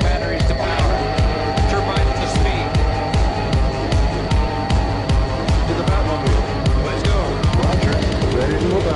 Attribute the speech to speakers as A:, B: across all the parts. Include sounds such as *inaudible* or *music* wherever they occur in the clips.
A: batteries to power. Turbines to speed. To the Batmobile. Let's go.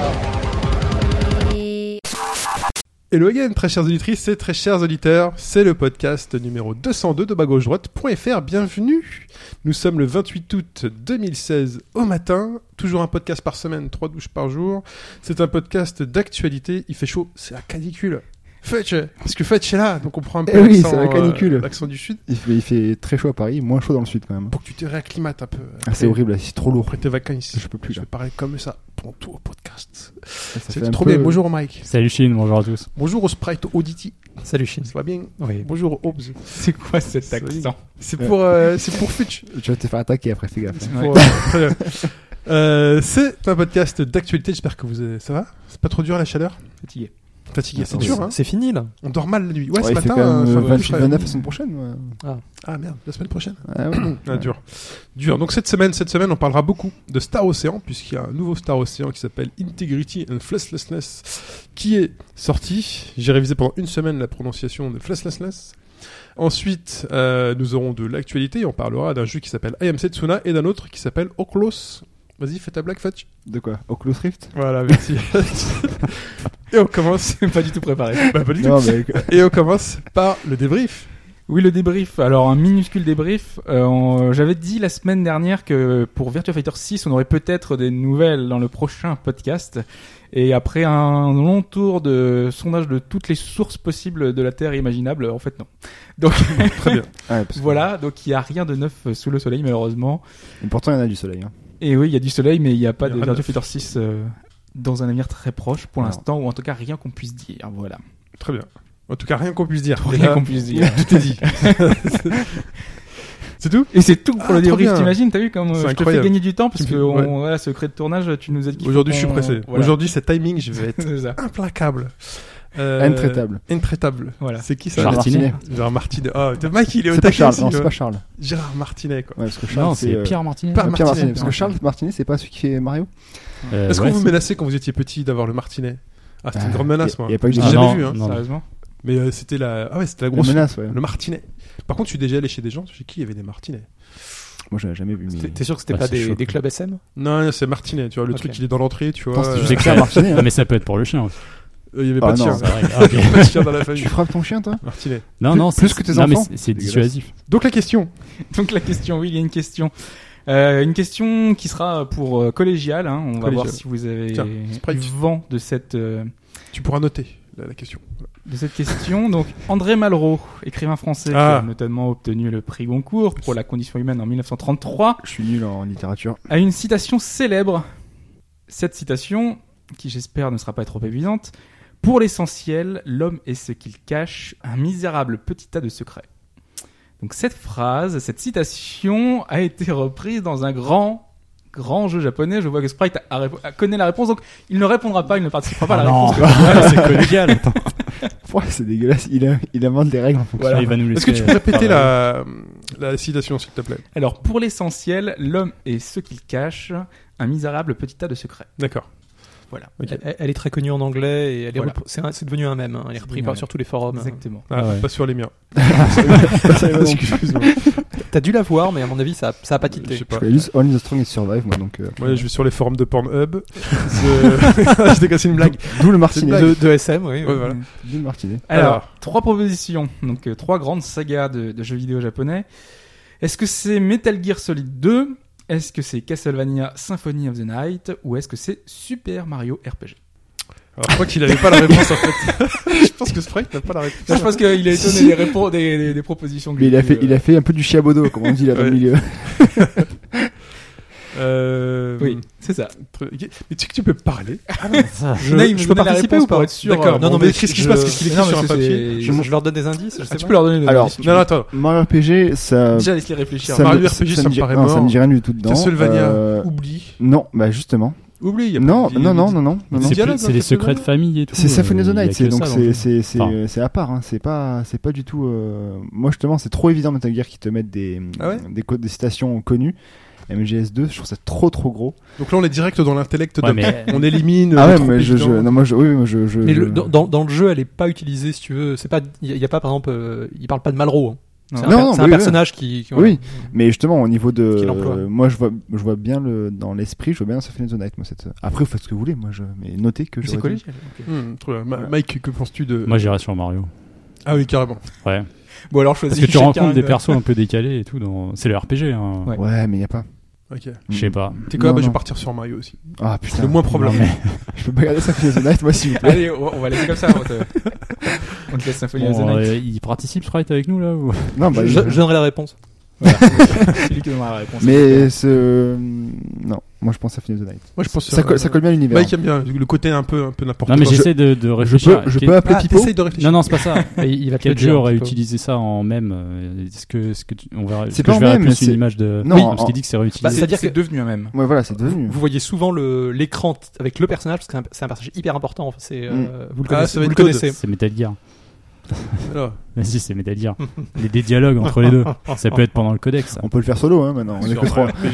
B: Hello again, très chères auditrices et très chers auditeurs, c'est le podcast numéro 202 de bagauche-droite.fr, bienvenue Nous sommes le 28 août 2016 au matin, toujours un podcast par semaine, trois douches par jour, c'est un podcast d'actualité, il fait chaud, c'est la canicule Fetch Parce que Fetch est là, donc on prend un
C: Eh
B: peu
C: oui,
B: l'accent,
C: c'est la canicule.
B: euh, l'accent du sud,
C: Il fait, il fait très chaud à Paris, moins chaud dans le sud quand même.
B: pour que tu te réacclimates un peu.
C: Ah, c'est horrible, là, c'est trop lourd.
B: Après tes vacances,
C: Je peux plus
B: je
C: là.
B: vais parler comme ça, pendant tout au podcast.
C: Ça fait
B: C'est
C: un
B: trop
C: peu-
B: bien, bonjour Mike,
D: Salut Chine, bonjour à tous.
B: bonjour au Sprite Auditi,
D: Salut Chine.
B: ça va bien
D: Oui.
B: Bonjour Hobbs.
D: C'est quoi cet accent
B: C'est pour, euh, c'est pour Fetch
C: Tu vas te faire attaquer après, fais gaffe. hein.
B: Pour- *laughs* Très bien. Euh, c'est un podcast d'actualité. J'espère que vous avez- ça va. C'est pas trop dur la chaleur.
D: Fatigué.
B: Fatigué, c'est
C: Attends,
B: dur. Hein.
D: C'est fini là
B: On dort mal la nuit. Ouais,
C: Ah, Ouais,
B: ce
C: il fait
B: matin.
C: quand même
B: euh,
C: euh,
B: enfin,
C: 28,
B: ouais.
C: 29 la semaine prochaine. ouais.
B: Ah merde, la semaine prochaine.
C: Ah ouais.
B: *coughs* Ah, dur, dur. Donc cette semaine, cette semaine, on parlera beaucoup de Star Ocean puisqu'il y a un nouveau Star Ocean qui s'appelle Integrity and Flesslessness qui est sorti. J'ai révisé pendant une semaine la prononciation de Flesslessness. Ensuite, euh, nous aurons de l'actualité. et On parlera d'un jeu qui s'appelle I Am Setsuna et d'un autre qui s'appelle Oklos. Vas-y, fais ta blague, Fetch.
C: De quoi Oculus Rift
B: Voilà, merci.
D: *laughs*
B: Et on commence.
D: Pas du tout préparé.
B: Bah, pas du
C: Non,
B: tout.
C: mais
B: Et on commence par le débrief.
D: Oui, le débrief. Alors, un minuscule débrief. Euh, on- J'avais dit la semaine dernière que pour Virtua Fighter 6, on aurait peut-être des nouvelles dans le prochain podcast. Et après un long tour de sondage de toutes les sources possibles de la Terre imaginables, en fait, non. Donc,
B: Très bien.
C: Ah ouais, parce que-
D: voilà. Donc, il n'y a rien de neuf sous le soleil, malheureusement.
C: Et pourtant, il y en a du soleil. hein.
D: Et oui, il y a du soleil, mais il n'y a pas
B: Il y
D: de
B: aura
D: Virtua
B: neuf.
D: Fighter 6 euh, dans un avenir très proche pour
C: Non.
D: l'instant, ou en tout cas rien qu'on puisse dire. Voilà.
B: Très bien. En tout cas, rien qu'on puisse dire.
D: Rien qu'on puisse dire. *laughs*
B: Tout est dit. C'est tout
D: Et c'est tout pour
B: Ah,
D: le
B: trop
D: débrief,
B: bien.
D: t'imagines T'as vu comme euh,
B: C'est
D: je te fais
B: incroyable.
D: gagner du temps parce
B: Tu
D: que
B: me-
D: on-
B: ouais.
D: voilà, ce secret de tournage, tu nous as dit. qu'il
B: Aujourd'hui, je
D: faut
B: suis
D: qu'on-
B: pressé.
D: Voilà.
B: Aujourd'hui, c'est timing, je vais être
D: *laughs* C'est ça.
B: implacable. Euh,
C: Intraitable.
B: Intraitable.
D: Voilà.
B: C'est qui ça
C: Charles Martinet.
B: Gérard Martinet. Ah, t'es- Mike, il est au euh,
C: C'est pas
B: taquet
C: Charles,
B: aussi.
C: non, c'est
B: ouais.
C: pas Charles.
B: Gérard Martinet, quoi.
C: Ouais, parce que
E: Non,
C: Charles,
E: c'est
C: euh,
E: Pierre Martinet.
B: Pas
C: Pierre
B: Martinet.
C: Martinet, parce que Charles Martinet, c'est pas celui qui fait Mario
E: Euh,
B: Est-ce
E: ouais,
B: qu'on vous
E: c'est-
B: menacez quand vous étiez petit d'avoir le Martinet Ah,
C: Euh,
B: c'était une grande menace,
C: Il y a-
B: moi.
C: il y a pas eu de-
B: J'ai
E: Ah,
B: jamais
E: non,
B: vu, hein.
E: non, non.
D: Sérieusement
B: Mais euh, c'était la. Ah ouais, c'était la
C: Une
B: grosse.
C: menace, ouais.
B: Le martinet. Par contre, je suis déjà allé chez des gens chez qui il y avait des martinets.
C: Moi, je l'avais jamais vu. mais-
E: C'était-
A: T'es sûr que c'était
E: Ouais,
A: pas
E: c'est chaud.
A: des, des clubs SM
B: Non, non, c'est martinet, tu vois. Le
A: Ok.
B: truc, il est dans l'entrée, tu vois.
C: Attends,
B: euh,
C: c'est
E: Je
B: euh,
E: sais
C: Pierre
E: que
C: Martinet,
E: ça...
C: hein.
E: mais ça peut être pour le chien aussi.
B: Il y avait
C: Ah,
B: pas de
C: non,
B: chien.
E: C'est vrai. Ah, *laughs* ok.
B: Il y avait pas de chien dans la famille.
C: Tu frappes ton chien, toi
B: *laughs* Martinet.
E: Non,
C: Plus-
E: non,
C: plus
E: c'est-
C: que tes
E: non, mais
C: enfants.
E: c'est- C'est
C: Dégueulasse.
E: dissuasif.
B: Donc la question.
D: Donc la question, oui, il y a une question. Euh, une question qui sera pour euh, collégial. hein. On va
B: Collégial.
D: voir si vous avez
B: Tiens, Sprite.
D: du vent de cette euh,
B: Tu pourras noter la, la question.
D: de cette question. Donc André Malraux, écrivain français,
B: Ah.
D: qui a notamment obtenu le prix Goncourt pour La Condition humaine en 1933.
C: Je suis nul en littérature.
D: à une citation célèbre. Cette citation, qui j'espère ne sera pas trop évidente, pour l'essentiel, l'homme est ce qu'il cache, un misérable petit tas de secrets. Donc cette phrase, cette citation a été reprise dans un grand, grand jeu japonais. Je vois que Sprite a- a- a- connaît la réponse, donc il ne répondra pas, il ne participera pas à la
E: non,
D: réponse.
B: *laughs*
E: c'est collégial. attends.
C: Pouah, c'est dégueulasse. Il, a- il invente des règles en fonction.
E: Il va nous
B: Est-ce que tu peux
E: Ah
B: répéter la, la citation, s'il te plaît
D: Alors pour l'essentiel, l'homme est ce qu'il cache, un misérable petit tas de secrets.
B: D'accord.
D: Voilà.
B: Ok.
A: elle, elle est très connue en anglais et elle est
D: Voilà.
A: repr- c'est un- c'est devenu un mème. hein. Elle est
D: C'est
A: reprise
D: devenu un
A: par
D: mème.
A: sur tous les forums. hein.
D: Exactement.
B: Ah,
E: Ah ouais.
B: Pas sur les miens. *laughs*
C: Excuse-moi.
A: T'as dû la voir, mais à mon avis, ça, ça a pas
B: Je
A: tilté.
B: sais
C: Je
B: pas.
C: connais juste Only the Strong et Survive, moi, donc. euh,
B: Moi, je vais sur les forums de Pornhub. Je *laughs* je t'ai cassé une blague.
C: D'où le Martinet.
A: De, de SM, oui.
B: Ouais, voilà.
C: D'où le Martinet.
D: Alors,
B: Alors.
D: trois propositions, donc euh, trois grandes sagas de, de jeux vidéo japonais. Est-ce que c'est Metal Gear Solid 2 Est-ce que c'est Castlevania Symphony of the Night Ou est-ce que c'est Super Mario RPG
B: Alors, je crois qu'il avait pas la réponse, en fait. je pense que Sprite n'a pas la réponse.
D: Je pense *laughs* qu'il a étonné
C: Si.
D: des, répons- des, des- des propositions. que
C: Mais il a
D: j'ai
C: fait,
D: eues,
C: il
D: euh.
C: a fait un peu du chiabodo, comme on dit là dans
B: Ouais.
C: le milieu.
B: Euh,
D: Oui, c'est ça.
B: Très- Mais tu sais que tu peux parler
D: Je, Ah. je peux participer ou pas être sûr
B: D'accord,
D: euh,
B: bon,
A: Non, non,
B: mais
A: mais
B: qu'est-ce qui
A: je-
B: se passe Qu'est-ce qu'il
D: mais
B: écrit
D: non,
B: sur
D: mais
B: un
D: c'est-
B: papier
D: c'est-
A: Je, je leur donne des indices, je sais
D: Ah,
A: pas.
D: tu peux leur donner des
C: Alors,
D: indices.
B: Non, non, attends.
C: Mario RPG, ça.
D: Déjà, laisse-les réfléchir.
B: Mario
C: me-
B: RPG, ça
C: me
B: me
C: dit-
B: paraît
C: non, ça
B: mort.
C: me dit rien du tout dedans.
B: Castlevania,
C: Euh,
B: oublie.
C: Non, bah justement.
B: Oublie, il y a pas
C: Non,
B: de vie-
C: non, non,
B: de-
C: non, non, non.
B: des
E: C'est
B: dialogues
E: plus-
B: dans
E: c'est les
B: Captain
E: secrets de
B: Marvel
E: famille et tout.
C: C'est Symphony of
E: euh,
C: the
E: il y a
C: Night,
E: que
C: c'est donc
E: ça dans le
C: c'est c'est
E: jeu.
C: c'est
E: Enfin.
C: euh, c'est à part. hein, C'est pas c'est pas du tout. euh, Moi justement, c'est trop évident Metal Gear qui te mettent des
B: Ah ouais
C: des, co- des citations connues. MGS2, je trouve ça trop trop gros.
B: Donc là, on est direct dans l'intellect
E: Ouais,
B: de.
E: mais-
B: On élimine.
C: ah
B: euh,
C: ouais,
B: trop
C: mais je, je-
B: évident.
C: non, moi je, oui, moi je, je-
F: Mais le-
C: je-
F: dans, dans- dans le jeu, elle est pas utilisée, si tu veux. C'est pas, il y, a- il y a pas, par exemple, euh, il parle pas de Malraux. hein. C'est un,
C: Non,
F: per-
C: non,
F: c'est
C: mais
F: un
C: oui,
F: personnage qui. qui-
C: Oui, mais justement au niveau de,
F: Parce qu'il emploie.
C: euh, moi je vois, je vois bien le dans l'esprit, je vois bien Symphony of the Night. Moi cette. Après, vous faites ce que vous voulez. Moi je, mais notez que.
F: C'est
C: j'aurais dit-
F: collégial. ok.
B: Hmm, trop bien. Ma-
C: Voilà.
B: Mike, que penses-tu de.
E: Moi, j'irais sur Mario.
B: Ah oui, carrément.
E: Ouais.
F: Bon, alors
E: Parce
F: choisis.
E: que tu
F: chacun
E: rencontres des
F: une-
E: persos un peu décalés et tout. Dans... C'est le RPG. Hein.
F: Ouais.
C: Ouais, mais y a pas.
B: Ok.
E: Je sais pas.
B: T'es quoi
C: Non,
B: Bah, je vais
C: non.
B: partir sur Mario aussi.
C: Ah
B: C'est
C: putain.
B: le moins problème.
C: Je peux pas regarder Symphony of the Night, moi s'il
F: *laughs*
C: vous plaît.
D: Allez, on, on va laisser comme ça. On te, *laughs* on te laisse Symphony of the
E: Bon,
D: Night.
E: euh, il participe Sprite avec nous là ou...
C: Non, bah,
F: Je,
C: je-
F: je donnerai la réponse.
D: C'est lui qui donnera la réponse.
C: Mais ce non, moi je pense Symphony of the Night.
B: Moi, je pense. euh,
C: Ça, colle, ça colle bien à l'univers.
B: Mike aime bien le côté un peu, un peu n'importe
E: Non mais
B: quoi.
E: j'essaie de, de réfléchir.
C: je
E: Quel-
C: peux appeler
B: Ah,
C: Pipo
F: Oh.
B: t'essayes de réfléchir.
E: Non non c'est pas ça.
F: Et il va te
E: Quel
F: le dire,
E: jeu
F: un
E: aurait
F: petit peu.
E: utilisé ça en même euh, Est-ce que, est-ce que tu- on verra,
C: C'est
E: est-ce que
C: pas
E: je
C: en
E: verrai
C: mème,
E: plus
C: c'est-
E: une image de
C: Non,
E: oui,
C: en-
E: parce qu'il dit que c'est
F: Bah,
E: réutilisé.
D: c'est à dire
F: c'est-à-dire
D: que c'est
F: que-
D: devenu un même.
C: Ouais, voilà, c'est devenu.
F: Vous voyez souvent le- l'écran t- avec le personnage parce que c'est un- c'est un personnage hyper important. C'est euh,
C: Mm.
F: vous le
B: Ah,
F: connaissez.
B: ça va
F: vous le
B: être Claude.
F: connaissez.
E: C'est Metal Gear.
B: Alors,
E: Vas-y c'est Metal Gear. Les des dialogues entre
B: *laughs*
E: les deux. Ça peut être pendant le codex. ça.
C: On peut le faire solo hein, maintenant, on est
B: sur
C: que trois.
B: RPG,
C: *laughs*
B: euh,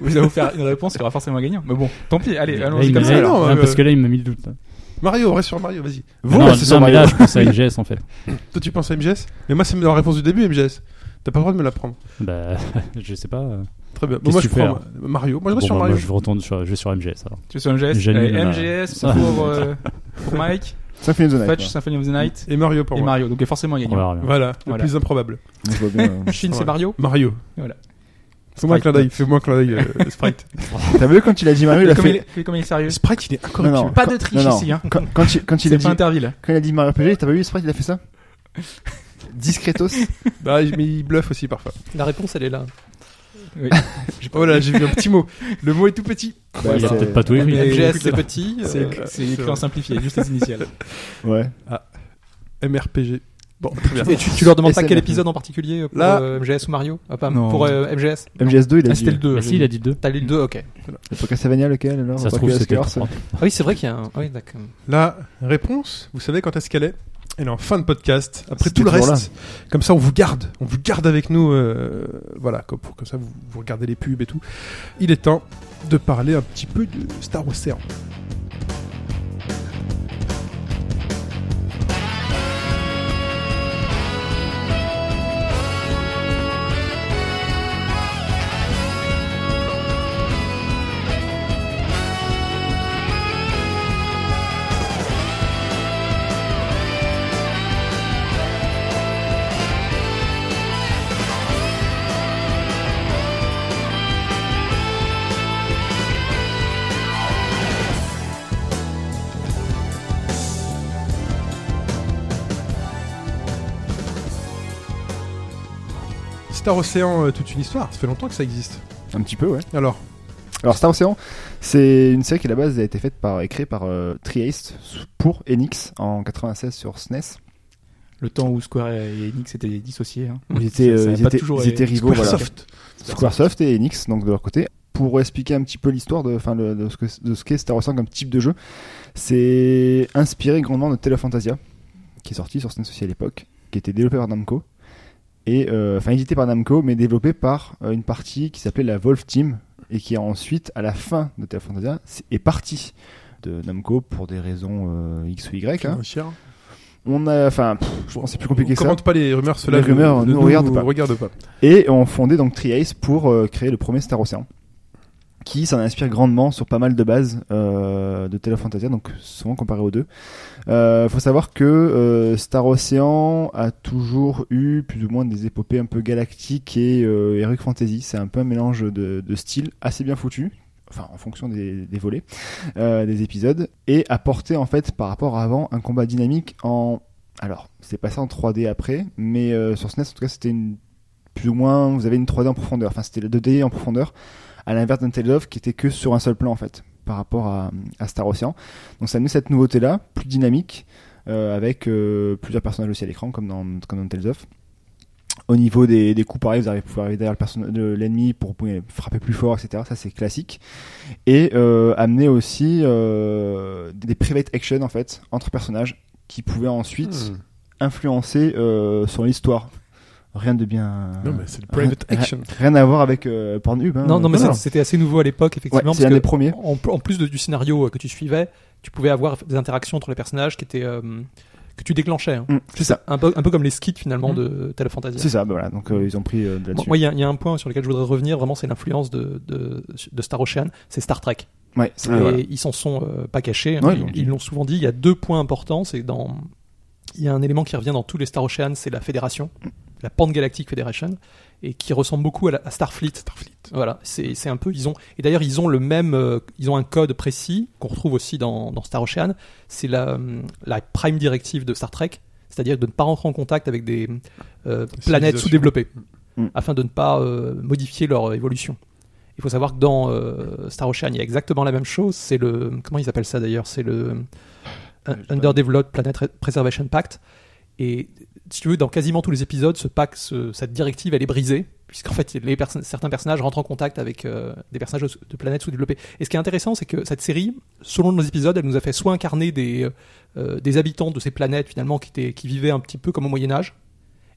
D: Vous allez vous faire une réponse, il y aura forcément un gagnant. Mais bon, tant pis, allez,
E: Là,
D: allons-y
E: il
D: comme
E: me-
D: ça.
B: non,
D: alors.
B: euh,
E: parce que là il m'a mis le doute. là.
B: Mario, reste sur Mario, vas-y.
C: Vous
E: non,
C: restez sur
E: non, mais là
C: Mario.
E: je pense à MGS en fait.
B: Toi, tu penses à MGS Mais moi, c'est la réponse du début, MGS. T'as pas le droit de me la prendre.
E: Bah *laughs* je sais pas. euh.
B: Très bien. Bon,
E: Qu'est-ce
B: moi,
E: que
B: je
E: tu fais,
B: prends moi, Mario. Moi, je reste
E: Bon,
B: sur
E: bah,
B: Mario.
E: moi je retourne sur, je vais sur MGS alors.
D: Tu es sur MGS
E: J'annule,
D: Allez,
E: là.
D: MGS
E: Ça.
D: pour, euh, pour Mike,
C: Symphony of the Night.
D: Fudge, Symphony of the Night
B: Et Mario pour
D: et
B: moi.
D: Mario. Donc il y a forcément un
E: On
D: gagnant.
E: verra bien.
B: Voilà, le
D: Voilà.
B: plus improbable.
C: ouais. Moi, je vois bien,
F: *laughs*
C: euh.
F: Chine, c'est
B: Voilà.
F: Mario.
B: Mario.
D: Voilà.
B: Fais-moi un
D: Sprite.
B: clin d'œil, fais-moi un clin d'œil,
E: *laughs*
B: euh, Sprite.
C: T'as vu quand il a dit Mario, Ah il a
D: Comme il
C: fait.
D: est- comme il est sérieux.
B: Sprite, il est
C: Non,
B: incorruptible.
C: non.
D: Pas de triche
C: Non, non.
D: ici, hein.
C: Quand, quand il, quand il a
D: C'est
C: dit,
D: pas interdit là.
C: quand il a dit Mario RPG, t'as pas vu Sprite, il a fait ça
F: *laughs*
C: Discretos
B: Bah, mais il bluffe aussi parfois.
F: La réponse, elle est là.
B: Oh là, j'ai vu un petit mot. Le mot est tout petit.
C: Bah,
E: il a
C: c'est-
E: peut-être pas tout écrit.
D: Mais-
F: MGS,
D: écoute,
F: c'est petit. euh,
D: C'est
B: euh,
D: c'est
B: c'est
D: écrit
B: vrai.
D: en simplifié, juste les initiales.
C: Ouais.
B: MRPG. Bon, très bien.
F: Et tu, tu leur demandes pas
C: SMR.
F: quel épisode en particulier pour
B: Là-
F: euh, MGS ou Mario Ah, pas
D: Non.
F: pour euh, MGS
C: MGS2, il a
F: Ah,
C: dit. hein.
F: c'était le 2.
E: Ah, si il a dit deux.
F: T'as lu le 2, ok.
C: C'est pas Castlevania lequel alors
E: Ça se
C: Pas
E: trouve
C: que
E: c'était
C: Oscars,
E: trois.
F: Ah oui, c'est vrai qu'il y a un. Oui, d'accord.
B: *laughs* La réponse, vous savez quand est-ce qu'elle est Elle est en fin de podcast, après
C: C'était
B: tout le reste.
C: toujours
B: Comme ça, on vous garde. On vous garde avec nous. euh, voilà, comme, pour, comme ça, vous, vous regardez les pubs et tout. Il est temps de parler un petit peu de Star Ocean. Star Ocean, euh, toute une histoire. Ça fait longtemps que ça existe.
C: Un petit peu, ouais.
B: Alors,
C: Alors Star Ocean, c'est une série qui à la base a été faite par, et créée par euh, Trieste pour Enix en 96 sur E SNES.
D: Le temps où Square et Enix étaient dissociés. *laughs* hein.
C: Ils étaient,
D: Ça- ça
C: euh,
D: a
C: ils
D: pas
C: étaient-
D: toujours
C: ils étaient
D: été-
C: rivaux, voilà.
B: Squaresoft.
C: Squaresoft et Enix, donc de leur côté. Pour expliquer un petit peu l'histoire de, enfin, le- de ce que- de ce qu'est Star Ocean comme type de jeu, c'est inspiré grandement de Tale of Fantasia, qui est sorti sur SNES aussi à l'époque, qui était développé par Namco, et euh, enfin édité par Namco, mais développé par euh, une partie qui s'appelait la Wolf Team, et qui ensuite, à la fin de Tale of Fantasia, c'est- est partie de Namco pour des raisons euh, X ou Y. hein. On a, enfin, pff, je pense que c'est plus compliqué
B: On
C: que ça.
B: commente pas les rumeurs, cela
C: Les
B: ne-
C: rumeurs
B: ne
C: nous regardent pas.
B: regarde pas.
C: Et on fondait donc Triace pour euh, créer le premier Star Ocean, qui s'en inspire grandement sur pas mal de bases euh, de Tale of Fantasia, donc souvent comparé aux deux. Euh, faut savoir que euh, Star Ocean a toujours eu plus ou moins des épopées un peu galactiques et euh, heroic fantasy. C'est un peu un mélange de, de styles assez bien foutu. Enfin, en fonction des, des volets, euh, des épisodes, et apporter en fait par rapport à avant un combat dynamique en. Alors, c'est passé en 3D après, mais euh, sur SNES en tout cas c'était une plus ou moins, vous avez une 3D en profondeur. Enfin, c'était la 2D en profondeur, à l'inverse d'un Tales of qui était que sur un seul plan, en fait, par rapport à, à Star Ocean. Donc, ça a amené cette nouveauté-là, plus dynamique, euh, avec euh, plusieurs personnages aussi à l'écran, comme dans, comme dans Tales of. Au niveau des, des coups, pareil, vous arrivez, vous pouvez arriver derrière le perso- de l'ennemi pour pouvoir frapper plus fort, etc. Ça, c'est classique. Et euh, amener aussi euh, des private action, en fait, entre personnages, qui pouvaient ensuite
B: Hmm.
C: influencer euh, sur l'histoire. Rien de bien.
B: Non, mais c'est le private
C: rien-
B: action.
C: Rien à voir avec euh, Pornhub. hein.
F: Non, non, mais
C: Ouais,
F: ça, c'était assez nouveau à l'époque, effectivement.
C: c'est l'un
F: parce
C: des
F: que
C: premiers.
F: En, en plus de- du scénario euh, que tu suivais, tu pouvais avoir des interactions entre les personnages qui étaient, euh, que tu déclenchais. hein.
C: Mm, C'est ça.
F: Un, peu, un peu comme les skits, finalement,
D: Mm.
F: de Tale of Fantasy.
C: C'est ça, bah voilà, donc euh, ils ont pris euh, de
F: Bon,
C: là-dessus.
F: moi, il y, a- il y a un point sur lequel je voudrais revenir, vraiment, c'est l'influence de, de, de Star Ocean, c'est Star Trek.
C: Ouais, c'est-
F: et
C: voilà.
F: ils s'en sont euh, pas cachés. hein.
C: Ouais, ils l'ont
F: ils
C: dit.
F: ils l'ont souvent dit. Il y a deux points importants. C'est dans. Il y a un élément qui revient dans tous les Star Ocean, c'est la Fédération, la Pan Galactic Federation, et qui ressemble beaucoup à, la, à Starfleet. Starfleet. Voilà, c'est c'est un peu. Ils ont et d'ailleurs ils ont le même. euh, ils ont un code précis qu'on retrouve aussi dans, dans Star Ocean. C'est la hum, la Prime Directive de Star Trek, c'est-à-dire de ne pas rentrer en contact avec des euh, planètes
B: Civilisation.
F: sous-développées,
C: Mm.
F: afin de ne pas euh, modifier leur euh, évolution. Il faut savoir que dans euh, Star Ocean, il y a exactement la même chose. C'est le. Comment ils appellent ça d'ailleurs C'est le. Un- Underdeveloped Planet Re- Preservation Pact. Et si tu veux, dans quasiment tous les épisodes, ce pack, ce- cette directive, elle est brisée, puisqu'en fait, les perso- certains personnages rentrent en contact avec euh, des personnages de, de planètes sous-développées. Et ce qui est intéressant, c'est que cette série, selon nos épisodes, elle nous a fait soit incarner des, euh, des habitants de ces planètes, finalement, qui, étaient- qui vivaient un petit peu comme au Moyen-Âge,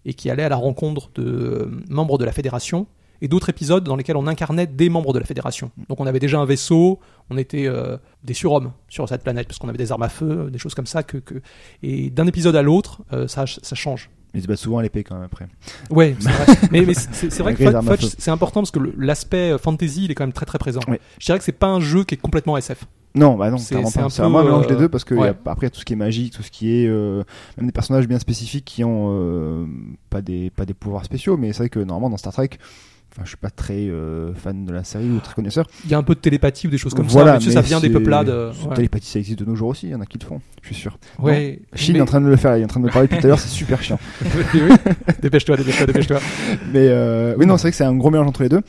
F: et qui allaient à la rencontre de euh, membres de la Fédération, et d'autres épisodes dans lesquels on incarnait des membres de la Fédération.
C: Mm.
F: Donc on avait déjà un vaisseau, on était euh, des surhommes sur cette planète, parce qu'on avait des armes à feu, euh, des choses comme ça. Que, que... Et d'un épisode à l'autre, euh, ça- ça change.
C: Ils se battent souvent à l'épée quand même après.
F: Ouais, c'est
C: *laughs*
F: vrai. mais, mais c'est- c'est c'est vrai
C: Avec
F: que
C: les
F: Fudge-
C: armes à
F: Fudge,
C: feu.
F: c'est important parce que le- l'aspect euh, fantasy, il est quand même très très présent.
C: Ouais.
F: Je dirais que c'est pas un jeu qui est complètement SF.
C: Non, bah non,
F: C'est-
C: clairement
F: c'est
C: pas.
F: un
C: C'est
F: peu,
C: vraiment un mélange des
F: euh,
C: deux parce que
F: ouais.
C: y a- après, il y a tout ce qui est magique, tout ce qui est. euh, même des personnages bien spécifiques qui ont euh, pas, des, pas des pouvoirs spéciaux, mais c'est vrai que normalement dans Star Trek. Enfin, je suis pas très euh, fan de la série ou très connaisseur.
F: Il y a un peu de télépathie ou des choses comme
C: Voilà,
F: ça, mais, tu sais, ça
C: mais
F: vient des
C: c'est-
F: peuplades. euh,
C: c'est
F: ouais.
C: Télépathie, ça existe de nos jours aussi. Il y en a qui le font, je suis sûr.
F: Ouais.
C: Chine
F: Mais-
C: est en train de le faire, là, il est en train de me parler depuis tout à l'heure, c'est super chiant.
F: Oui, oui. *laughs* dépêche-toi, dépêche-toi, dépêche-toi.
C: Mais euh, oui, non, c'est vrai que c'est un gros mélange entre les deux.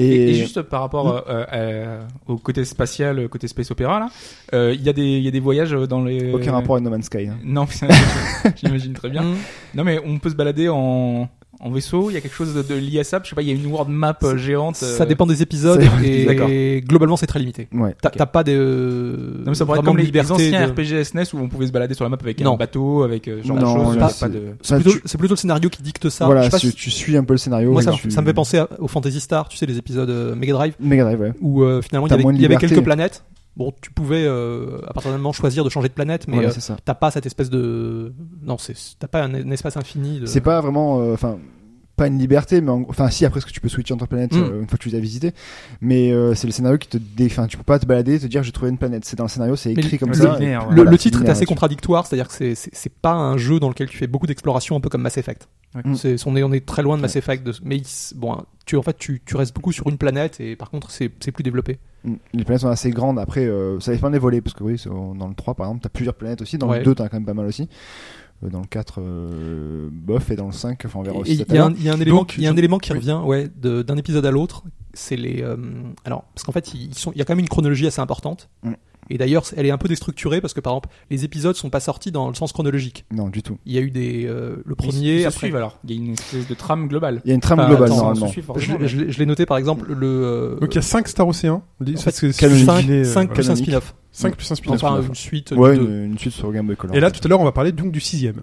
C: Et,
D: Et, et juste par rapport euh, euh, au côté spatial, au côté space opéra, là, euh, il y, a des- il y a des voyages dans les.
F: euh,
C: aucun rapport avec No Man's Sky. hein.
D: Non, *laughs* mais j'imagine très bien. Non, mais on peut se balader en, en vaisseau. Il y a quelque chose de, de lié à ça. Je sais pas, il y a une world map euh, géante.
F: Ça
D: euh,
F: dépend des épisodes
C: Ça-
D: D'accord.
F: et globalement c'est très limité.
C: Ouais.
F: T'as
D: Ok.
F: t'as pas de euh,
D: Non, mais ça pourrait être
F: vraiment
D: comme
F: de
D: les, les
F: liberté
D: anciens
F: de-
D: RPG SNES E où on pouvait se balader sur la map avec
F: Non.
D: un bateau, avec euh, ce genre
C: Non,
D: de choses.
C: là,
D: Il y a
C: c'est-
D: pas de-
F: C'est
C: Ça,
F: plutôt,
C: tu-
F: c'est plutôt le scénario qui dicte ça. Je
C: voilà,
F: sais pas
C: tu,
F: si-
C: tu suis un peu le scénario.
F: moi, ça,
C: et
F: me-
C: tu-
F: ça me fait penser à- au Fantasy Star, tu sais, les épisodes euh, Mega Drive.
C: Mega Drive, ouais.
F: où euh, finalement il y,
C: T'as
F: avait,
C: moins de
F: il y avait
C: liberté.
F: quelques planètes. Bon, tu pouvais euh, à partir d'un moment choisir de changer de planète, mais
C: Voilà,
F: euh,
C: c'est ça.
F: t'as pas cette espèce de non, c'est t'as pas un, un espace infini. De...
C: C'est pas vraiment, euh, enfin, pas une liberté, mais en gros- enfin, si après ce que tu peux switcher entre planètes
F: Mm.
C: euh, une fois que tu les as visitées, mais euh, c'est le scénario qui te, dé... enfin, tu peux pas te balader, et te dire j'ai trouvé une planète. C'est dans le scénario, c'est
F: Mais
C: écrit comme
D: le-
C: ça.
D: linéaire,
C: et-
D: ouais.
F: Le,
C: voilà,
F: le titre est
C: linéaire
F: assez
C: là-dessus.
F: contradictoire, c'est-à-dire que c'est- c'est c'est pas un jeu dans lequel tu fais beaucoup d'exploration, un peu comme Mass Effect.
D: Ouais.
C: Mm.
F: C'est on est on est très loin de Mass Effect, de- mais il s- bon, tu en fait tu, tu restes beaucoup sur une planète et par contre c'est c'est plus développé.
C: Mm. Les planètes sont assez grandes. Après, euh, ça dépend des volets, parce que oui, c'est- dans le 3 par exemple, t'as plusieurs planètes aussi. Dans
F: Ouais.
C: le 2, t'en as quand même pas mal aussi. Euh, Dans le 4, euh, bof, et dans le 5, enfin, on verra
F: Et
C: aussi. ça
F: Il y, a
C: tout à
F: un-
C: l'heure.
F: il y a un élément,
C: Donc,
F: il y a un
C: je-
F: élément qui
C: oui.
F: revient ouais, de- d'un épisode à l'autre. C'est les. euh, alors, parce qu'en fait, ils sont, il y a quand même une chronologie assez importante.
C: Mm.
F: Et d'ailleurs, elle est un peu déstructurée parce que, par exemple, les épisodes sont pas sortis dans le sens chronologique.
C: Non, du tout.
F: Il y a eu des, euh, le
D: Ils-
F: premier.
D: ils se
F: après-
D: suivent, alors. Il y a une espèce de trame globale.
C: Il y a une trame
D: Enfin,
C: globale
D: attends, on se
C: normalement.
D: suit
F: Je,
D: forcément,
F: l'ai- je l'ai- je l'ai noté, par exemple, le.
B: Donc il y a 5 Star Ocean.
F: en fait, 5,
B: euh,
F: plus un
C: canonique.
F: spin-off.
B: 5 plus un spin-off.
F: Enfin, une suite.
C: Ouais,
F: de,
C: une, une suite sur Game Boy Color.
B: Et là, tout à l'heure, on va parler donc du sixième.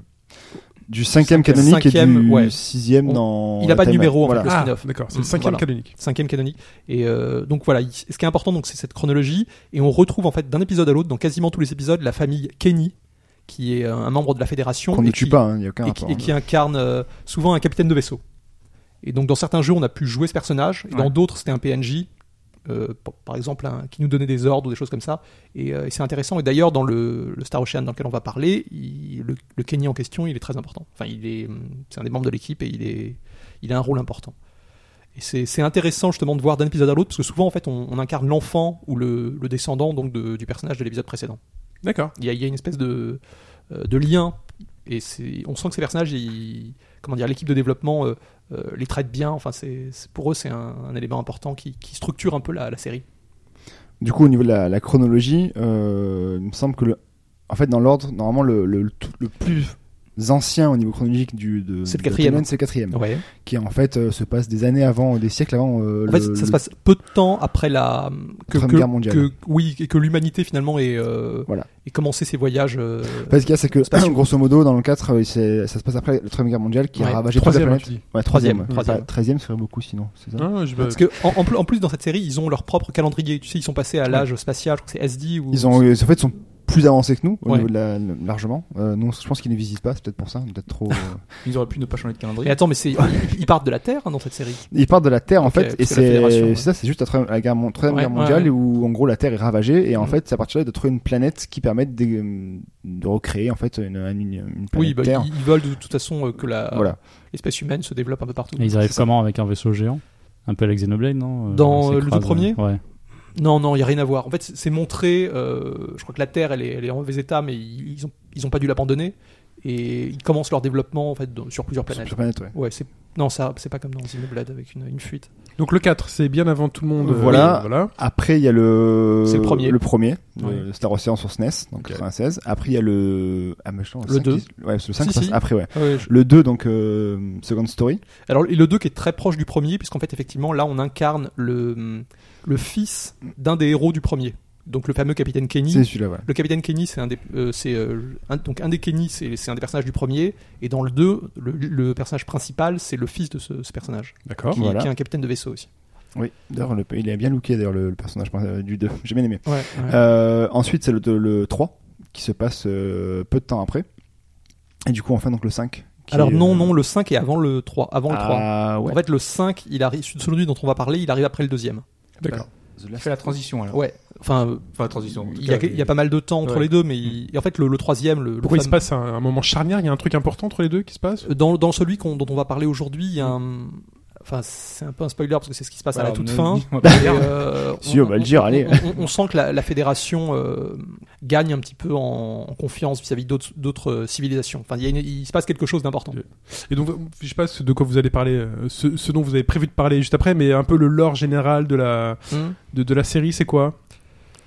C: du cinquième canonique et
F: cinquième,
C: du
F: ouais.
C: sixième
F: On-
C: dans.
F: il a
C: la
F: pas de
C: timeline.
F: numéro, en
C: Voilà.
F: fait. Le spin-off.
B: Ah, d'accord, c'est
F: Mm,
B: le cinquième
F: voilà.
B: canonique.
F: cinquième canonique. Et euh, donc voilà, il- ce qui est important, donc c'est cette chronologie, et on retrouve en fait d'un épisode à l'autre, dans quasiment tous les épisodes, la famille Kenny, qui est euh, un membre de la fédération
C: Qu'on
F: et
C: ne
F: qui,
C: tue pas, hein, il n'y a aucun
F: et qui,
C: rapport.
F: et qui incarne euh, souvent un capitaine de vaisseau. Et donc dans certains jeux, on a pu jouer ce personnage, et dans
D: Ouais.
F: d'autres, c'était un PNJ. euh, p- par exemple, un- qui nous donnait des ordres ou des choses comme ça, et, euh, et c'est intéressant. Et d'ailleurs, dans le, le Star Ocean dans lequel on va parler, il- le, le Kenny en question, il est très important. Enfin, il est, hum, c'est un des membres de l'équipe et il est, il a un rôle important. Et c'est c'est intéressant justement de voir d'un épisode à l'autre, parce que souvent en fait on, on incarne l'enfant ou le, le descendant donc de- du personnage de l'épisode précédent.
B: D'accord.
F: Il y a, il y a une espèce de, euh, de lien, et c'est- on sent que ces personnages, ils- comment dire, l'équipe de développement euh, euh, les traite bien. Enfin, c'est c'est- pour eux c'est un, un élément important qui, qui structure un peu la, la série.
C: Du coup, au niveau de la, la chronologie, euh, il me semble que le. En fait, dans l'ordre, normalement, le, le, le tout- le plus anciens au niveau chronologique du de.
F: C'est
C: de
F: le quatrième.
C: Tolkien, C'est le quatrième,
F: Ouais.
C: qui en fait euh, se passe des années avant, des siècles avant. euh,
F: En fait,
C: le-
F: ça se
C: le-
F: passe peu de temps après la que,
C: Première
F: que-
C: Guerre mondiale.
F: que- oui, et que l'humanité finalement ait, euh,
C: Voilà.
F: ait commencé ses voyages. euh,
C: Parce qu'il y a, c'est que, *coughs*
F: Spatiaux.
C: grosso modo, dans le 4, euh, c'est- ça se passe après la Troisième Guerre mondiale qui
F: Ouais,
C: a ravagé toute la
B: Troisième, hein,
C: planète.
B: tu dis.
C: Ouais, troisième.
F: Troisième, troisième. Hein
C: Pas- Treizième serait beaucoup sinon, c'est ça
B: Ah, je-
F: Parce que en, en plus- en plus dans cette série, ils ont leur propre calendrier. Tu sais, ils sont passés à l'âge spatial, je crois que c'est SD ou.
C: Ils ont, euh, en fait, ils sont plus avancés que nous, au
F: Ouais.
C: niveau de la- largement. Euh, nous, je pense qu'ils ne visitent pas, c'est peut-être pour ça, on est peut-être trop. euh,
D: Ils auraient pu ne pas changer de
F: Mais
D: calendrier.
F: attends, mais c'est ils partent de la Terre hein, dans cette série.
C: Ils partent de la Terre en
F: Ok,
C: fait, et
F: parce que la
C: c'est
F: Fédération, ouais.
C: c'est ça, c'est juste après la guerre, mon- troisième
F: Ouais,
C: guerre
F: ouais,
C: mondiale
F: ouais.
C: où en gros la Terre est ravagée et en
F: Mhm.
C: fait c'est à partir de là de trouver une planète qui permette de, de recréer en fait une, une, une planète
F: Oui, bah,
C: Terre.
F: ils, ils veulent de toute façon euh, que la
C: Voilà.
F: l'espèce humaine se développe un peu partout.
E: Et ils arrivent comment avec un vaisseau géant Un peu à la Xenoblade, non Euh,
F: Dans,
E: ils
F: euh, le
E: s'écrasent,
F: tout premier
E: Ouais.
F: Non, non, il y a rien à voir. En fait, c'est c'est montré. euh, je crois que la Terre, elle est, elle est en mauvais état, mais ils ont ils ont pas dû l'abandonner et ils commencent leur développement en fait dans- sur plusieurs
C: Sur
F: planètes.
C: la planète, ouais.
F: Ouais, c'est non, ça c'est pas comme dans Xenoblade avec une, une fuite.
B: Donc le 4, c'est bien avant tout le monde. euh,
C: Voilà.
B: voilà.
C: Après il y a le
F: C'est le premier.
C: le premier le
E: Ouais.
C: Star Ocean sur SNES donc
B: Ok.
C: 96. Après il y a le ah mais je crois,
F: Le
C: cinq,
F: deux.
C: il- ouais c'est le 5
F: Si, si.
C: après Ah ouais. Le 2 donc euh, Second Story.
F: Alors et le 2 qui est très proche du premier puisqu'en fait effectivement là on incarne le le fils d'un des héros du premier. Donc le fameux capitaine Kenny.
C: C'est celui-là ouais.
F: Le capitaine Kenny, c'est un des, euh, c'est euh, un- donc un des Kenny, c'est c'est un des personnages du premier, et dans le 2, le, le personnage principal, c'est le fils de ce, ce personnage,
B: D'accord.
F: qui,
C: Voilà.
F: qui est un capitaine de vaisseau aussi.
C: Oui. D'ailleurs le- il est bien looké d'ailleurs le, le personnage euh, du 2. J'ai bien aimé.
F: Ouais.
C: Euh, ensuite, c'est le, le 3 qui se passe euh, peu de temps après. Et du coup, enfin, donc le 5. qui
F: Alors
C: est,
F: non,
C: euh,
F: non, le 5 est avant le 3, avant le 3.
C: Ah, ouais.
F: En fait, le 5, il arrive, celui dont on va parler, il arrive après le deuxième.
B: D'accord.
F: bah,
D: Il fait la transition alors.
F: Ouais. Enfin, euh,
D: Enfin, la transition. en tout
F: il y, a,
D: cas,
F: il y a pas mal de temps entre
D: Ouais.
F: les deux, mais
C: Hmm.
F: il- et en fait, le, le troisième, le, le
B: Pourquoi il se
F: fameux- Euh,
B: passe un, un moment charnière Il y a un truc important entre les deux qui se passe
F: dans, dans celui qu'on- dont on va parler aujourd'hui, il y a un, enfin, c'est un peu un spoiler parce que c'est ce qui se passe à
D: Voilà,
F: la toute
D: on a-
F: fin.
D: on va pas
F: Et,
D: dire.
F: euh,
C: *laughs* Si, on va le dire, allez.
F: On, on sent que la, la fédération euh, gagne un petit peu en, en confiance vis-à-vis d'autres- d'autres euh, civilisations. Enfin, il, y a une- il se passe quelque chose d'important.
B: Et donc, je sais pas ce- de quoi vous allez parler, euh, ce, ce dont vous avez prévu de parler juste après, mais un peu le lore général de la,
F: Hum.
B: de, de la série, c'est quoi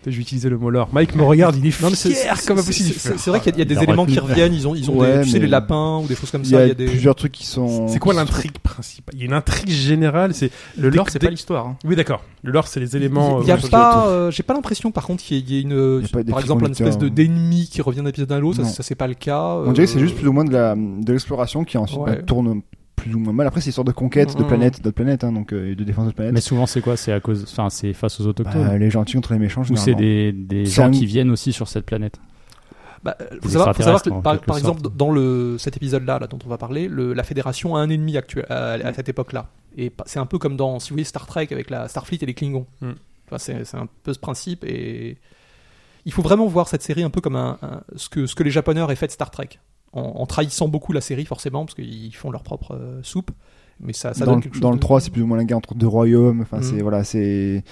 B: Je vais utiliser le mot lore. Mike me regarde, il est
F: Non, mais c'est-
B: fier comme un
F: c'est-
B: petit
F: c'est- C'est vrai qu'il y a, il y a
E: Il
F: des
E: a
F: éléments
E: retenu.
F: qui reviennent. Ils ont, ils ont
C: Ouais,
F: des, tu sais,
C: mais-
F: les lapins ou des choses comme
C: Il y
F: ça.
C: a,
F: Il y a des.
C: plusieurs trucs qui sont.
B: C'est quoi
C: qui sont-
B: l'intrigue principale Il y a une intrigue générale, c'est
D: Le lore, c'est
B: Dès-
D: pas l'histoire. hein.
B: Oui, d'accord. Le lore, c'est les éléments.
F: Il y a
B: euh,
F: pas, euh, j'ai pas l'impression par contre qu'il y ait- il y ait une, euh,
C: Il y a pas des
F: par exemple, une
C: petits
F: espèce de
C: conducteurs. hein.
F: d'ennemi qui revient d'un épisode à l'autre. Ça,
C: Non.
F: ça, c'est pas le cas.
C: On dirait que c'est juste plus ou moins de la- de l'exploration qui ensuite
F: Euh, Ouais.
C: bah, tourne plus ou moins mal. Après, c'est histoire de conquête de
F: Mhm.
C: planètes, d'autres planètes, hein, donc euh, et de défense d'autres
E: Mais
C: planètes.
E: souvent, c'est quoi C'est à cause, enfin, c'est face aux autochtones.
C: Bah, les gentils contre les méchants,
E: Ou c'est
C: généralement.
E: des, des
C: C'est
E: gens
C: un-
E: qui viennent aussi sur cette planète.
F: Bah, euh, faut
E: Des
F: savoir, faut savoir que,
E: extraterrestres, en
F: par,
E: quelque
F: par
E: sorte.
F: exemple, dans le, cet épisode-là, là, dont on va parler, le- la Fédération a un ennemi actuel, à, à cette époque-là. Et pa- c'est un peu comme dans, si vous voyez, Star Trek avec la Starfleet et les Klingons.
B: Mm.
F: Enfin, c'est c'est un peu ce principe. Et il faut vraiment voir cette série un peu comme un, un- ce, que, ce que les Japonais auraient fait de Star Trek. En, en trahissant beaucoup la série, forcément, parce qu'ils font leur propre euh, soupe. Mais ça, ça
C: dans,
F: donne
C: le-
F: quelque chose.
C: dans le
F: de-
C: 3, c'est plus ou moins la guerre entre deux royaumes. Enfin,
F: Mhm.
C: c'est voilà, c'est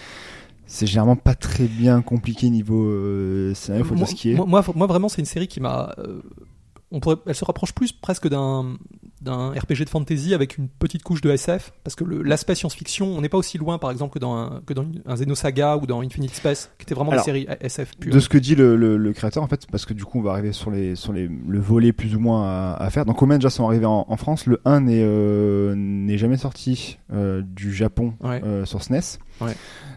C: c'est généralement pas très bien compliqué niveau euh, scénario. Faut
F: moi,
C: dire ce qui est.
F: moi- moi- moi, vraiment, c'est une série qui m'a. euh, on pourrait, elle se rapproche plus presque d'un d'un RPG de fantasy avec une petite couche de SF parce que le- l'aspect science-fiction, on n'est pas aussi loin par exemple que dans un, que dans une- un Xenosaga ou dans Infinite Space qui était vraiment
C: Alors,
F: une série SF pure.
C: de ce que dit le, le- le créateur en fait parce que du coup on va arriver sur les sur les le volet plus ou moins à, à faire donc combien déjà sont arrivés en, en France le 1 n'est euh, n'est jamais sorti euh, du Japon
F: Ouais.
C: euh, sur SNES
F: Ouais.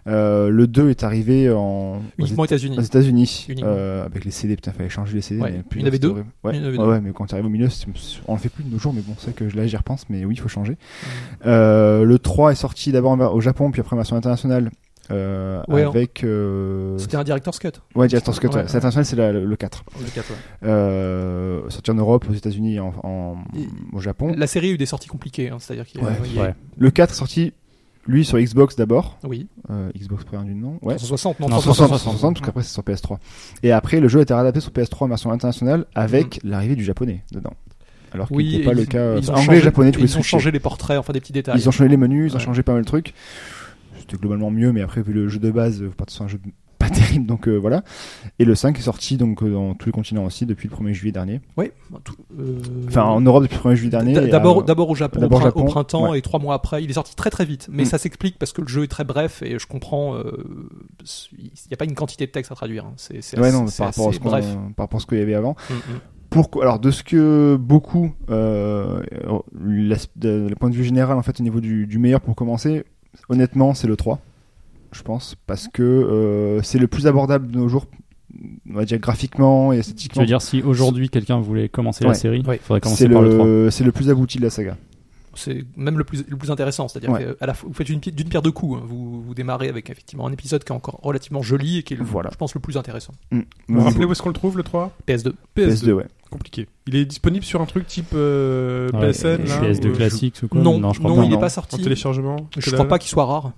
C: Euh, le 2 est arrivé en aux
F: Uniquement aux États-Unis.
C: aux États-Unis
F: Uniquement.
C: euh, avec les CD putain fallait changer les CD
F: Ouais.
C: mais plus
F: Il y en avait
C: c'était
F: deux.
C: horrible. ouais.
F: Il y en avait
C: ouais,
F: deux.
C: ouais, mais quand tu arrives au milieu c'est- on le fait plus de nos jours mais bon c'est vrai que là j'y repense mais oui il faut changer
F: Mm.
C: Euh, le 3 est sorti d'abord en ver- au Japon puis après en version internationale euh,
F: Ouais, hein.
C: avec euh,
F: C'était un director's cut.
C: ouais Director's Cut
F: Ouais,
C: ouais.
F: ouais.
C: c'est international c'est la- le, le 4
D: Le quatre, ouais.
C: euh, sorti en Europe, aux États-Unis, et en, en-
F: Et-
C: au Japon.
F: La série a eu des sorties compliquées, hein, c'est-à-dire qu'il y a-
C: Ouais,
F: il y a-
E: ouais.
C: Le 4 sorti, lui, sur Xbox d'abord.
F: oui,
C: Euh, Xbox première du nom. Ouais.
F: 360, non,
E: Non,
F: 360.
C: 360, 360, parce qu'après c'est sur PS3. Et après, le jeu a été réadapté sur PS3 en version internationale avec l'arrivée du japonais dedans. Alors qu'il
F: Mm. Oui,
C: n'était pas
F: et
C: le
F: ils-
C: cas euh,
F: ils ont
C: anglais
F: changé-
C: et japonais,
F: et
C: tu pouvais
F: Ils ont
C: switcher.
F: changé les portraits, enfin des petits détails.
C: Ils ont changé les menus, ils ont
F: Ouais.
C: changé pas mal de trucs. C'était globalement mieux, mais après, vu le jeu de base, euh, faut pas que ce soit un jeu de- pas *laughs* terrible, donc euh, voilà. Et le 5 est sorti donc euh, dans tous les continents aussi depuis le 1er juillet dernier.
F: Ouais, bah, tout- euh,
C: Enfin, en Europe depuis le 1er juillet dernier.
F: D-
C: et euh, à-
F: D'abord, d'abord au Japon,
C: d'abord au
F: au, prin-
C: Japon,
F: au printemps
C: ouais.
F: et trois mois après, il est sorti très très vite. Mais
C: Mm.
F: ça s'explique parce que le jeu est très bref et je comprends. euh, Il n'y a pas une quantité de texte à traduire. hein. C'est c'est
C: ouais,
F: assez-
C: non,
F: c'est
C: par rapport, à
F: assez
C: ce qu'on-
F: bref.
C: par rapport à ce qu'il y avait avant.
F: Mm, mm.
C: pourquoi alors de ce que beaucoup euh, l'as- de- le point de vue général en fait au niveau du, du meilleur pour commencer honnêtement c'est le 3 je pense parce que euh, c'est le plus abordable de nos jours on va dire graphiquement et
E: Tu
C: esthétiquement
E: veux dire, si aujourd'hui quelqu'un voulait commencer
C: Ouais.
E: la série,
F: Ouais.
E: il faudrait
C: c'est
E: commencer par le 3.
C: le, c'est le plus abouti de la saga
F: C'est même le plus, le plus intéressant, c'est-à-dire
C: Ouais.
F: que à la fois- vous faites une, pi- d'une pierre deux coups. hein. Vous, vous démarrez avec effectivement un épisode qui est encore relativement joli et qui est, le-
C: Voilà.
F: je pense, le plus intéressant.
C: Mm.
B: Vous vous rappelez où est-ce qu'on le trouve le 3
F: PS2.
C: PS2 ouais
B: Compliqué. Il est disponible sur un truc type euh,
E: Ouais,
B: PSN là,
E: PS2
B: ou-
E: classique ou quoi
F: non,
E: je crois
F: non,
E: pas.
F: il
C: Mmh. non.
F: n'est pas
B: En
F: sorti.
B: téléchargement
F: Je crois pas qu'il soit rare.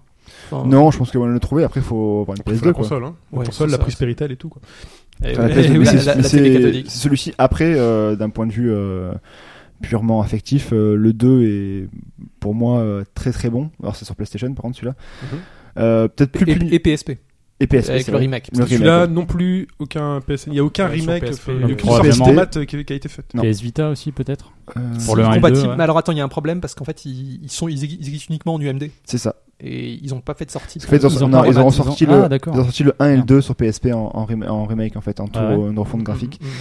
F: Enfin,
C: non je pense qu'on va le trouver après faut avoir une
B: PS2 la
C: PS2 quoi
B: console, hein. La
F: Ouais,
B: console,
F: c'est
B: la
F: ça.
B: prise Péritel et tout. Quoi.
F: eh
C: Enfin, la
F: oui,
C: PS2,
F: eh
C: mais
F: oui, *laughs* la-
C: c'est-
F: la- la
C: mais
F: télé
C: c'est
F: cathodique.
C: c'est celui-ci après euh, d'un point de vue euh, purement affectif euh, le 2 est pour moi euh, très très bon alors c'est sur PlayStation par contre celui-là
B: Mhm.
C: Euh, peut-être plus
F: Et,
C: puni-
F: et PSP,
C: et PSP
F: avec
C: c'est
F: le
C: vrai.
F: remake.
C: Le remake,
B: Celui-là
C: ouais.
B: non plus, aucun PSN. Il n'y a aucun
F: Ouais, sur
B: remake,
F: PSP,
B: enfin, il y a
F: euh,
B: aucune
E: ouais.
B: sortie
C: PST.
B: formate, euh, qui, qui a été faite.
C: Non.
E: PS Vita aussi, peut-être
C: Euh,
E: Pour le 1 et le 2.
F: compatible.
E: ouais.
F: Mais alors attends, il y a un problème parce qu'en fait ils, ils sont ils, exi- ils existent uniquement en UMD
C: c'est ça
F: et ils n'ont pas fait de sortie.
C: Parce qu'en fait, ils,
E: Ils
C: ont,
E: ont
C: non,
E: pas
C: ils ont
E: rebattu,
C: ressorti
E: ils ont-
C: le
E: Ah, d'accord.
C: ils ont sorti le 1 et le
E: Merde.
C: 2 sur PSP en, en, rem- en remake en fait en tout euh,
E: Ah ouais.
C: une refonte graphique
F: Mhm, mhm.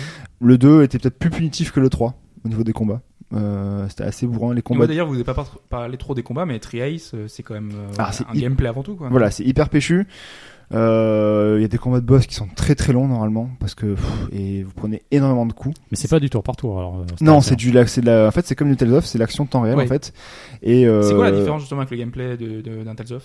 C: le 2 était peut-être plus punitif que le 3 au niveau des combats Euh, c'était assez bourrin les combats
D: Ouais, D'ailleurs, vous n'avez pas par- parlé trop des combats, mais Triace, euh, c'est quand même euh,
C: Ah, c'est
D: un
C: hy-
D: gameplay avant tout. Quoi.
C: Voilà, c'est hyper péchu. Euh, Il y a des combats de boss qui sont très très longs normalement parce que pff, et vous prenez énormément de coups.
E: Mais c'est pas du tour par tour. Alors, euh,
C: Non,
E: pas
C: c'est
E: ça.
C: du la- c'est de la, en fait c'est comme du Tales of, c'est l'action temps réel
F: Ouais.
C: en fait. Et euh,
D: C'est quoi la différence justement avec le gameplay de- de- d'un Tales of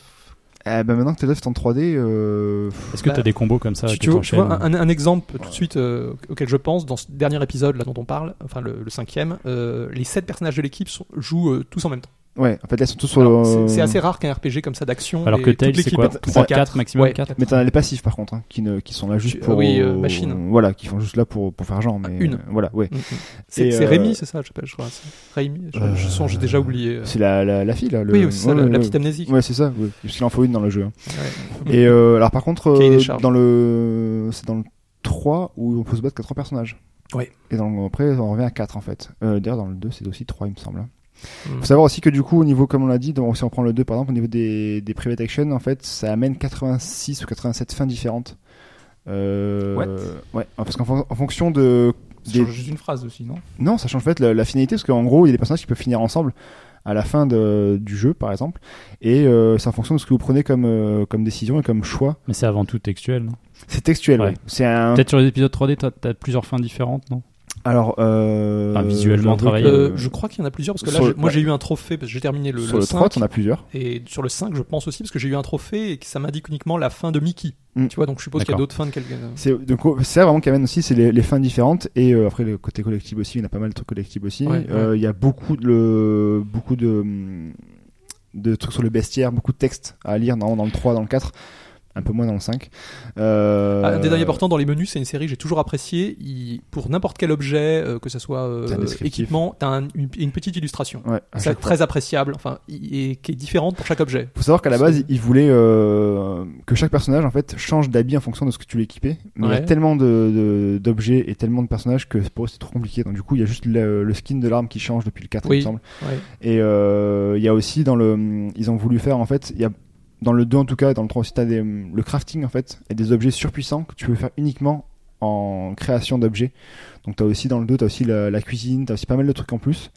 C: eh ben maintenant que Tales of est en 3D, euh,
E: Est-ce que
F: Bah,
E: t'as des combos comme ça
F: Tu,
E: que
F: tu vois, tu
E: Ah, t'enchaînes
F: vois, un, un exemple tout de suite euh, auquel je pense dans ce dernier épisode là dont on parle, enfin le, le cinquième, euh, les sept personnages de l'équipe sont- jouent euh, tous en même temps.
C: ouais, en fait là ils sont tous sur.
F: Alors,
C: le-
F: c'est- C'est assez rare qu'un RPG comme ça d'action.
E: Alors
F: et
E: que
F: toute
E: Tails, c'est
F: l'équipe
E: quoi
F: est-
E: 3, 4,
F: quatre.
E: maximum
F: Ouais,
E: 4
F: quatre.
C: Mais t'en as les passifs par contre, hein, qui ne qui sont là
F: Tu-
C: juste
F: ah
C: pour.
F: oui, euh, machine. Ah,
C: Voilà, qui font juste là pour pour faire genre. Mais
F: Une.
C: Voilà, ouais.
F: Mm, mm. C'est c'est
C: euh,
F: Rémi, c'est ça, je, sais pas, je crois. c'est Rémi, je, je sens, j'ai déjà oublié. euh.
C: C'est la, la la fille là. le-
F: Oui, oui, c'est ça,
C: ouais,
F: la,
C: ouais,
F: la
C: ouais.
F: petite amnésie.
C: Ouais, c'est ça. ouais. Parce qu'il en faut une dans le jeu. hein.
F: Ouais.
C: Et euh, alors par contre,
F: Cahier des
C: euh,
F: charges.
C: dans le c'est dans le 3 où on peut se battre que 3 personnages.
F: Ouais.
C: Et dans le- après on revient à 4 en fait. Euh, D'ailleurs dans le 2 c'est aussi 3 il me semble. hein.
F: Mm.
C: Faut savoir aussi que du coup au niveau comme on l'a dit, donc, si on prend le 2 par exemple au niveau des, des private action en fait ça amène 86 ou 87 fins différentes. Euh,
D: What
C: ouais parce qu'en fon- en fonction de
D: Ça
C: des-
D: change juste une phrase aussi, non
C: non, ça change en fait la, la finalité parce qu'en gros, il y a des personnages qui peuvent finir ensemble à la fin de- du jeu, par exemple. Et euh, c'est en fonction de ce que vous prenez comme, euh, comme décision et comme choix.
E: Mais c'est avant tout textuel. non
C: C'est textuel,
E: Ouais.
C: ouais. C'est un.
E: Peut-être sur les épisodes 3D, t'as- t'as plusieurs fins différentes, non
C: Alors, euh,
E: Enfin, visuellement
C: j'avoue
E: travaillé.
C: que-
F: Euh, je crois qu'il y en a plusieurs parce que là,
C: Sur
F: je-
C: le-
F: moi
C: ouais.
F: j'ai eu un trophée parce que j'ai terminé le,
C: sur le
F: 5,
C: 3, t'en as plusieurs.
F: et sur le 5 je pense aussi parce que j'ai eu un trophée et que ça m'indique uniquement la fin de Mickey.
C: Mm.
F: Tu vois, donc je suppose qu'il y a
E: D'accord.
F: d'autres fins de quelqu'un.
C: C'est donc, oh, c'est ça vraiment qui amène aussi, c'est les, les fins différentes. Et euh, après, le côté collectif aussi, il y en a pas mal de trucs collectifs aussi.
F: Ouais,
C: Euh, Il y a beaucoup de, le- beaucoup de, hum, de trucs sur le bestiaire, beaucoup de textes à lire normalement dans le 3, dans le 4, un peu moins dans le 5. Euh,
F: Ah, Un détail important dans les menus, c'est une série que j'ai toujours appréciée. Il- pour n'importe quel objet, euh, que ce soit euh,
C: T'as un descriptif. Ah,
F: équipement, t'as un- une, une petite illustration.
C: Ouais, à
F: Ça,
C: chaque fois.
F: très appréciable, enfin, i- et qui est différente pour chaque objet.
C: Faut savoir qu'à la base, ils voulaient euh, que chaque personnage en fait change d'habit en fonction de ce que tu l'équipais. Mais il y a
F: Ouais.
C: tellement de- de- d'objets et tellement de personnages que pour eux c'est trop compliqué. Donc du coup, il y a juste le, le skin de l'arme qui change depuis le 4 il
F: Oui.
C: me semble.
F: Ouais.
C: Et euh, il y a aussi dans le, ils ont voulu faire en fait, il y a dans le 2 en tout cas, et dans le 3 aussi, t'as des, le crafting en fait et des objets surpuissants que tu peux faire uniquement en création d'objets. Donc t'as aussi dans le 2, t'as aussi la, la cuisine, t'as aussi pas mal de trucs en plus.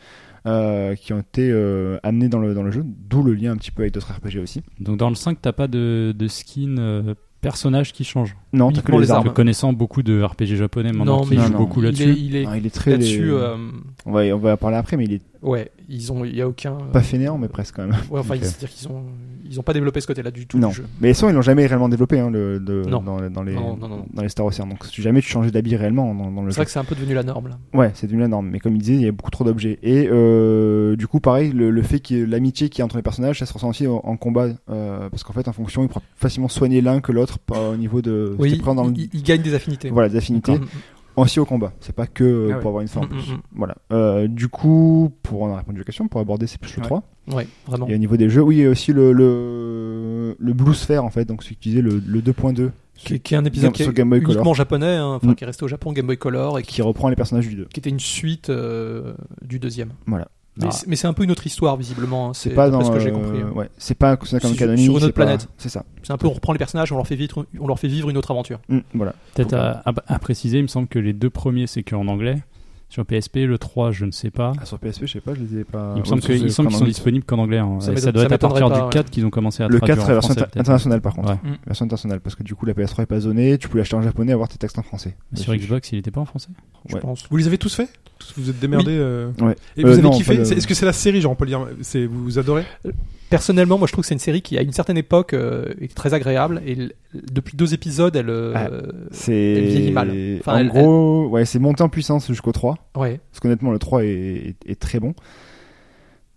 C: euh, qui ont été euh, amenés dans le, dans le jeu, d'où le lien un petit peu avec d'autres RPG aussi.
E: Donc dans le 5, t'as pas de, de skin euh, personnage qui change.
C: Non, t'as que
F: Uniquement
C: les,
F: les
C: armes.
F: armes.
E: Je connaissant beaucoup de RPG japonais maintenant qui
C: il-
E: jouent
C: non,
E: beaucoup
F: il
E: là-dessus.
F: est- Ah, Il est,
C: Non, il est très.
F: là-dessus.
C: euh,
F: euh,
C: On, va, on va en parler après, mais il est
F: ouais, ils ont, il y a aucun. euh,
C: pas fainéant, mais presque quand même.
F: Ouais, enfin,
E: Ok.
F: c'est-à-dire qu'ils ont, ils ont pas développé ce côté-là du tout.
C: Non.
F: Du jeu.
C: Mais ça, ils l'ont jamais réellement développé hein, le, de-
F: Non.
C: Dans, les- dans les,
F: Non, non, non, non.
C: dans les Star Ocean. Donc si jamais tu changeais d'habit réellement dans, dans le
F: C'est
C: jeu.
F: vrai que c'est un peu devenu la norme. Là.
C: Ouais, c'est devenu la norme. Mais comme il disait, il y a beaucoup trop d'objets. Et euh, du coup, pareil, le, le fait que l'amitié qui est entre les personnages, ça se ressent aussi en, en combat. euh, parce qu'en fait, en fonction, il pourra facilement soigner l'un que l'autre pas au niveau de. ce qu'il
F: Oui,
C: prend dans le-
F: ils, ils gagnent des affinités.
C: Voilà, des affinités.
F: Mm,
C: Aussi au combat. C'est pas que euh,
D: Ah ouais.
C: pour avoir une forme.
F: mm, mm, mm,
C: Voilà. Euh, du coup, pour en répondre à la question, pour aborder, c'est plus le
D: Ouais.
C: 3.
F: mm. Ouais, vraiment.
C: Et au niveau des jeux, oui, il y a aussi le, le, le Blue Sphere, en fait, donc celui qui disait le, le 2.2,
F: Qui, est- qui est un épisode
C: Game-
F: qui est
C: sur Game Boy Color.
F: uniquement japonais, hein, enfin,
C: Mm.
F: qui est resté au Japon, Game Boy Color, et qui,
C: qui reprend les personnages du 2.
F: qui était une suite euh, du deuxième.
C: Voilà.
F: Mais,
E: Ah.
F: c'est- mais c'est un peu une autre histoire, visiblement. hein. C'est
C: C'est pas
F: d'après
C: dans.
F: ce que j'ai
C: euh,
F: compris. hein.
C: ouais, c'est pas considéré comme
F: Sur-
C: canonique.
F: sur une autre
C: c'est pas-
F: planète.
C: C'est ça.
F: C'est un peu, on reprend les personnages, on leur fait vivre, on leur fait vivre une autre aventure.
C: Mm, voilà.
E: Peut-être à, à- à préciser, il me semble que les deux premiers, c'est qu'en anglais. Sur PSP, le 3, je ne sais pas.
C: Ah, sur PSP, je sais pas, je les ai pas.
E: Il me semble
C: Ouais,
E: que- il
C: c'est-
E: me semble
C: c'est
E: qu'ils
C: en
E: sont
C: anglais.
E: disponibles qu'en anglais. hein.
F: Ça
E: Et
F: m'éton-
E: Ça doit
F: ça
E: être à partir
F: m'étonnerait pas,
E: du
F: ouais.
E: 4 qu'ils ont commencé à
C: Le euh,
E: traduire
C: 4
E: en
C: la version
E: français,
C: inter-
E: peut-être.
C: internationale par contre.
E: Ouais.
D: Mm.
C: Version internationale, parce que du coup la PS3 est pas zonée, tu pouvais l'acheter en japonais et avoir tes textes en français.
E: Mais Sur Xbox, il n'était pas en français
F: je
C: Ouais.
F: pense.
B: Vous les avez tous fait Tous Vous vous êtes démerdés euh,
C: Ouais.
B: Et
C: Euh,
B: vous avez
C: non,
B: kiffé
C: pas le-
B: C'est- Est-ce que c'est la série, genre, on peut le dire c'est- Vous vous adorez
F: Personnellement, moi, je trouve que c'est une série qui, à une certaine époque, euh, est très agréable. Et l- depuis deux épisodes, elle. euh,
C: Ah.
F: Elle
C: C'est.
F: vieillit mal. Enfin,
C: en
F: elle-
C: gros, ouais, c'est monté en puissance jusqu'au 3.
F: ouais.
C: Parce qu'honnêtement, le 3 est, est- est très bon.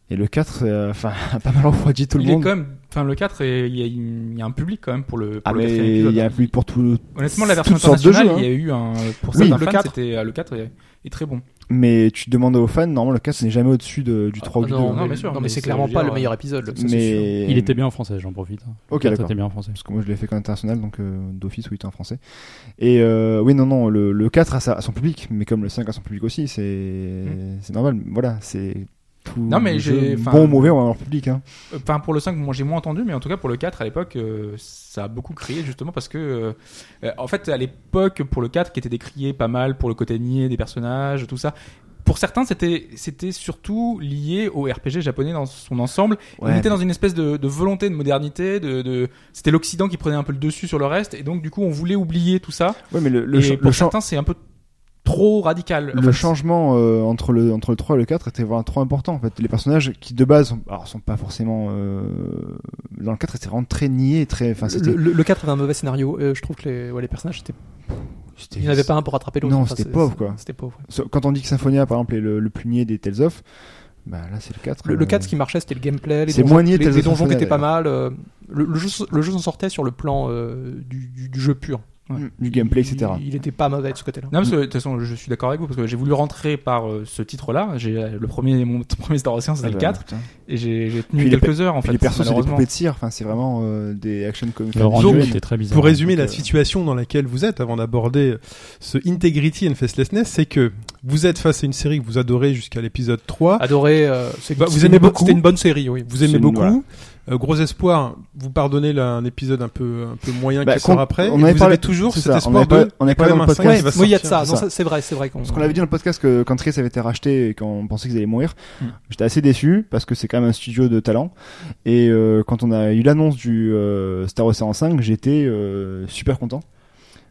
C: Et le 4, euh, enfin, *laughs* a pas mal refroidi tout le
D: il est
C: monde.
D: quand même. Enfin, le 4, et il y, a une- il y a un public quand même pour le, pour
C: Ah,
D: le
C: mais
D: quatrième
C: il
D: épisode. hein.
C: y a un public pour tout.
D: Honnêtement, la version
C: toutes sortes de
D: internationale,
C: jeux, hein.
D: il y a eu un. Pour
C: Oui,
D: certains
F: le
D: fans,
F: 4.
D: c'était euh, le 4 est, est très bon.
C: Mais tu demandes aux fans, normalement, le 4, ce n'est jamais au-dessus de- du 3 ou hein. du 2.
F: Ah, non,
D: non,
F: mais,
D: bien sûr,
F: non, mais
D: mais
F: c'est
D: ça
F: clairement
D: veut
F: pas
D: dire,
F: le meilleur épisode. ça, c'est
C: hein.
F: sûr.
C: mais...
E: Il était bien en français, j'en profite. hein.
C: Ok,
E: Il
C: d'accord.
E: était bien en français.
C: Parce que moi, je l'ai fait qu'en international, donc euh, d'office, oui, était en français. Et euh, oui, non, non, le, le 4 a, sa- son public, mais comme le 5 a son public aussi, c'est c'est normal. Voilà, c'est tout.
D: Non, mais
C: jeu,
D: j'ai- enfin-
C: Bon ou mauvais, on va avoir public. Hein.
D: Enfin, pour le 5, moi j'ai moins entendu, mais en tout cas pour le 4, à l'époque, euh, ça a beaucoup crié justement parce que, euh, euh, en fait, à l'époque, pour le 4, qui était décrié pas mal pour le côté niais des personnages, tout ça. Pour certains, c'était c'était surtout lié au RPG japonais dans son ensemble.
C: Ouais,
D: On était dans une espèce de, de volonté de modernité, de, de- c'était l'Occident qui prenait un peu le dessus sur le reste, et donc du coup, on voulait oublier tout ça.
C: Ouais, mais le, le,
D: et
C: cha-
D: pour
C: le cha-
D: certains, c'est un peu trop radical. en
C: le
D: fait.
C: changement euh, entre, le, entre le 3 et le 4 était vraiment trop important. En fait. Les personnages qui de base sont, alors, sont pas forcément. euh, Dans le 4, c'était vraiment très niais. Très... Enfin, Ah, c'était-
F: le, le, le 4 avait un mauvais scénario. Euh, je trouve que les, ouais, les personnages, c'était-
C: c'était-
F: il n'y en avait pas un pour rattraper l'autre.
C: Non,
F: Enfin,
C: c'était
F: c'est-
C: pauvre,
F: c'est-
C: quoi.
F: C'était pauvre. ouais.
C: So- Quand on dit que Symphonia, par exemple, est le, le plus niais des Tales of, bah, là, c'est le 4.
F: Le, le
C: euh,
F: 4, ce qui marchait, c'était le gameplay. Les
C: C'est
F: donjons,
C: moins nié
F: les,
C: Tales
F: les
C: of
F: donjons qui
C: Symphonia,
F: étaient pas mal. euh, le, le jeu, s- le jeu s'en sortait sur le plan euh, du, du- du jeu pur.
C: Du gameplay, etc.
F: Il, il était pas mauvais de ce côté-là.
D: Non, parce que de toute façon, je suis d'accord avec vous, parce que j'ai voulu rentrer par euh, ce titre-là. J'ai euh, le premier, mon *laughs* premier Star Ocean, c'était
C: Ah
D: le
C: bah,
D: 4,
C: putain.
D: et j'ai j'ai tenu
C: Puis les
D: quelques heures en
C: Puis
D: fait.
C: les persos, c'est des
D: malheureusement.
C: poupées de cire. Enfin, c'est vraiment euh, des action comics.
E: Le rendu
B: Donc,
E: était très bizarre.
B: Pour résumer
C: donc,
B: la
C: euh,
B: situation dans laquelle vous êtes, avant d'aborder ce Integrity and Facelessness, c'est que vous êtes face à une série que vous adorez jusqu'à l'épisode 3.
F: Adoré. euh, c'est-
B: Bah, vous
F: c'est
B: aimez
F: une bo-
B: beaucoup
F: C'était une bonne série, oui.
B: Vous aimez
C: C'est-
B: beaucoup.
C: voilà.
B: Euh, gros espoir, vous pardonnez là, un épisode un peu, un peu moyen
C: Bah,
B: qui sort
C: qu'on-
B: après.
C: on
B: et
C: avait
B: vous
C: parlé-
B: avez toujours
C: c'est
B: cet
C: ça, on
B: espoir
C: avait pas-
B: de. il y
C: on avait
B: a
C: pas
B: quand
C: dans
B: même
C: le
B: un cinq
C: podcast.
B: qui va
F: Oui, il y a de
B: sortir.
F: ça.
C: c'est
F: Non,
C: ça.
F: ça, C'est vrai, c'est vrai qu'on.
C: Parce qu'on avait dit dans le podcast que quand Tris avait été racheté et qu'on pensait qu'ils allaient mourir,
D: Mm.
C: j'étais assez déçu parce que c'est quand même un studio de talent. Et euh, quand on a eu l'annonce du euh, Star Ocean 5, j'étais euh, super content.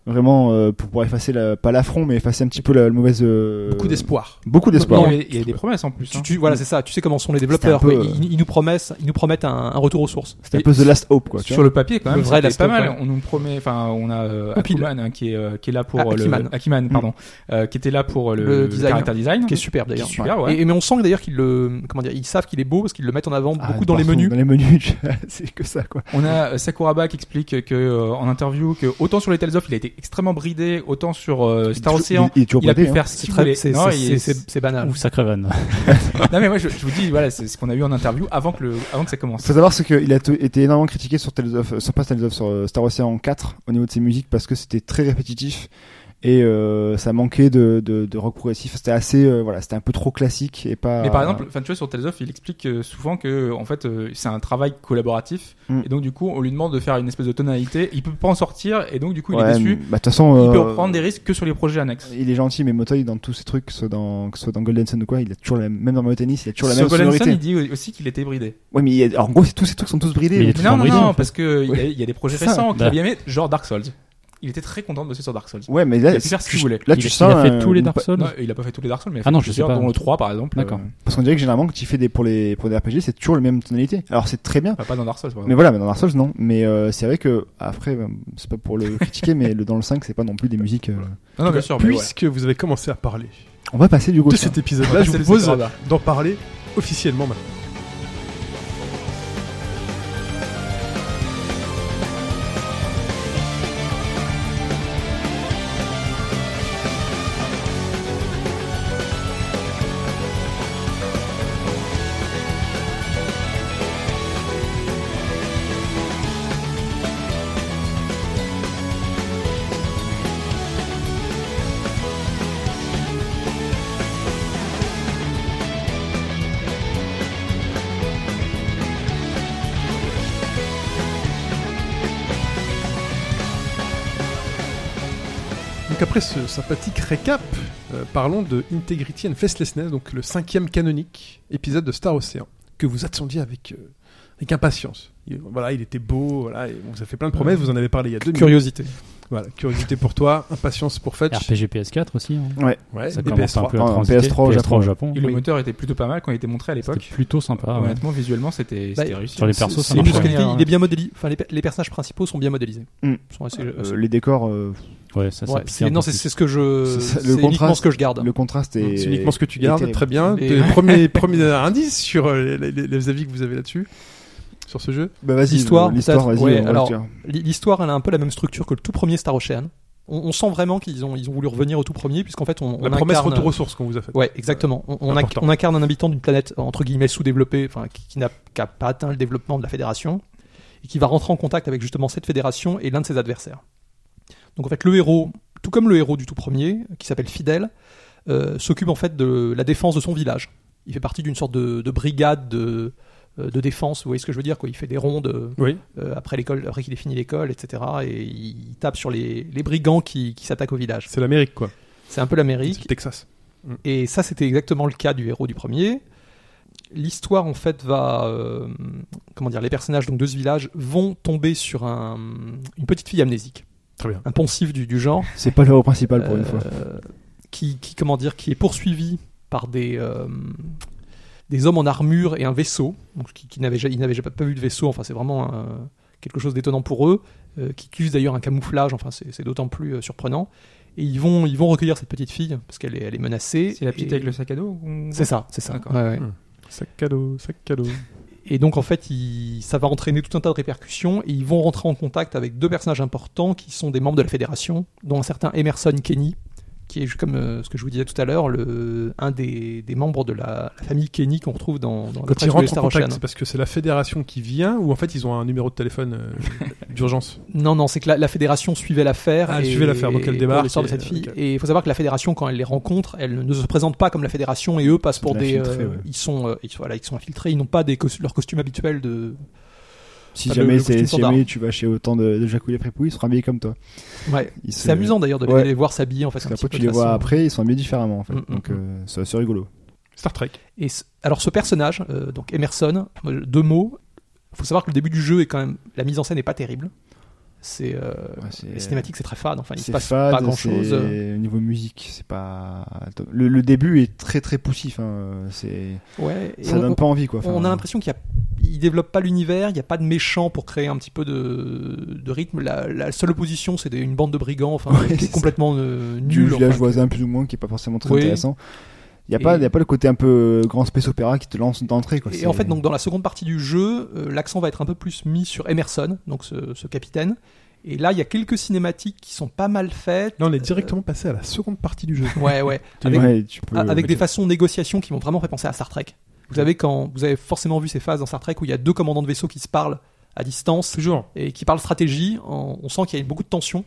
C: Vraiment, euh, pour pouvoir effacer, la, pas l'affront, mais effacer un petit peu la, la mauvaise. euh,
F: Beaucoup d'espoir.
C: Beaucoup d'espoir.
D: Non,
C: ouais.
D: mais il y a des promesses en plus.
F: Tu,
D: hein.
F: tu- voilà, c'est ça. Tu sais comment sont les développeurs.
C: C'était un peu,
F: quoi. Ils, ils nous promettent, ils nous promettent un, un retour aux sources.
C: C'était un peu The Last Hope, quoi. tu
D: Sur
C: vois.
D: le papier, quand même,
F: Le vrai
D: c'est
F: Last
D: pas
F: Hope,
D: mal.
F: ouais.
D: On nous promet, enfin, on a euh,
F: Oh, puis le-
D: Akuman hein, qui est euh, qui est là pour
F: Ah,
D: euh, le
F: Akiman.
D: Akiman, pardon, euh, qui était là pour euh,
F: Le
D: le,
F: design.
D: caractère design,
C: Mhm.
F: Qui est superbe d'ailleurs.
D: Qui est super, ouais.
F: Et, et- mais on sent que, d'ailleurs qu'ils le, comment dire, ils savent qu'il est beau parce qu'ils le mettent en avant
C: Ah,
F: beaucoup dans les
C: partout,
F: menus.
C: Dans les menus, *laughs* c'est que ça, quoi.
D: On a euh, Sakuraba qui explique que euh, en interview que autant sur les Tales of, il a été extrêmement bridé, autant sur euh, Star Ocean,
C: il, il est toujours
D: il a pu
C: bridé, hein.
D: faire ce
F: C'est
D: qu'il
F: très-
D: voulait.
F: c'est-
D: Non,
F: c'est-
D: il-
F: c'est- c'est banal.
E: Ou sacré van.
D: Non mais moi je, je vous dis voilà c'est ce qu'on a eu en interview avant que le avant que ça
C: Il
D: commence.
C: faut savoir c'est qu'il a t- été énormément critiqué sur Tales of, euh, sur pas Tales of, sur euh, Star Ocean 4 au niveau de ses musiques parce que c'était très répétitif et euh, ça manquait de, de, de rock progressif. C'était assez, euh, voilà, c'était un peu trop classique et pas.
D: Mais par exemple, enfin tu vois sur Tales of, il explique euh, souvent que en fait euh, c'est un travail collaboratif
C: Mm.
D: et donc du coup on lui demande de faire une espèce de tonalité, il peut pas en sortir et donc du coup il
C: Ouais,
D: est déçu.
C: bah, de toute façon,
D: Il peut
C: euh,
D: prendre des risques que sur les projets annexes.
C: Il est gentil, mais Motoy dans tous ses trucs, que ce soit dans, que ce soit dans Golden Sun ou quoi, il a toujours la même, même dans Mario Tennis, il a toujours la
D: Sur
C: même
D: Golden Sun,
C: sonorité.
D: il dit aussi qu'il était bridé.
C: Ouais, mais il y a- alors, en gros, c'est- tous ces trucs sont tous bridés.
E: Mais il est
C: donc-
E: tout
D: Non, non,
E: bridé, en
D: non,
E: fait.
D: parce que il y a- il y, a des projets
C: C'est ça.
D: récents qu'il a
E: Bah.
D: bien aimé, genre Dark Souls. Il était très content de bosser sur Dark Souls.
C: Ouais, mais là,
D: Il a pu faire ce
C: tu-
D: qu'il voulait.
C: là,
E: il,
C: tu
E: il
C: sens
E: a fait
C: un-
E: tous les
C: une
E: Dark
C: pa-
E: Souls.
D: Non, il a pas fait tous les Dark Souls, mais il a
E: Ah
D: fait
E: non, je sais
D: plusieurs,
E: pas.
D: dont le 3 par exemple.
E: D'accord.
D: Euh,
C: Parce qu'on dirait que généralement, quand il fait des, pour les, pour des RPG, c'est toujours la même tonalité. Alors, c'est très bien.
D: enfin, euh, pas dans Dark Souls. par
C: Mais
D: exemple.
C: voilà, mais dans Dark Souls, non. Mais euh, c'est vrai que, après, ben, c'est pas pour
F: *laughs*
C: le critiquer, mais le, dans le 5, c'est pas non plus des musiques. euh.
D: Non, non, bien sûr. mais ouais.
B: Puisque vous avez commencé à parler
C: On va passer du coup.
B: de
C: tiens.
B: cet
C: Bah,
B: épisode-là, je vous
D: C'est le
B: propose
D: Sakuraba.
B: d'en parler officiellement maintenant. donc après ce sympathique récap, euh, parlons de Integrity and Facelessness, donc le cinquième canonique épisode de Star Ocean, que vous attendiez avec, euh, avec impatience. Il- voilà, il était beau, voilà, et on vous a fait plein de promesses, vous en avez parlé il y a deux minutes.
F: Curiosité.
B: Voilà, curiosité pour toi, impatience pour Fetch.
E: RPG PS4 aussi. hein.
B: Ouais,
E: Ça
B: et
E: commence un
B: PS3.
E: peu à
C: Ah,
E: transiter.
C: PS3 au
E: PS3 au Japon.
D: Et le moteur était plutôt pas mal quand il était montré à
E: C'était
D: l'époque.
E: plutôt sympa. Ah ouais.
D: Honnêtement, visuellement, c'était
F: Bah,
D: c'était réussi.
E: sur les persos, ça
F: C'est
E: marche.
F: juste qu'il
D: bien,
F: est-
D: hein.
F: il est bien modélisé. Enfin, les, pe- les personnages principaux sont bien modélisés.
C: Mm.
F: Ils sont assez-
C: Euh,
F: assez-
C: les décors, euh,
E: Ouais, ça, ça
F: ouais,
E: pique
F: c'est-
E: un peu
F: non, c'est
E: plus.
F: c'est ce que je.
C: *laughs* C'est-
F: C'est
C: c'est- le
F: uniquement
C: contraste-
F: ce que je garde.
C: le contraste est.
B: C'est uniquement ce que tu
C: est
B: gardes,
C: terrible.
B: très bien.
F: Et-
B: *laughs* Des Premier, premier indice sur euh, les, les- les avis que vous avez là-dessus, sur ce jeu.
C: Bah vas-y,
F: L'histoire,
C: l'histoire,
F: peut-être,
C: vas-y,
F: ouais,
C: on va
F: alors-
C: le dire.
F: L- L'histoire, elle a un peu la même structure que le tout premier Star Ocean. On, on sent vraiment qu'ils ont, ils ont voulu revenir au tout premier, puisqu'en fait, on, on
B: La promesse
F: incarne-
B: retour aux sources qu'on vous a faite.
F: Ouais, exactement. On- on, inc-
B: Euh, Important.
F: on incarne un habitant d'une planète euh, entre guillemets sous-développée, enfin qui, qui n'a qui a pas atteint le développement de la fédération et qui va rentrer en contact avec justement cette fédération et l'un de ses adversaires. Donc en fait, le héros, tout comme le héros du tout premier, qui s'appelle Fidel, euh, s'occupe en fait de la défense de son village. Il fait partie d'une sorte de, de brigade de, euh, de défense. Vous voyez ce que je veux dire quoi Il fait des rondes. euh,
B: Oui.
F: euh, après l'école, après qu'il ait fini l'école, etc. Et il tape sur les, les brigands qui, qui s'attaquent au village.
B: C'est l'Amérique, quoi.
F: C'est un peu l'Amérique.
B: C'est le Texas.
F: Et ça, c'était exactement le cas du héros du premier. L'histoire, en fait, va. euh, comment dire Les personnages donc, de ce village vont tomber sur un- une petite fille amnésique,
B: Très bien.
F: un poncif du, du genre,
C: C'est pas le héros principal pour une fois.
F: euh, qui, qui, comment dire, qui est poursuivi par des, euh, des hommes en armure et un vaisseau, donc, qui, qui n'avait ja- ils n'avaient ja- pas vu de vaisseau, enfin, c'est vraiment un- quelque chose d'étonnant pour eux, euh, qui utilisent d'ailleurs un camouflage, enfin, c'est c'est d'autant plus euh, surprenant. Et ils vont, ils vont recueillir cette petite fille, parce qu'elle est, elle est menacée.
D: C'est la petite
F: Et-
D: avec le sac à dos qu'on-
F: c'est ça, c'est ça.
D: D'accord.
F: Ouais, ouais.
B: Mm. Sac cadeau, sac cadeau.
F: Et donc en fait, il- ça va entraîner tout un tas de répercussions et ils vont rentrer en contact avec deux personnages importants qui sont des membres de la fédération, dont un certain Emerson Kenny, qui est comme euh, ce que je vous disais tout à l'heure, le un des, des membres de la, la famille Kenny qu'on retrouve dans, dans
B: Quand
F: après
B: ils
F: tous les
B: rentrent en
F: Star
B: contact,
F: Ocean.
B: c'est parce que c'est la fédération qui vient ou en fait ils ont un numéro de téléphone euh, *laughs* d'urgence.
F: Non, non, c'est que la, la fédération suivait l'affaire.
B: Ah, elle
F: et-
B: suivait l'affaire, donc elle
F: et
B: débarque
F: pour l'histoire de
B: et-
F: cette fille.
B: ok.
F: Et il faut savoir que la fédération, quand elle les rencontre, elle ne se présente pas comme la fédération et eux passent
C: Ils
F: pour
C: sont
F: des.
C: infiltrés,
F: euh,
C: ouais.
F: Ils sont, euh, ils, voilà, ils sont infiltrés. Ils n'ont pas des cos- leur costume habituel de.
C: Si
F: Pas le-
C: jamais,
F: le
C: c'est-
F: costume
C: si
F: standard.
C: jamais tu vas chez autant de, de Jacouille après ils seront habillés comme toi.
F: Ouais.
C: Ils se-
F: C'est amusant d'ailleurs de les-
C: Ouais.
F: les voir s'habiller en fait.
C: Parce
F: un
C: qu'après,
F: petit
C: tu
F: peu
C: les
F: de
C: vois
F: façon-
C: après, ils sont habillés différemment en fait.
F: Mm, mm,
C: Donc
F: mm.
C: euh, c'est assez rigolo.
B: Star Trek.
F: Et ce- alors ce personnage, euh, donc Emerson, euh, deux mots. Faut savoir que le début du jeu est quand même la mise en scène n'est pas terrible. C'est euh,
C: Ouais, c'est-
F: les cinématiques, c'est très fade. Enfin, il se
C: C'est
F: passe
C: fade,
F: pas grand chose.
C: c'est- Niveau musique, c'est pas. top. Le, le début est très très poussif. hein, euh, C'est.
F: Ouais. et
C: Ça
F: on,
C: donne pas envie quoi. Enfin,
F: on a l'impression qu'il y a- il développe pas l'univers. Il n'y a pas de méchant pour créer un petit peu de, de rythme. La, la seule opposition, c'est des- une bande de brigands, enfin,
C: Ouais,
F: qui
C: c'est
F: est
C: ça.
F: complètement euh,
C: du
F: nulle.
C: village
F: enfin,
C: voisin plus ou moins qui est pas forcément très
F: Oui.
C: intéressant. Il y a pas,
F: Et-
C: il y a pas le côté un peu euh, grand space opéra qui te lance d'entrée quoi.
F: Et
C: C'est-
F: en fait, donc dans la seconde partie du jeu, euh, l'accent va être un peu plus mis sur Emerson, donc ce, ce capitaine. Et là, il y a quelques cinématiques qui sont pas mal faites.
B: Là on est directement passé à la seconde partie *laughs* du jeu.
F: Ouais,
C: *laughs*
F: ouais.
C: Ouais,
F: Avec, ah,
C: tu peux-
F: avec des
C: ok.
F: façons de négociation qui m'ont vraiment fait penser à Star Trek. Vous savez, quand vous avez forcément vu ces phases dans Star Trek où il y a deux commandants de vaisseau qui se parlent à distance
B: Toujours.
F: et qui parlent stratégie, en- on sent qu'il y a beaucoup de tension.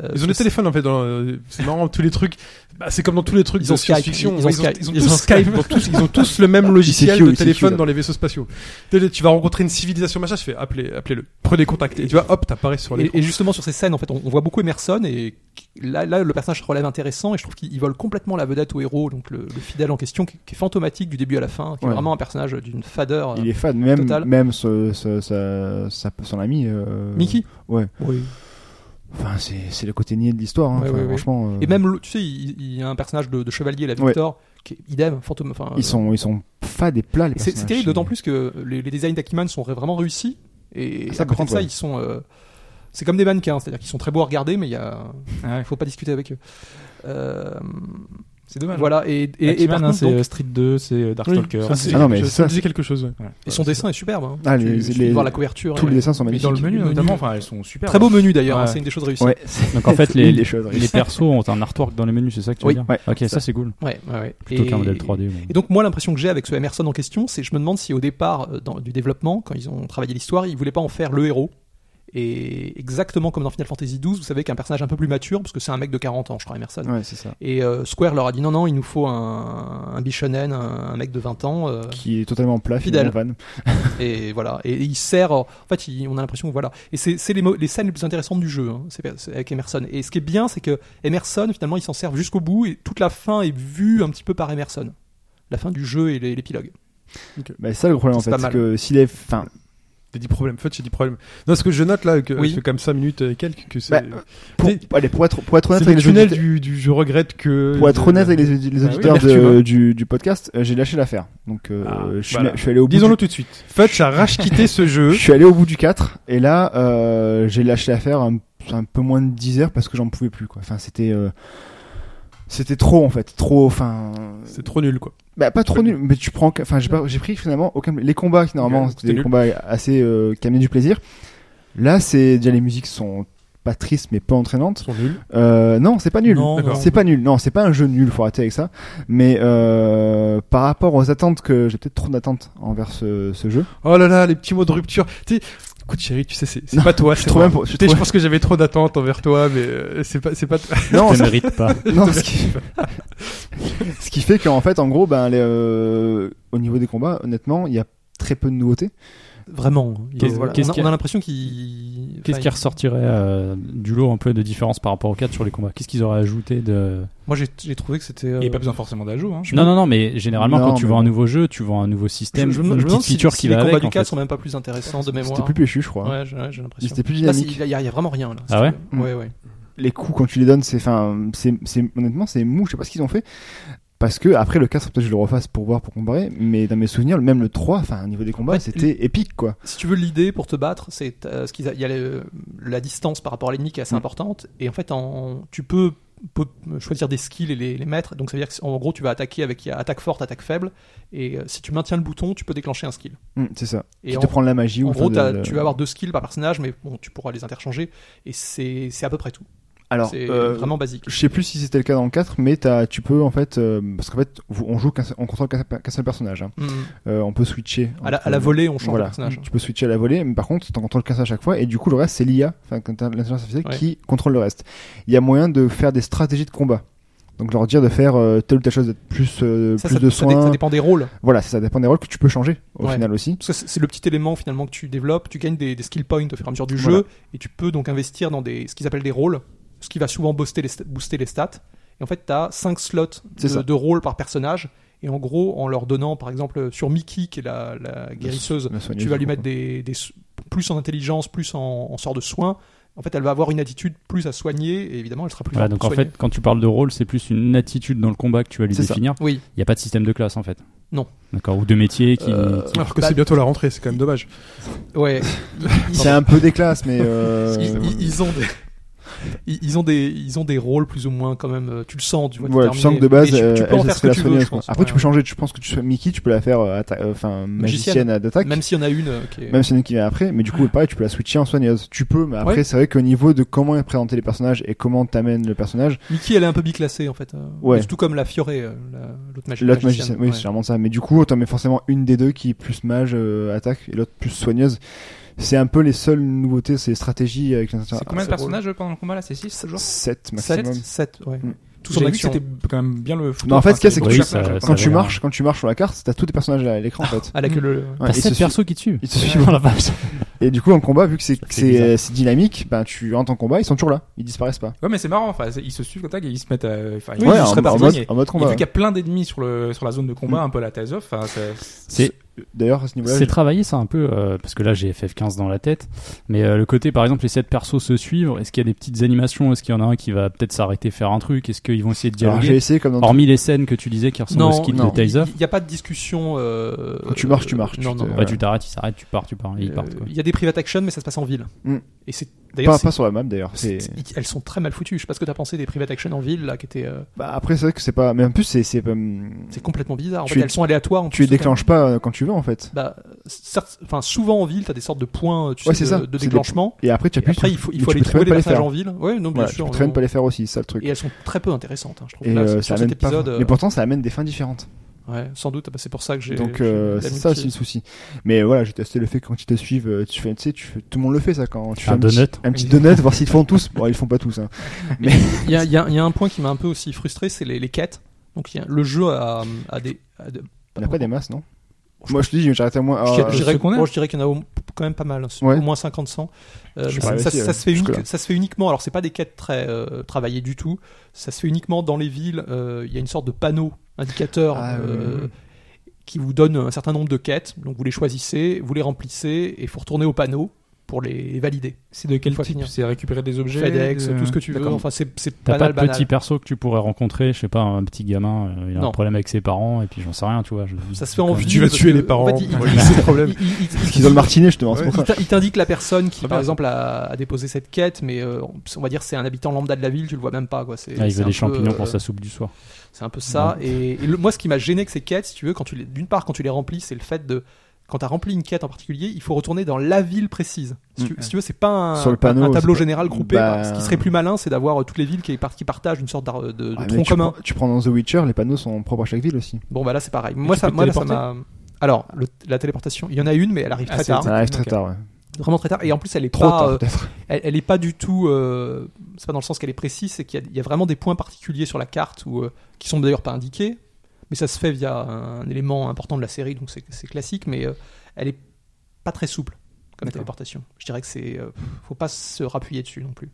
F: Euh,
B: Ils ont
F: parce
B: des
F: que
B: téléphones en fait. dans le- C'est marrant tous les trucs. bah, c'est comme dans tous les trucs
F: Ils
B: de
F: ont Skype,
B: science-fiction.
F: ils ont
B: Ouais,
F: Skype,
B: Ils ont
F: ils ont
B: tous Skype. Ils ont tous- ils ont tous le même logiciel
C: ICQ,
B: de
C: ICQ,
B: téléphone
C: là.
B: dans les vaisseaux spatiaux. Tu sais, Tu vas rencontrer une civilisation machin. Je fais appelez, appelez-le. Prenez contact. Et tu vois, hop, t'apparais sur les.
F: Et, et justement sur ces scènes, en fait, on, on voit beaucoup Emerson et qui- là, là, le personnage se relève intéressant et je trouve qu'il il vole complètement la vedette au héros, donc le, le fidèle en question, qui, qui est fantomatique du début à la fin, qui
C: Ouais.
F: est vraiment un personnage d'une fadeur.
C: Il est fan, même,
F: Total.
C: même ce- ce- ce- sa- son ami. euh,
F: Mickey.
C: Ouais.
F: Oui.
C: Enfin, c'est c'est le côté niais de l'histoire, hein.
F: Ouais,
C: Enfin,
F: ouais, ouais.
C: franchement. euh,
F: Et même, le- tu sais, il, il y a un personnage de, de chevalier, la
C: Ouais.
F: Victor, qui est idem, fantôme. Enfin, euh,
C: Ils sont, ils sont fades et plats, les
F: et c'est- c'est
C: personnages.
F: terrible, d'autant plus que les, les designs d'Akiman sont vraiment réussis. Et
C: Ah, Ça
F: à côté
C: prend,
F: de ça,
C: ouais.
F: ils sont. euh, c'est comme des mannequins, c'est-à-dire qu'ils sont très beaux à regarder, mais il y a,
D: Ah ouais,
F: faut pas discuter avec eux. Euh,
D: C'est
C: Bah,
D: dommage.
F: voilà, et, et- et,
D: Et,
F: par contre,
D: c'est
F: donc,
D: euh, Street 2, c'est euh, Darkstalker.
B: Ça, c'est-
C: Ah non, mais
B: je-
C: ça,
B: ça me disait quelque chose. ouais.
F: Et son dessin est superbe. Hein.
C: Ah,
F: Tu-
C: les-
F: tu
C: les-
F: peux voir la couverture.
C: Tous
F: et-
C: les dessins sont
D: Mais
C: magnifiques.
D: dans le menu
F: Magnifique.
D: notamment, enfin, elles sont super.
F: Très beau menu d'ailleurs,
D: Ouais.
F: hein, c'est une des choses réussies.
C: Ouais,
E: Donc
C: *laughs*
E: en fait,
C: c'est une
E: les,
C: des choses.
E: les persos ont un artwork dans le menu, c'est ça que tu
F: Oui.
E: veux dire
C: Ouais.
E: Ok, ça,
C: Ça.
E: c'est cool.
F: Ouais, ouais, ouais.
E: Plutôt
F: Et-
E: qu'un modèle 3D. bon.
F: Et donc moi l'impression que j'ai avec ce Emerson en question, c'est je me demande si au départ euh, dans- du développement, quand ils ont travaillé l'histoire, ils voulaient pas en faire le héros Et exactement comme dans Final Fantasy XII, vous savez qu'un personnage un peu plus mature, parce que c'est un mec de 40 ans, je crois, Emerson.
C: Ouais, c'est ça.
F: Et euh, Square leur a dit non, non, il nous faut un, un bichonen, un, un mec de 20 ans. euh,
C: Qui est totalement plat,
F: Fidèle.
C: finalement, Van.
F: et voilà. Et il sert. En fait, il- on a l'impression que voilà. Et c'est c'est les, mo- les scènes les plus intéressantes du jeu, hein, c'est c'est avec Emerson. Et ce qui est bien, c'est que Emerson, finalement, il s'en sert jusqu'au bout et toute la fin est vue un petit peu par Emerson. La fin du jeu et les- l'épilogue.
C: Bah, c'est ça le problème en
F: C'est
C: fait,
F: pas
C: c'est
F: mal.
C: que s'il est. Enfin,
B: T'as dit problème, Fudge, j'ai dit problème. Non, ce que je note là, que
F: Oui.
B: ça fait comme 5 minutes et quelques, que c'est.
C: Bah, pour,
B: C'est-
C: allez, pour être, pour être honnête
B: c'est le
C: avec les
B: tunnel
C: auditeurs,
B: du, du je regrette que.
C: pour être honnête avec les, les
B: Bah oui,
C: auditeurs de-
B: Mercure, hein.
C: du, du podcast, euh, j'ai lâché l'affaire. Donc, euh,
B: Ah,
C: je, suis,
B: voilà.
C: je suis allé au bout.
B: Disons-le
C: du-
B: tout de suite. Fudge a rage quitté ce jeu.
C: *laughs* Je suis allé au bout du 4 et là euh, j'ai lâché l'affaire un, un peu moins de 10 heures parce que j'en pouvais plus quoi. Enfin c'était euh, c'était trop en fait, trop enfin
B: C'est trop nul quoi.
C: Bah pas trop nul, mais tu prends, que- enfin j'ai pas, j'ai pris finalement aucun. Les combats qui normalement
B: Ouais,
C: c'était
B: c'était
C: des
B: nul.
C: combats assez euh, qui amenaient du plaisir. Là c'est déjà les musiques sont pas tristes mais pas entraînantes.
B: Ils sont nuls.
C: Euh, non c'est pas nul,
F: Non,
B: D'accord.
F: non.
C: c'est pas nul, non c'est pas un jeu nul, faut arrêter avec ça. Mais euh, par rapport aux attentes que j'ai peut-être trop d'attentes envers ce, ce jeu.
B: Oh là là, les petits mots de rupture. Tu sais, écoute chérie, tu sais, c'est c'est
C: Non,
B: pas toi.
C: je
B: c'est
C: trouve
B: moi.
C: même pour- je
B: Tu sais, je
C: trouve-
B: pense que j'avais trop d'attentes envers toi, mais euh, c'est pas, c'est pas toi.
C: Non
E: ne mérite pas.
C: Non, ce qui... *laughs* ce qui fait qu'en fait, en gros, ben, les, euh, au niveau des combats, honnêtement, il y a très peu de nouveautés.
F: Vraiment. Il-
E: Qu'est-ce-
F: voilà.
E: qu'est-ce
F: on, a,
E: qu'il y a-
F: on a l'impression qu'il.
E: Qu'est-ce
F: enfin,
E: qui ressortirait euh, du lot un peu de différence par rapport au 4 sur les combats Qu'est-ce qu'ils auraient ajouté de...
F: Moi, j'ai- j'ai trouvé que c'était. euh,
D: Il n'y a pas besoin forcément d'ajout. Hein.
E: Non, non, non, mais généralement,
C: Non,
E: quand tu
C: mais
E: vois un
C: bon.
E: nouveau jeu, tu vois un nouveau
F: je-
E: système,
F: je me-
E: une
F: je me
E: petite
F: demande si,
E: feature
F: si
E: qui
F: les
E: va
F: combats
E: avec.
F: du
E: en
F: 4
E: fait.
F: sont même pas plus intéressants de mémoire.
C: C'était
B: hein.
C: plus péchu, je crois.
F: Ouais, j'ai ouais, j'ai l'impression.
C: C'était plus
F: Là, c'est-
C: dynamique.
F: Il y, a- il y a vraiment rien là.
E: hein. Ah ouais
F: C'est- Ouais, ouais.
C: Les coups, quand tu les donnes, c'est, enfin, c'est, c'est, honnêtement, c'est mou. Je sais pas ce qu'ils ont fait. Parce que après le 4, peut-être je le refasse pour voir, pour comparer. Mais dans mes souvenirs, même le 3, enfin, au niveau des combats,
F: Ouais,
C: c'était épique, quoi.
F: Si tu veux l'idée pour te battre, c'est euh, ce qu'il a- il y a le- la distance par rapport à l'ennemi qui est assez
C: Mm.
F: importante. Et en fait, en, tu peux, peux choisir des skills et les, les mettre. Donc ça veut dire que en gros, tu vas attaquer avec il y a attaque forte, attaque faible. Et euh, si tu maintiens le bouton, tu peux déclencher un skill.
C: Mm, c'est ça.
F: Et
C: tu
F: en,
C: te prends de la magie
F: en
C: ou
F: gros,
C: enfin, de-
F: t'as-
C: de-
F: tu vas avoir deux skills par personnage, mais bon, tu pourras les interchanger. Et c'est c'est à peu près tout.
C: Alors,
F: C'est
C: euh,
F: vraiment basique.
C: Je sais plus si c'était le cas dans le 4, mais t'as- tu peux en fait. euh, parce qu'en fait, vous- on joue qu'un seul- on contrôle qu'un qu'un seul personnage. hein.
F: Mm.
C: Euh, on peut switcher.
F: À, la, à la
C: entre-
F: volée, on change
C: voilà.
F: de personnage. hein.
C: Tu peux switcher à la volée, mais par contre, t'en contrôles qu'un seul à chaque fois, et du coup, le reste, c'est l'IA, enfin, quand t'as l'intelligence artificielle,
F: Ouais.
C: qui contrôle le reste. Il y a moyen de faire des stratégies de combat. Donc, leur dire de faire euh, telle ou telle chose, d'être plus, euh,
F: Ça,
C: plus
F: ça-
C: de
F: ça dé-
C: soins.
F: ça dépend des rôles.
C: Voilà, ça, ça dépend des rôles que tu peux changer, au
F: Ouais.
C: final aussi.
F: Parce que c'est- c'est le petit élément finalement que tu développes, tu gagnes des, des skill points au fur et à mesure du jeu,
C: Voilà.
F: et tu peux donc investir dans des, ce qu'ils appellent des rôles, ce qui va souvent booster les, sta- booster les stats. Et en fait, tu as 5 slots
C: C'est
F: de,
C: ça.
F: de rôles par personnage, et en gros, en leur donnant par exemple sur Mickey, qui est la, la guérisseuse,
C: La soigneuse,
F: tu vas lui
C: je
F: mettre
C: crois.
F: des, des s- plus en intelligence, plus en, en sort de soins. En fait, elle va avoir une attitude plus à soigner, et évidemment, elle sera plus
E: Voilà,
F: forte
E: donc
F: pour
E: en
F: soigner.
E: fait, quand tu parles de rôle, c'est plus une attitude dans le combat que tu vas lui
C: C'est ça.
E: définir.
F: Oui,
E: Il n'y a pas de système de classe en fait.
F: Non.
E: D'accord, ou de métier qui.
F: Euh,
E: qui-
B: Alors que c'est bientôt la rentrée, c'est quand même dommage.
F: ouais.
C: *laughs* C'est un peu des classes, mais. euh,
F: *laughs* Ils, ils- ils ont des... Ils ils ont des, ils ont des rôles plus ou moins quand même. euh, Tu le sens, tu vois.
C: Voilà, tu sens
F: déterminé.
C: que de base,
F: Mais tu, tu
C: euh,
F: peux en
C: elle, ce
F: faire
C: serait
F: ce que
C: la
F: tu veux.
C: soigneuse.
F: je
C: quoi.
F: pense.
C: Après, tu
F: Ouais.
C: peux changer. Je pense que tu sois Mickey, tu peux la faire euh, atta- euh, enfin magicienne à- d'attaque.
F: Même s'il y en a une euh, qui est.
C: Même si une qui vient après, mais du coup, pareil, tu peux la switcher en soigneuse. Tu peux, mais après,
F: Ouais.
C: c'est vrai qu'au niveau de comment est présenté les personnages et comment t'amènes le personnage,
F: Mickey, elle est un peu biclassée en fait. euh,
C: Ouais.
F: mais Tout comme la Fiore, euh, la- l'autre magi- magicienne.
C: l'autre magicien, oui,
F: ouais.
C: c'est clairement ça. Mais du coup, t'en mets forcément une des deux qui est plus mage, euh, attaque, et l'autre plus soigneuse. C'est un peu les seules nouveautés, c'est les stratégies avec
D: C'est combien de
F: c'est drôle.
D: personnages euh, pendant le combat là C'est 6 toujours
C: 7
F: Sept,
C: maximum.
F: sept, ouais.
C: Mm.
F: Tout son
D: J'ai vu que
F: action.
D: c'était quand même bien le foutu.
C: Mais en fait, ce qu'il y a, c'est que
E: Oui,
C: tu-
E: ça- ça
C: quand tu
E: avait l'air-
C: marches, quand tu marches sur la carte, t'as tous tes personnages à l'écran, en fait.
F: À laquelle le.
C: Ouais,
E: T'as
C: ils se
E: sept
C: suivent-
E: persos qui te suivent.
C: ils se suivent.
E: Oh la vache.
C: Et du coup, en combat, vu que c'est que
E: C'est
C: c'est
E: bizarre.
C: c'est dynamique, ben tu entres en combat, ils sont toujours là, ils disparaissent pas.
D: Ouais, mais c'est marrant. Enfin, c'est- ils se suivent comme ça et ils se mettent. à- Enfin, ils
F: Oui,
C: ouais,
D: ils
C: en,
D: se
C: en
D: répartissent.
C: mode,
D: Et-
C: en mode
D: Et vu
C: combat.
D: qu'il y a plein d'ennemis sur, le, sur la zone de
F: Mm.
D: combat, un peu à la Tales of, enfin, c'est-
E: C'est-
C: D'ailleurs, à ce niveau-là,
E: *laughs* C'est travaillé ça un peu, euh, parce que là j'ai FF15 dans la tête, mais euh, le côté par exemple les 7 persos se suivent, est-ce qu'il y a des petites animations, est-ce qu'il y en a un qui va peut-être s'arrêter faire un truc, est-ce qu'ils vont essayer de
C: alors, j'ai
E: dialoguer
C: essayé comme dans
E: Hormis les scènes que tu disais qui ressemblent
F: Non,
E: au skill
C: non.
E: de bah, Tales of,
F: Il n'y a pas de discussion. euh,
C: Quand tu marches, tu marches,
F: Non,
C: tu
F: non.
C: te-
E: bah, tu t'arrêtes, il s'arrête, tu pars, tu pars, et ils
F: Euh,
E: partent quoi.
F: Il y a des private action, mais ça se passe en ville.
C: Mm.
F: Et c'est
C: pas,
F: d'ailleurs.
C: pas sur la map d'ailleurs.
F: c'est-
C: C'est
F: c'est- Elles sont très mal foutues. Je sais pas ce que t'as pensé des private action en ville là, qui étaient. euh,
C: bah, après c'est vrai que c'est pas. Mais en plus c'est c'est euh,
F: C'est complètement bizarre. En
C: Tu
F: fait,
C: les-
F: elles sont aléatoires. En
C: tu les
F: plus,
C: déclenches pas euh, quand tu veux en fait.
F: Bah, certes- enfin, souvent en ville, t'as des sortes de points tu
C: Ouais,
F: sais,
C: c'est
F: de,
C: ça.
F: de
C: C'est
F: déclenchement.
C: Et après tu
F: Et
C: appuies. sur-
F: après, il faut, il
C: mais
F: faut
C: tu
F: aller
C: peux très bien
F: trouver les
C: pas les
F: passages
C: faire.
F: en ville. Ouais, non, bien
C: Voilà, tu
F: sûr. euh,
C: peux très bien
F: on-
C: pas les faire aussi, c'est ça le truc.
F: Et elles sont très peu intéressantes, hein, je trouve.
C: Et
F: Là,
C: euh,
F: sur
C: ça *laughs*
F: cet
C: amène pas.
F: épisode,
C: Mais pourtant ça amène des fins différentes.
F: Ouais, sans doute. Ah bah, c'est pour ça que j'ai.
C: Donc
F: j'ai
C: euh,
F: l'amitié.
C: c'est ça aussi le souci. Mais voilà, j'ai testé le fait que quand ils te suivent, euh, tu fais, tu sais, tu fais- tout le monde le fait ça quand tu fais
E: Un
C: petit-
E: donut.
C: un petit donut, voir s'ils le font tous. Bon, ils le font pas tous. Hein.
F: Il y a, il y a- il y a un point qui m'a un peu aussi frustré, c'est les, les quêtes. Donc il y a- le jeu a, a des. a de-
C: Il n'y a pas des masses, non
F: Je-
C: Moi, je te dis, j'arrêtais moi. Ah.
F: je,
C: à-
F: dirais- je dirais,
D: secondaire.
F: moi, je dirais qu'il y en a au- quand même pas mal, hein,
C: Ouais.
F: au moins 50-100. Euh,
C: Je
F: mais
C: sais pas,
F: ça, ça-
C: si,
F: ça
C: euh,
F: se fait unique-
C: jusque-là.
F: ça se fait uniquement, alors c'est pas des quêtes très euh, travaillées du tout, ça se fait uniquement dans les villes. euh, Il y a une sorte de panneau indicateur
C: Ah,
F: euh,
C: oui.
F: qui vous donne un certain nombre de quêtes. Donc vous les choisissez, vous les remplissez et il faut retourner au panneau pour les valider.
D: C'est de quel
F: Faut
D: type
F: finir.
D: C'est récupérer des objets
F: FedEx,
D: des-
F: tout ce que tu veux.
C: D'accord.
F: Enfin, c'est c'est
E: T'as
F: banal,
E: pas de petit
F: banal.
E: perso que tu pourrais rencontrer, je sais pas, un petit gamin, euh, il a un
F: Non.
E: problème avec ses parents, et puis j'en sais rien, tu vois. je-
F: Ça se fait en
B: Puis
F: vie.
B: tu vas
F: parce
B: tuer
F: que,
B: les parents.
F: en fait, il-
B: Ouais, c'est le problème.
F: il- il- il-
C: Parce qu'ils ont le martinet, justement. c'est
B: Ouais.
C: pour ça.
F: Il t'in- il t'indique la personne qui,
B: Ah,
F: par
B: merde.
F: exemple, a, a déposé cette quête, mais euh, on- on va dire c'est un habitant lambda de la ville, tu le vois même pas. Quoi. C'est,
E: Ah, il
F: c'est
E: veut
F: un
E: des
F: peu,
E: champignons
F: euh,
E: pour sa soupe du soir.
F: C'est un peu ça. Et, et le- moi, ce qui m'a gêné avec ces quêtes, si tu veux, quand tu les- d'une part, quand tu les remplis, c'est le fait de. Quand tu as rempli une quête en particulier, il faut retourner dans la ville précise. Si tu,
C: Mm.
F: si tu veux, c'est pas un,
C: Sur le panneau,
F: un tableau
C: c'est pas-
F: général groupé.
C: Bah-
F: Ce qui serait plus malin, c'est d'avoir euh, toutes les villes qui, par- qui partagent une sorte d'ar- de, de
C: Ah, mais
F: tronc
C: tu,
F: commun.
C: prends- tu prends dans The Witcher, les panneaux sont propres à chaque ville aussi.
F: Bon, bah là, c'est pareil. Moi,
D: tu
F: ça,
D: peux te
F: moi là, ça m'a.
D: téléporter
F: Alors, le- la téléportation, il y en a une, mais elle arrive
D: Ah,
F: très
D: c'est-
F: tard.
C: Ça arrive très
D: ok.
C: tard, ouais.
F: Vraiment très tard. Et en plus, elle est
C: Trop
F: pas.
C: tard,
F: euh,
C: peut-être.
F: elle, elle est pas du tout. euh, c'est pas dans le sens qu'elle est précise, c'est qu'il y a, il y a vraiment des points particuliers sur la carte où, euh, qui sont d'ailleurs pas indiqués, mais ça se fait via un élément important de la série, donc c'est c'est classique, mais euh, elle est pas très souple comme
D: D'accord.
F: téléportation. Je dirais que c'est. euh, faut pas se rappuyer dessus non plus.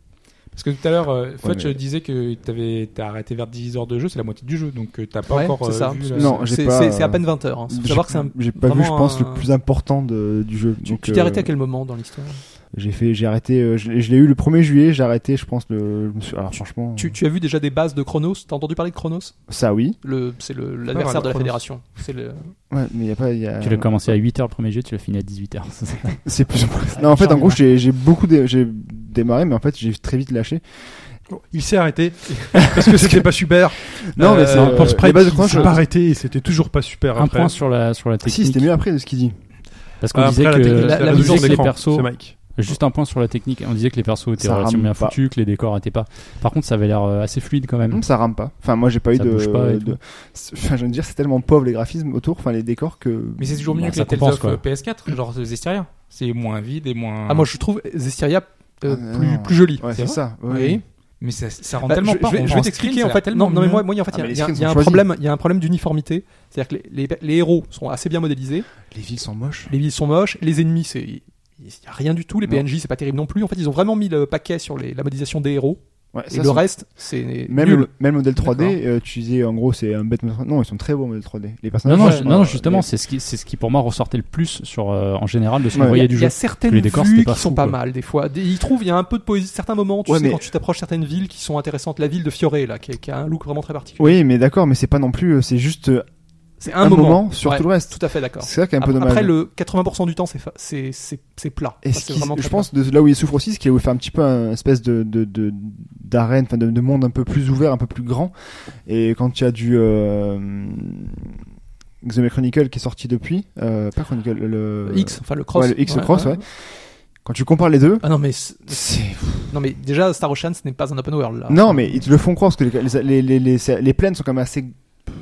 D: Parce que tout à l'heure, euh, Fudge
C: mais-
D: disait que t'avais- t'as arrêté vers 10 heures de jeu, c'est la moitié du jeu, donc euh, t'as pas
F: Ouais,
D: encore.
F: c'est
D: euh,
F: ça.
D: vu la-
C: Non, j'ai
F: C'est
C: pas,
F: c'est- c'est à
C: euh,
F: peine 20 heures. hein. Faut
C: J'ai-
F: savoir que c'est un.
C: J'ai pas vu, je
F: vraiment
C: pense,
F: un-
C: le plus important de- du jeu.
F: Tu
C: Donc,
F: tu t'es arrêté
C: euh,
F: à quel moment dans l'histoire
C: J'ai fait, j'ai arrêté, euh, je, l'ai- je l'ai eu le 1er juillet, j'ai arrêté, je pense, le, je me suis- alors franchement,
F: tu, tu as vu déjà des bases de Chronos T'as entendu parler de Chronos
C: ça oui,
F: Le- C'est le-
D: mal,
F: l'adversaire de la
D: Chronos.
F: Fédération. C'est le.
C: ouais, mais il y a pas, il y
F: euh,
C: a,
E: Tu l'as commencé à 8h le premier jeu, tu l'as fini à 18h. *laughs*
C: c'est plus ou moins- Non, en fait, en gros, j'ai, j'ai beaucoup, dé- j'ai démarré, mais en fait, j'ai très vite lâché.
B: Il s'est arrêté parce que c'était pas *laughs* super.
C: Non,
B: Euh,
C: mais c'est,
B: pour Sprite,
C: les bases de
B: il
C: Chrono,
B: s'est
C: je-
B: pas euh, arrêté et c'était toujours pas super.
E: Un
B: après.
E: point sur la, sur la technique.
C: Ah, Si, c'était mieux après de ce qu'il dit.
E: Parce qu'on
B: Après,
E: disait
B: la
E: que
B: technique,
F: la-
B: c'est
F: la
E: on
F: mise en
E: disait que les
B: écran,
E: persos
B: c'est Mike.
E: Juste un point sur la technique. On disait que les persos étaient
C: Ça
E: relativement bien
C: rame pas.
E: foutus, que les décors étaient pas. Par contre, ça avait l'air euh, assez fluide quand même.
C: Hum, Ça rame pas. Enfin, moi, j'ai pas eu
E: Ça
C: de,
E: bouge pas et
C: de-
E: tout.
C: enfin, je veux dire, c'est tellement pauvre les graphismes autour, enfin, les décors que.
D: Mais c'est toujours mieux
E: Bah,
D: que
E: ça
D: les Tales
E: compense,
D: of
E: quoi.
D: euh, PS4, genre Zestiria. C'est moins vide et moins.
F: Ah, moi je trouve Zestiria euh,
C: Ah,
F: plus,
C: non.
F: plus joli.
C: Ouais, c'est
D: vrai
C: ça. ouais.
F: Oui.
D: Mais ça, ça rend
F: Bah,
D: tellement
F: je,
D: pas.
F: je vais, je vais t'expliquer en fait. Non, non, mais moi, moi, en fait,
C: Ah,
F: il y a-
C: mais les
F: il y a,
C: screens
F: il y a
C: sont
F: un
C: choisis.
F: problème. Il y a un problème d'uniformité. C'est-à-dire que les, les- les héros sont assez bien modélisés,
C: Les villes sont moches.
F: les villes sont moches, les ennemis, c'est il y a rien du tout. Les
C: Non.
F: PNJ, c'est pas terrible non plus. En fait, ils ont vraiment mis le paquet sur les- la modélisation des héros.
C: Ouais,
F: Et
C: ça,
F: le
C: c'est-
F: reste, c'est
C: Même,
F: nul.
C: le- même modèle 3D,
F: D'accord.
C: euh, tu disais en gros c'est un bête modèle 3D. Non, ils sont très beaux modèles 3D. Les
E: Non,
C: personnages.
E: non,
C: sont-
E: je- non, non,
C: euh,
E: justement,
C: les-
E: c'est ce qui, c'est ce qui pour moi ressortait le plus sur, euh, en général, de ce qu'on
C: Ouais.
F: Il y a,
E: voyait du
F: il y
E: jeu.
F: a certaines
E: les décors,
F: vues
E: c'était
F: qui
E: pas
F: sont
E: fou,
F: pas
E: quoi.
F: mal des fois. Des- Ils trouvent, il y a un peu de poésie. Certains moments, tu
C: Ouais,
F: sais,
C: mais-
F: quand tu t'approches certaines villes qui sont intéressantes. La ville de Fiore, là, qui, qui a un look vraiment très particulier.
C: Oui, mais d'accord, mais c'est pas non plus, euh, c'est juste euh,
F: C'est
C: un, moment, sur
F: Ouais,
C: tout le reste.
F: Tout à fait d'accord.
C: C'est ça qui est un peu
F: Après,
C: dommage.
F: après, le 80% du temps, c'est fa- c'est c'est- c'est plat.
C: Et
F: Enfin,
C: ce
F: c'est
C: qui-
F: vraiment
C: je
F: très
C: pense de là où il souffre aussi, c'est qu'il a fait un petit peu un espèce de de- de- d'arène, enfin de, de monde un peu plus ouvert, un peu plus grand. Et quand il y a du euh, The May Chronicle qui est sorti depuis, euh, pas Chronicle, le
F: X, enfin le cross.
C: ouais, le X Cross, ouais. Quand tu compares les deux,
F: Ah non mais c'est-
C: c'est
F: non mais déjà Star Ocean ce n'est pas un open world là.
C: non mais ils te le font croire parce que les les les, les, les- les plaines sont quand même assez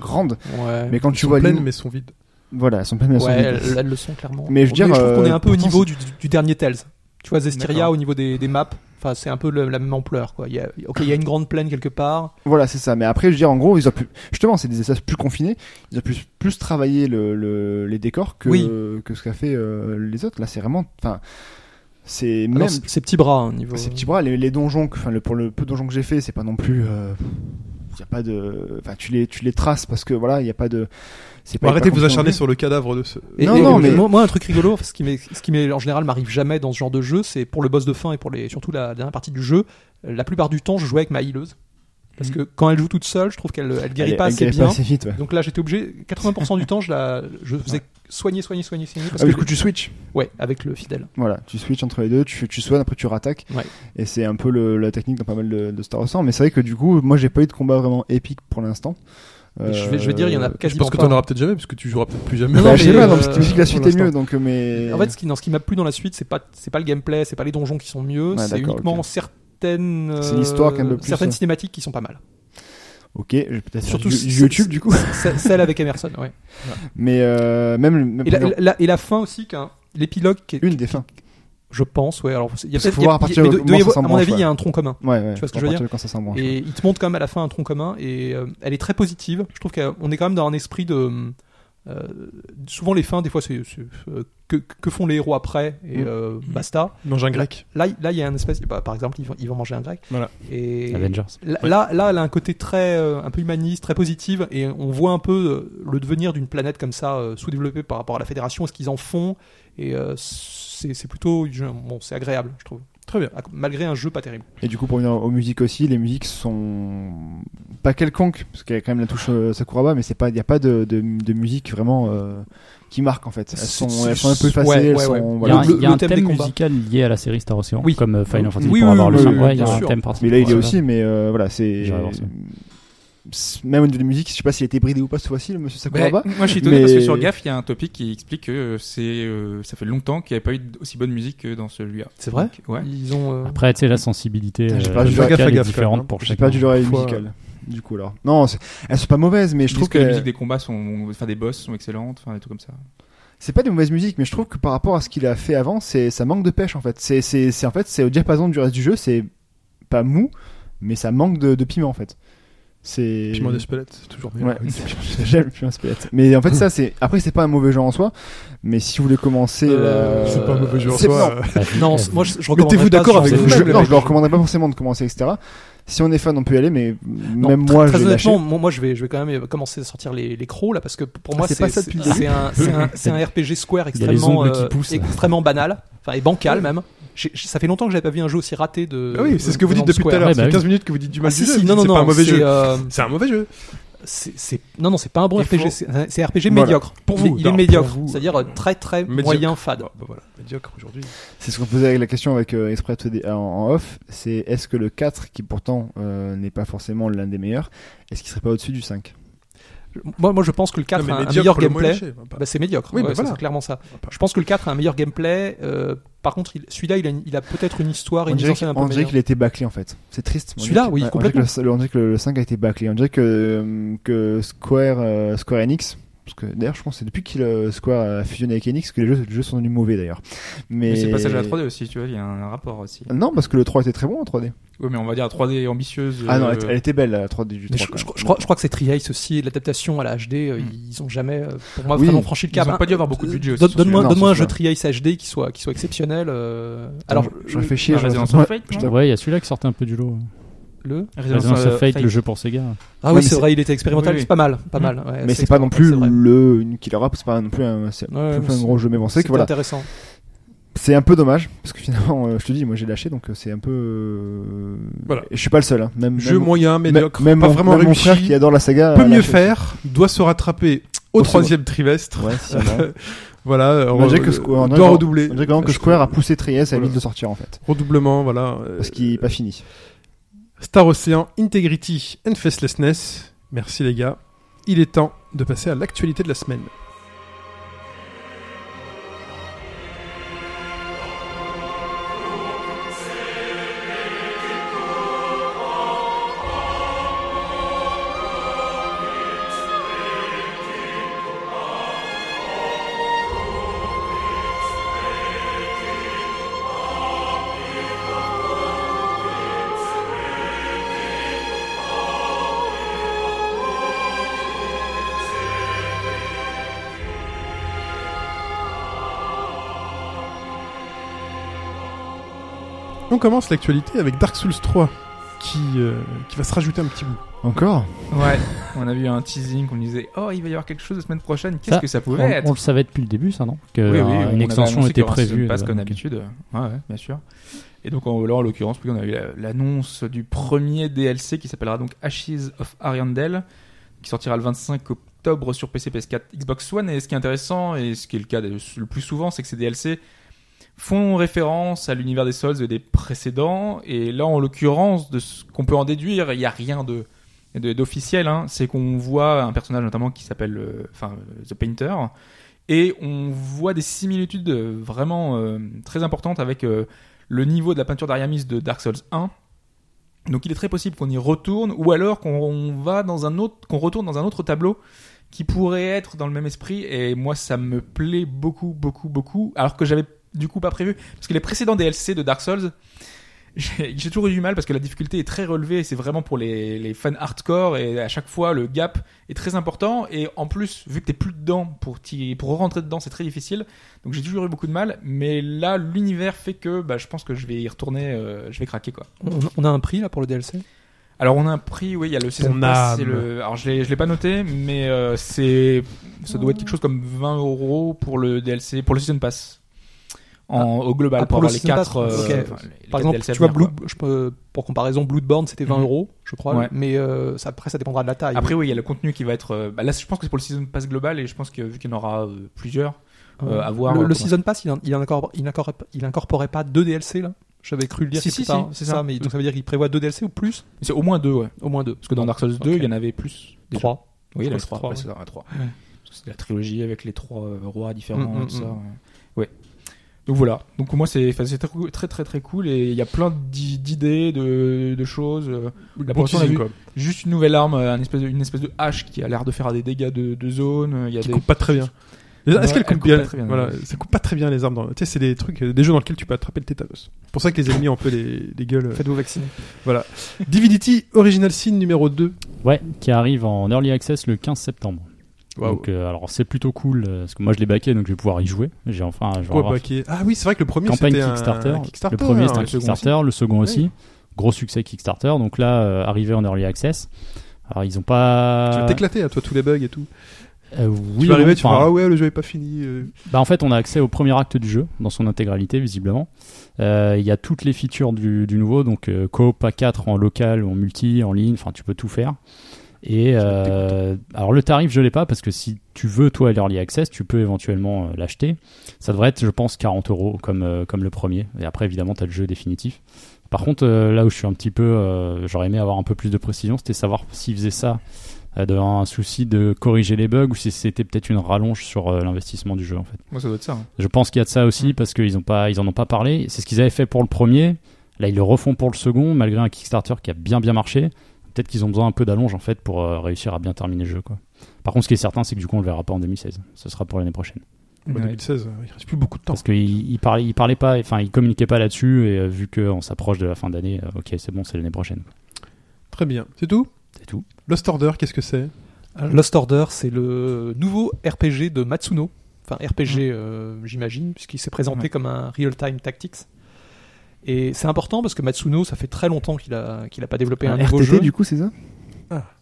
C: grandes.
F: Ouais.
C: Mais quand tu
B: Ils
C: vois
B: sont
C: l'île,
B: pleines mais sont vides.
C: voilà, elles sont pleines mais elles sont
F: ouais,
C: vides.
F: elles, elles le sont clairement.
C: Mais je veux dire,
F: trouve qu'on est un peu
C: euh,
F: au
C: pourtant,
F: niveau du, du- du dernier Tales. Tu vois Zestiria
C: D'accord.
F: au niveau des, des maps, enfin c'est un peu le- la même ampleur quoi. Il y a, ok il y a une grande plaine quelque part. Ah
C: Voilà, c'est ça. Mais après, je veux dire, en gros, ils ont pu, justement, c'est des espaces plus confinés. Ils ont pu plus travailler le, le- les décors que,
F: Oui.
C: que ce qu'a fait euh, les autres. Là, c'est vraiment, enfin, c'est
F: Ah non,
C: même
F: c'est c'est petit bras hein, au niveau.
C: ces petits bras, les, les donjons. que- Enfin, le, pour le peu de donjons que j'ai fait, c'est pas non plus. euh, y a pas de, enfin, tu les, tu les traces parce que voilà, il y a pas de. C'est
B: Bon,
C: pas.
B: Bah, arrêtez de vous acharner
C: acharner
B: sur le cadavre de ce.
F: Et-
C: Non,
F: et-
C: non,
F: et
C: mais-
F: moi, moi, un truc rigolo, ce qui m'est, ce qui m'est en général m'arrive jamais dans ce genre de jeu, c'est pour le boss de fin et pour les, surtout la dernière partie du jeu, euh, la plupart du temps, je jouais avec ma healeuse. Parce
C: Mmh.
F: que quand elle joue toute seule, je trouve qu'elle elle guérit pas assez bien.
C: Pas assez vite, ouais.
F: Donc là, j'étais obligé, 80% du temps, je la, je faisais soigner, soigner, soigner, soigner. Parce
C: Ah,
F: que
C: du coup, tu switches.
F: Ouais, avec le fidèle.
C: Voilà, tu switches entre les deux, tu, tu soignes, après tu rattaques.
F: Ouais.
C: Et c'est un peu le- la technique dans pas mal de, de Star Wars. Mais c'est vrai que du coup, moi j'ai pas eu de combat vraiment épique pour l'instant. Euh,
F: Et je vais- je vais dire, il y en a
B: Je
F: quasiment
B: pense que
F: pas.
B: t'en auras peut-être jamais parce que tu joueras peut-être plus jamais.
F: Non,
C: Bah,
F: non,
C: je sais
F: mais,
C: pas,
F: euh,
C: donc, tu me dis que la suite
B: pour
C: est mieux,
B: l'instant.
C: donc, euh, mais.
F: En fait, ce qui, non, ce qui m'a plu dans la suite, c'est pas, c'est pas le gameplay, c'est pas les donjons qui sont mieux,
C: Ouais,
F: c'est
C: d'accord,
F: uniquement
C: ok.
F: certaines, euh,
C: C'est l'histoire qui est un peu plus,
F: certaines
C: euh,
F: cinématiques qui sont pas mal.
C: Ok, je vais peut-être
F: Surtout
C: surtout
F: si-
C: YouTube du coup.
F: Ce- Celle avec Emerson,
C: *laughs*
F: ouais.
C: Mais euh, même, même
F: Et la,
C: non,
F: la- et la fin aussi, qu'un l'épilogue, qui est-
C: une des fins.
F: je pense, ouais. Alors, il y a
C: Parce qu'il
F: peut-être,
C: faut
F: il y a-
C: voir à partir
F: mais
C: de
F: doit- doit y
C: comment
F: avoir-
C: ça
F: à mon avis,
C: s'embranche,
F: il y a un tronc commun.
C: Ouais, ouais,
F: Tu vois ce que
C: à
F: je veux
C: partir de Quand ça s'embranche.
F: Et il te montre quand même à la fin un tronc commun et euh, elle est très positive. Je trouve qu'on est quand même dans un esprit de. euh, souvent, les fins, des fois, c'est. c'est, euh, que, que font les héros après Et
C: Mm.
F: euh, basta.
B: Mange un grec.
F: Là, il- là, il y a un espèce. bah, par exemple, ils vont, ils vont manger un grec.
B: Voilà.
F: Et.
E: Avengers.
F: Là, là, là, elle a un côté très, euh, un peu humaniste, très positive, et on voit un peu euh, le devenir d'une planète comme ça, euh, sous-développée par rapport à la Fédération, ce qu'ils en font, et euh, c'est c'est plutôt, je- bon, c'est agréable, je trouve,
B: Très bien.
F: à- malgré un jeu pas terrible.
C: Et du coup, pour venir aux musiques aussi, les musiques sont pas quelconques, parce qu'il y a quand même la touche euh, Sakuraba, mais c'est pas, il n'y a pas de, de, de musique vraiment euh, qui marque en fait. Elles
F: C'est-
C: sont,
F: c'est-
C: elles sont un peu effacées,
F: ouais,
C: elles
F: ouais,
C: sont-
F: ouais.
E: Il y a
C: voilà.
E: un,
F: Le-
E: il y a
F: le
E: un
F: thème
E: thème,
F: des combats.
E: musical lié à la série Star Ocean,
F: Oui.
E: comme euh, Final Fantasy
F: Oui,
E: pour
F: oui,
E: avoir
F: oui,
E: le
F: oui,
E: symbole.
F: oui,
E: Ouais, il y a
F: bien
E: un
F: sûr.
E: thème parti.
C: Mais là, il est
E: Ouais.
C: aussi, mais euh, voilà, c'est.
E: J'irai voir ça.
C: c'est- Même au niveau des musiques, je sais pas s'il était bridé ou pas ce fois-ci, le monsieur
D: Ouais,
C: Sakuraba.
D: moi, je suis étonné
C: Mais-
D: parce que sur Gaff, il y a un topic qui explique que euh, c'est, euh, ça fait longtemps qu'il n'y avait pas eu aussi bonne musique que dans celui-là.
F: C'est vrai
D: Donc, Ouais.
F: Ils ont. euh,
B: Ah,
E: Après, tu sais, la sensibilité
C: Putain, j'ai
E: euh,
C: pas dû faire
E: musicale
B: gaffe à
E: est
B: gaffe, quand même,
E: différente
B: hein.
E: pour
C: J'ai
E: chaque.
C: pas dû l'oreille
B: Parfois,
C: musicale. Du coup, alors. Non, c'est- elles sont pas mauvaises, mais
D: Ils
C: je
D: disent
C: trouve
D: que, les
C: que.
D: musiques des combats sont, enfin des boss sont excellentes, enfin des trucs comme ça.
C: C'est pas des mauvaises musiques, mais je trouve que par rapport à ce qu'il a fait avant, c'est ça manque de pêche en fait. C'est c'est c'est en fait c'est au diapason du reste du jeu, c'est pas mou, mais ça manque de, de piment en fait. C'est
B: Piment d'Espelette, c'est toujours bien.
C: Ouais, *laughs* j'aime le piment d'Espelette. Mais en fait ça c'est après c'est pas un mauvais jeu en soi, mais si vous voulez commencer
F: Euh,
C: la-
B: C'est pas un mauvais jeu en
C: c'est-
B: soi.
C: non,
B: euh.
E: *laughs*
F: Non, c- moi, je, je recommande.
B: Mettez-vous
F: pas
B: d'accord
F: ce
B: avec
F: genre de
C: je,
B: vous-même,
F: jeu.
B: le
C: non,
B: mec.
C: je le recommanderais pas forcément de commencer etc. Si on est fan on peut y aller, mais
F: Non,
C: même
F: très-
C: moi
F: très
C: je l'ai lâché.
F: honnêtement, moi, moi, je vais, je vais quand même euh, commencer à sortir les, les crocs là, parce que pour
C: Ah,
F: moi,
C: c'est pas ça depuis le
F: c'est un, c'est un- c'est
B: *laughs*
F: un RPG Square
E: Il y a les
F: extrêmement,
E: ongles qui
F: euh,
E: poussent.
F: extrêmement banal, enfin et bancal même. J'ai- j'ai- ça fait longtemps que j'avais pas vu un jeu aussi raté de.
B: Ah oui, c'est ce que vous
F: de
B: dites depuis tout
F: Square.
B: à l'heure.
E: Ouais, bah
B: C'est
E: oui.
B: 15 minutes que vous dites du
F: Ah,
B: mal
F: si,
B: du jeu.
F: si,
B: vous
F: non,
B: dites
F: non,
B: c'est pas un
F: non,
B: mauvais
F: c'est,
B: jeu.
F: euh,
B: C'est un mauvais jeu.
F: c'est- c'est- non, non, c'est pas un bon
B: Il
F: RPG,
B: faut-
F: c'est un c'est un RPG
C: Voilà.
F: médiocre. Pour
B: vous,
F: il est
B: non,
F: médiocre,
B: pour vous.
F: c'est-à-dire euh, très très
B: Médiocre.
F: moyen fade.
B: Bah, bah voilà, médiocre aujourd'hui.
C: C'est ce qu'on posait avec la question avec euh, Express TD en, en off. C'est est-ce que le 4, qui pourtant euh, n'est pas forcément l'un des meilleurs, est-ce qu'il serait pas au-dessus du 5
F: Moi, moi, je pense que le 4
B: Non, mais
F: a un- un
B: médiocre,
F: meilleur
B: le mot est
F: gameplay.
B: lâché, bah, pas-
F: Bah, c'est médiocre,
B: Oui,
F: ouais,
B: bah,
F: ça,
B: voilà.
F: c'est clairement ça.
B: bah, pas-
F: Je pense que le 4 a un meilleur gameplay. euh, par contre, il- celui-là, il a, une- il a peut-être une histoire,
C: On
F: une mise
C: dirait
F: en scène un
C: qu'il
F: peu
C: on dirait
F: meilleure.
C: qu'il a été bâclé en fait. C'est triste. On
F: Celui-là,
C: dirait que-
F: oui,
C: on dirait que
F: complètement.
C: le- On dirait que le, le 5 a été bâclé. On dirait que, euh, que Square, euh, Square Enix. Parce que d'ailleurs, je pense que c'est depuis que euh, Square a fusionné avec Enix que les jeux, les jeux sont devenus mauvais d'ailleurs. Mais,
D: Mais c'est le passage à la 3D aussi, tu vois, il y a un, un rapport aussi.
F: Ah.
C: Non, parce que le 3 était très bon en 3D.
D: Oui, mais on va dire la 3D ambitieuse.
C: Ah non,
D: euh,
C: elle, elle était belle la 3D du
F: Mais
C: 3.
F: je,
C: quand
F: je-
C: même.
F: je crois, je crois que c'est Triace aussi, l'adaptation à la HD, euh,
D: Mm.
F: ils ont jamais, euh, pour moi,
C: Oui,
F: vraiment franchi le
D: ils
F: cap.
D: ont
F: Hein,
D: pas dû avoir beaucoup de budget aussi.
F: Donne-
D: sur
F: Donne-moi
D: celui-là.
C: Non,
F: donne-moi un
C: sur
F: jeu Triace HD qui soit, qui soit exceptionnel. euh, alors,
C: Alors, je réfléchis.
D: Ah,
C: je
D: Resident
C: réfléchis.
D: of Fate,
C: je
D: non
C: t'avoue.
E: Ouais, il y a celui-là qui sortait un peu du lot.
F: le.
E: Resident of Fate, le jeu pour Sega.
F: Ah
C: Ouais,
F: oui,
C: mais
F: c'est
C: c'est- Mm.
F: vrai, il était expérimental,
D: Oui, oui.
F: c'est pas mal. Pas mal ouais,
C: mais c'est pas non plus
F: expérimental, c'est vrai.
C: le une killer app, c'est pas non plus un, c'est
F: Ouais,
C: plus un
F: c'est-
C: gros jeu. Mais bon, c'est vrai que
F: C'était
C: voilà,
F: intéressant.
C: c'est un peu dommage parce que finalement, euh, je te dis, moi j'ai lâché, donc euh, c'est un peu. euh,
B: Voilà.
C: Et je suis pas le seul. Hein. Même,
B: Jeu
C: même,
B: moyen,
C: même-
B: médiocre.
C: même
B: pas
C: mon,
B: vraiment
C: même mon
B: réussi.
C: frère qui adore la saga
B: peut
C: a
B: mieux
C: lâché.
B: faire, doit se rattraper au
C: Au
B: troisième trimestre.
C: Ouais, sûrement.
B: Voilà, euh,
C: On dirait que
B: euh,
C: Square- on dirait
B: doit
C: que-
B: redoubler.
C: On dirait quand même que
B: Parce que-
C: Square a poussé Trieste à
B: Voilà.
C: vite de sortir en fait,
B: Redoublement, voilà. euh,
C: parce qu'il est pas fini.
B: Star Ocean, Integrity and Facelessness. Merci les gars. Il est temps de passer à l'actualité de la semaine. On commence l'actualité avec Dark Souls 3 qui, euh, qui va se rajouter un petit bout.
C: Encore
D: Ouais, on a vu un teasing, on disait oh il va y avoir quelque chose la semaine prochaine, qu'est-ce
E: Ça,
D: que ça
E: On,
D: pouvait être
E: on le savait depuis le début, ça, non Que
D: Oui, oui,
E: euh,
D: on
E: une
D: avait
E: extension
D: annoncé qu'il
E: était
D: y aurait un Season
E: prévue.
D: Pass
E: euh,
D: comme
E: donc,
D: d'habitude. Ouais, ouais, bien sûr. Et donc en, là, en l'occurrence, oui, on a eu la- l'annonce du premier DLC qui s'appellera donc Ashes of Ariandel, qui sortira le 25 octobre sur PC, PS4, Xbox One. Et ce qui est intéressant, et ce qui est le cas de- le plus souvent, c'est que ces DLC font référence à l'univers des Souls et des précédents. Et là, en l'occurrence, de ce qu'on peut en déduire, il n'y a rien de de- d'officiel, hein. c'est qu'on voit un personnage notamment qui s'appelle euh, enfin euh, The Painter, et on voit des similitudes euh, vraiment euh, très importantes avec euh, le niveau de la peinture d'Ariamis de Dark Souls 1 Donc il est très possible qu'on y retourne ou alors qu'on va dans un autre, qu'on retourne dans un autre tableau qui pourrait être dans le même esprit. Et moi, ça me plaît beaucoup, beaucoup, beaucoup. Alors que j'avais du coup pas prévu parce que les précédents DLC de Dark Souls, *laughs* j'ai j'ai toujours eu du mal parce que la difficulté est très relevée et c'est vraiment pour les, les fans hardcore et à chaque fois le gap est très important et en plus vu que t'es plus dedans pour t'y- pour rentrer dedans c'est très difficile donc j'ai toujours eu beaucoup de mal mais là l'univers fait que bah, je pense que je vais y retourner euh, je vais craquer quoi
F: On, on a un prix là pour le DLC
D: alors on a un prix, oui, il y a le season
B: Ton
D: pass, c'est
B: âme.
D: le. Alors je l'ai, je l'ai pas noté, mais euh, c'est, ça doit être quelque chose comme 20 euros pour le DLC, pour le season pass, en, au global
F: Ah,
D: pour,
F: pour le
D: avoir les
F: season pass,
D: quatre. euh,
F: ok.
D: enfin, les- les
F: Par
D: quatre
F: exemple,
D: DLC à
F: tu vois,
D: venir,
F: Blue,
D: quoi.
F: je peux- pour comparaison, Bloodborne c'était 20
C: Mm-hmm.
D: Mhm.
F: euros, je crois,
D: Ouais.
F: mais euh, ça, après ça dépendra de la taille.
D: Après oui, il y a le contenu qui va être. euh, bah, là, je pense que c'est pour le season pass global et je pense que vu qu'il y en aura euh, plusieurs, euh, à voir,
F: Le,
D: euh,
F: le
D: comment-
F: Season Pass, il, en- il, en incorpore- il, incorpore- il incorporait pas deux DLC là J'avais cru le dire
D: Si,
F: quelque
D: si,
F: part.
D: si, c'est ça. Mm.
F: Mais, donc ça veut dire qu'il prévoit deux DLC ou plus
D: c'est au moins deux, ouais.
F: Au moins deux.
D: Parce que dans Dark Souls 2,
F: Ok.
D: il y en avait plus. déjà.
F: Trois.
D: Oui,
F: Je
D: il y en avait
F: crois
D: trois. ouais,
F: que c'est
D: c'est dans la trois. Parce que c'est la trilogie avec les trois euh, rois différents
F: Mm, mm,
D: et tout ça.
F: mm.
D: Ouais. Ouais. Donc voilà. Donc moi c'est enfin, c'est très, cou- très très très cool et il y a plein d'i- d'idées de, de choses. Euh, La
B: Bon
D: prochaine, on a
B: teasing,
D: vu
B: quoi.
D: Juste une nouvelle arme, euh, un espèce de- une espèce de hache qui a l'air de faire des dégâts de, de zone. euh, Il y a
B: Qui
D: des...
B: coupe pas très bien.
D: Ouais,
B: Est-ce qu'elle
D: elle
B: coupe,
D: coupe
B: bien,
D: pas très bien,
B: Voilà,
D: ouais.
B: ça coupe pas très bien les armes. Dans... Tu sais, c'est des trucs, euh, des jeux dans lesquels tu peux attraper le tétanos. C'est pour ça que les ennemis ont un peu les, les gueules. euh,
F: Faites-vous vacciner.
B: Divinity Original Sin numéro 2.
E: Ouais, qui arrive en early access le 15 septembre.
B: Waouh.
E: Donc, euh, alors c'est plutôt cool euh, parce que moi je l'ai baqué donc je vais pouvoir y jouer. J'ai enfin je vais
B: Quoi,
E: avoir
B: bah, qui est- Ah oui, c'est vrai que le premier
E: campagne
B: c'était un-
E: Kickstarter.
B: un Kickstarter. hein,
E: Le premier c'était un
B: Le second
E: Kickstarter, le second aussi. Gros succès Kickstarter. Donc là euh, arrivé en early access. Alors ils ont pas.
B: Tu vas t'éclater à toi tous les bugs et tout.
E: Euh, oui,
B: tu vas arriver,
E: non,
B: tu vas
E: enfin,
B: ah ouais, le jeu est pas fini. euh.
E: Bah en fait, on a accès au premier acte du jeu dans son intégralité visiblement. Euh, Il y a toutes les features du, du nouveau, donc euh, coop à 4 en local, en multi, en ligne, enfin tu peux tout faire. Et euh, alors le tarif, je l'ai pas parce que si tu veux toi l'early access, tu peux éventuellement euh, l'acheter. Ça devrait être, je pense, 40 euros comme euh, comme le premier. Et après, évidemment, tu as le jeu définitif. Par contre, euh, là où je suis un petit peu, euh, j'aurais aimé avoir un peu plus de précision, c'était savoir s'ils faisaient ça euh, dans un souci de corriger les bugs ou si c'était peut-être une rallonge sur euh, l'investissement du jeu en fait.
D: Moi ça doit être ça. hein.
E: Je pense qu'il y a de ça aussi parce qu'ils ont pas, ils en ont pas parlé. C'est ce qu'ils avaient fait pour le premier. Là, ils le refont pour le second, malgré un Kickstarter qui a bien bien marché. Peut-être qu'ils ont besoin un peu d'allonge en fait pour euh, réussir à bien terminer le jeu. Quoi. Par contre, ce qui est certain, c'est que du coup, on le verra pas en 2016. Ce sera pour l'année prochaine.
B: Bah,
D: Ouais.
B: 2016, euh, il reste plus beaucoup de temps.
E: Parce qu'ils ils parlaient, ils parlaient pas, enfin, ils communiquaient pas là-dessus. Et euh, vu qu'on s'approche de la fin d'année, euh, ok, c'est bon, c'est l'année prochaine. quoi.
B: Très bien. C'est tout
E: C'est tout.
B: Lost Order, qu'est-ce que c'est
F: Euh, Lost Order, c'est le nouveau RPG de Matsuno. Enfin, RPG, euh, j'imagine, puisqu'il s'est présenté
D: Mm. Ouais.
F: comme un real-time tactics. Et c'est important parce que Matsuno, ça fait très longtemps qu'il a, qu'il a pas développé un,
C: Un
F: nouveau
C: RTT
F: jeu.
C: du coup, c'est ça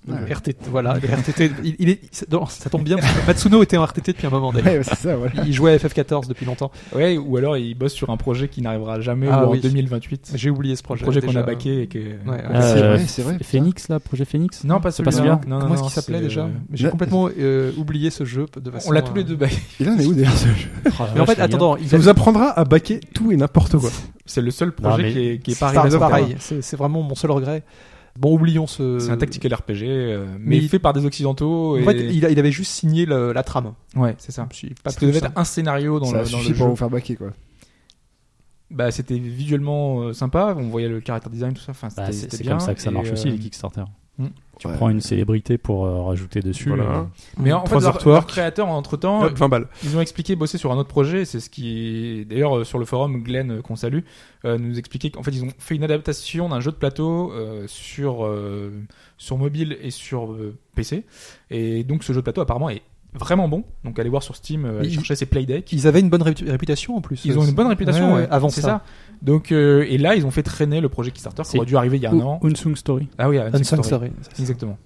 F: Ouais. RTT, voilà, les RTT. Il, il est, ça- non, ça tombe bien, parce que Matsuno était en RTT depuis un moment d'ailleurs.
C: Ouais, ouais, c'est ça, voilà.
F: Il jouait à FF14 depuis longtemps.
D: Ouais, ou alors il bosse sur un projet qui n'arrivera jamais
F: Ah
D: ou
F: oui.
D: en 2028.
F: J'ai oublié ce
D: Un
F: projet.
D: projet qu'on
F: déjà. Euh,
D: a baqué et que.
F: Ouais, ouais.
C: Ah, c'est vrai, c'est vrai,
E: Ph-
C: putain.
E: Phoenix là, projet Phoenix.
D: Non, pas
E: C'est pas
D: celui-là.
E: celui-là
D: Non, non,
F: Comment est-ce
D: non,
F: qu'il s'appelait
D: c'est,
F: déjà
D: euh,
F: J'ai
C: Là-
F: complètement euh, oublié ce jeu de façon.
D: On l'a
F: euh,
D: tous les deux baqué.
C: Et là, on est où d'ailleurs ce jeu
E: Oh la
F: Mais en
E: vache,
F: fait,
E: les gars.
F: attends, il
B: Ça
F: a-
B: vous apprendra à baquer tout et n'importe quoi.
D: C'est le seul
E: Non,
D: projet
E: mais-
D: qui est, qui est
F: c'est
D: pas arrivé à son terme.
F: pareil. Euh, C'est c'est vraiment mon seul regret. Bon, oublions ce.
D: C'est un tactical RPG, euh,
F: mais
D: mais,
F: il-
D: fait par des occidentaux. Et...
F: En fait, il, a- il avait juste signé le- la trame.
D: Ouais, c'est ça.
F: Puis pas
D: Parce que
F: plus,
D: devait
F: hein.
D: être un scénario dans
C: Ça
D: le, dans
C: suffit
D: le
C: pour
D: jeu.
C: vous faire baquer quoi.
D: Bah, c'était visuellement euh, sympa. On voyait le caractère design, tout ça. Enfin, c'était
E: Bah, c'est
D: c'était
E: c'est
D: bien,
E: comme ça que ça
D: et,
E: marche aussi
D: euh,
E: les Kickstarter.
D: Hmm.
E: Tu
C: Ouais.
E: prends une célébrité pour euh, rajouter dessus.
B: Voilà.
D: Mais en fait,
B: Trois
D: leurs
B: artworks.
D: leur créateurs, entre temps,
B: Hop, 20 balles.
D: ils ont expliqué bosser sur un autre projet. C'est ce qui, d'ailleurs, euh, sur le forum, Glenn euh, qu'on salue, euh, nous expliquait qu'en fait, ils ont fait une adaptation d'un jeu de plateau euh, sur euh, sur mobile et sur euh, PC. Et donc, ce jeu de plateau apparemment est vraiment bon. Donc, allez voir sur Steam, euh, allez
F: Il-
D: chercher ses playdecks.
F: Ils avaient une bonne répu- réputation en plus.
D: Ils ont une bonne réputation
F: Ouais, ouais,
D: ouais.
F: avant
D: C'est
F: ça.
D: Donc euh, et là ils ont fait traîner le projet Kickstarter qui
E: C'est-
D: aurait dû arriver il y a un an.
E: euh, Unsung Story.
D: Ah oui, Unsung Story.
F: Unsung Story.
D: Exactement.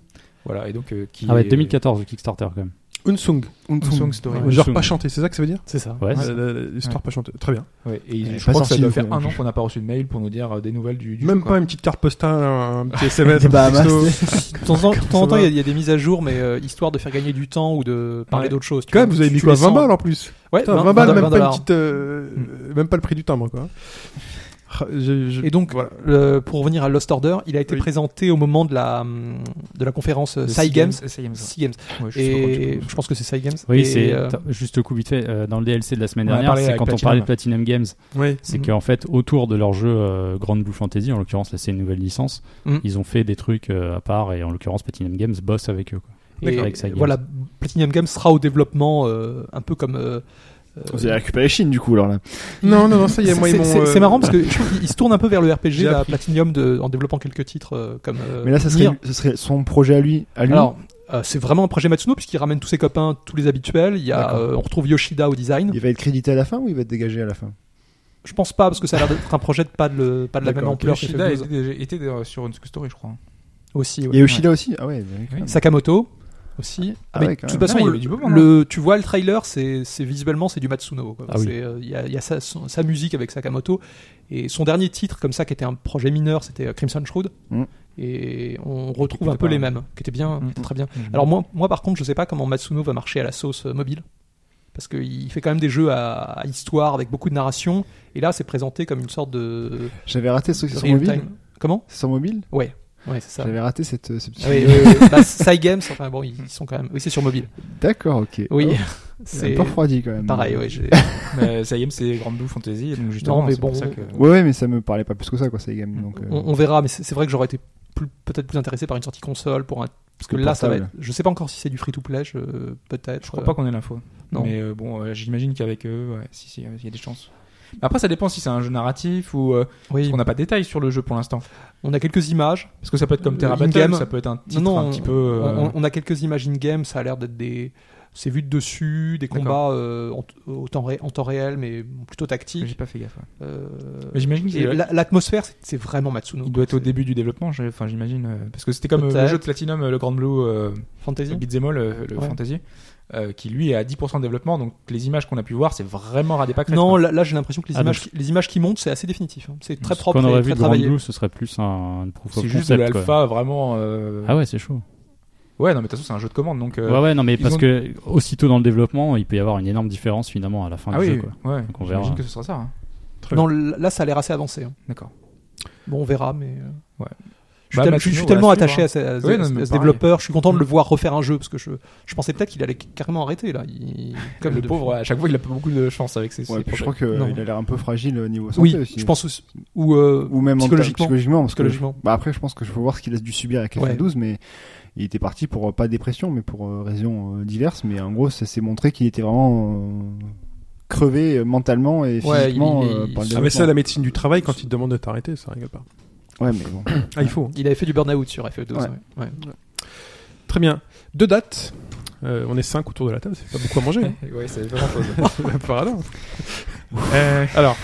D: Voilà et donc euh, qui
E: Ah ouais,
D: est-
E: 2014 le Kickstarter quand même.
B: Unsung.
D: Unsung Story.
E: Ouais.
B: Genre
E: Unsung.
B: pas chanté, c'est ça que ça veut dire
F: C'est ça.
E: Ouais,
B: Ah, la- la- L'histoire pas chantée. Très bien.
D: Ouais,
C: Elle
D: et
C: est
D: je
C: pas
D: crois que ça
C: sortie,
D: doit
C: le
D: faire
C: film,
D: un
C: non
D: an qu'on n'a pas reçu de mail pour nous dire euh, des nouvelles du, du jeu,
B: Même
D: quoi.
B: pas une petite carte postale, un petit SMS,
F: *laughs*
B: un
C: Des
B: petit texto.
C: Bahamas,
F: De temps en de temps, en
B: ça
F: temps,
B: va.
F: il y, a- il y a des mises à jour, mais euh, histoire de faire gagner du temps ou de parler
D: Ouais.
F: d'autre chose. tu
B: Quand
F: vois.
B: même, vous avez
F: Tu-
B: mis
F: tu
B: quoi
F: les
B: 20
F: sens.
B: balles en plus
F: Ouais,
B: Putain, 20 balles, même pas, une petite, euh,
D: Mm.
B: même pas le prix du timbre, quoi. Je- je-
F: Et donc,
B: Mm. voilà.
F: le- pour revenir à Lost Order, il a été
B: Oui.
F: présenté au moment de la, hum, de la conférence euh,
D: Le
F: Sci Games.
D: Sci Games.
F: Sci Games.
D: Ouais, je suis sûr que tu
F: Et
D: peux-
F: je pense que c'est Sci Games.
E: Oui,
F: Et,
E: c'est
F: euh,
E: attends, juste au coup vite fait euh, dans le DLC de la semaine
D: On en a
E: dernière,
D: parlé
E: c'est
D: avec
E: quand on
D: Platinum.
E: parlait de Platinum Games,
B: Oui.
E: c'est
F: Mhm.
E: qu'en fait autour de leur jeu euh, Grand Blue Fantasy, en l'occurrence là c'est une nouvelle licence,
F: Mhm.
E: ils ont fait des trucs euh, à part et en l'occurrence Platinum Games bosse avec eux. quoi.
F: et
E: Avec Sci Games.
F: voilà, Platinum Games sera au développement euh, un peu comme. euh, euh,
C: Vous avez récupéré la Chine du coup alors là.
B: Non, non, non, ça y est,
F: c'est
B: moi, ils
F: c'est-
B: m'ont,
F: c'est-
B: euh,
F: c'est marrant parce que je trouve qu'ils- ils se tournent un peu vers le RPG
B: J'ai
F: là,
B: appris.
F: Platinum de- en développant quelques titres euh, comme. euh,
C: Mais là, ça serait,
F: Nier.
C: ce serait son projet à lui. À lui.
F: Alors, euh, c'est vraiment un projet Matsuno puisqu'il ramène tous ses copains, tous les habituels. Il y a,
C: D'accord.
F: euh, on retrouve Yoshida au design.
C: il va être crédité à la fin ou il va être dégagé à la fin
F: Je pense pas parce que ça a l'air d'être un projet de pas de, le- pas de la
C: D'accord, ok.
F: même ampleur. que
D: Yoshida
F: FF12
D: était, était, euh, sur une story, je crois.
F: aussi.
C: Il y
F: ouais.
C: a Yoshida aussi Ah ouais. ouais, quand même.
F: Sakamoto aussi.
C: Ah
F: Mais
C: ouais,
F: de
C: quand
F: toute
D: même.
F: façon,
D: Non,
F: il-
D: le- du moment, hein.
F: le, tu vois le trailer, c'est c'est visuellement c'est du Matsuno. quoi.
E: Ah oui.
F: C'est, euh, Il y a, il y a sa, son- sa musique avec Sakamoto et son dernier titre comme ça qui était un projet mineur, c'était euh, Crimson Shroud.
C: Mm.
F: Et on retrouve un
D: était
F: peu
D: pas-
F: les mêmes, qui était bien, qui
D: Mm.
F: était très bien. *laughs* Alors moi, moi par contre, je sais pas comment Matsuno va marcher à la sauce euh, mobile. Parce qu'il fait quand même des jeux à, à histoire avec beaucoup de narration. Et là, c'est présenté comme une sorte de.
C: J'avais raté ce sur
F: real-time-
C: mobile.
F: Comment
C: C'est sur mobile
F: Ouais, c'est ça.
C: J'avais raté cette, euh, ce petit-
F: Ah oui, oui, oui. Bah, Psy Games, enfin bon, ils sont quand même. Oui, c'est sur mobile.
C: D'accord, ok.
F: *laughs* Oui,
C: Oh, c'est
F: c'est
C: un peu refroidi quand même.
F: pareil. Ouais,
D: *laughs*
F: j'ai-
D: Mais Sci Games, c'est Grand Blue Fantasy, et donc justement,
F: mais
D: c'est
F: bon,
D: pour ça que.
C: Ouais, ouais, mais ça me parlait pas plus que ça, quoi, ces games. Donc, euh,
F: on, on verra, mais c'est c'est vrai que j'aurais été plus- peut-être plus intéressé par une sortie console pour un. Parce que
C: Que
F: là, ça va être.
C: portable.
F: Je sais pas encore si c'est du free to play, je... peut-être.
D: Je crois pas qu'on ait l'info.
F: Non.
D: Mais euh, bon, euh, j'imagine qu'avec eux, ouais, si, si, il y a des chances. Mais Après, ça dépend si c'est un jeu narratif ou. euh,
F: Oui,
D: on n'a pas de détails sur le jeu pour l'instant.
F: on a quelques images.
D: Parce que ça peut être comme
F: Euh,
D: Terra Battle,
F: in-game.
D: ça peut être un titre
F: Non, non,
D: un petit peu. euh,
F: On, on a quelques images in-game, ça a l'air d'être des. C'est vu de dessus, des combats euh, en, t- au temps ré- en temps réel, mais plutôt
D: J'ai
F: tactiques.
D: pas fait gaffe. ouais.
F: Euh,
D: Mais j'imagine
F: et
D: qu'il
F: la- L'atmosphère, c'est- c'est vraiment Matsuno.
D: il doit être au
F: C'est
D: début du développement, j'ai- enfin j'imagine. euh, Parce que c'était comme euh, le
F: Peut-être.
D: jeu de Platinum, euh, le Grand Blue, euh, le
F: Fantasy.
D: Beat'em All, euh, le
F: Ouais.
D: Fantasy, euh, qui lui est à 10% de développement, donc les images qu'on a pu voir, c'est vraiment radé pas
F: Non, là, là, j'ai l'impression que les,
E: Ah,
F: images, qui, les images qui montent, c'est assez définitif. hein. C'est très
E: Ce
F: propre
E: qu'on
F: et
E: aurait
F: très
E: vu de Grand
F: travaillé.
E: Blue, ce serait plus un, une proof
D: C'est
E: of
D: juste de
E: concept, quoi.
D: l'alpha vraiment. euh,
E: Ah ouais, c'est chaud.
D: Ouais, non, mais de toute façon, c'est un jeu de commande, donc. euh,
E: ouais ouais, non mais
D: ils
E: parce
D: ont-
E: que aussitôt dans le développement, il peut y avoir une énorme différence finalement à la fin
D: Ah
E: du
D: oui,
E: jeu quoi.
D: ouais.
E: Donc on verra.
D: J'imagine que ce sera ça. hein.
B: Très
F: Non, l- là, ça a l'air assez avancé. hein.
D: D'accord.
F: Bon, on verra, mais. euh,
D: Ouais.
F: Je suis,
D: Bah,
F: tel-
D: Matsuno,
F: je suis
D: voilà,
F: tellement
D: à suivre,
F: attaché
D: hein.
F: à, ce- à ce-
D: Ouais, non,
F: à ce
D: mais pareil.
F: développeur, je suis content de le
D: Mm.
F: voir refaire un jeu parce que je, je pensais peut-être qu'il allait carrément arrêter là. Il-
D: Comme le
F: depuis-
D: pauvre, à chaque fois, il a pas beaucoup de chance avec ses. ses
C: ouais, puis je
D: projets.
C: crois qu'il
F: Non.
C: a l'air un peu fragile au niveau santé
F: Oui,
C: aussi. hein.
F: je pense aussi- ou euh,
C: Ou même en-
F: psychologiquement.
C: psychologiquement, parce que-
F: Psychologiquement.
C: bah, après, je pense que je faut voir ce qu'il a dû subir à 92, mais il était parti pour euh, pas dépression, mais pour euh, raisons euh, diverses. Mais en gros, ça s'est montré qu'il était vraiment euh, crevé euh, mentalement et
F: Ouais, il-
C: physiquement.
F: il-
C: euh,
F: il-
B: Ah,
C: par le
B: mais ça,
C: développement.
B: la médecine du travail, quand ils te demandent de t'arrêter, ça rigole pas.
C: Ouais, mais bon.
B: Ah, il faut. hein.
F: Il avait fait du burn-out sur E FF12.
C: Ouais.
F: ouais. Ouais.
B: Très bien. Deux dates. Euh, on est cinq autour de la table, c'est pas beaucoup à manger. hein.
D: Ouais, c'est vraiment chose. *laughs*
B: Pardon.
D: Euh,
B: Alors,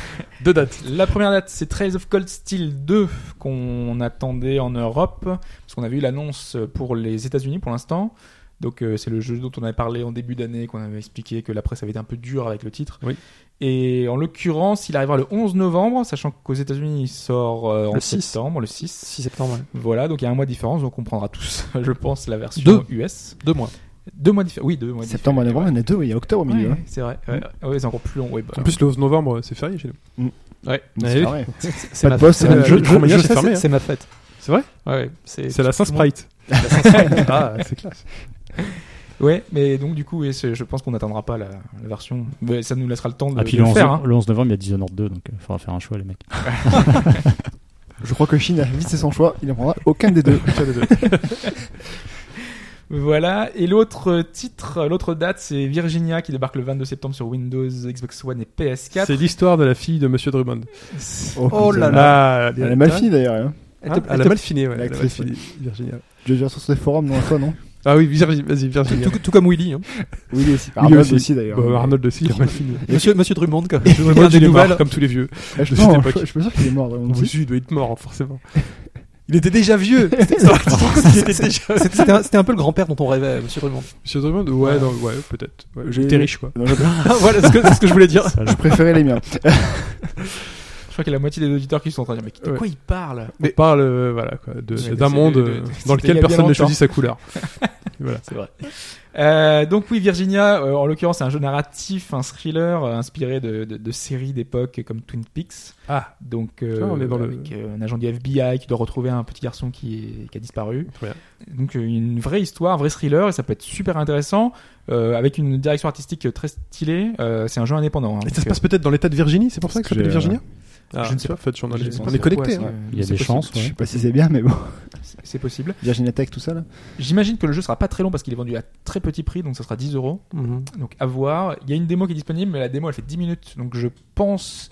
B: deux dates.
D: La première date, c'est Trails of Cold Steel 2 qu'on attendait en Europe, parce qu'on avait eu l'annonce pour les États-Unis pour l'instant. Donc euh, c'est le jeu dont on avait parlé en début d'année, qu'on avait expliqué que la presse avait été un peu dure avec le titre.
B: Oui.
D: Et en l'occurrence, il arrivera le 11 novembre, sachant qu'aux États-Unis, il sort euh, en
F: Le 6.
D: septembre, le 6.
F: 6 septembre, ouais.
D: Voilà, donc il y a un mois de différence, donc on prendra tous, *laughs* je pense, la version
F: Deux.
D: US.
F: deux mois.
D: Deux mois de différence. Oui, deux mois de
C: Septembre,
D: différence.
C: novembre, il y en a deux, il y a octobre hein. au
D: Ouais,
C: milieu.
D: ouais, c'est vrai. Ouais, ouais, c'est encore plus long. Ouais, bah,
B: En plus, le 11 novembre, c'est férié chez nous.
F: Mm. Ouais.
C: hein.
B: Ah oui.
C: C'est pareil.
F: C'est
C: de
F: ma
C: boss,
F: fête.
B: c'est
F: Euh,
B: le
F: je-
B: jeu de
F: je-
B: Romania,
F: je
B: c'est
F: sais,
B: fermé, hein.
F: C'est ma fête.
B: C'est vrai
F: Ouais, ouais, c'est
B: C'est la Saint-Sprite. ah, c'est classe.
D: Ouais, mais donc du coup, oui, c'est- je pense qu'on n'attendra pas la, la version. Mais ça nous laissera le temps de,
E: Ah, puis
D: de
E: le
D: le
E: 11,
D: faire. hein.
E: le 11 novembre, il y a Dishonored 2 donc il faudra faire un choix les mecs.
C: Je crois que Chine a vite fait son choix, il n'en prendra aucun des deux.
D: Voilà. Et l'autre titre, l'autre date, c'est Virginia qui débarque le 22 septembre sur Windows, Xbox One et PS4.
B: C'est l'histoire de la fille de Monsieur Drummond.
F: Oh là
C: putain.
F: là.
B: Ah,
C: Elle est mal finie d'ailleurs. hein.
F: Elle
B: Hein
F: te-
B: elle
F: elle
B: a
F: te-
B: mal fini, ouais. Elle a mal
C: L'actrice,
B: fini. Virginia.
C: Je vais sur ses forums dans la fois, non
B: Ah oui, Virginie, vas-y, Virginie.
F: tout, tout comme Willy. hein.
C: Oui, lui aussi.
B: Lui
C: Arnold
B: aussi.
C: aussi, d'ailleurs.
B: Bah, Arnold aussi, il a mal fini.
F: Monsieur, Monsieur Drummond, quand je
B: Drummond,
F: regarde des
B: il est mort,
F: nouvelles.
B: comme tous les vieux.
C: Ah, je,
B: de cette
C: non,
B: époque.
C: je, je suis pas sûr qu'il est mort. dans le monde.
B: Oui, il doit être mort, hein, forcément. Il était déjà *laughs* vieux. il était déjà.
F: C'est- *laughs* C'était un, c'était un peu le grand-père dont on rêvait, Monsieur Drummond.
B: Monsieur Drummond Ouais, non, ouais, peut-être. Ouais,
C: J'ai-
B: T'es riche, quoi.
C: Non, je,
F: voilà ce que, ce que je voulais dire.
C: je préférais les miens.
D: Je crois qu'il y a la moitié des auditeurs qui sont en train de dire mais de
B: Ouais.
D: quoi il parle
B: On parle, euh, voilà, quoi, de-
D: Ouais,
B: d'un
D: c'est-
B: monde
D: de-
B: euh,
D: de-
B: dans
D: c'était il y
B: lequel
D: a bien
B: personne ne
D: longtemps.
B: choisit sa couleur. Voilà.
D: C'est vrai. Euh, donc oui, Virginia, euh, en l'occurrence, c'est un jeu narratif, un thriller euh, inspiré de, de- de séries d'époque comme Twin Peaks.
B: Ah.
D: Donc euh,
B: Ah, on est dans le-
D: avec euh, un agent du FBI qui doit retrouver un petit garçon qui, est- qui a disparu.
B: Très bien.
D: Donc euh, une vraie histoire, un vrai thriller, et ça peut être super intéressant euh, avec une direction artistique euh, très stylée. Euh, c'est un jeu indépendant. hein,
B: Et ça
D: donc,
B: se passe peut-être dans l'état de Virginie, c'est pour ça que ça
C: Parce que
B: s'appelle
C: j'ai-
B: Virginia
D: Ah, je ne sais
B: euh, pas. fait, sur- on
D: euh, je ne sais
B: est-
D: pas
B: on est
D: pourquoi,
B: connectés.
D: c'est-
B: hein.
E: Il y a
D: c'est
E: des
D: possible,
E: chances,
C: Je
E: ouais.
C: sais pas si c'est bien, mais bon.
D: c'est- C'est possible.
C: Virginia Tech, tout ça, là.
D: J'imagine que le jeu sera pas très long parce qu'il est vendu à très petit prix, donc ça sera 10 euros.
F: Mhm.
D: Donc à voir. Il y a une démo qui est disponible, mais la démo elle fait 10 minutes. Donc je pense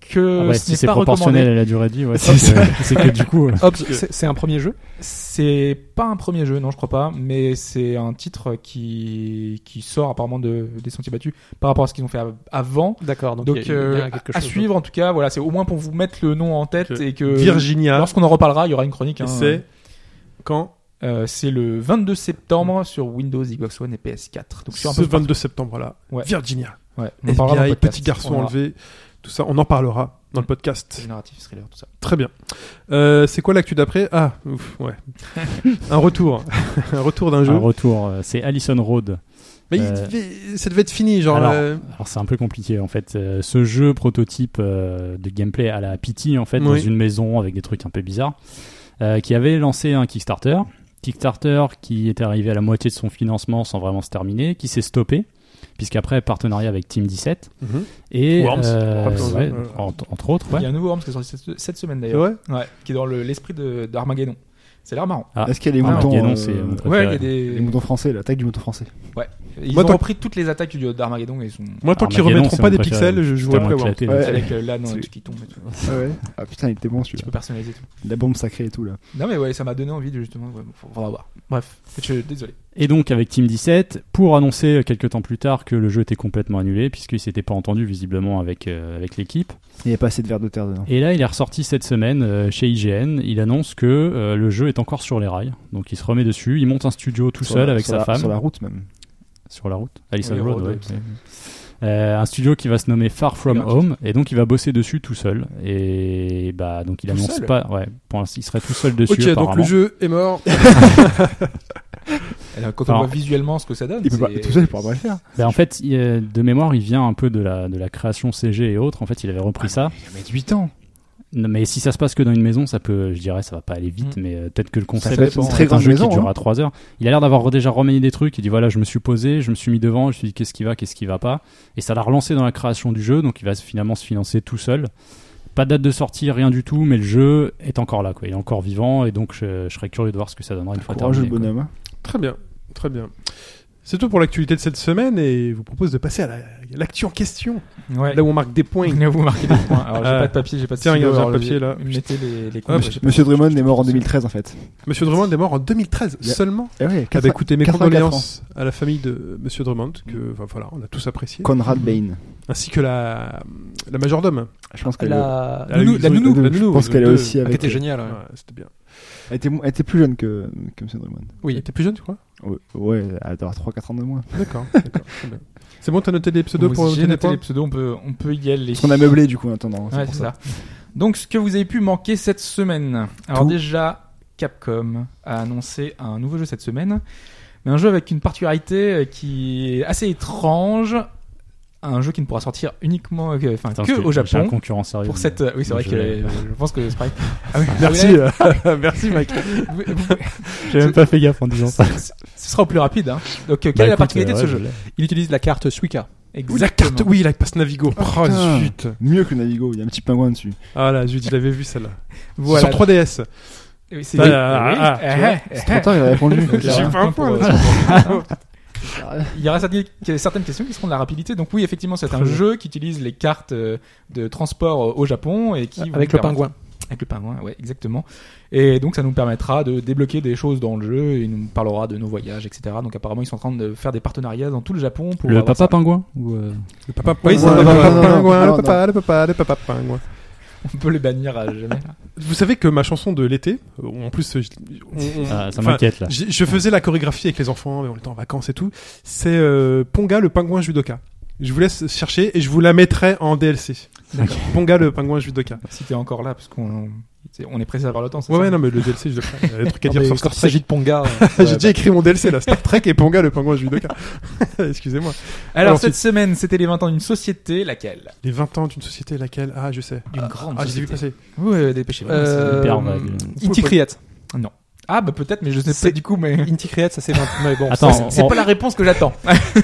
D: que
E: Ah ouais,
D: ce
E: si
D: n'est
E: c'est
D: pas
E: proportionnel
D: recommandé.
E: à la durée de vie, ouais,
D: C'est
E: c'est que- c'est que du coup. euh,
F: Hop, c'est c'est un premier jeu.
D: C'est pas un premier jeu, non, je crois pas. Mais c'est un titre qui, qui sort apparemment de, des sentiers battus par rapport à ce qu'ils ont fait av- avant.
F: D'accord, donc,
D: Donc,
F: il y a- il y a
D: euh,
F: quelque
D: à
F: chose.
D: suivre en tout cas. Voilà, c'est au moins pour vous mettre le nom en tête
B: Que-
D: et que
B: Virginia,
D: lorsqu'on en reparlera, il y aura une chronique. hein.
B: c'est quand
D: Euh, c'est le 22 septembre sur Windows, Xbox One et PS4. Donc sur un
B: Ce
D: peu
B: 22 septembre là.
D: Ouais.
B: Virginia.
D: Ouais, on en parlera dans le
B: FBI,
D: podcast.
B: petit garçon
D: On aura-
B: enlevé. Tout ça, on en parlera dans le podcast.
D: Génératif, thriller, tout ça.
B: Très bien. Euh, c'est quoi l'actu d'après Ah, ouf,
D: *laughs*
B: ouais. un retour. *laughs* un retour d'un jeu.
E: Un retour, euh, c'est Allison Road.
B: Mais il
E: Euh,
B: devait- ça devait être fini, genre.
E: Alors,
B: euh,
E: alors, c'est un peu compliqué en fait. Euh, ce jeu prototype euh, de gameplay à la Pity en fait, dans
B: Oui.
E: une maison avec des trucs un peu bizarres, euh, qui avait lancé un Kickstarter. Kickstarter qui était arrivé à la moitié de son financement sans vraiment se terminer, qui s'est stoppé, puisqu'après partenariat avec Team 17
B: mhm.
E: et
B: Worms,
E: euh,
B: rappelons-le.
E: ouais, en- entre autres,
D: Il y
E: ouais.
D: a un nouveau Worms qui est sorti cette, cette semaine
B: C'est
D: d'ailleurs.
B: vrai
D: Ouais, qui est dans le- l'esprit de- d'Armageddon. C'est l'air marrant.
E: Ah,
C: Est-ce qu'il y a les
D: ah,
C: moutons.
E: Armageddon,
C: euh,
E: c'est mon préféré.
D: Ouais, il y a
C: Les
D: des.
C: moutons français, l'attaque du mouton français.
D: Ils
B: Moi,
D: ont
B: tant-
D: repris toutes les attaques du- d'Armageddon et ils sont.
B: Moi, tant qu'ils
E: Armageddon,
B: remettront
E: c'est
B: pas
E: mon
B: des
E: préféré.
B: pixels, je
E: C'est
B: jouerai
E: tellement
B: après Worms.
E: éclaté,
C: Ouais.
D: Avec euh, l'âne
C: C'est-
D: qui tombe et tout.
C: Ah ouais *laughs* Ah putain, il était bon
D: Tu
C: celui-là.
D: peux personnaliser tout.
C: La bombe sacrée et tout, là.
D: Non mais ouais, ça m'a donné envie de justement. Ouais, bon, faut- faudra voir. Bref, je, désolé.
E: Et donc avec Team 17 pour annoncer euh, quelques temps plus tard que le jeu était complètement annulé puisqu'il s'était pas entendu visiblement avec euh, avec l'équipe.
C: Il n'y avait pas assez de verre de terre dedans.
E: Et là, il est ressorti cette semaine euh, chez IGN. Il annonce que euh, le jeu est encore sur les rails. Donc il se remet dessus. Il monte un studio tout
C: Sur
E: seul
C: la-
E: avec
C: sur
E: sa
C: la-
E: femme.
C: Sur la route, même.
E: Sur la route. Allison
D: Oui,
E: Road,
D: Road,
E: ouais.
D: ouais, c'est-
E: Euh, un studio qui va se nommer Far From
D: Gratuit.
E: Home. Et donc il va bosser dessus tout seul. Et bah, donc il
D: Tout
E: annonce
D: seul
E: pas. Ouais, pour l'instant, il serait tout seul dessus.
B: Ok, donc le
E: apparemment.
B: jeu est mort.
D: Alors, quand on
E: Alors-
D: voit visuellement ce que ça donne,
C: Il peut pas,
D: c'est-
C: tout seul, il pourra pas le faire.
E: Bah, en fait, il, euh, de mémoire, il vient un peu de la, de la création CG et autres. En fait, il avait repris ça.
C: Il avait 8 ans.
E: Non, mais si ça se passe que dans une maison, ça peut, je dirais, ça va pas aller vite,
D: Mm.
E: mais euh, peut-être que le concept
C: peut être une
E: c'est
C: très
E: un
C: grande
E: jeu
C: maison,
E: qui dure
C: hein.
E: à 3 heures. Il a l'air d'avoir déjà remanié des trucs. Il dit voilà, je me suis posé, je me suis mis devant, je me suis dit qu'est-ce qui va, qu'est-ce qui va pas. Et ça l'a relancé dans la création du jeu, donc il va finalement se financer tout seul. Pas de date de sortie, rien du tout, mais le jeu est encore là, quoi. Il est encore vivant, et donc je, je serais curieux de voir ce que ça donnera une fois
C: Courageux
E: terminé.
C: le
E: quoi.
C: bonhomme. hein.
B: Très bien, très bien. C'est tout pour l'actualité de cette semaine et je vous propose de passer à la- l'actu en question,
D: Ouais.
B: là où on marque des points.
D: Là, vous marquez des points. Alors j'ai
B: Ah.
D: pas de papier, j'ai pas de
B: Tiens,
D: stylo,
B: regarde, j'ai un
D: alors,
B: papier, là.
D: Mettez les, les
B: Hop.
D: j'ai pas-
C: Monsieur Drummond est mort en 2013, en fait.
B: Monsieur Drummond est mort en 2013
C: Yeah.
B: seulement.
C: Eh ouais,
B: Ah
C: quatre-
B: bah écoutez, mes
C: 84
B: condoléances à la famille de Monsieur Drummond, que enfin, voilà, on a tous apprécié,
C: Conrad Bain.
B: ainsi que la, la majordome.
C: Je pense qu'elle
F: La...
B: La nounou-
F: Nounou-
B: la nounou, la nounou,
C: Je pense
B: ils ont
C: qu'elle est
B: deux-
C: aussi
F: Ah, qui
C: avec.
F: était génial. ouais.
B: Ouais, C'était bien.
C: Elle était, elle était plus jeune que, que Monsieur Drummond.
B: Oui. était plus jeune, tu crois
C: Ouais, Ouais, elle doit avoir 3-4 ans de moins.
B: *laughs* D'accord, d'accord. très bien. C'est bon, t'as noté les pseudos
D: Vous
B: pour hein
D: y-
B: noter
D: j'ai
B: les
D: noté
B: points
D: les pseudos, on peut, on peut y aller.
C: Parce qu'on a meublé du coup en attendant.
D: Ouais,
C: Hein, pour
D: c'est ça. Donc, ce que vous avez pu manquer cette semaine. Alors,
C: Tout.
D: déjà, Capcom a annoncé un nouveau jeu cette semaine. Mais un jeu avec une particularité euh, qui est assez étrange. Un jeu qui ne pourra sortir uniquement, euh, enfin,
E: Attends,
D: que
E: parce
D: au
E: j'ai un
D: Japon.
E: concurrent sérieux.
D: Pour cette, euh, oui, c'est
E: Le
D: vrai
E: jeu.
D: que euh, je pense que Sprite. Ah oui,
B: Merci,
D: ah
B: euh, merci Mike.
D: oui, là, vous- vous-
E: J'ai même pas fait gaffe en disant ça.
D: ce sera au plus rapide. hein. Donc, euh, quelle
E: Bah,
D: est la
E: écoute,
D: particularité
E: euh,
D: de ce
E: ouais,
D: jeu
E: je l'ai.
F: Il utilise la carte Suica.
B: Oui, la carte,
D: Exactement.
B: oui, la passe Navigo. Oh,
C: putain.
B: zut.
C: Mieux que le Navigo, il y a un petit pingouin *laughs* dessus.
B: Ah là, zut, je l'avais vu celle-là.
D: Voilà.
B: Sur 3DS.
D: Oui, c'est-
B: Ah,
D: oui,
B: ah,
D: oui.
B: ah,
D: Eh, eh,
C: C'est trop tard, il a *laughs* répondu.
D: Donc, là,
B: J'ai euh, pas un point,
D: pour-
B: là. *laughs*
D: Il y aura certaines certaines questions qui seront de la rapidité. Donc oui, effectivement, c'est un
B: Très bien.
D: jeu qui utilise les cartes euh, de transport euh, au Japon et qui vous
F: Avec le
D: permettra-
F: pingouin.
D: Avec le pingouin, ouais, exactement. Et donc ça nous permettra de débloquer des choses dans le jeu. Il nous parlera de nos voyages, etc. Donc apparemment, ils sont en train de faire des partenariats dans tout le Japon pour
E: Le
D: avoir
E: papa
D: ça.
E: pingouin ou euh,
B: Le papa
D: Oui, c'est
B: pingouin, le
D: vrai.
B: papa
C: Non, non, non,
B: pingouin,
C: non,
B: le
C: non.
B: papa, le papa, le papa pingouin.
D: On peut les bannir à jamais. *laughs* là.
B: Vous savez que ma chanson de l'été, euh, en plus, euh, je- on- on-
E: ah, ça
B: enfin,
E: m'inquiète là.
B: j'ai- je faisais la chorégraphie avec les enfants, on était en vacances et tout. C'est euh, Ponga le pingouin judoka. Je vous laisse chercher et je vous la mettrai en DLC. Ponga le pingouin judoka.
D: si t'es encore là, parce qu'on C'est- On est pressé par le temps, c'est
B: Ouais,
D: ça
B: ouais, non, mais le DLC, je le ferai. Il y a des trucs à
F: Non,
B: dire
F: Ah, mais
B: sur
F: quand
B: Star
F: il
B: Trek. bah.
F: s'agit
B: *laughs*
F: de Ponga. euh,
B: J'ai déjà écrit mon DLC, là. Star Trek et Ponga, le pingouin judoka. *laughs* Excusez-moi.
D: bah. Alors,
B: Alors,
D: cette semaine, c'était les 20 ans d'une société, laquelle
B: Les 20 ans d'une société, laquelle Ah, je sais.
D: D'une grande
B: Ah, je l'ai vu passer.
D: Oui, oui, dépêchez-vous.
F: Euh,
E: hyper vague.
F: Inti Create.
D: Ah, bah peut-être, mais je sais pas
F: c'est-
D: du coup, mais.
F: Inti Create, ça c'est 20. Mais bon,
E: Attends,
F: ça,
D: C'est
E: on-
D: pas la réponse que j'attends.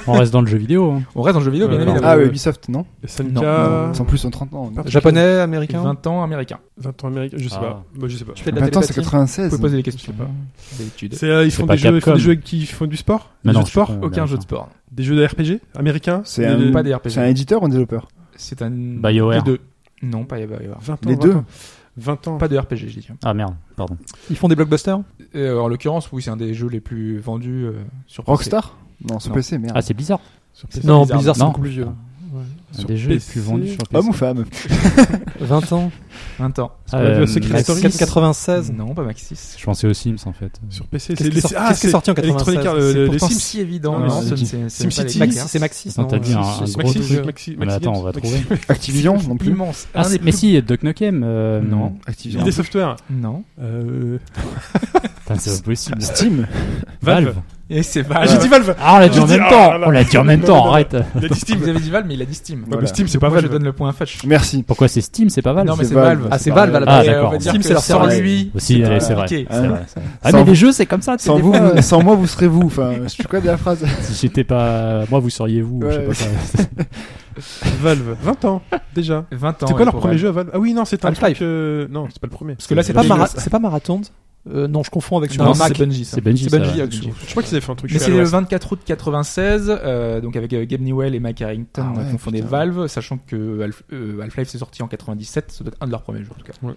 E: On reste dans le jeu vidéo. hein.
D: On reste en jeu vidéo, bien
E: Euh,
D: évidemment.
C: Ah,
B: euh,
C: ouais, Ubisoft, non
B: Sanka.
C: C'est en plus en 30 ans. non
F: c'est japonais, américain.
D: 20 ans américain.
B: 20 ans américain, je sais
E: Ah.
B: pas. Bah, je sais pas.
F: Tu fais de la
C: 20 ans, c'est
F: télépathie.
C: 96.
D: Vous pouvez poser
B: Je
D: des
B: sais
D: questions.
B: pas.
D: D'habitude.
B: C'est, euh, ils, font
E: pas
B: des jeux, ils font
E: Capcom.
B: des jeux qui font du sport Des
E: Mais
B: jeux
E: non,
B: de
E: je
B: sport
E: sais pas.
D: Aucun
E: Américain.
D: jeu de sport.
B: Des jeux de RPG américains
C: C'est
B: Des-
C: un-
D: Pas des RPG.
C: C'est un éditeur ou un développeur
D: C'est un.
E: BioWare.
D: Les deux. Non, pas BioWare.
B: 20 ans,
C: Les
B: 20
C: deux
B: ans. 20 ans.
D: Pas de RPG, je dis.
E: Ah merde, pardon.
F: Ils font des blockbusters.
D: Euh, en l'occurrence, oui, c'est un des jeux les plus vendus euh, sur PC.
C: Rockstar Non, sur
D: Non.
C: PC, merde.
E: Ah, c'est bizarre.
B: Sur
D: C'est
B: PC.
F: Non,
D: bizarre,
F: Blizzard, c'est
E: non.
F: beaucoup plus vieux.
E: Un
B: Sur
E: des jeux les
B: PC.
E: plus vendus sur PC.
C: Homme ou femme
F: 20 ans.
D: 20 ans.
B: qu'on a vu à Secret
E: Max-
B: Story.
F: 96.
D: Non, pas Maxis.
E: Euh, Je pensais aux Sims en fait.
B: Sur PC,
F: Qu'est-ce qui
B: les-
F: est sorti-
B: ah,
F: qu'est-ce qui est
B: c'est
F: sorti en
B: Electronic
F: 96
B: Arts,
D: C'est
B: euh, les
D: pourtant
B: Sims.
D: si évident.
E: Non,
D: Non,
E: c'est
D: ce ne-
E: Sim-
D: c'est- c'est
B: Sim
D: pas les
B: City.
D: Maxis.
F: Maxi, c'est Maxis.
E: Attends, t'as
F: non,
E: dit un-
F: euh,
E: un gros
B: Maxi,
E: truc.
B: Maxi,
E: Mais
B: Maxi
E: attends, on va
B: Games,
E: trouver.
B: Maxi-
C: Activision non plus
D: Immense.
E: Ah,
D: Un des
E: c'est- mais
D: plus-
E: si, Duck Nukem. euh,
D: Non.
C: Activision.
B: ID Software.
D: Non.
B: Euh,
E: Putain, c'est pas possible.
C: Steam
B: Valve.
E: Valve.
D: Et c'est
B: Ah,
D: Valve.
B: j'ai dit Valve.
E: Ah, on l'a dit en
B: Je dis-
E: même
B: ah,
E: temps.
B: là, là.
E: On l'a dit en même
B: Non,
E: temps,
B: non,
E: arrête.
B: Il a dit Steam.
D: Vous avez dit Valve, mais il a dit Steam.
B: Ouais, mais
C: Voilà.
B: Steam, c'est pas
D: Moi, je
B: Valve.
D: donne le point à Fetch.
C: Merci.
E: Pourquoi c'est Steam C'est pas Valve
D: Non, mais
C: c'est
D: c'est
C: Valve.
D: Valve.
F: Ah, c'est
C: pas
F: Valve à la
E: Ah,
F: base.
D: Et on
E: d'accord.
D: va dire
F: Steam, c'est
D: que
F: leur
D: sans
F: service.
D: lui,
E: Aussi, allez, c'est vrai.
D: compliqué.
C: Ah,
E: C'est
C: non.
E: vrai. Ah,
C: Sans
E: mais
C: vous-
E: les jeux, c'est comme ça. tu sais,
C: Sans,
E: des
C: vous,
E: fois,
C: vous- sans moi, vous serez vous. Enfin, je suis quoi de la phrase
E: Si j'étais pas. Moi, vous seriez vous. je sais
C: Ouais.
E: pas quoi. *laughs*
B: Valve. 20 ans, déjà.
D: 20 ans.
B: C'était
D: ouais,
B: pas leur
D: pour
B: premier
D: Valve.
B: jeu à Valve Ah oui, non, c'était un
F: Half-Life.
B: truc. euh, Non, c'est pas le premier.
D: Parce que là,
F: C'est
D: c'est
F: pas,
D: Bungie.
F: Mara- c'est pas Marathon Euh, Non, je confonds avec
D: Non,
F: celui-là.
D: c'est Bungie. ça.
E: C'est Benji.
F: C'est
D: Bungie.
F: Bungie, Bungie.
B: Je crois qu'ils avaient fait un truc.
D: Mais
B: sur
D: c'est le
B: iOS.
D: 24 août 96, euh, donc avec euh, Gabe Newell et Mike Harrington,
C: Ah
D: on
C: ouais,
D: confondait
C: putain.
D: Valve, sachant que Half- euh, Half-Life s'est sorti en 97, ça doit être un de leurs premiers jeux en tout cas.
B: Ouais.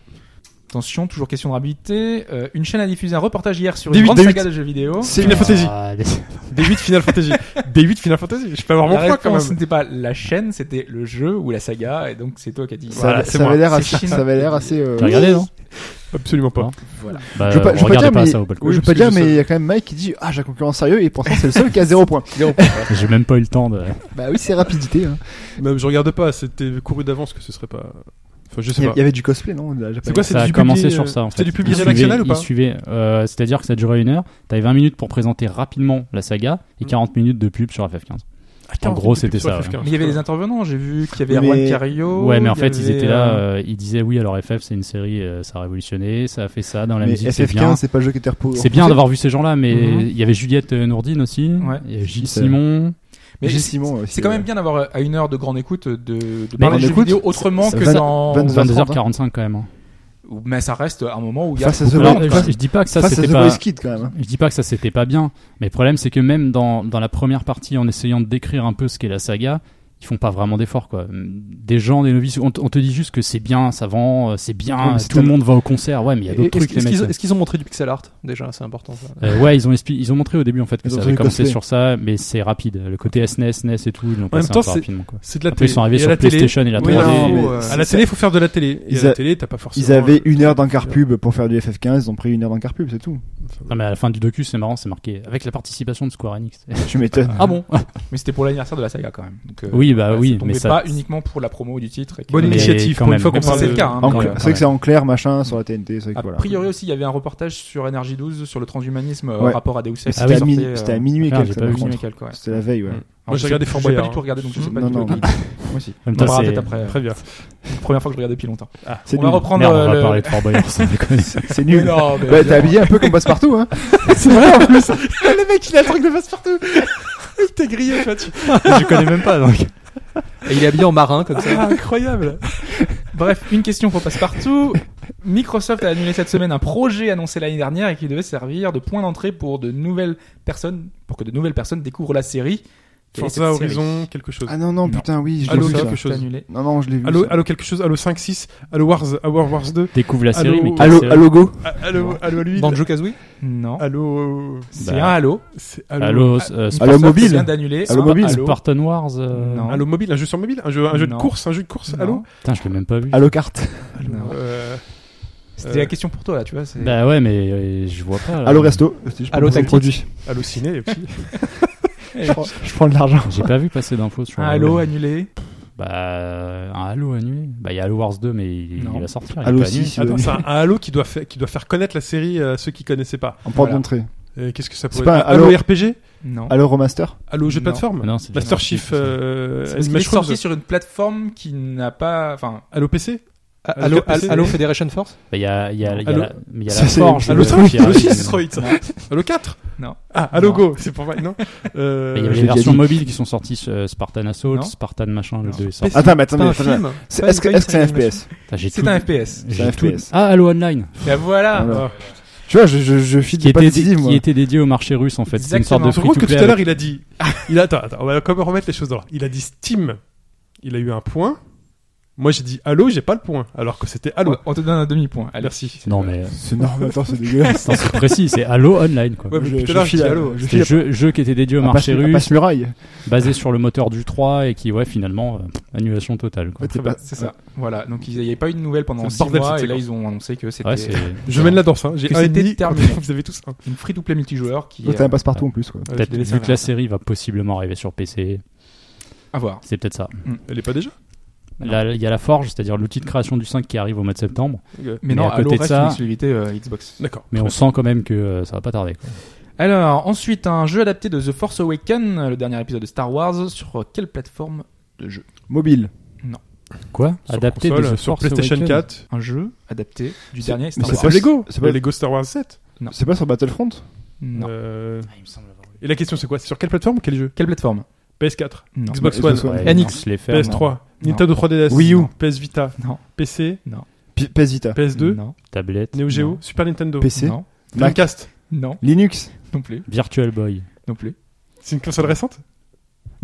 D: Attention, toujours question de rapidité. euh, une chaîne a diffusé un reportage hier sur
B: D8,
D: une grande
B: D8.
D: saga de jeux vidéo.
B: C'est Final Fantasy.
E: Ah,
B: D8 Final Fantasy. D8 Final Fantasy. Je peux avoir mon
D: La
B: point quand
D: réponse
B: même.
D: n'était pas la chaîne, c'était le jeu ou la saga, et donc c'est toi qui as dit.
C: Ça,
E: Voilà,
C: ça
E: c'est
C: avait
E: moi.
C: l'air
D: C'est
C: assez.
D: Chine.
C: Ça avait l'air assez. euh,
E: T'as regardé, non
B: Absolument pas.
E: Non.
D: Voilà.
E: Bah,
C: Je veux pas,
E: on
C: je veux pas
E: regarde
C: dire,
E: pas
C: mais,
E: ça au balcon.
C: je veux
B: Oui,
C: pas
B: parce
C: dire,
B: que
C: mais
B: c'est-
C: il y a quand même Mike qui dit Ah, j'ai un concurrent sérieux et pourtant c'est le seul qui a 0
E: *laughs*
C: points.
E: J'ai même pas eu le temps de.
C: Bah oui, c'est rapidité. hein.
B: Même je regarde pas. C'était couru d'avance que ce serait pas. Enfin, je
C: Il
B: sais
C: y
B: pas.
C: avait- il y avait du cosplay, non de la japonaise.
B: C'est quoi, c'est
E: Ça a
B: du
E: commencé
B: publié, euh,
E: sur ça. En
B: C'était
E: fait.
B: du public
E: Il
B: rédactionnel
E: suivait-
B: ou pas
E: il suivait, euh, C'est-à-dire que ça durait une heure. T'avais 20 minutes pour présenter rapidement la saga et 40 minutes de pub sur FF15. En gros, c'était ça. ouais.
D: Mais il y avait des intervenants, j'ai vu qu'il y avait
C: Oui,
D: Erwan
C: mais-
D: Cario.
E: Ouais, mais en
D: Oh, il y
E: fait, ils
D: avait,
E: étaient là.
D: euh,
E: euh, ils disaient oui, alors FF, c'est une série, euh, ça a révolutionné, ça a fait ça dans la
C: Mais
E: musique, c'est
C: SF15,
E: bien.
C: c'est pas le jeu qui était repos.
E: C'est bien d'avoir vu ces gens-là, mais
D: Mhm.
E: il y avait Juliette euh, Nourdine aussi,
D: Ouais.
E: il y a Gilles
C: Putain.
E: Simon.
D: mais
C: J'ai
D: c'est-
C: Simon.
D: C'est quand même bien d'avoir euh, à une heure de grande écoute euh, de, de parler
E: Mais grande
D: de jeux
C: écoute,
D: vidéo autrement
C: c'est
D: que
C: vingt-
D: dans.
C: vingt-
E: 22h45 quand même. hein.
D: Ou- Mais ça reste un moment où il y a.
C: Face à The
E: Alors,
C: Void,
E: je,
C: face-
E: je dis pas que ça
C: face à
E: c'était
C: The
E: pas.
C: Voice Kid quand même. hein.
E: Je dis pas que ça c'était pas bien, mais le problème c'est que même dans, dans la première partie, en essayant de décrire un peu ce qu'est la saga, ils font pas vraiment d'efforts quoi. Des gens, des novices, on, te- on te dit juste que c'est bien, ça vend, euh, c'est
C: Ouais,
E: bien,
C: mais c'est
E: tout le
C: tellement-
E: monde va au concert. Ouais, mais il y a
F: Et-
E: d'autres
F: Est-ce
E: trucs les
F: est-ce
E: mecs.
F: qu'ils
E: ça-
F: ont- est-ce qu'ils ont montré du pixel art déjà C'est important. ça.
E: Euh, ouais, ils ont, expli- ils ont montré au début en fait que
C: Ils ont
E: ça
C: montré le
E: avait commencé
C: cosplay.
E: sur ça, mais c'est rapide. Le côté E SNES, NES et tout, ils l'ont passé
B: temps,
E: un peu
B: c'est-
E: rapidement quoi.
B: C'est de la
E: Après,
B: télé.
E: ils sont arrivés
B: Et à
E: sur
B: la télé-
E: PlayStation et la
B: Oui,
E: 3D.
B: non,
C: mais-
E: et-
B: À la télé, il faut faire de la télé. Et
C: Ils
B: à la
C: a-
B: télé, t'as pas forcément.
C: Ils avaient
B: euh,
C: une heure d'encart pub pour faire du FF15, ils ont pris une heure d'encart pub, c'est tout.
E: Non, mais à la fin du docu, c'est marrant, c'est marqué avec la participation de Square Enix.
C: Tu m'étonnes.
E: ah bon
D: Mais c'était pour l'anniversaire de la saga quand même. Donc, euh,
E: *laughs* Oui, bah
D: voilà,
E: oui,
D: ça tombait
E: mais ça.
D: pas uniquement pour la promo du titre. et que-
B: Bonne
E: Mais
B: initiative.
E: quand
B: Pour une
E: même.
B: fois qu'on
D: Même si
B: parle
D: c'est
B: de.
D: le cas. hein,
C: En
D: quand
C: cl-
D: même.
C: C'est vrai que c'est en clair, machin, sur la TNT. c'est vrai que
D: A
C: voilà.
D: priori aussi, il y avait un reportage sur NRJ12 sur le transhumanisme euh,
C: Ouais.
D: rapport à Deus Ex.
C: Mais
D: qui
C: C'était à
D: sortait,
C: minuit-
D: euh,
C: c'était à minuit et
E: Ah,
C: quelques.
E: j'ai
C: ça,
E: pas
C: par
E: vu
D: minuit
C: contre.
D: et quelques, ouais.
C: C'était la veille, ouais.
B: Mm. j'ai
D: Alors, je-
B: regardé Fort
D: Je l'ai pas
B: Boyard,
D: du tout regardé, donc je sais pas
C: Non,
D: du tout.
C: non.
D: Moi aussi.
E: En même
D: On
E: temps,
D: verra
E: c'est-
D: peut-être après.
B: Très bien.
D: Première fois que je regarde depuis longtemps.
C: C'est
D: On va
C: nul.
D: reprendre
E: Merde, on
D: euh,
E: va
D: le-
E: parler de Fort Boyard, sans déconner.
C: C'est
D: Mais
C: nul. Bah,
D: non, mais
C: t'es
D: évidemment.
C: habillé un peu comme passe-partout, hein. c'est vrai en plus.
F: le mec, il a un truc de passe-partout. il t'a grillé, toi. Tu...
E: Je connais même pas donc.
F: Et il est habillé en marin comme ça.
D: incroyable. Bref, une question pour passe-partout. Microsoft a annulé cette semaine un projet annoncé l'année dernière et qui devait servir de point d'entrée pour de nouvelles personnes, pour que de nouvelles personnes découvrent la série. Quelle est cette
B: Forza
D: série
B: Horizon, quelque chose.
C: Ah non, non, putain, oui, je l'ai
B: Allô,
C: vu. ça.
D: Microsoft
B: quelque chose.
D: a annulé.
C: Non, non, je l'ai vu.
B: Allo,
C: ça.
B: allo quelque chose, allo 5-6, allo Wars, allo Wars 2,
E: *laughs* Découvre la série,
B: Allô
E: mais quelle
C: Allo,
E: série
C: allo go.
B: a- allo, allo lui,
F: Banjo Kazooie.
D: Non.
B: Ah, allo,
D: C'est
E: Bah.
D: un Halo.
B: c'est
E: Allo,
B: euh, allo, Ah,
E: euh,
C: Allo
D: Microsoft
C: mobile.
D: vient d'annuler.
C: Allo
D: un
C: mobile.
E: Spartan Wars. euh,
D: Non.
B: allo mobile, un jeu sur mobile, un jeu, un jeu de
D: Non.
B: course, un jeu de course,
D: Non.
B: allo,
E: Putain, je l'ai même pas vu.
C: Allo carte.
B: Allo,
D: Non.
B: euh,
D: C'était
B: Euh.
D: la question pour toi là, tu vois. c'est-
E: Bah ouais, mais euh, je vois pas. là.
C: Allo resto. Je prends
F: Allo
C: le
F: Tactique.
C: produit.
B: allo ciné aussi.
D: *laughs*
C: Je prends de l'argent.
D: Ah,
E: J'ai pas vu passer d'infos sur. euh,
D: Un Halo annulé.
E: Bah, un Halo annulé. Bah, il y a Halo Wars 2, mais il,
D: Non.
E: il va sortir. il est
C: Halo
E: pas
C: 6,
E: annulé.
C: euh,
B: Attends, c'est un, un Halo qui doit, faire, qui doit faire connaître la série à ceux qui connaissaient pas.
C: en porte
B: Voilà.
C: d'entrée.
B: Euh, Qu'est-ce que ça
C: C'est
B: pourrait
C: pas
B: être
C: un Halo-
B: Halo RPG
D: Non.
C: Halo Remaster
B: Halo jeu de
D: Non.
B: plateforme
E: Non, c'est
B: Master
E: déjà
B: Chief
E: marqué,
B: euh,
D: C'est parce qu'il est
B: Animation
D: sorti sur une plateforme qui n'a pas. Enfin,
B: Halo PC
F: Halo,
B: Halo-
F: Halo Federation Force
E: Bah, il y a, il y a, il y a
B: Halo-
E: la, mais il y a
C: Ça,
E: la
C: c'est-
E: Forge.
B: Halo
E: euh,
B: 5
E: qui
B: Halo
E: arrive.
B: 6 ça sera vite. Halo 4
D: Non.
B: Ah, Halo
D: Non.
B: Go, c'est pour moi. Non. Euh,
E: Bah, Il y avait
C: j'ai
E: les
C: déjà
E: versions
C: dit.
E: mobiles qui sont sorties euh, Spartan Assault,
D: Non.
E: Spartan machin, le
D: Non.
E: 2 est sorti.
C: Attends, mais attends,
F: C'est pas
C: mais
F: un
C: attends, mais-
F: film
C: c'est- Est-ce que est-ce que c'est un FPS
E: Putain, j'ai
D: c'est
E: tout-
D: un FPS.
E: j'ai
C: un
E: tout-
C: FPS.
E: Ah, Halo Online,
D: Bah voilà.
C: Voilà.
B: Ah.
C: Tu vois, je, je, je file
E: qui
C: pas
E: était,
C: de
E: dé-
C: teasing, moi.
E: qui était dédié au marché russe en fait. C'est une sorte
D: Exactement.
E: de
B: Je
E: free
B: comprends
E: to
B: que tout
E: play.
B: à l'heure il a dit. Il a, attends, attends, on va comment remettre les choses dans l'ordre. Il a dit Steam. Il a eu un point. Moi j'ai dit Halo, j'ai pas le point. Alors que c'était Halo.
D: On- On te donne un demi-point. Allez.
B: Merci.
E: Non mais
C: C'est normal, attends, c'est dégueulasse.
E: putain, c'est précis, c'est Halo Online quoi.
B: Ouais, mais
C: Je-
B: depuis tout
C: je
B: à l'heure, je
C: file
B: dis
C: à-
B: Halo.
C: je
E: C'est
C: file
E: un jeu, jeu qui était dédié au
C: à passe-
E: marché
C: à
E: russe,
C: Passe-Muraille.
E: basé sur le moteur du 3 et qui ouais finalement euh, annulation totale
C: Ouais,
E: quoi.
C: t'es
B: bien.
C: pas-
D: C'est ça. Voilà. Donc il n'y avait pas eu de nouvelles pendant
B: C'est le
D: 6
B: bordel,
D: mois
B: cette
D: et là
B: séquence.
D: ils ont annoncé que c'était
E: Ouais, c'est
B: Je mène la danse. Hein. J'ai
D: Que
B: un et
D: c'était
B: demi.
D: terminé.
B: *laughs* Vous avez tous un.
D: une free to play multijoueur qui.
C: Toi,
D: euh,
C: t'as un passe-partout en plus, quoi.
B: Ouais,
E: Peut-être
D: je devais
E: vu
D: savoir.
E: que la série va possiblement arriver sur PC,
D: à voir.
E: c'est peut-être ça.
B: Elle est pas déjà
E: Là, il y a la Forge, c'est-à-dire l'outil de création du 5 qui arrive au mois de septembre,
D: Mais
E: Mais
D: non,
E: à côté
D: Halo
E: de
D: reste
E: ça-
D: une exclusivité euh, Xbox.
B: D'accord.
E: mais on sent quand même que euh, ça va pas tarder. quoi.
D: Alors ensuite un jeu adapté de The Force Awakens, le dernier épisode de Star Wars, sur quelle plateforme de jeu
C: Mobile.
E: Quoi
B: Sur
E: Adapté
B: console,
E: de The
B: sur
E: Force
B: PlayStation
E: Awakens.
B: 4.
D: Un jeu adapté du
C: C'est-
D: dernier Star
C: mais
D: Wars.
B: C'est Lego.
C: c'est pas-
B: Lego Star Wars 7.
C: C'est pas sur Battlefront
D: Non.
B: Euh, Et la question c'est quoi C'est sur quelle plateforme ou quel jeu
D: Quelle plateforme
B: PS4,
D: Non.
B: Xbox
C: Xbox
B: One,
C: One.
E: Ouais,
F: NX.
E: on se les fait, non.
B: PS3, Nintendo 3DS,
C: Wii U.
B: PS Vita,
D: Non.
B: PC,
C: P- PS Vita.
B: PS2,
D: Non.
E: tablette,
B: Neo Geo,
D: Non.
B: Super Nintendo,
C: PC.
D: Non.
C: Mac.
B: Dreamcast.
D: Non.
C: Linux.
D: Non plus.
E: Virtual Boy.
D: Non plus.
B: C'est une console récente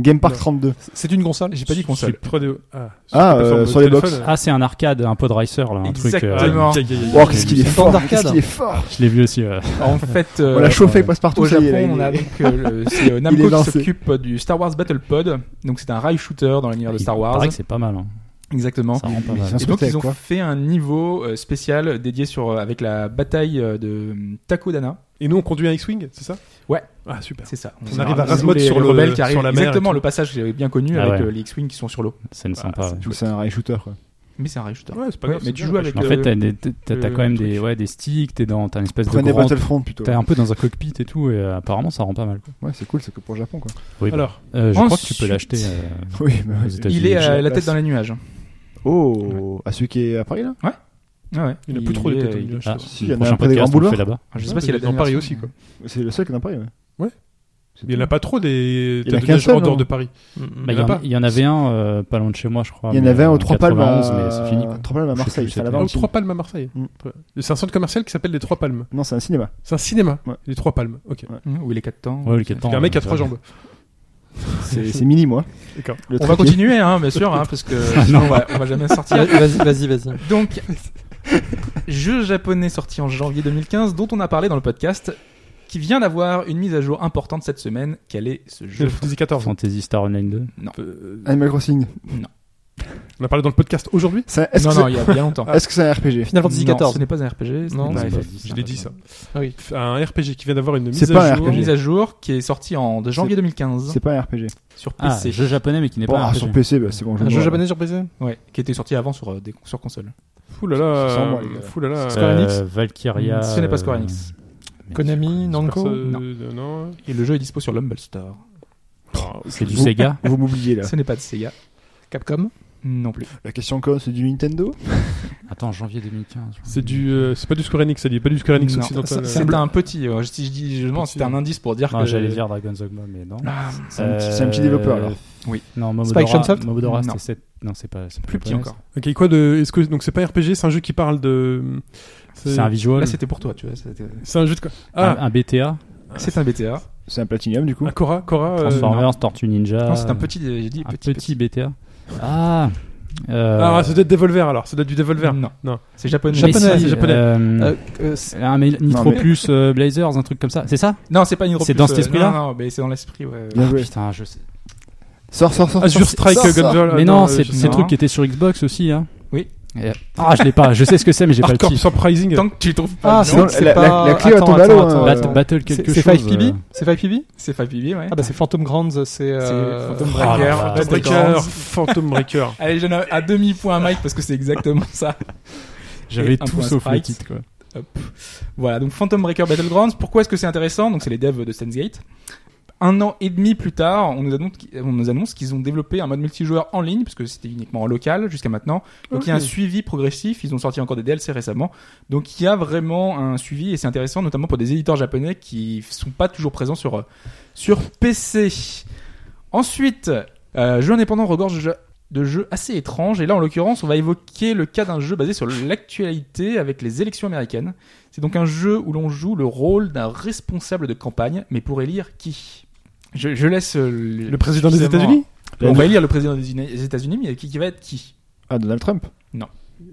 C: Game Park
B: Non.
C: 32.
F: C'est une console
D: J'ai pas dit console.
B: Sur 3D. Ah,
C: Ah,
B: quelle plateforme
C: euh, sur les box.
B: Téléphone Ah,
E: Ah, c'est un arcade, un pod racer, là, un truc. euh,
D: Exactement.
B: Aïe, aïe, aïe, aïe.
C: Oh, qu'est-ce qu'il est
E: C'est
C: fort.
F: d'arcade.
C: Qu'est-ce qu'il est fort.
E: je l'ai vu aussi. euh.
D: En fait, euh,
C: On l'a chauffé avec
D: au
C: passe-partout, ça
D: Japon,
C: y est. là, il
D: on a
C: est-
D: donc euh, le- c'est euh,
C: Il est
D: Namco qui
C: lancé.
D: s'occupe du Star Wars Battle Pod. Donc c'est un rail shooter dans l'univers de
E: Il
D: Star
E: paraît
D: Wars.
E: que c'est pas mal. hein.
D: Exactement.
E: Ça rend pas
C: mais
E: mal.
C: ça-
D: Et donc
C: Inspecteur,
D: ils ont
C: quoi.
D: fait un niveau euh, spécial dédié sur euh, avec la bataille euh, de euh, Takodana.
B: Et nous on conduit un X-Wing, c'est ça
D: Ouais.
B: Ah, super.
D: C'est ça.
B: On arrive à
D: Ils ont
B: Razmod
D: les-
B: sur
D: les
B: le-
D: rebelles qui
B: sur
D: arrivent.
B: la mer et
D: Exactement
B: tout.
D: le passage que j'avais bien connu
E: Ah
D: avec
E: ouais.
D: euh, les X-wing qui sont sur l'eau.
E: C'est une
B: Ah,
E: sympa.
B: c'est-
E: ouais.
C: C'est un rail shooter, quoi.
D: Mais c'est un rail shooter.
B: Ouais, c'est pas
D: Ouais,
B: grave.
D: mais
B: c'est
D: tu
B: bien.
D: joues avec
E: En
D: le-
E: fait, t'as, des- t'as- t'as
D: le
E: quand même
D: Euh, truc.
E: des, ouais, des sticks, t'es dans, t'as une espèce de
C: Prenez
E: grand,
C: Battlefront plutôt.
E: t'es un peu dans un cockpit et tout, et euh, apparemment ça rend pas mal. quoi.
C: Ouais, c'est cool, c'est que pour le Japon, quoi.
E: Oui, bon.
B: Alors,
E: Euh, je crois que tu
D: ensuite-
E: peux l'acheter euh,
C: Oui, mais
E: aux
C: ouais.
E: États-Unis.
D: Il est
C: J'ai
D: euh,
C: la
D: la
C: place.
D: tête dans les nuages.
C: Oh, à celui qui est à Paris, là
D: Ah ouais.
B: il n'y a plus trop les
D: est-
B: têtes au
D: il-
B: milieu, je
E: Ah,
B: pense.
C: Si, il y en a
E: prochain
C: un près des
E: podcast,
C: Grands
E: on le fait
C: Boulevards.
E: là-bas.
D: Je sais
B: Ouais,
D: pas s'il y a
B: mais
D: la
B: dans
D: dernière
B: Paris
D: version,
B: aussi, quoi.
C: C'est le seul qui est à Paris, ouais.
B: Ouais.
C: C'est
B: Il n'y en a
C: tout.
B: pas trop des
C: Il y en a
B: têtes de
C: qu'un
B: nage
C: seul, hein.
B: en dehors
C: non
B: de Paris.
E: Bah,
B: Il
E: il
B: y
E: y,
B: en a
E: en-
B: pas.
E: il y en avait un euh, pas loin de chez moi, je crois.
C: Il y en
E: mais,
C: avait un
E: euh,
C: au 3 Palmes euh,
E: 91, mais
C: à...
E: c'est fini. quoi.
C: 3 Palmes à
E: Je sais
C: Marseille,
E: plus
C: c'est à la
E: c'était.
B: Aux
C: Valentine.
B: Trois Palmes à Marseille.
C: Mm.
B: Ouais. C'est un centre commercial qui s'appelle les Trois Palmes.
C: Non, c'est un cinéma.
B: C'est un cinéma.
C: Ouais.
B: Les Trois Palmes. Ok.
D: hein, Où il est 4 temps.
E: Ouais, le euh, 4
B: Il y a un mec qui a trois jambes.
C: C'est c'est mini, moi.
B: D'accord.
C: Le
D: On va
C: truc est-
D: continuer, hein, bien sûr, hein, parce que sinon, on, va, on va jamais sortir.
F: Vas-y, vas-y, vas-y.
D: Donc, *laughs* jeu japonais sorti en janvier 2015, dont on a parlé dans le podcast, qui vient d'avoir une mise à jour importante cette semaine. Quel est ce
B: J'ai
D: jeu
B: le Fantasy 14.
E: Fantasy Star Online 2.
B: Euh,
C: Animal Crossing.
B: On a parlé dans le podcast aujourd'hui.
C: C'est un- Est-ce que
D: Non, non,
C: c'est- Ah,
D: il y a
C: *laughs*
D: bien longtemps.
C: est-ce que c'est un RPG
F: Final Fantasy
D: Non, ce
F: XIV.
D: n'est pas un RPG. ce
F: Non,
D: n'est pas
E: c'est
D: un
E: pas-
D: FF.
B: Je l'ai dit ça.
F: Ah oui.
B: Un RPG qui vient d'avoir une
C: C'est
B: mise
C: pas
B: à
C: un
B: jour.
D: Une mise
C: RPG.
D: à jour qui est sortie en janvier 2015
C: C'est pas un RPG.
D: sur
E: Ah,
D: PC.
E: jeu japonais, mais qui n'est
C: Bon,
E: pas un
C: ah, sur
E: RPG.
C: PC, bah, c'est bon. je
F: Un
C: me
F: jeu
C: vois.
F: japonais sur PC
D: Ouais, qui était sorti avant sur, euh, des, sur console.
B: Ouh là là.
C: Sans moi,
B: euh,
C: les gars.
B: ouh là là.
E: Euh,
F: Square Enix
E: Valkyria.
D: ce n'est pas Square
E: euh,
D: Enix.
F: Konami, Namco
B: Personne- euh, Non.
D: Et le jeu est dispo sur l'Humble Store.
E: C'est du
C: Vous-
E: Sega.
C: *laughs* Vous m'oubliez, là.
D: Ce n'est pas de Sega
F: Capcom
D: non plus.
C: La question con, c'est du Nintendo
E: Attends, janvier 2015.
B: C'est du, euh, c'est pas du Square Enix, ça dit, pas du Square Enix
D: Non,
B: occidental.
D: c'est
B: euh,
D: c'est un petit. euh, si je dis, je demande,
B: Petit,
D: c'était un indice pour dire
E: Non,
D: que
E: j'allais dire Dragon's Dogma, mais non. Euh,
D: Ah,
C: C'est un petit- c'est un petit développeur, alors.
D: Oui.
E: Non,
F: C'est pas
E: Momodora.
F: Actionsoft
E: Momodora,
D: Non.
E: c'était sept- Non, c'est pas. c'est pas
D: plus petit
E: japonais,
D: encore.
B: Ok, quoi de, est-ce que donc c'est pas un RPG, c'est un jeu qui parle de,
E: ça. C'est un
D: Là,
E: visual.
D: c'était pour toi, tu vois. c'était-
B: c'est un jeu de quoi
E: Un,
B: Ah,
E: un BTA.
D: C'est un BTA.
C: C'est un Platinum, du coup.
B: un Cora, Cora. euh,
E: Transformers, Tortue Ninja.
D: Non, c'est un petit. J'ai dit
E: Euh, un
D: petit.
E: petit BTA. Ah. euh, Mm,
B: Ah, ça doit être Devolver alors, ça doit être du Devolver.
D: Non.
B: Non.
D: C'est japonais.
E: mais
B: japonais,
E: si,
B: c'est japonais.
E: euh,
F: Euh, euh, c'est-
E: un Mel- Nitro
C: Non, mais-
E: Plus euh, Blazers, un truc comme ça. C'est ça
D: Non, c'est pas une euh,
E: C'est dans cet esprit-là
D: Non, non, mais c'est dans l'esprit, ouais.
C: Bien joué.
E: Putain, je sais.
C: Sors, sors, sors.
B: Azure
C: sors,
B: Strike
C: sors, sors.
B: Gunvolt.
D: euh,
E: mais non, c'est
D: sais
E: ces
D: pas.
E: trucs qui étaient sur Xbox aussi. Hein.
D: Oui.
E: Et- Ah, je l'ai pas, je sais ce que c'est, mais j'ai pas le
B: Hardcore
E: titre.
B: Surprising.
D: Tant que tu le trouves pas.
F: Ah,
D: non.
C: sinon,
F: c'est
C: la-
F: pas-
C: la- la clé va
F: attends,
C: tomber à
F: attends,
C: l'eau,
F: attends,
C: hein.
F: attends.
E: Bat- battle quelque
F: C'est c'est
E: chose.
F: 5PB
E: euh,
F: C'est 5PB
D: C'est 5PB, ouais.
F: Ah bah c'est Phantom Grounds, c'est...
D: C'est
F: euh,
D: Phantom
E: oh là
D: Breaker.
E: là.
D: Phantom
B: Breaker,
D: Breaker.
B: ah, Phantom Breaker.
D: Allez, j'en ai à demi-point Mike parce que c'est
E: *laughs*
D: exactement ça.
E: J'avais
D: Et un
E: tout
D: point
E: sauf le
D: Sprite.
E: titre, quoi.
D: Voilà, donc Phantom Breaker Battlegrounds, pourquoi est-ce que c'est intéressant Donc c'est les devs de Sense8. Un an et demi plus tard, on nous annonce, on nous annonce qu'ils ont développé un mode multijoueur en ligne, puisque c'était uniquement en local jusqu'à maintenant. Donc il y a un suivi progressif, ils ont sorti encore des DLC récemment. Donc il y a vraiment un suivi et c'est intéressant, notamment pour des éditeurs japonais qui sont pas toujours présents sur, euh, sur PC. Ensuite, euh, jeu indépendant regorge de jeux- de jeux assez étranges. Et là, en l'occurrence, on va évoquer le cas d'un jeu basé sur l'actualité avec les élections américaines. C'est donc un jeu où l'on joue le rôle d'un responsable de campagne, mais pour élire qui je, je laisse euh, le,
B: Le président des
D: suffisamment-
B: États-Unis
D: On va élire le président des Uni- des États-Unis, mais qui, qui va être qui
C: Ah, Donald Trump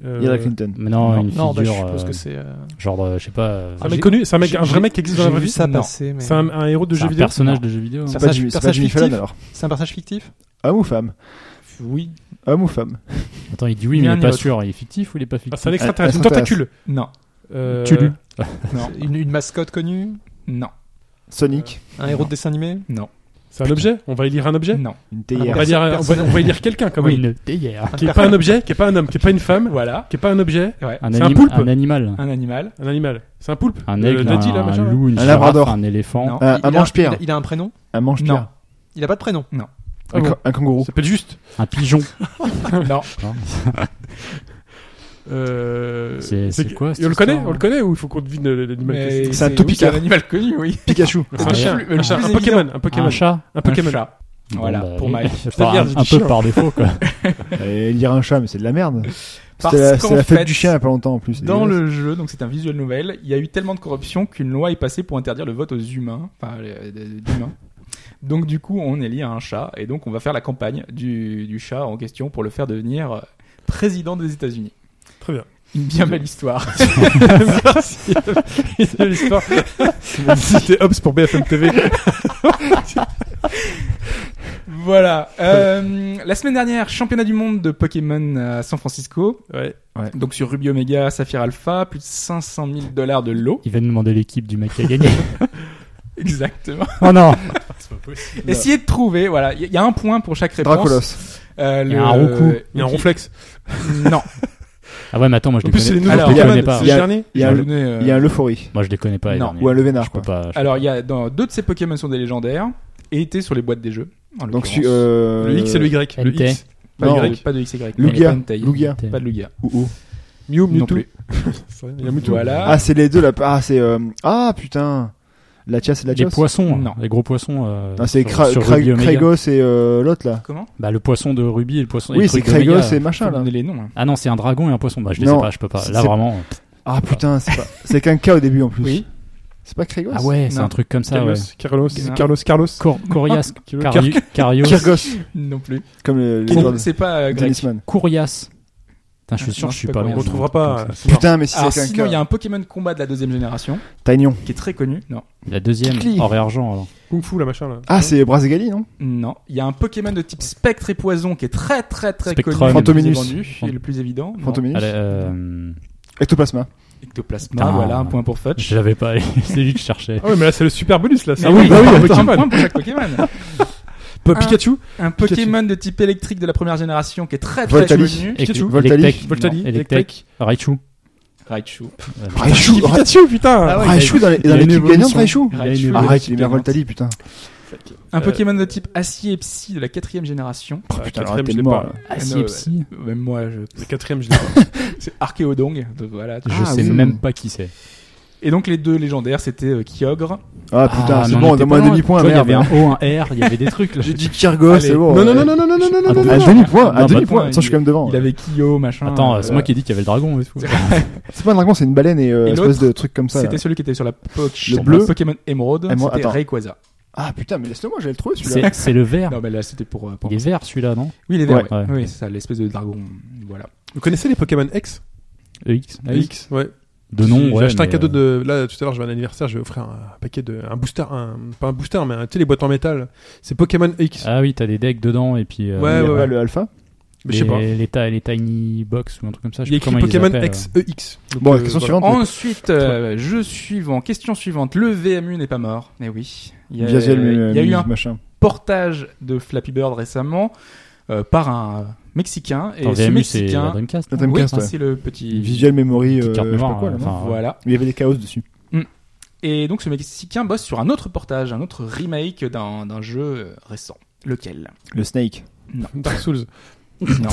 B: Euh,
C: Hillary Clinton.
E: Mais non, une
F: Non, bah, je
E: figure.
F: suppose
E: euh,
F: que c'est... euh,
E: genre, euh, je sais pas. euh,
B: Un mec connu, c'est un mec, un
F: j'ai-
B: vrai mec qui existe dans
F: j'ai
B: la vraie
F: vu
B: vie.
F: ça
D: Non.
F: passer, mais...
B: C'est un, un héros de
E: c'est
B: jeu
E: un
B: vidéo.
E: personnage de jeu vidéo.
C: C'est
E: hein.
C: pas,
F: Personnage-
C: Jimmy- c'est pas
F: personnage
C: Jimmy Fallon
F: fictif.
C: alors.
F: C'est un personnage fictif
C: Homme ou femme
D: Oui.
C: Homme ou femme
E: Attends, il dit oui,
D: Ni
E: mais
D: un
E: il est
D: ni
E: pas
D: l'autre.
E: sûr. Il est fictif ou il est pas
B: Ah, c'est un
E: fictif
B: extraterrestre, une
C: Extraterrestre.
B: tentacule.
D: Non.
B: Euh,
E: Tulu.
D: Non.
F: C'est une, une mascotte connue
D: Non.
C: Sonic
F: Un héros de dessin animé
D: Non.
B: C'est un objet On va élire un objet
D: Non.
C: Une
B: On
C: théière
B: va, dire, on, va, on va élire quelqu'un quand même.
E: Une théière.
B: Qui est pas un objet, qui est pas un homme, qui est pas une femme,
D: Voilà.
B: qui est pas un objet,
D: Ouais.
E: Un,
B: C'est un
E: anim-
B: poulpe.
E: un animal.
D: Un animal.
B: un animal. C'est un poulpe
E: Un
B: Le-
E: aigle,
B: l'a dit, là,
E: un,
B: machin, là.
E: loup, une
C: Un
E: girafe,
C: labrador.
E: un éléphant.
D: Non.
C: Un-
F: Il-
C: un
F: il a-
C: mange-pierre.
F: il a- Il a un prénom
C: Un
D: Non.
C: mange-pierre
F: Il a pas de prénom
B: Ah
C: un,
B: bon.
C: can- un kangourou
B: Ça peut être juste.
E: Un pigeon.
D: non.
B: Euh,
E: C'est- c'est
B: que-
E: quoi,
B: et On
E: cette
B: le connaît
E: histoire
B: On le connaît ou il faut qu'on devine le- l'animal que
D: Mais
C: C'est un toupicard.
D: oui, c'est un animal connu, oui.
C: Pikachu
B: C'est un
E: le
B: chien.
D: plus- le
B: Un chien.
D: plus
B: Un
D: évident.
B: Pokémon. Un Pokémon.
E: Un chat.
B: Un Pokémon.
D: Un chat. Voilà,
E: Bon, bah,
D: pour
E: oui.
D: Mike.
E: Par-
B: bien,
E: un
B: j'ai dit
E: un peu
B: chien.
E: par défaut, quoi.
C: Et il y a un chat mais c'est de la merde
D: Parce
C: C'était la,
D: qu'en
C: c'était la fête
D: fait,
C: du chien il y a pas longtemps en plus c'est
D: Dans
C: dégueulasse.
D: le jeu, donc c'est un visuel nouvelle, il y a eu tellement de corruption qu'une loi est passée pour interdire le vote aux humains. Enfin, euh, d'humains. Donc du coup, on est lié à un chat et donc on va faire la campagne du, du chat en question pour le faire devenir euh, président des États-Unis.
B: Très bien. *laughs*
D: Une bien belle histoire.
B: Merci. C'est
E: *laughs*
B: l'histoire. C'est comme si C'était Hobbs pour BFM TV.
D: voilà. Euh, la semaine dernière, championnat du monde de Pokémon euh, à San Francisco.
B: Ouais.
D: Donc sur Ruby Omega, Saphir Alpha, plus de 500 000 dollars de lot.
E: *laughs* Il va nous demander l'équipe du mec qui a gagné.
D: Exactement.
E: oh non
D: Essayez de trouver, voilà. Il y, y a un point pour chaque réponse.
C: Dracolos
D: Euh, le-
E: Il y a un Roku.
B: Il y a un
D: qui-
B: ronflex.
D: Non.
E: Ah ouais, mais attends, moi je
B: En
E: les
B: plus, c'est les
E: connais,
B: nouveaux
D: Alors,
E: je les
B: Pokémon.
E: connais pas.
B: C'est
C: Il y
B: les
C: a-
B: derniers.
C: il y a un-
D: Journée, euh,
C: il y a un l'euphorie
E: Moi je les connais pas. les
D: Non.
E: derniers.
C: ou un
E: Je
C: levénard
E: peux
C: quoi
E: pas. je-
D: Alors, il y a dans deux de ces Pokémon sont des légendaires et étaient sur les boîtes des jeux. en
C: donc
D: l'occurrence.
C: tu- euh,
B: Le X et le Y. Le
E: NT.
B: X.
D: pas,
C: non.
D: de Y, pas de XY.
C: Lugia.
D: Pas de Entei.
C: Lugia.
D: Pas de Lugia.
C: Ou- ou.
B: Mew,
D: Non
B: Mewtwo.
D: plus.
B: C'est vrai, Il y a Mewtwo.
D: Voilà.
C: ah c'est les deux là ah c'est euh, ah putain la Tia c'est la
E: Les
C: Tia
E: poissons,
D: Non.
E: les gros poissons. euh,
C: Ah, c'est
E: sur-
C: Kra-
E: sur
C: Kra-
E: Ruby Omega.
C: Kragos et euh, l'autre là.
D: Comment
E: Bah, le poisson de Ruby et le poisson. et le
C: Oui, c'est
E: truc d'Omega.
C: Kragos et machin
D: Faut
C: là.
D: donner
C: *laughs*
D: les noms. hein.
E: Ah non, c'est un dragon et un poisson. Bah, je les
C: Non.
E: sais pas, je peux pas. Là
C: C'est-
E: vraiment.
C: Ah putain, c'est
E: *laughs*
C: pas- c'est qu'un K au début en plus.
D: Oui.
C: C'est pas Kragos
E: Ah ouais, c'est
D: Non.
E: un truc comme ça,
B: Carlos,
E: ouais. Ah.
B: Carlos,
D: Non.
B: Carlos, Carlos.
E: Cor-
B: *laughs*
E: Corias,
B: Qui veut-
E: Cari- Carios,
C: Kyrgos,
D: Non plus.
C: comme le, les
D: Bon,
C: joueurs de
D: c'est pas euh, grec.
C: tennisman.
E: Courias. Putain, je suis
D: Non,
E: sûr, que je
D: je
E: suis
D: peux
E: pas
D: pas,
E: loin.
B: On retrouvera Ah, pas. euh,
C: Putain, mais si
E: Ah,
D: Alors,
C: c'est
D: sinon,
C: qu'un
D: il
C: K.
D: y a un Pokémon combat de la deuxième génération
C: Tagnon.
D: qui est très connu. Non.
B: euh,
E: La deuxième,
C: Kikli.
E: or et argent, alors.
B: Kung Fu, la machin là.
C: Ah, c'est Brazegali, non
D: Non, il y a un Pokémon de type spectre et poison qui est très très très
E: Spectrum.
D: connu,
C: Fantominus.
D: le plus vendu et le plus évident. Non.
C: Fantominus
E: Allez, euh,
C: Ectoplasma.
D: Ectoplasma,
E: Putain.
D: voilà, un point pour Fudge.
E: je l'avais pas, *laughs* c'est lui que je cherchais.
B: Ah ouais, mais là, c'est le super bonus là.
D: Mais
B: C'est
D: oui,
B: bah
D: *laughs* un
B: attends.
D: point pour chaque Pokémon.
B: Peu- Pikachu,
D: Un Pokémon de type électrique de la première génération qui est très très
C: Voltali.
D: connu.
E: Elec-
C: Pikachu,
E: Electek,
B: Voltali,
E: non,
B: Electek.
E: Electek, Raichu.
D: Raichu.
E: Euh,
C: Raichu Ra-
B: Pikachu, putain.
E: ouais,
C: Raichu dans les-
E: il y a
C: dans
E: une
C: l'équipe gagnante,
E: évolution.
C: Raichu
E: Il y a
D: Raichu.
E: une évolution.
C: Ah, Raichu, il est bien
D: Gagnante.
C: Voltali, putain.
D: Un
B: Euh,
D: Pokémon de type acier et psy de la quatrième génération.
C: Oh, putain,
B: quatrième,
C: alors, t'es
B: je l'ai
C: mort
B: pas.
C: là.
E: Ah,
D: non,
E: si,
D: ouais.
E: Psy.
D: Même moi, je...
B: Le quatrième, je l'ai pas.
D: c'est Archéodong. donc voilà. tu-
E: Je
C: Ah,
E: sais
C: oui.
E: même pas qui c'est.
D: Et donc les deux légendaires, c'était euh, Kyogre.
C: Ah putain,
E: mais
C: c'est
E: on
C: bon,
E: était
C: donne moi
E: pas
C: un
E: loin.
C: demi-point,
E: Tu vois, Il y
C: merde.
E: avait un O, un R, il
C: *laughs*
E: y avait des trucs. là.
C: J'ai dit Kyrgos,
D: Allez.
C: c'est bon.
B: Non,
C: Oh, ouais.
B: non, non, non, non, non, non, non,
E: Ah,
B: non,
E: bon,
B: non,
C: Un
B: non.
C: demi-point,
E: Non,
C: un demi-point.
D: bah,
C: Attends, je suis quand même devant.
D: Il avait Kyo, machin.
E: Attends,
D: euh,
E: c'est moi qui ai dit qu'il y avait le dragon et tout.
C: C'est pas un dragon, c'est une baleine et euh,
D: Et
C: espèce de truc comme ça. là.
D: C'était celui qui était sur la poche.
C: Le bleu.
D: Pokémon Emerald.
C: Et moi,
D: C'était
C: attends.
D: Rayquaza.
C: Ah putain, mais laisse-le moi, j'allais le trouver celui-là.
E: C'est c'est le vert.
C: Ah.
D: Non, mais là, c'était pour. euh, pour-
E: Il est vert celui-là, non
D: Oui, les verts.
E: Ouais.
D: ouais.
E: Ouais.
D: Oui, c'est ça, l'espèce de dragon. Voilà.
B: Vous connaissez les Pokémon X
E: EX.
C: Ah,
B: X, ouais.
E: E De nom, ouais.
B: J'ai acheté un
E: mais,
B: cadeau
E: euh,
B: de. E Là, tout à l'heure, je vais à un anniversaire, je vais offrir un paquet de. Un booster, un... pas un booster, mais un... tu sais, les boîtes en métal. C'est Pokémon X.
E: Ah oui, t'as des decks dedans et puis. euh,
B: Ouais,
C: Il y a
B: ouais,
C: pas
B: ouais.
C: le alpha
B: Mais je sais
E: les,
B: pas.
E: les, ta- les Tiny Box ou un truc comme ça. Je
B: Il y
E: sais
B: a
E: plus
B: écrit
E: comment ils les
B: Pokémon
E: appellent.
B: XEX. Donc,
C: Bon,
B: euh,
C: la question
B: voilà.
C: suivante.
D: Ensuite, euh, jeu suivant, question suivante. Le VMU n'est pas mort. Mais oui. Il y a,
C: Visual,
D: il y a eu
C: music,
D: un
C: machin.
D: portage de Flappy Bird récemment euh, par un Mexicain. Et
E: Attends,
D: ce
E: VMU, c'est la
D: Mexicain.
E: Dreamcast.
C: La
E: non
D: Oui,
C: Dreamcast, ouais.
D: c'est le petit.
C: Visual memory, euh,
E: Petite carte
C: je sais pas
E: noire,
C: quoi, là, non
E: enfin, ouais.
D: Voilà.
C: Il y avait des chaos dessus.
D: Et donc ce Mexicain bosse sur un autre portage, un autre remake d'un d'un jeu euh, récent. Lequel
C: Le Snake.
B: Dark Souls.
D: Non.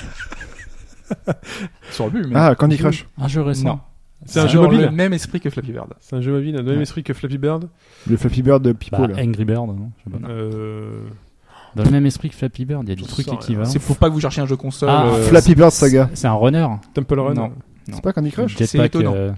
D: *laughs* sur le but, mais
C: Ah, Candy Crush.
E: Un jeu récent.
D: non.
B: C'est un
D: Dans
B: jeu mobile.
D: Le même esprit que Flappy Bird.
B: C'est un jeu mobile, un même
E: Ouais.
B: esprit que Flappy Bird.
C: Le Flappy Bird de Pipo,
E: Bah,
C: là.
E: Angry Bird, non je sais pas.
B: Euh,
E: Dans le même esprit que Flappy Bird, il y a du
B: J'en
E: truc
B: sais rien.
E: équivalent.
D: C'est faut pas que vous cherchiez un jeu console.
E: Ah,
D: euh,
C: Flappy Bird Saga.
E: C'est un runner.
B: Temple Run.
D: Non.
C: C'est pas Candy Crush
D: C'est
E: Jetpack.
D: étonnant.
E: euh,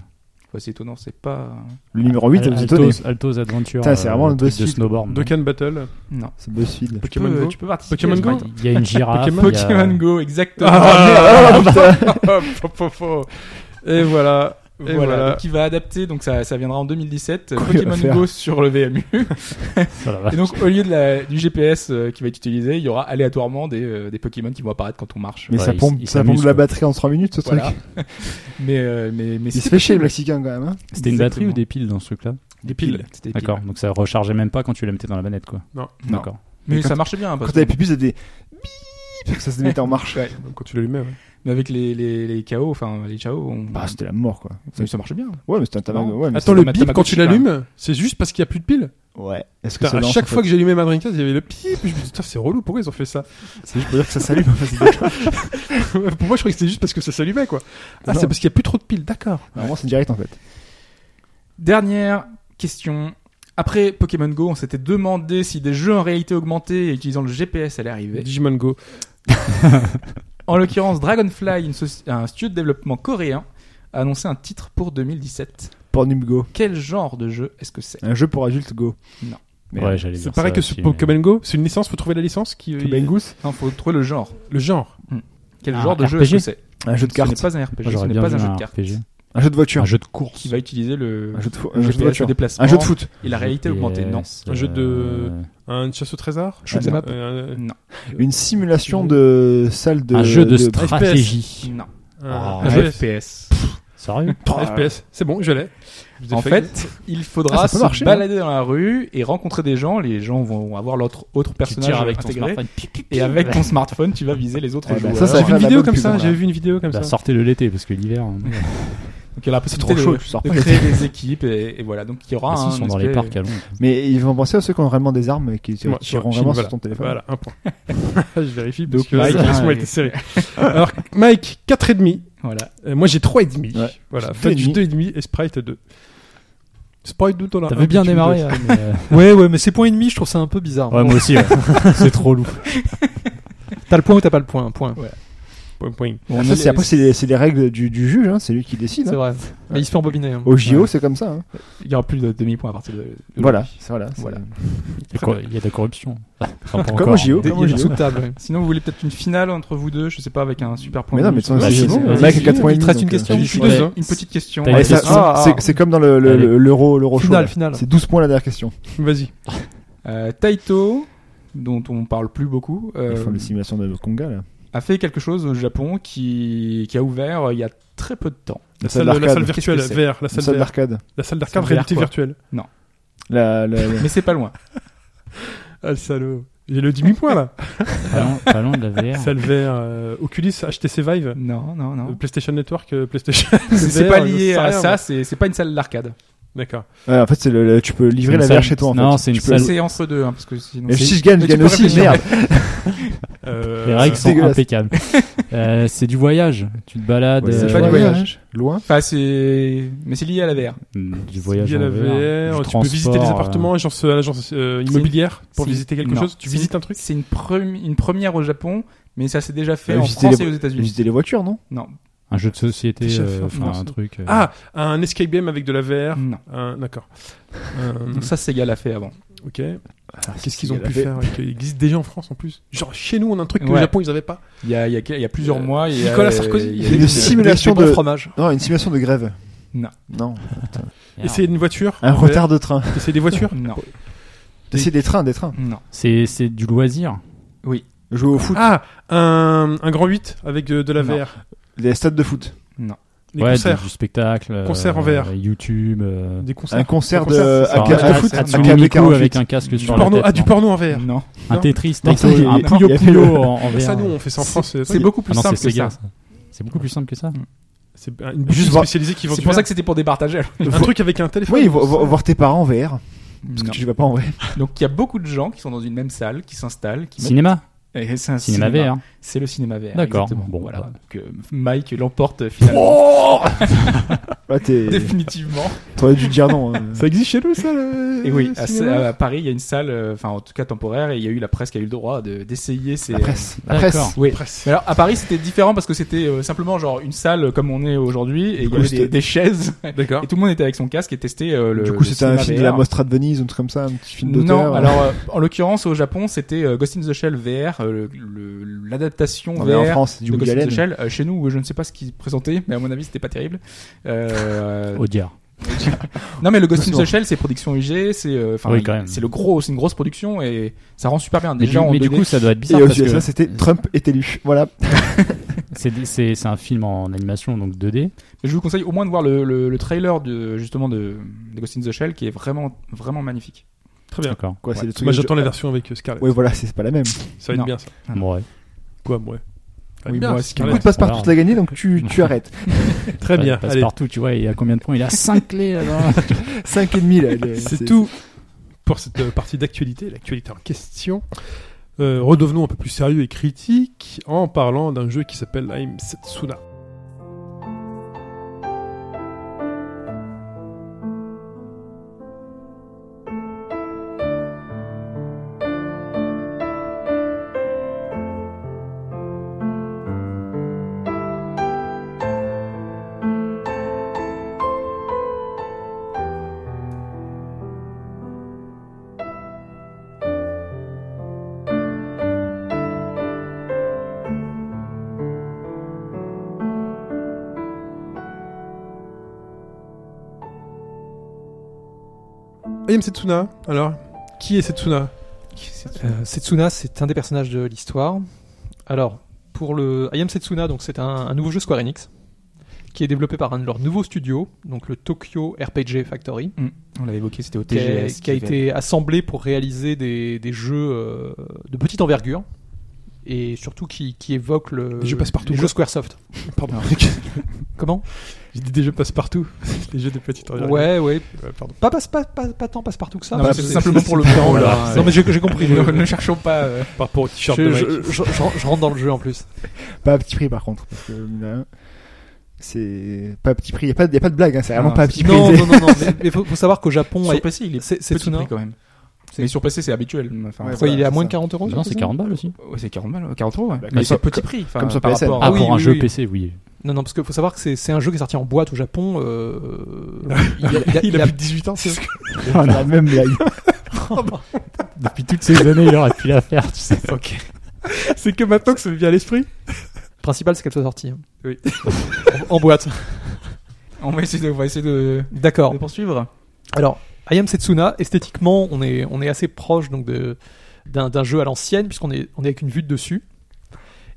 D: ouais, c'est étonnant, c'est pas.
C: Le numéro 8, vous étonnez.
E: Altos, Altos Adventure.
C: Putain, c'est
E: euh,
C: vraiment
E: le
C: le
E: truc de
C: BuzzFeed.
E: snowboard.
B: Dokkan Battle.
D: Non.
C: C'est BuzzFeed.
D: Tu
B: Pokémon
D: peux,
B: Go.
D: tu peux participer.
B: Pokémon
D: à ce
B: Go
D: parti.
E: Il y a une girafe.
B: Pokémon-
E: il y a-
D: Pokémon Go, exactement. *laughs* Oh,
C: Ah, putain.
D: Fo, fo, fo.
B: Et voilà.
D: Et
B: Et
D: voilà,
B: voilà.
D: qui va adapter, donc ça, ça viendra en 2017,
C: Quoi, il va
D: Pokémon
C: faire Ah,
D: Go sur le VMU.
C: *laughs*
E: Oh la vache.
D: Et donc, au lieu de la, du GPS euh, qui va être utilisé, il y aura aléatoirement des, euh, des Pokémon qui vont apparaître quand on marche.
C: Mais
E: Ouais,
C: ça
E: il s-
C: pompe,
E: il
C: ça
E: s'amuse,
C: pompe de la
E: quoi.
C: batterie en 3 minutes, ce truc.
D: Voilà. mais, euh, mais, mais
C: Il se fait chier, le Mexicain, quand même. hein.
E: C'était une batterie
D: Exactement.
E: ou des piles dans ce truc-là
D: Des piles. C'était des piles.
E: D'accord. Donc ça rechargeait même pas quand tu la mettais dans la manette, quoi.
B: Non.
D: Non.
E: D'accord.
D: Mais
C: Quand-
D: ça marchait bien.
C: Quand
D: parce que-
C: t'avais plus, c'était des bip, ça se mettait en marche.
D: Ouais.
B: Quand tu l'allumais, ouais.
D: Mais avec les, les, les KO, enfin, les KO, on...
C: Bah, c'était la mort, quoi.
D: ça, ça marchait bien.
C: Ouais, mais c'était un tabac.
D: Non.
C: Ouais, mais
B: Attends, le
D: c'est
B: bip quand tu
D: Tamagotchi, quand même.
B: l'allumes, c'est juste parce qu'il n'y a plus de piles.
C: c'est- Ouais. Est-ce que
B: Putain,
C: ça
B: à
C: lance,
B: chaque
C: en
B: fois
C: fait
B: que j'allumais ma Dreamcast, il y avait le pip. Je me disais, putain, c'est relou, pourquoi ils ont fait ça
C: C'est juste pour dire que ça s'allume. en fait, c'est d'accord.
B: Pour moi, je croyais que c'était juste parce que ça s'allumait, quoi. Ah,
C: Non.
B: c'est parce qu'il n'y a plus trop de piles, d'accord.
C: Normalement, c'est direct, en fait.
D: Dernière question. Après Pokémon Go, on s'était demandé si des jeux en réalité augmentée et utilisant le GPS allaient arriver.
B: Digimon Go.
D: En l'occurrence, Dragonfly, une soci- un studio de développement coréen, a annoncé un titre pour 2017.
C: Pornhub Go.
D: Quel genre de jeu est-ce que c'est
C: Un jeu pour adultes Go.
D: Non.
C: Mais euh,
E: Ouais, j'allais
B: C'est
E: dire
B: pareil
E: ça
B: que ce
E: aussi,
B: Pokémon Go, c'est une licence, faut trouver la licence qui.
C: Bengus.
D: euh, Non, faut trouver le genre.
B: Le genre.
D: Quel
E: Un
D: genre de jeu est-ce que
E: RPG?
D: c'est
C: Un jeu de
D: Ce n'est
C: cartes.
D: pas un RPG,
E: mais-
D: ce
E: Moi, J'aurais
D: n'est
E: bien
D: pas
E: vu
D: un jeu
E: un
D: de cartes.
E: RPG.
C: Un jeu de voiture.
E: Un jeu de course.
D: Qui va utiliser le,
C: Un jeu de fo-
D: le
C: un jeu de
D: GPS, le
C: voiture.
D: déplacement
C: Un jeu de foot.
D: et la réalité augmentée. Non. Ah,
B: Un jeu de- Un chasse au trésor
D: Shoot 'em up.
B: Euh,
D: Non.
C: Une simulation de salle de.
E: Un jeu de stratégie.
D: Non.
B: Un
E: Ah,
D: Un
B: jeu
D: jeu
B: FPS.
D: FPS.
E: Sérieux
B: FPS. C'est bon, je l'ai. Je l'ai
D: En fait, *laughs* il faudra
C: Ah, ça peut
D: se
E: hein.
C: marcher,
D: balader dans la rue et rencontrer des gens. Les gens vont avoir leur autre- autre
E: Tu
D: personnage
E: tires avec ton
D: intégré.
E: smartphone.
D: et avec *laughs* ton smartphone, tu vas viser les autres
C: Eh ben,
D: joueurs.
C: ça, ça
B: J'ai
C: va
B: vu une
C: faire la
B: vidéo
C: bonne
B: comme
C: pub,
B: ça,
C: là.
B: j'avais vu une vidéo comme
E: Bah,
B: ça.
E: sortez le l'été parce que l'hiver. hein.
D: Donc il y a la possibilité
C: trop chaud,
D: de,
C: tu sors
D: de
C: pas. *laughs*
D: créer des équipes et, et voilà. Donc il y aura
E: Ah, si,
B: hein,
D: un
E: ils sont dans les
D: aspect-
E: parcs à Londres.
C: Mais ils vont penser à ceux qui ont vraiment des armes et qui
B: Ouais,
C: tireront
B: ouais,
C: vraiment
B: voilà.
C: sur ton téléphone.
B: Voilà, un point. je vérifie parce
D: Donc,
B: que
E: euh,
D: Mike,
B: la question
D: ah,
B: a été serrée. Alors, Mike, 4,5.
D: Voilà.
C: Ah,
B: Euh, Moi, j'ai 3,5.
C: Ouais.
B: Voilà,
C: J'ai
B: Fudge
C: 2,5.
B: 2,5 et Sprite 2. Sprite 2 dollars.
E: T'avais bien démarré. hein, *laughs* mais, euh,
F: Ouais, ouais, mais c'est point et demi, je trouve ça un peu bizarre.
E: Ouais, moi aussi. ouais. C'est trop lourd.
F: T'as le point ou t'as pas le point Point.
B: Point, point.
D: On
C: Ça,
D: est-
C: c'est- après, c'est les, c'est les règles du, du juge, hein, c'est lui qui décide.
F: C'est
C: hein.
F: vrai. Mais il se fait embobiner. hein.
C: Au JO, c'est comme ça. hein.
D: Il y aura plus de demi-points à partir de. de-
C: Voilà. c'est- voilà, c'est-
D: Voilà.
E: Il y a cor- Il y a de la corruption. Enfin, pas
C: Comme
E: encore,
C: au JO.
E: mais-
F: Il y a
C: Comment
F: une
C: il est
F: sous table. ouais.
D: *laughs* Sinon, vous voulez peut-être une finale entre vous deux, je sais pas, avec un super point.
C: Mais non,
D: bonus.
C: mais ton
E: Bah,
C: c'est
E: si,
C: bon.
E: c'est-
C: Le
E: vas-y,
C: mec
F: si,
C: a 90.
F: il te reste une
C: donc, euh,
F: question.
D: Je suis
B: Ouais.
D: deux. Une petite question.
E: T'as
C: Ouais,
E: une
C: ça-
E: question
C: ah, c'est- C'est comme dans le- le-
E: Allez.
C: le- l'euro l'euro chaud.
F: Finale,
C: là.
F: finale.
C: C'est 12 points la dernière question.
B: Vas-y.
D: Euh, Taito, dont on parle plus beaucoup, euh,
C: Ils font des simulations de Conga là.
D: a fait quelque chose au Japon qui, qui a ouvert euh, il y a très peu de temps.
B: La salle, la salle virtuelle,
D: Qu'est-ce que
B: VR, la
C: La
B: salle
C: salle
B: VR,
C: d'arcade.
B: la salle d'arcade
D: VR,
B: réalité
D: quoi.
B: virtuelle.
C: La- la- la-
D: Mais c'est pas loin.
B: *laughs* Ah, le salaud. J'ai le demi-point là.
E: Pas loin- Pas loin de la VR.
B: salle VR, euh, Oculus, HTC Vive,
D: Non, non,
B: euh,
D: non.
B: PlayStation Network, euh, PlayStation. *laughs*
D: C'est
B: VR,
D: pas
B: je
D: lié
B: sais
D: à
B: rien,
D: ça,
B: moi.
D: c'est c'est pas une salle d'arcade.
B: D'accord.
C: Ouais, en fait, c'est le- le- tu peux livrer
E: une
C: la
E: salle-
C: VR chez toi. En
E: Non,
C: fait.
E: c'est une
C: Tu peux-
E: salle-
D: C'est entre deux, hein, parce que sinon.
C: Mais
D: c'est-
C: si je gagne, je
D: Mais tu
C: gagne
D: peux
C: aussi.
D: réfléchir.
C: Merde.
B: Euh,
E: Les règles
C: c'est
E: sont
C: dégueulasse.
E: impeccables. Euh, c'est du voyage. Tu te balades.
C: Ouais,
D: c'est
E: euh,
D: pas du voyage.
C: Loin.
D: Enfin, c'est. Mais c'est lié à la VR.
E: Mm, Du
B: Il
E: voyage
B: y a
E: en
B: la
E: VR,
B: VR,
E: du
B: euh, tu peux visiter les
E: transport,
B: appartements, agence, euh, l'agence euh, immobilière pour
D: c'est-
B: visiter quelque
D: non.
B: chose. Tu
D: C'est-
B: visites un truc
D: C'est une, premi- une première au Japon, mais ça s'est déjà fait
C: Bah,
D: en
C: visiter
D: France
C: les-
D: et aux États-Unis.
C: Visiter les voitures, non
D: Non,
E: Un jeu de société,
B: Déjà
E: euh,
B: fait en
E: enfin,
B: France.
E: un truc. euh,
B: Ah, un escape game avec de la VR.
D: non.
B: Un- D'accord. Euh,
D: Donc ça, Sega l'a fait avant.
B: ok. Qu'est-ce qu'ils
C: c'est
B: ont pu
C: galère.
B: faire et qu'il existe déjà en France en plus Genre chez nous, on a un truc que
D: Ouais. Ah.
B: au Japon ils avaient pas.
D: Il y a, il y a, il y a plusieurs
B: Euh,
D: mois. il y a-
B: Nicolas Sarkozy,
D: il
B: il
D: y
B: y
D: a
C: Une
D: des-
C: simulation
F: Des bons
C: de.
F: fromages.
C: Non, une simulation de grève.
D: Non.
C: Non.
E: merde.
B: Et c'est une voiture.
C: Un
B: VR,
C: retard de train.
D: *laughs*
B: et C'est des voitures.
D: Non,
C: C'est des trains, des trains.
D: non,
E: C'est c'est du loisir.
D: oui.
C: Jouer au foot,
B: Ah, un, un grand 8 avec euh, de la
D: Non.
B: VR.
C: les stades de foot,
B: Des
E: ouais,
B: concerts.
E: du, du spectacle. euh,
B: Concert en VR.
E: YouTube. euh,
B: Des concerts.
C: un concert
B: Un
C: de
B: concert,
C: euh,
B: c'est ça.
C: AK-
B: Un concert de foot,
C: AK-
E: Hatsune Miku
C: AKB48.
E: avec un casque
B: Du
E: sur
B: porno.
E: la tête.
B: ah, du
E: non.
B: porno en VR.
D: Non.
E: Un
B: non.
E: Tetris,
C: Non, ça, il y a-
E: un
C: il y a
E: Puyo
C: fait le-
E: Puyo en, en VR.
B: Ça, nous, on fait ça en
D: C'est-
B: France. euh,
D: C'est beaucoup
E: Ah
D: plus
E: non, c'est
D: simple que
E: Sega.
D: ça.
E: ça. C'est beaucoup plus simple que ça.
B: C'est une
C: Juste
B: boutique
C: voir-
B: spécialisée qui vend
D: C'est
B: du
D: pour
B: VR.
D: ça que c'était pour départager.
B: Un truc avec un téléphone.
C: Oui, vo- vo- voir tes parents en VR, parce
D: Non.
C: que tu les vas pas en vrai.
D: Donc il y a beaucoup de gens qui sont dans une même salle, qui s'installent, qui mettent-
E: Cinéma,
D: Et c'est un
E: cinéma VR.
D: C'est le cinéma VR.
E: D'accord.
D: exactement.
E: Bon,
D: voilà.
E: bah.
D: Donc, euh, Mike l'emporte euh, finalement.
C: Là, t'es-
D: *laughs* définitivement.
C: t'aurais dû dire non. *laughs* hein.
B: Ça existe chez nous, ça *laughs* le-
D: Et oui, ah,
B: le
D: à,
B: cinéma
D: à Paris, il y a une salle, euh, enfin en tout cas temporaire, et il y a eu la presse qui a eu le droit de- d'essayer ces.
C: La presse, la
E: D'accord.
C: presse.
D: Oui.
B: Presse.
D: Mais alors à Paris, c'était différent parce que c'était euh, simplement genre une salle comme on est aujourd'hui, et il y
C: coup,
D: avait
C: c'était-
D: des,
C: *laughs*
D: des chaises,
B: D'accord.
D: et tout le monde était avec son casque et testait euh, le.
C: Du
D: le
C: coup, c'était un
D: cinéma
C: film de la
D: VR.
C: Mostra de Venise, un truc comme ça, un petit film d'auteur.
D: Non,
C: euh,
D: alors euh, en l'occurrence au Japon, c'était euh, Ghost in the Shell VR, euh, le- le- l'adaptation
C: non, mais en
D: VR
C: France, c'est du
D: de
C: Woody
D: Ghost in the
C: Allen.
D: Shell. Euh, chez nous, je ne sais pas ce qu'ils présentaient, mais à mon avis, c'était pas terrible.
C: *laughs*
D: Euh,
E: Audiard.
D: non, mais le Ghost in the
C: Doucement.
D: Shell, c'est production IG, c'est euh, enfin,
E: Oui, quand même.
D: c'est le gros, c'est une grosse production et ça rend super bien.
E: Mais,
D: Déjà,
E: du,
D: en
E: mais du
D: 2D,
E: coup, ça doit être bizarre
C: Et
E: parce
C: aussi,
E: que
C: ça, c'était Trump est élu. Voilà.
E: c'est c'est- c'est un film en animation, donc 2D.
D: je vous conseille au moins de voir le, le- le trailer de justement de, de Ghost in the Shell, qui est vraiment vraiment magnifique.
B: Très bien.
E: D'accord.
C: Quoi, c'est le truc.
B: Moi, j'attends la version avec euh, Scarlett.
C: Oui, voilà, c'est c'est pas la même.
B: Ça va être
D: Non.
B: bien, ça.
D: Ah.
E: Bon, ouais.
B: Quoi, moi
D: Oui,
B: bien,
D: moi,
B: Ah, c'est
D: Scarlett.
C: Coup de passe-partout,
E: Voilà.
C: t'as gagné, donc tu, tu arrêtes.
B: Très bien.
E: Passe
B: Allez,
E: partout, tu vois, il a combien de points Il a 5 clés. alors.
C: 5
B: *laughs*
C: et demi, là. le-
B: c'est tout pour cette euh, partie d'actualité, l'actualité en question. Euh, redevenons un peu plus sérieux et critiques en parlant d'un jeu qui s'appelle I'm Setsuna. I'm Setsuna, alors Qui est Setsuna
F: Euh, Setsuna, c'est un des personnages de l'histoire. Alors, pour le I Am Setsuna, donc c'est un, un nouveau jeu Square Enix qui est développé par un de leurs nouveaux studios, donc le Tokyo RPG Factory,
D: On l'avait évoqué, c'était au
F: qui a,
D: TGS,
F: qui a été assemblé pour réaliser des, des jeux euh, de petite envergure et surtout qui, qui évoquent le,
B: Des jeux passe-partout,
F: les
B: quoi.
F: jeux Squaresoft.
B: Pardon. *laughs*
F: Comment
B: J'ai dit Euh, des jeux passe-partout. *laughs* les jeux de petites envergures.
F: Ouais, ouais.
B: Ouais, pardon.
F: Pas, passe- pas, pas, pas tant passe-partout que ça.
D: Non,
F: parce
D: mais
F: que
D: c'est
F: c'est
D: simplement
B: *laughs* Oh
D: pour le plan,
F: Voilà.
D: voilà.
F: Non, mais j'ai j'ai compris. je,
D: Ne, ne cherchons pas. euh,
B: Par rapport au t-shirt de
F: je-
B: Mike.
F: je- je- je- je rentre dans le jeu en plus.
C: Pas à petit prix, par contre. Parce que, là, c'est pas à petit prix. Y a pas, de- y a pas de blague, hein, c'est vraiment
D: Non,
C: pas à petit prix.
F: Ah, Non, non, non, non. Mais, mais faut, faut savoir qu'au Japon,
D: sur
F: ouais,
D: PC, il est
F: c'est c'est
D: petit
F: Tsuna.
D: prix, quand même. Mais sur PC, c'est habituel. Enfin,
C: Ouais,
D: ouais,
F: Pourquoi
C: voilà,
F: il est à
C: c'est
F: moins de
C: ça.
F: 40 euros
E: Non, c'est
F: ça
E: 40 balles aussi.
D: c'est 40 balles, 40 euros.
C: Bah,
D: Ouais. Mais
C: comme
D: c'est
C: sur-
D: petit prix. enfin,
C: comme sur
D: par
C: PSN.
D: rapport-
E: Ah,
F: oui,
E: pour un
F: oui,
E: jeu
F: oui.
E: PC, oui.
F: Non, non, parce qu'il faut savoir que c'est c'est un jeu qui est sorti en boîte au Japon.
D: *laughs*
F: euh, il, a, il a- il a-
B: 18 ans, c'est
C: *laughs* On
F: euh,
C: a la même
F: *laughs*
C: blague.
E: Depuis toutes ces années, il aurait pu la faire, tu sais.
B: C'est que maintenant que ça me vient à l'esprit.
F: le principal, c'est qu'elle soit sortie. hein.
D: Oui.
F: *laughs* en, en boîte.
D: On va essayer de, on va essayer de,
F: D'accord.
D: de poursuivre.
F: Alors, I Am Setsuna, esthétiquement, on est, on est assez proche donc de d'un d'un jeu à l'ancienne, puisqu'on est, on est avec une vue de dessus.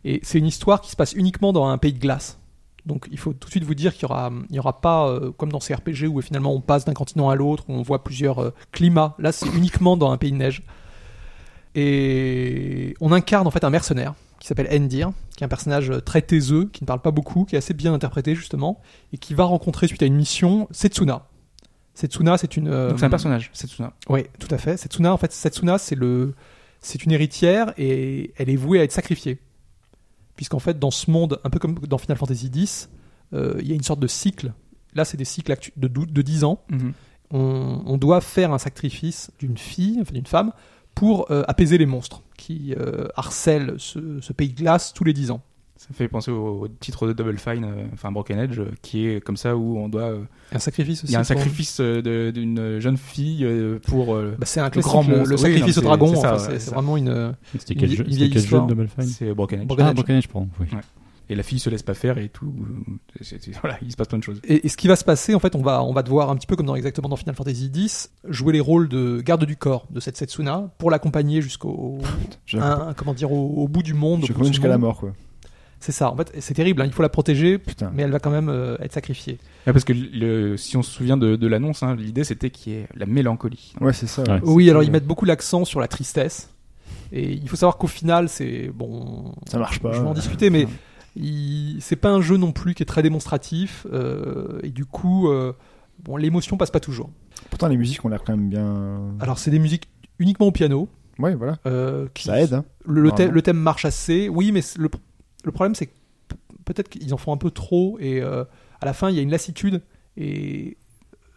F: Et c'est une histoire qui se passe uniquement dans un pays de glace. Donc il faut tout de suite vous dire qu'il n'y aura, il y aura pas, euh, comme dans ces RPG où finalement on passe d'un continent à l'autre, où on voit plusieurs euh, climats. Là, c'est uniquement dans un pays de neige. Et on incarne en fait un mercenaire qui s'appelle Endir, qui est un personnage euh, très taiseux, qui ne parle pas beaucoup, qui est assez bien interprété justement, et qui va rencontrer suite à une mission Setsuna. Setsuna, c'est une. euh,
D: Donc, c'est un personnage, c'est Tsuna.
F: oui, tout à fait. Setsuna, en fait, Setsuna, c'est le, c'est une héritière et elle est vouée à être sacrifiée, puisqu'en fait, dans ce monde, un peu comme dans Final Fantasy X, euh, il y a une sorte de cycle. Là, c'est des cycles actu- de, dou- de 10 ans. On, on doit faire un sacrifice d'une fille, enfin d'une femme, pour euh, apaiser les monstres qui euh, harcèlent ce, ce pays de glace tous les 10 ans.
D: Ça me fait penser au, au titre de Double Fine, euh, enfin Broken Edge, euh, qui est comme ça où on doit. euh,
F: Un sacrifice aussi.
D: Il y a un
F: pour-
D: sacrifice euh, de- d'une jeune fille euh, pour. euh,
F: Bah, c'est un
D: Le
F: classique,
D: grand
F: le,
D: monstre.
F: le
D: Oui, non,
F: sacrifice
D: c'est-
F: au dragon.
D: c'est ça,
F: enfin,
D: ouais,
F: c'est
D: c'est
F: c'est
D: ça.
F: vraiment une. euh,
E: C'était
F: Une
E: quel
F: vie-
E: jeu
F: une vieille
E: c'était quel jeu de
F: histoire.
E: Double Bah, Fine
D: c'est Broken Edge.
F: Broken
E: Ah,
F: Edge.
E: Broken Edge, pardon. oui.
D: Ouais. Et la fille se laisse pas faire et tout. C'est- c'est- *laughs* voilà, il se passe plein de choses.
F: Et, et ce qui va se passer, en fait, on va, on va devoir, un petit peu comme dans, exactement dans Final Fantasy X, jouer les rôles de garde du corps de cette Setsuna pour l'accompagner jusqu'au,
C: J'ai
F: un- un- comment dire, au, au bout du monde. au
C: j'ai
F: bout de
C: connu
F: ce
C: jusqu'à la
F: monde.
C: mort, Ah. quoi.
F: C'est ça, en fait, et c'est terrible, hein, il faut la protéger,
C: Putain.
F: mais elle va quand même euh, être sacrifiée.
D: Ouais, parce que le, si on se souvient de, de l'annonce, hein, l'idée c'était qu'il y ait la mélancolie.
C: Ouais, c'est ça.
E: Ouais.
F: Oui, alors ils mettent beaucoup l'accent sur la tristesse. Et il faut savoir qu'au final, c'est bon.
C: Ça marche pas.
F: Je vais en discuter, mais il- c'est pas un jeu non plus qui est très démonstratif. euh, et du coup, euh, bon, l'émotion passe pas toujours.
C: Pourtant, les musiques ont l'air quand même bien.
F: Alors, c'est des musiques uniquement au piano.
C: Ouais, voilà.
F: euh, qui-
C: Ça aide, hein.
F: Le, le thème,
C: Normalement.
F: le thème marche assez. Oui, mais c'est- le, pr- le problème, c'est que p- peut-être qu'ils en font un peu trop. Et euh, à la fin, il y a une lassitude. Et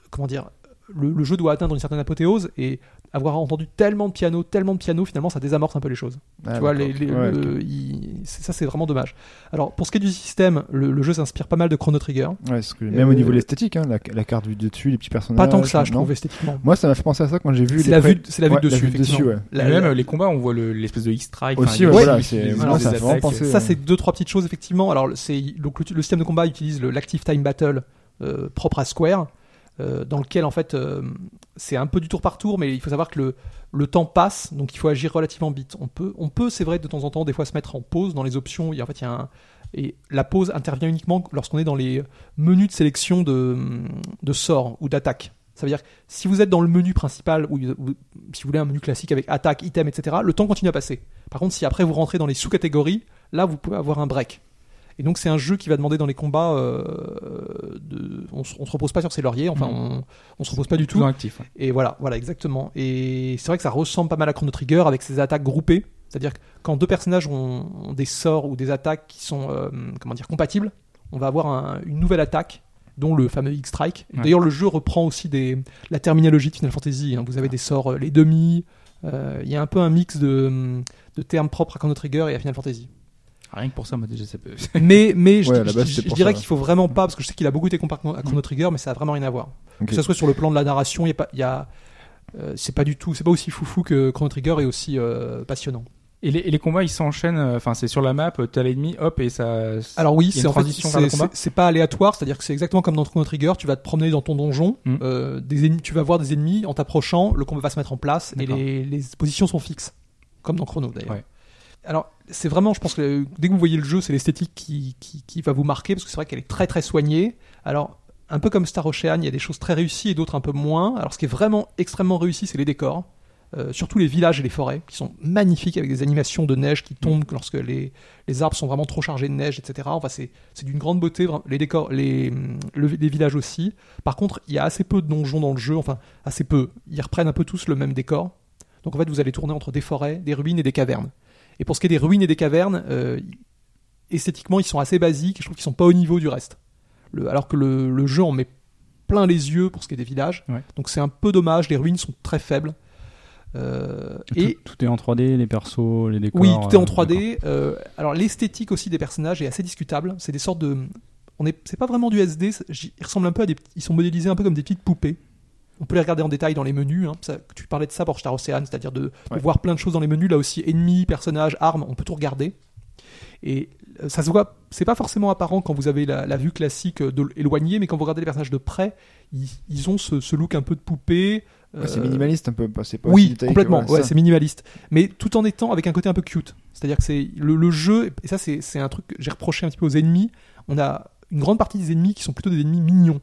F: comment dire le, le jeu doit atteindre une certaine apothéose. Et avoir entendu tellement de piano, tellement de piano, finalement, ça désamorce un peu les choses.
C: Ah,
F: Tu vois,
C: d'accord.
F: les- les-
C: Ouais,
F: le- il- c'est- ça c'est vraiment dommage. Alors pour ce qui est du système, le, le jeu s'inspire pas mal de Chrono Trigger.
C: ouais, parce que même
F: Euh,
C: au niveau de l'esthétique, hein, la, la carte vue de dessus, les petits personnages.
F: Pas tant que ça, je
C: non
F: trouve esthétiquement.
C: Moi, ça m'a fait penser à ça quand j'ai vu.
F: C'est
C: les
F: la
C: pré-
F: vue, c'est la vue
C: Ouais,
F: de dessus.
C: dessus,
F: effectivement.
C: ouais.
F: La-
D: Et même
F: la-
D: euh, les combats, on voit le- l'espèce de X-Strike.
C: Aussi,
D: enfin,
C: ouais,
D: les-
C: voilà,
D: les-
C: c'est-
D: les-
C: vraiment,
D: les
C: ça fait vraiment
D: attaques. euh,
C: penser.
F: ça c'est deux trois petites choses effectivement. Alors c'est donc le, le système de combat utilise le- l'active time battle euh, propre à Square, euh, dans lequel en fait euh, c'est un peu du tour par tour, mais il faut savoir que le, le temps passe, donc il faut agir relativement vite. On peut, on peut c'est vrai de temps en temps des fois se mettre en pause dans les options. Il y a- en fait il y a un- et la pause intervient uniquement lorsqu'on est dans les menus de sélection de, de sorts ou d'attaques. Ça veut dire que si vous êtes dans le menu principal ou ou si vous voulez un menu classique avec attaque, item, etc., le temps continue à passer. Par contre, si après vous rentrez dans les sous-catégories, là vous pouvez avoir un break. Et donc c'est un jeu qui va demander dans les combats, euh, de, on, se- on se repose pas sur ses lauriers, enfin
D: Mhm.
F: on, on se repose pas du tout.
D: Tout actif. ouais.
F: Et voilà, voilà exactement. Et c'est vrai que ça ressemble pas mal à Chrono Trigger avec ses attaques groupées, c'est-à-dire que quand deux personnages ont, ont des sorts ou des attaques qui sont euh, comment dire compatibles, on va avoir un- une nouvelle attaque dont le fameux X-Strike.
D: Ouais.
F: D'ailleurs, le jeu reprend aussi des, la terminologie de Final Fantasy. hein. Vous avez des sorts, euh, les demi. euh, Il y a un peu un mix de, hum, de termes propres à Chrono Trigger et à Final Fantasy.
D: Rien que pour ça, moi déjà, ça peut. *laughs*
F: Mais, mais je,
C: Ouais, à
F: je-
C: la base,
F: je-
C: c'est
F: je
C: pour
F: dirais
C: ça.
F: qu'il faut vraiment pas, parce que je sais qu'il a beaucoup été comparé à Chrono Trigger, mais ça a vraiment rien à voir.
C: Ok.
F: Que ce soit sur le plan de la narration, il y a pas, il y a, euh, c'est pas du tout, c'est pas aussi foufou que Chrono Trigger est aussi euh, passionnant.
D: Et les, et les combats, ils s'enchaînent. euh, Enfin, c'est sur la map, euh, t'as l'ennemi, hop, et ça.
F: Alors oui,
D: il y a
F: c'est
D: une
F: en fait,
D: transition vers le
F: c'est-
D: combat.
F: c'est- c'est pas aléatoire, c'est-à-dire que c'est exactement comme dans Chrono Trigger, tu vas te promener dans ton donjon,
D: Mm.
F: euh, des ennemis, tu vas voir des ennemis, en t'approchant, le combat va se mettre en place et
D: D'accord.
F: les, les positions sont fixes, comme dans Chrono d'ailleurs.
D: Ouais.
F: Alors c'est vraiment, je pense que euh, dès que vous voyez le jeu, c'est l'esthétique qui, qui, qui va vous marquer parce que c'est vrai qu'elle est très très soignée. Alors un peu comme Star Ocean, il y a des choses très réussies et d'autres un peu moins. Alors ce qui est vraiment extrêmement réussi, c'est les décors. Euh, surtout les villages et les forêts qui sont magnifiques avec des animations de neige qui tombent
D: Mm.
F: lorsque les, les arbres sont vraiment trop chargés de neige, etc. Enfin, c'est c'est d'une grande beauté, vra- les décors, les, hum, le- les villages aussi. Par contre, il y a assez peu de donjons dans le jeu, enfin, assez peu. Ils reprennent un peu tous le même décor. Donc en fait, vous allez tourner entre des forêts, des ruines et des cavernes. Et pour ce qui est des ruines et des cavernes, euh, esthétiquement, ils sont assez basiques, et je trouve qu'ils sont pas au niveau du reste. Le- alors que le, le jeu en met plein les yeux pour ce qui est des villages.
D: Ouais.
F: Donc c'est un peu dommage, les ruines sont très faibles. Euh,
E: Tout,
F: et
E: tout est en 3D, les persos, les décors.
F: oui, tout est en
E: euh, d'accord.
F: 3D. euh, alors l'esthétique aussi des personnages est assez discutable. C'est des sortes de, on est, c'est pas vraiment du SD. c'est- j'y- Ils ressemblent un peu à des, petits- ils sont modélisés un peu comme des petites poupées. On peut les regarder en détail dans les menus. hein. Ça- tu parlais de ça pour Star Ocean, c'est-à-dire de, de
C: Ouais.
F: voir plein de choses dans les menus. Là aussi, ennemis, personnages, armes, on peut tout regarder. Et euh, ça se voit, c'est pas forcément apparent quand vous avez la, la vue classique euh, de l- éloignée, mais quand vous regardez les personnages de près, ils, ils ont ce, ce look un peu de poupée.
C: Ouais, C'est
F: euh,
C: minimaliste un peu. bah, c'est pas aussi
F: oui,
C: détaillé que-
F: complètement.
C: voilà,
F: Ouais,
C: ça.
F: c'est minimaliste, mais tout en étant avec un côté un peu cute. C'est-à-dire que c'est le, le jeu, et ça c'est c'est un truc que j'ai reproché un petit peu aux ennemis. On a une grande partie des ennemis qui sont plutôt des
C: *laughs*
F: ennemis mignons,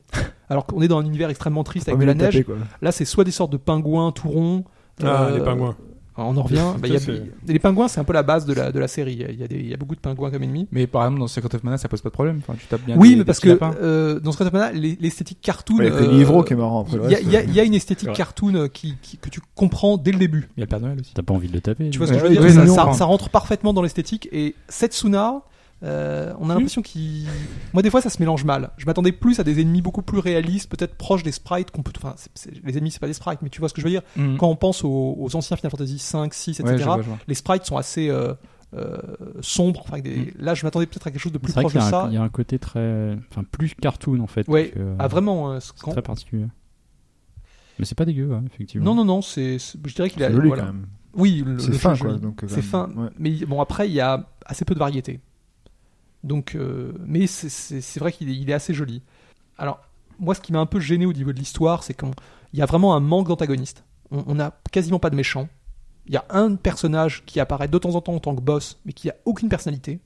F: alors qu'on est dans un univers extrêmement triste avec
C: Pas
F: de la
C: mieux de
F: neige.
C: taper, quoi.
F: Là, c'est soit des sortes de pingouins tout ronds.
B: Ah,
F: euh,
B: les pingouins.
F: On en revient.
B: *laughs*
F: Bah, il y a-
B: Ça, c'est-
F: les pingouins, c'est un peu la base de la, de la série. Il y, a des- il y a beaucoup de pingouins comme ennemis.
D: Mais par exemple, dans Secret of Mana, ça pose pas de problème. Enfin, tu tapes bien.
F: Oui,
D: des-
F: mais
D: des
F: parce
D: petits
F: que
D: lapins.
F: euh, dans Secret of Mana, l'es- l'esthétique cartoon.
C: Ouais, Il y a que
F: euh,
C: l'ivro qui est marrant après. le
F: il y a-
C: reste,
F: il y a- il y a une esthétique
D: Ouais.
F: cartoon euh, qui- qui- que tu comprends dès le début.
D: Il y a le Père Noël aussi.
E: T'as pas envie de le taper.
F: Tu vois
E: lui.
F: ce que je veux
D: Ouais,
F: dire
D: ouais,
F: ça,
D: c'est
F: ça-
D: mignon.
F: ça rentre parfaitement dans l'esthétique. Et Setsuna, euh, on a l'impression qu'il. Moi, des fois, ça se mélange mal. Je m'attendais plus à des ennemis beaucoup plus réalistes, peut-être proches des sprites qu'on peut. Enfin, c'est- c'est- les ennemis, c'est pas des sprites, mais tu vois ce que je veux dire.
D: Mm.
F: Quand on pense aux, aux anciens Final Fantasy 5, 6,
D: Ouais,
F: etc.,
D: je vois, je vois.
F: les sprites sont assez euh, euh, sombres. Enfin, avec des- Là, je m'attendais peut-être à quelque chose de plus
E: C'est vrai
F: proche
E: qu'il
F: de
E: y a,
F: ça.
E: un, il y a un côté très. Enfin, plus cartoon en fait.
F: Ouais.
E: que-
F: Ah, vraiment euh, ce-
E: c'est
F: quand-
E: Très particulier. Mais c'est pas dégueu, ouais, effectivement.
F: Non, non, non, c'est. c'est- Je dirais qu'il
C: C'est
F: a.
C: joli
F: voilà.
C: quand même.
F: Oui, le,
C: C'est
F: le
C: fin
F: jeu,
C: quoi.
F: joli.
C: donc, euh, quand
F: C'est
C: même.
F: fin,
C: Ouais.
F: mais bon après il y a assez peu de variété. Donc, euh, mais c'est- c'est c'est vrai qu'il est, il est assez joli. Alors, moi, ce qui m'a un peu gêné au niveau de l'histoire, c'est qu'il y a vraiment un manque d'antagonistes. On n'a quasiment pas de méchants. Il y a un personnage qui apparaît de temps en temps en tant que boss, mais qui a aucune personnalité,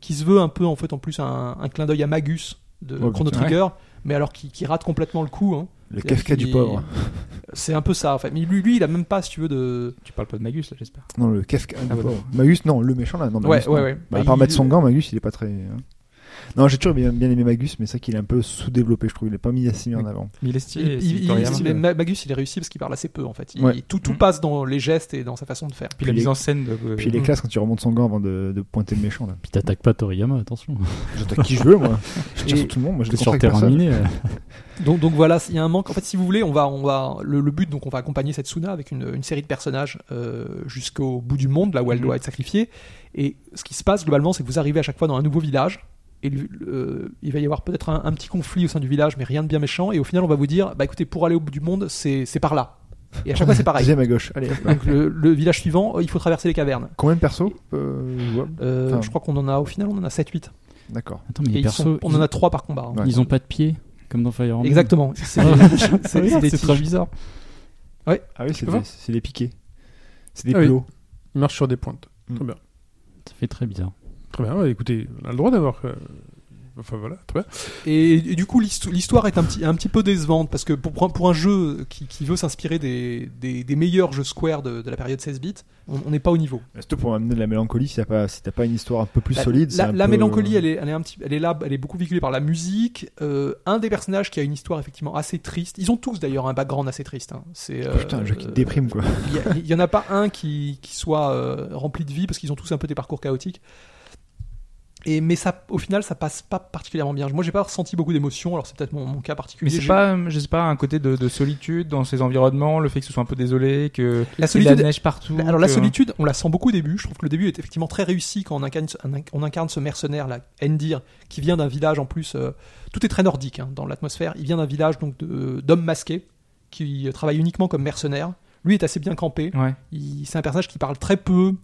F: qui se veut un peu en fait en plus un, un clin d'œil à Magus de
C: Oh,
F: Chrono
D: putain, ouais.
F: Trigger, mais alors qui, qui rate complètement le coup. hein.
C: Le
F: C'est-à-dire
C: Kafka
F: qu'il
C: du
F: est-
C: pauvre.
F: C'est un peu ça. Enfin, mais lui, lui, il a même pas, si tu veux, de.
D: Tu parles pas de Magus, là, j'espère.
C: Non, le Kafka du
D: Ah ouais,
C: pauvre. Magus, non, le méchant là. Non, Magus,
F: ouais, ouais,
C: non.
F: ouais.
C: Bah, à
F: Bah,
C: part
F: il-
C: mettre son gant, Magus, il est pas très. hein. Non, j'ai toujours bien, bien aimé Magus, mais c'est vrai qu'il est un peu sous-développé, je trouve. Il est pas mis assez bien en avant.
D: Mais il est
F: Il-
D: stylé. c'est
F: il- il-
D: victorien.
F: il- Ma- Magus, il est réussi parce qu'il parle assez peu en fait. Il-
C: Ouais.
F: tout tout
D: Mm.
F: passe dans les gestes et dans sa façon de faire.
D: Puis la mise en scène de. euh,
C: Puis il est classe quand tu remontes son gant avant de, de pointer le méchant
E: *laughs*
C: là.
E: Puis t'attaques pas Toriyama, attention.
C: J'attaque qui je veux,
E: *laughs*
C: moi. Je tire
F: Et-
C: sur tout le monde, moi je
E: T'es
C: ne
E: sur
C: contacte
E: terrain
C: personne.
E: miné. euh.
F: Donc, donc voilà, il y a un manque. En fait, si vous voulez, on va, on va, le, le but, donc on va accompagner cette Suna avec une, une série de personnages euh, jusqu'au bout du monde, là
C: Mm.
F: où elle doit être sacrifiée. Et ce qui se passe globalement, c'est que vous arrivez à chaque fois dans un nouveau village. Et le- le- il va y avoir peut-être un, un petit conflit au sein du village, mais rien de bien méchant. Et au final, on va vous dire, bah écoutez, pour aller au bout du monde, c'est c'est par là. Et à chaque fois, c'est
C: *laughs*
F: pareil.
C: Deuxième à gauche. Allez, hop là.
F: Donc le, le village suivant, oh, il faut traverser les cavernes.
C: Combien de persos euh, jouables
F: Euh,
C: Enfin.
F: je crois qu'on en a, au final, on en a 7-8.
C: D'accord.
E: Attends, mais
F: Et
E: les
F: ils
E: persos,
F: sont- on en a
E: ils-
F: 3 par combat. hein.
C: Ouais.
E: ils ont pas de pieds, comme dans Fire Emblem.
F: Exactement.
C: *laughs*
F: C'est c'est- c'est des
E: C'est très
F: tiges.
E: bizarre.
C: Ah oui, c'est
B: peux
C: des,
B: pas
C: c'est des piquets. C'est des
B: Ah oui.
C: pelots.
B: Il marche sur des pointes.
C: Mm.
B: Très bien.
E: Ça fait très bizarre.
B: Très bien, ouais, écoutez, on a le droit d'avoir. euh, Enfin voilà, très bien.
F: Et, et du coup, l'histo- l'histoire est un petit, un petit peu décevante parce que pour, pour un, pour un jeu qui, qui veut s'inspirer des, des, des meilleurs jeux Square de, de la période 16 bits, on on n'est pas au niveau.
C: Surtout pour amener de la mélancolie, si t'as pas, si t'as pas une histoire un peu plus
F: La-
C: solide. c'est
F: La,
C: un
F: la
C: peu-
F: mélancolie, elle est, elle est un petit, elle est là, elle est beaucoup véhiculée par la musique. Euh, un des personnages qui a une histoire effectivement assez triste. Ils ont tous d'ailleurs un background assez triste. hein. C'est
C: Oh,
F: euh,
C: Putain, un jeu qui
F: euh,
C: te déprime quoi.
F: Il y a- Il n'y en a pas un qui, qui soit euh, rempli de vie parce qu'ils ont tous un peu des parcours chaotiques. Et, mais ça, au final, ça passe pas particulièrement bien. Moi, j'ai pas ressenti beaucoup d'émotions, alors c'est peut-être mon, mon cas
D: Mais
F: particulier.
D: c'est
F: J'ai-
D: pas, euh, je sais pas, un côté de, de solitude dans ces environnements, le fait que ce soit un peu désolé, que
F: la
D: il y a de
F: solitude. euh, bah,
D: la neige partout.
F: alors la
D: que-
F: solitude, on la sent beaucoup au début. Je trouve que le début est effectivement très réussi quand on incarne, ce- un- on incarne ce mercenaire là, Endir, qui vient d'un village en plus. euh, tout est très nordique hein, dans l'atmosphère. Il vient d'un village donc de- d'hommes masqués qui euh, travaillent uniquement comme mercenaires. Lui est assez bien campé.
D: Ouais.
F: Il- C'est un personnage qui parle très peu.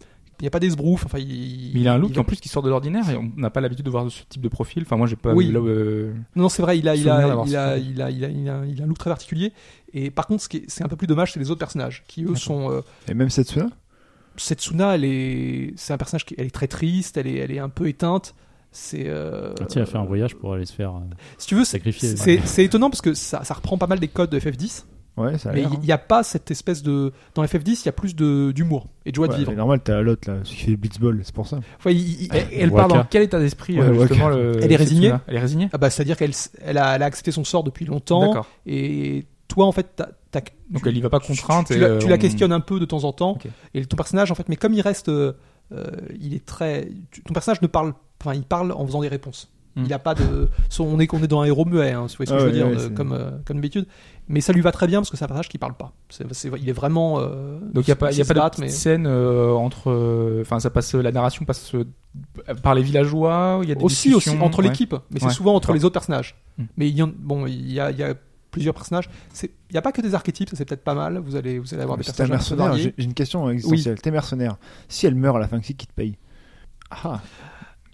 F: Il n'y a pas d'esbrouf. Enfin,
D: Mais il a un look
F: il-
D: en plus qui sort de l'ordinaire et on n'a pas l'habitude de voir ce type de profil. Enfin, moi j'ai pas
F: Oui.
D: vu là, euh,
F: Non, c'est vrai, il a, il,
D: Souvenir
F: a,
D: d'avoir
F: il, a,
D: ce film.
F: il, a, il, a, il a- il a un look très particulier. Et par contre, ce qui est- c'est un peu plus dommage, c'est les autres personnages qui, eux,
D: D'accord.
F: sont. euh,
C: Et même cette là
F: Setsuna, elle est. C'est un personnage qui elle est très triste, elle est, elle est un peu éteinte. C'est. euh,
E: Quand il a fait un voyage pour aller se faire. euh,
F: Si tu veux, c'est
E: sacrifié,
F: c'est-
E: ouais.
F: c'est étonnant parce que ça, ça reprend pas mal des codes de FF10,
C: Ouais, ça a
F: mais
C: l'air.
D: hein.
F: il n'y a pas cette espèce de. Dans FF10, il y a plus de- d'humour et de joie
C: Ouais,
F: de vivre.
C: mais normal, t'as l'autre là, celui qui fait le blitzball, c'est pour ça.
F: Enfin, il- il-
D: Et- et elle
E: Waka.
D: parle dans quel état d'esprit
C: Ouais,
D: euh,
C: Waka.
D: justement le-
F: Elle est résignée
D: Setsuna Elle est résignée.
F: ah bah, C'est-à-dire qu'elle s- elle a, elle a accepté son sort depuis longtemps.
D: D'accord.
F: Et toi, en fait, t'as- t'as-
D: Donc
F: tu-
D: elle y va pas contrainte.
F: tu,
D: et,
F: la,
D: euh,
F: tu la
D: on-
F: questionnes un peu de temps en temps
D: Ok.
F: et ton personnage en fait mais comme il reste euh, euh, il est très tu- ton personnage ne parle enfin il parle en faisant des réponses
D: Hmm.
F: il a pas de son- on est qu'on est dans un héros muet hein, si vous voyez ce que
C: Ah
F: je veux
C: ouais,
F: dire
C: ouais,
F: euh,
C: c'est-
F: comme euh, comme d'habitude mais ça lui va très bien parce que c'est un personnage qui parle pas C'est- c'est- il est vraiment euh,
D: Donc il y a pas, il y a
F: se
D: pas de
F: battre,
D: petite
F: mais-
D: scène euh, entre. euh, Enfin, ça passe. La narration passe euh, par les villageois. Il y a des
F: aussi aussi
D: discussions,
F: entre
D: ouais.
F: l'équipe mais c'est
D: Ouais,
F: souvent entre
D: d'accord.
F: les autres personnages
D: Hmm.
F: mais il y en, bon il y a, il y a plusieurs personnages C'est- il n'y a pas que des archétypes ça c'est peut-être pas mal vous allez vous allez avoir
C: Ah, Mais
F: des
C: Si t'es un
F: personnages un peu
C: mercenaire,
F: variés.
C: j'ai j'ai une question existentielle. T'es mercenaire, si elle meurt à la fin, qui qui te paye Ah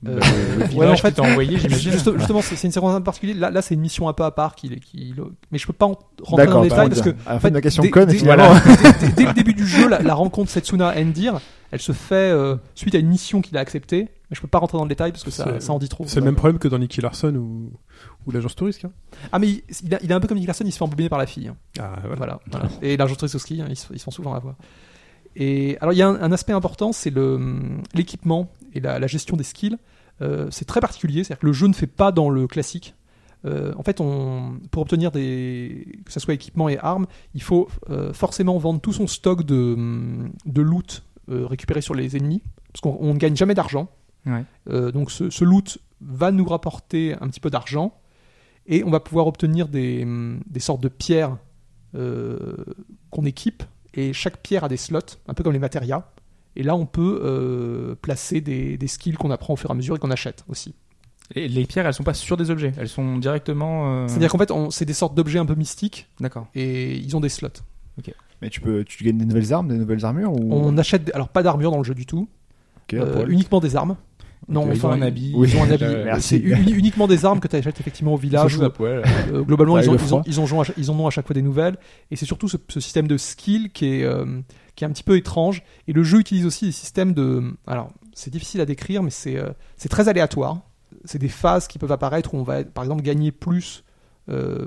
F: Euh,
D: Le
F: ouais, en
D: village
F: fait-
D: qui t'a envoyé, j'imagine.
F: Juste- justement, c'est c'est une circonstance particulière. Là, là c'est une mission un peu à part. Qui, qui, mais je peux pas en rentrer dans
C: bah,
F: le détail
C: on
F: parce que
C: dirait. À la fin de ma question
F: dès-
C: conne,
F: dès-
C: finalement.
F: *laughs* dès, dès le début du jeu, la, la rencontre Setsuna Endir, elle se fait euh, suite à une mission qu'il a acceptée. Mais je peux pas rentrer dans le détail parce que ça,
B: C'est-
F: ça en dit trop.
B: C'est le même problème que dans Nicky Larson ou, ou l'agence touriste. hein.
F: Ah, mais il, il a, il a un peu comme Nick Larson, il se fait embobiner par la fille. hein.
B: Ah, voilà.
F: Voilà. voilà. Et l'argent au ski, hein, ils, se- ils se font souvent avoir. Et alors, il y a un, un aspect important, c'est le, hum, l'équipement et la, la gestion des skills. Euh, c'est très particulier, c'est-à-dire que le jeu ne fait pas dans le classique. Euh, en fait, on, pour obtenir des, que ce soit équipement et armes, il faut euh, forcément vendre tout son stock de, hum, de loot euh, récupéré sur les ennemis, parce qu'on on ne gagne jamais d'argent.
D: Ouais.
F: Euh, donc ce, ce loot va nous rapporter un petit peu d'argent et on va pouvoir obtenir des, hum, des sortes de pierres euh, qu'on équipe et chaque pierre a des slots, un peu comme les matérias. Et là, on peut euh, placer des, des skills qu'on apprend au fur et à mesure et qu'on achète aussi.
D: Et les pierres, elles sont pas sur des objets. Elles sont directement. euh,
F: C'est-à-dire qu'en fait, on- c'est des sortes d'objets un peu mystiques
D: D'accord.
F: et ils ont des slots.
C: *laughs* Mais tu peux, tu gagnes des nouvelles armes, des nouvelles armures ou
F: On achète, des- alors pas d'armure dans le jeu du tout,
C: Ok, à
F: euh,
C: poil.
F: uniquement des armes. Non,
G: ils
F: enfin,
G: ont un habit.
F: Ils ont un
G: euh,
F: habit.
C: Merci.
F: C'est uni- uniquement des armes que tu achètes effectivement au
G: Ils se
F: village.
G: jouent à poil.
F: Euh, globalement,
G: Bah,
F: ils,
G: ils
F: ont,
G: le
F: ils,
G: feront.
F: ont, ils, ont joué à cha- ils en ont à chaque fois des nouvelles. Et c'est surtout ce, ce système de skill qui est, euh, qui est un petit peu étrange. Et le jeu utilise aussi des systèmes de. Alors, c'est difficile à décrire, mais c'est euh, c'est très aléatoire. C'est des phases qui peuvent apparaître où on va, par exemple, gagner plus euh,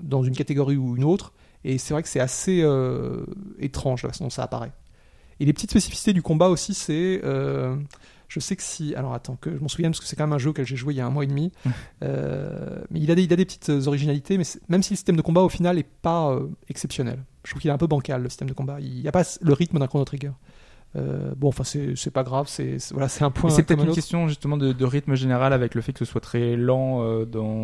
F: dans une catégorie ou une autre. Et c'est vrai que c'est assez euh, étrange la façon dont ça apparaît. Et les petites spécificités du combat aussi, c'est. euh, je sais que si. Alors attends, que je m'en souviens parce que c'est quand même un jeu auquel j'ai joué il y a un mois et demi.
D: Mmh.
F: Euh, mais il a, des, il a des petites euh, originalités, mais c'est- même si le système de combat au final n'est pas euh, exceptionnel, je trouve qu'il est un peu bancal le système de combat. Il n'y a pas s- le rythme d'un Chrono Trigger. Euh, bon, enfin, c'est c'est pas grave, c'est c'est- voilà, c'est un point.
D: Mais c'est peut-être
F: comme un
D: une
F: autre.
D: question justement de, de rythme général avec le fait que ce soit très lent euh, dans.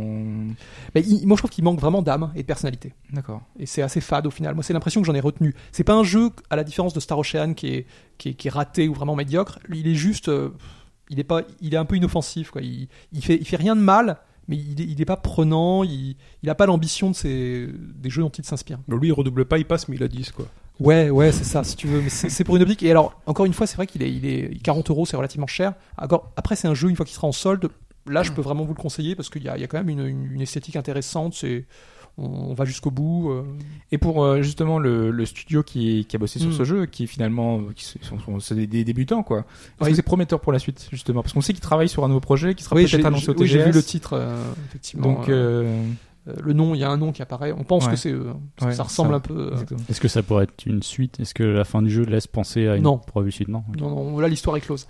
F: Mais il- moi, je trouve qu'il manque vraiment d'âme et de personnalité.
D: D'accord.
F: et c'est assez fade au final. Moi, c'est l'impression que j'en ai retenu. C'est pas un jeu à la différence de Star Ocean qui est, qui est, qui est raté ou vraiment médiocre. Il est juste, euh, il est pas, il est un peu inoffensif. Quoi. Il, il fait, il fait rien de mal, mais il est, il est pas prenant. Il, il a pas l'ambition de ces, des jeux dont il s'inspire.
B: Bon, lui, il redouble pas, il passe, mais il a 10, quoi.
F: Ouais, ouais, c'est ça, si tu veux. Mais c'est c'est pour une optique. Et alors, encore une fois, c'est vrai qu'il est, il est 40 euros, c'est relativement cher. Encore- Après, c'est un jeu, une fois qu'il sera en solde, là, je peux vraiment vous le conseiller parce qu'il y a, il y a quand même une, une- une esthétique intéressante. C'est, on, on va jusqu'au bout. euh.
D: Et pour euh, justement le, le studio qui, qui a bossé sur
F: Mm.
D: ce jeu, qui est finalement, euh, qui sont, sont- c'est des, des débutants quoi. Est-ce
F: Ouais.
D: que c'est prometteur pour la suite justement Parce qu'on sait qu'ils travaillent sur un nouveau projet qui sera
F: Oui, j'ai
D: peut-être annoncé au
F: oui,
D: TGS.
F: j'ai vu le titre, euh, effectivement.
D: Donc
F: euh,
D: euh,
F: euh, le nom, il y a un nom qui apparaît. On pense
D: Ouais.
F: que c'est eux, hein, parce que
D: Ouais,
F: ça ressemble
D: ça.
F: un peu. euh,
D: exactement.
E: Est-ce que ça pourrait être une suite Est-ce que la fin du jeu laisse penser à une
F: Non.
E: probable suite Non.
F: non, non, là, l'histoire est close.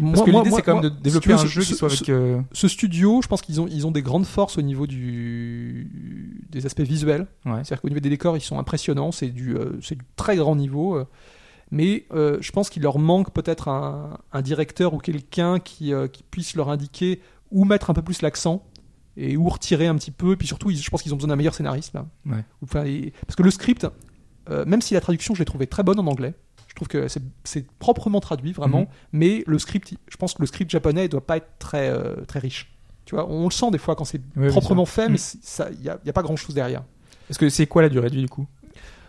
D: Parce que l'idée c'est quand même de développer un jeu qui
F: qui
D: soit avec. euh,
F: ce studio, je pense qu'ils ont, ils ont des grandes forces au niveau du, des aspects visuels.
D: Ouais.
F: C'est-à-dire qu'au niveau des décors, ils sont impressionnants, c'est du, euh, c'est du très grand niveau. euh. mais euh, je pense qu'il leur manque peut-être un, un directeur ou quelqu'un qui, euh, qui puisse leur indiquer où mettre un peu plus l'accent et où retirer un petit peu. Et puis surtout, ils- je pense qu'ils ont besoin d'un meilleur scénariste. Là.
D: Ouais.
F: Ou, enfin, et- parce que le script, euh, même si la traduction, je l'ai trouvé très bonne en anglais, je trouve que c'est- c'est proprement traduit vraiment,
D: Mhm.
F: mais le script, je pense que le script japonais ne doit pas être très, euh, très riche. Tu vois, on le sent des fois quand c'est
D: bien
F: proprement fait, mais
D: Mhm.
F: c'est- ça- il n'y a, il y a pas grand chose derrière.
D: Parce que c'est quoi la durée du coup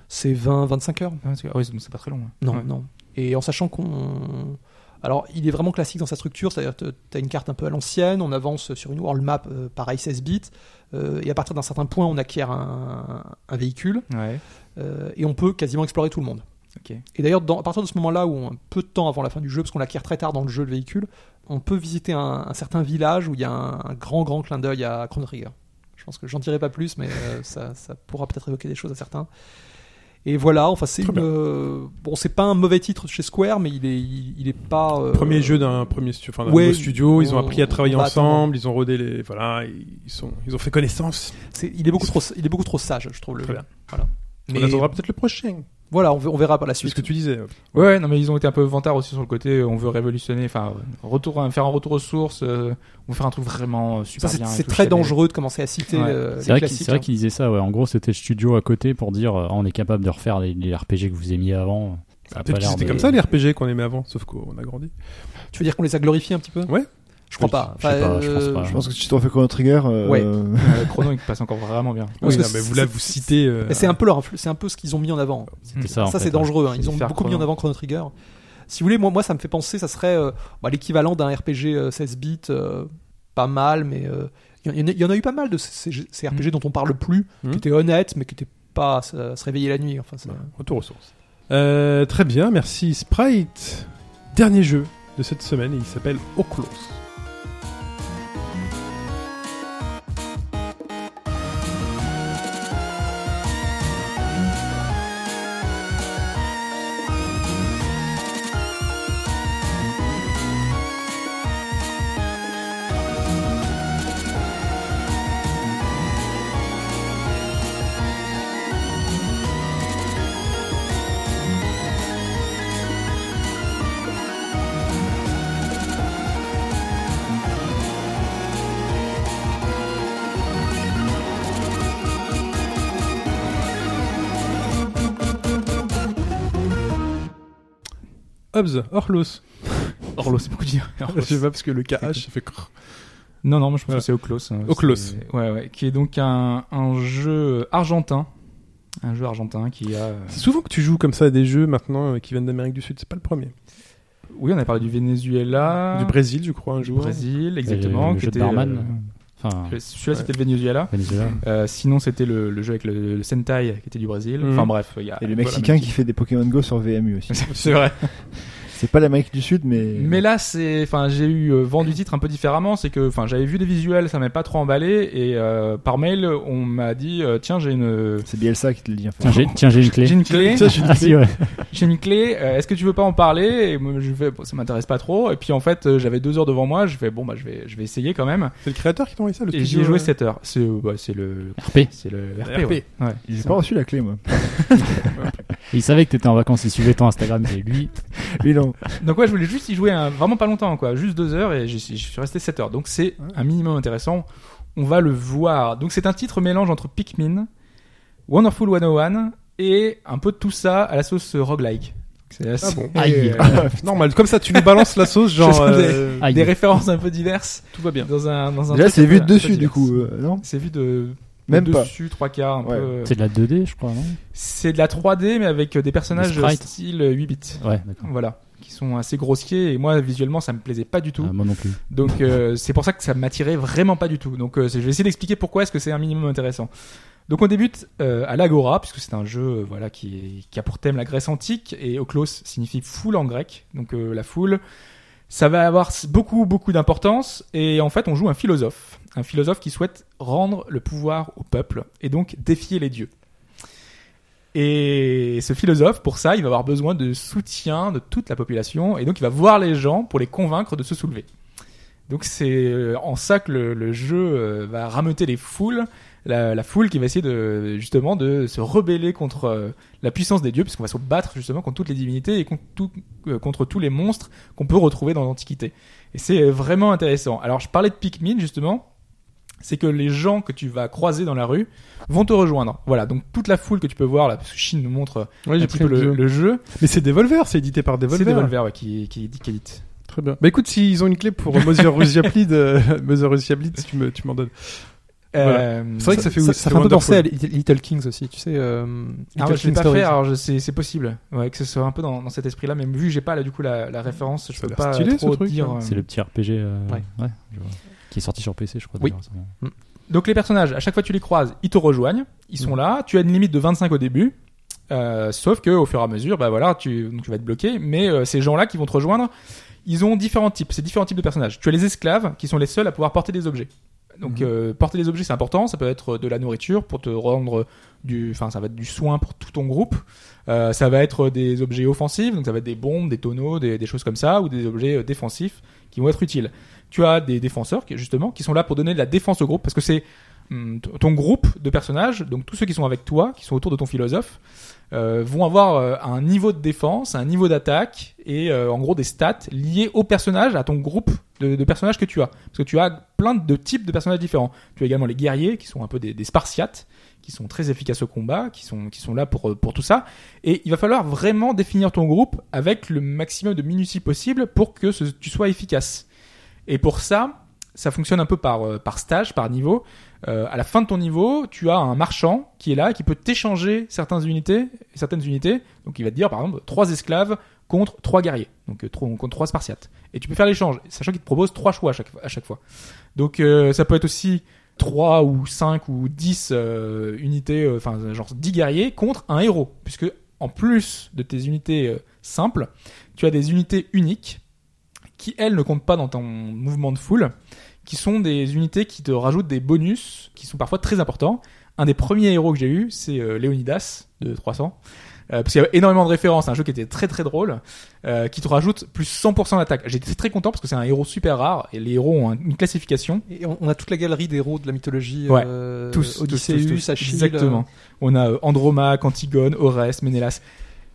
F: C'est 20-25 heures
D: Ah, parce que- ah oui, c'est donc c'est pas très long. ouais.
F: Non,
D: Ouais.
F: non. Et en sachant qu'on. Alors, il est vraiment classique dans sa structure, c'est-à-dire que tu as une carte un peu à l'ancienne, on avance sur une world map, euh, pareil 16 bits, euh, et à partir d'un certain point, on acquiert un, un véhicule,
D: Ouais.
F: euh, et on peut quasiment explorer tout le monde.
D: Ok.
F: Et d'ailleurs, dans- à partir de ce moment-là, ou un peu de temps avant la fin du jeu, parce qu'on l'acquiert très tard dans le jeu, le véhicule, on peut visiter un, un certain village où il y a un, un grand, grand clin d'œil à Chrono Trigger. Je pense que j'en dirai pas plus, mais euh, ça, ça pourra peut-être évoquer des choses à certains. Et voilà, enfin, c'est une, euh, bon, c'est pas un mauvais titre chez Square, mais il est, il, il est pas. euh,
B: Premier jeu d'un premier stu- enfin, d'un
F: ouais,
B: nouveau studio, ils ont
F: on-
B: appris à travailler
F: on va
B: ensemble, ils ont rodé les. Voilà, ils, sont, ils ont fait connaissance.
F: c'est- il est beaucoup trop, il est beaucoup trop sage, je trouve le
B: Très
F: jeu.
B: bien.
F: Voilà.
B: On
F: Mais
B: attendra peut-être le prochain.
F: voilà, on, ve- on verra par la
B: C'est
F: suite.
B: ce que tu disais.
D: Ouais, ouais, non, mais ils ont été un peu vantards aussi sur le côté. euh, On veut révolutionner, enfin, euh, retour, à- faire un retour aux sources. euh, on veut faire un truc vraiment euh,
F: Ça,
D: super
F: c'est
D: bien. et
F: c'est
D: tout,
F: très
D: chiadé.
F: dangereux de commencer à citer
D: Ouais.
F: euh,
E: C'est
F: les
E: vrai qu'il
F: classiques.
E: c'est vrai
F: hein.
E: qu'il disait ça. Ouais. En gros, c'était le studio à côté pour dire euh, Ah, on est capable de refaire les, les RPG que vous aimiez avant. Ça a pas
B: Peut-être que
E: l'air
B: c'était
E: de-
B: comme ça les RPG qu'on aimait avant, sauf qu'on a grandi.
F: Tu veux dire qu'on les a glorifiés un petit peu
B: Ouais.
F: Je crois
E: Oui,
F: pas.
E: je sais pas, je pense
F: euh,
E: pas.
C: Je pense que si tu t'en fais Chrono Trigger, euh,
F: Ouais.
D: Euh, Chrono, il passe encore vraiment bien.
F: Parce
B: Oui,
F: que
B: non, mais
F: c'est-
B: vous là,
F: c'est-
B: vous citez. euh,
F: Mais c'est un peu leur influ- c'est un peu ce qu'ils ont mis en avant.
E: C'était ça, en
F: ça
E: fait,
F: c'est
E: ouais.
F: dangereux, hein.
D: C'est
F: ils ont
D: faire
F: beaucoup mis en
D: Chrono.
F: avant Chrono Trigger. Si vous voulez, moi, moi ça me fait penser, ça serait euh, bah, l'équivalent d'un RPG euh, 16 bits, euh, pas mal, mais euh, il y, en a- il y en a eu pas mal de ces, ces- ces RPG dont on parle plus,
B: Mhm.
F: qui étaient honnêtes, mais qui étaient pas à se à se réveiller la nuit. Enfin, ça-
B: Retour aux sources. Euh, très bien, merci Sprite. Dernier jeu de cette semaine, et il s'appelle Oculus. Hobbs, Orlos.
D: Orlo, c'est beaucoup *laughs* dire.
B: Je sais pas parce que le KH ça fait crrr.
D: Non, non, moi je pense
B: Voilà.
D: que c'est Oclos. hein.
B: Oclos.
D: C'est- Ouais, ouais. Qui est donc un, un jeu argentin. Un jeu argentin qui a. euh,
B: C'est souvent que tu joues comme ça à des jeux maintenant euh, qui viennent d'Amérique du Sud, c'est pas le premier.
D: Oui, on a parlé du Venezuela,
B: Du Brésil, je crois, un
D: du
B: jour.
D: Brésil, exactement.
E: le
D: qui
E: jeu de
D: était,
E: barman. Enfin,
D: euh, Celui-là,
B: Ouais.
D: c'était le Venezuela.
E: Venezuela.
D: Euh, sinon, c'était le, le jeu avec le, le Sentai qui était du Brésil.
B: Mhm.
D: Enfin bref, il y a.
C: Et le
D: Ah, voilà,
C: Mexicain
D: mais-
C: qui fait des Pokémon Go sur VMU
F: *laughs*
C: aussi.
D: *laughs* C'est vrai.
C: C'est pas l'Amérique du Sud, mais.
D: Mais là, c'est, enfin, j'ai eu euh, vent du titre un peu différemment. C'est que, enfin, j'avais vu les visuels, ça m'avait pas trop emballé. Et euh, par mail, on m'a dit, euh, tiens, j'ai une,
C: C'est Bielsa qui te le dit. en fait.
E: Tiens, j'ai- Tiens, j'ai une clé.
D: j'ai une clé.
E: Ah, si, ouais.
D: *laughs* j'ai une clé, euh, est-ce que tu veux pas en parler Et moi, je fais, bon, ça m'intéresse pas trop. Et puis en fait, euh, j'avais deux heures devant moi, je fais, bon, bah, je vais, je vais essayer quand même.
B: C'est le créateur qui t'a envoyé ça, le
D: Et j'y
B: studio,
D: ai joué
B: euh,
D: 7 heures. C'est euh, bah, c'est le,
E: RP.
D: c'est le RP.
B: RP.
D: ouais. Ouais.
C: J'ai pas reçu la clé, moi.
E: Il savait que t'étais en vacances, il suivait ton Instagram, c'est lui.
C: Lui, non.
D: Donc ouais, je voulais juste y jouer un- vraiment pas longtemps, quoi, juste deux heures et j'y suis- je suis resté 7 heures. Donc c'est un minimum intéressant. On va le voir. Donc c'est un titre mélange entre Pikmin, Wonderful 101 et un peu de tout ça à la sauce roguelike. Donc, C'est
C: Ah
D: assez-
B: Ah
E: *laughs*
B: bon. bah,
E: Aïe.
B: Normal, comme ça, tu nous balances la sauce, genre.
D: Je sais,
B: euh,
E: Aïe.
D: euh, des références un peu diverses
B: Tout va bien.
D: dans un dans un
C: Déjà,
D: truc
C: c'est
D: un peu-
C: vu
D: un
C: de
D: peu
C: dessus, du
D: divers.
C: coup, euh, non
D: C'est vu de
C: Même
D: de
C: pas.
D: dessus, trois quarts, un
C: Ouais.
D: peu.
E: C'est de la 2D, je crois, non
D: C'est de la 3D, mais avec des personnages
E: Des sprites.
D: style 8 bits.
E: Ouais, d'accord.
D: Voilà. Qui sont assez grossiers. Et moi, visuellement, ça me plaisait pas du tout.
E: Ah, moi non plus.
D: Donc, euh, c'est pour ça que ça m'attirait vraiment pas du tout. Donc, euh, c'est- je vais essayer d'expliquer pourquoi est-ce que c'est un minimum intéressant. Donc, on débute euh, à l'Agora, puisque c'est un jeu euh, voilà, qui, est- qui a pour thème la Grèce antique. Et Oklos signifie foule en grec. Donc, euh, la foule. Ça va avoir s- beaucoup, beaucoup d'importance. Et en fait, on joue un philosophe. Un philosophe qui souhaite rendre le pouvoir au peuple et donc défier les dieux. Et ce philosophe, pour ça, il va avoir besoin de soutien de toute la population. Et donc, il va voir les gens pour les convaincre de se soulever. Donc, c'est euh, en ça que le, le jeu euh, va rameuter les foules. La, la foule qui va essayer de, justement de se rebeller contre euh, la puissance des dieux, puisqu'on va se battre justement contre toutes les divinités et contre, tout- euh, contre tous les monstres qu'on peut retrouver dans l'Antiquité. Et c'est euh, vraiment intéressant. Alors, je parlais de Pikmin, justement. C'est que les gens que tu vas croiser dans la rue vont te rejoindre. Voilà, donc toute la foule que tu peux voir là, parce que Chine nous montre euh,
B: Ouais,
D: un
B: j'ai
D: petit
B: pris
D: peu
B: le,
D: le, le jeu.
B: Mais c'est Devolver, c'est édité par Devolver.
D: C'est Devolver ouais, qui, qui, qui édite.
B: Très bien. Bah écoute, s'ils ont une clé pour Mother *laughs* Russia Bleed, euh, Mother Russia Bleed, si tu me- tu m'en donnes.
D: Euh,
B: C'est vrai que ça fait,
F: ça,
B: ça
F: ça
B: fait
F: fait un peu penser à
B: Wonderful.
F: Little Little Kings aussi, tu sais. Euh,
D: Ah
F: Little
D: ouais, je l'ai
F: Kings
D: pas
F: Stories.
D: fait, alors je- c'est c'est possible ouais, que ce soit un peu dans, dans cet esprit-là, mais vu que j'ai pas là, du coup la, la référence, je
B: Ça a
D: peux
B: l'air
D: pas
B: stylé, ce
D: trop
B: truc,
D: dire.
B: hein.
D: euh,
E: C'est le petit RPG euh,
F: Ouais.
E: ouais, je vois. qui est sorti sur PC, je crois.
F: Oui.
E: d'ailleurs, ça.
D: Donc les personnages, à chaque fois que tu les croises, ils te rejoignent, ils sont là, tu as une limite de 25 au début, euh, sauf que au fur et à mesure, bah voilà, tu, donc tu vas être bloqué, mais euh, ces gens-là qui vont te rejoindre, ils ont différents types, c'est différents types de personnages. Tu as les esclaves qui sont les seuls à pouvoir porter des objets. Donc euh, porter des objets c'est important, ça peut être de la nourriture pour te rendre du, enfin ça va être du soin pour tout ton groupe, Euh, ça va être des objets offensifs, donc ça va être des bombes, des tonneaux, des, des choses comme ça, ou des objets euh, défensifs qui vont être utiles. Tu as des défenseurs qui, justement qui sont là pour donner de la défense au groupe parce que c'est hum, t- ton groupe de personnages, donc tous ceux qui sont avec toi, qui sont autour de ton philosophe, euh, vont avoir euh, un niveau de défense, un niveau d'attaque et euh, en gros des stats liés au personnage, à ton groupe de, de personnages que tu as. Parce que tu as plein de types de personnages différents. Tu as également les guerriers qui sont un peu des, des spartiates, qui sont très efficaces au combat, qui sont, qui sont là pour, euh, pour tout ça. Et il va falloir vraiment définir ton groupe avec le maximum de minutie possible pour que ce- tu sois efficace. Et pour ça, ça fonctionne un peu par, euh, par stage, par niveau. Euh, à la fin de ton niveau, tu as un marchand qui est là, qui peut t'échanger certaines unités, certaines unités. Donc il va te dire, par exemple, trois esclaves contre trois guerriers, donc euh, trois- contre trois spartiates. Et tu peux faire l'échange, sachant qu'il te propose trois choix à chaque, à chaque fois. Donc euh, ça peut être aussi trois ou cinq ou dix euh, unités, euh, enfin genre dix guerriers contre un héros, puisque en plus de tes unités euh, simples, tu as des unités uniques qui elles ne comptent pas dans ton mouvement de foule qui sont des unités qui te rajoutent des bonus qui sont parfois très importants. Un des premiers héros que j'ai eu, c'est euh, Léonidas de 300. Euh, parce qu'il y avait énormément de références, un jeu qui était très très drôle, euh, qui te rajoute plus 100% d'attaque. J'étais très content parce que c'est un héros super rare et les héros ont un- une classification.
F: Et on, on a toute la galerie d'héros de la mythologie.
D: Ouais.
F: euh,
D: Tous, tous,
F: Odysseus,
D: tous, tous.
F: Achille.
D: Exactement. On a euh, Andromaque, Antigone, Oreste, Ménélas.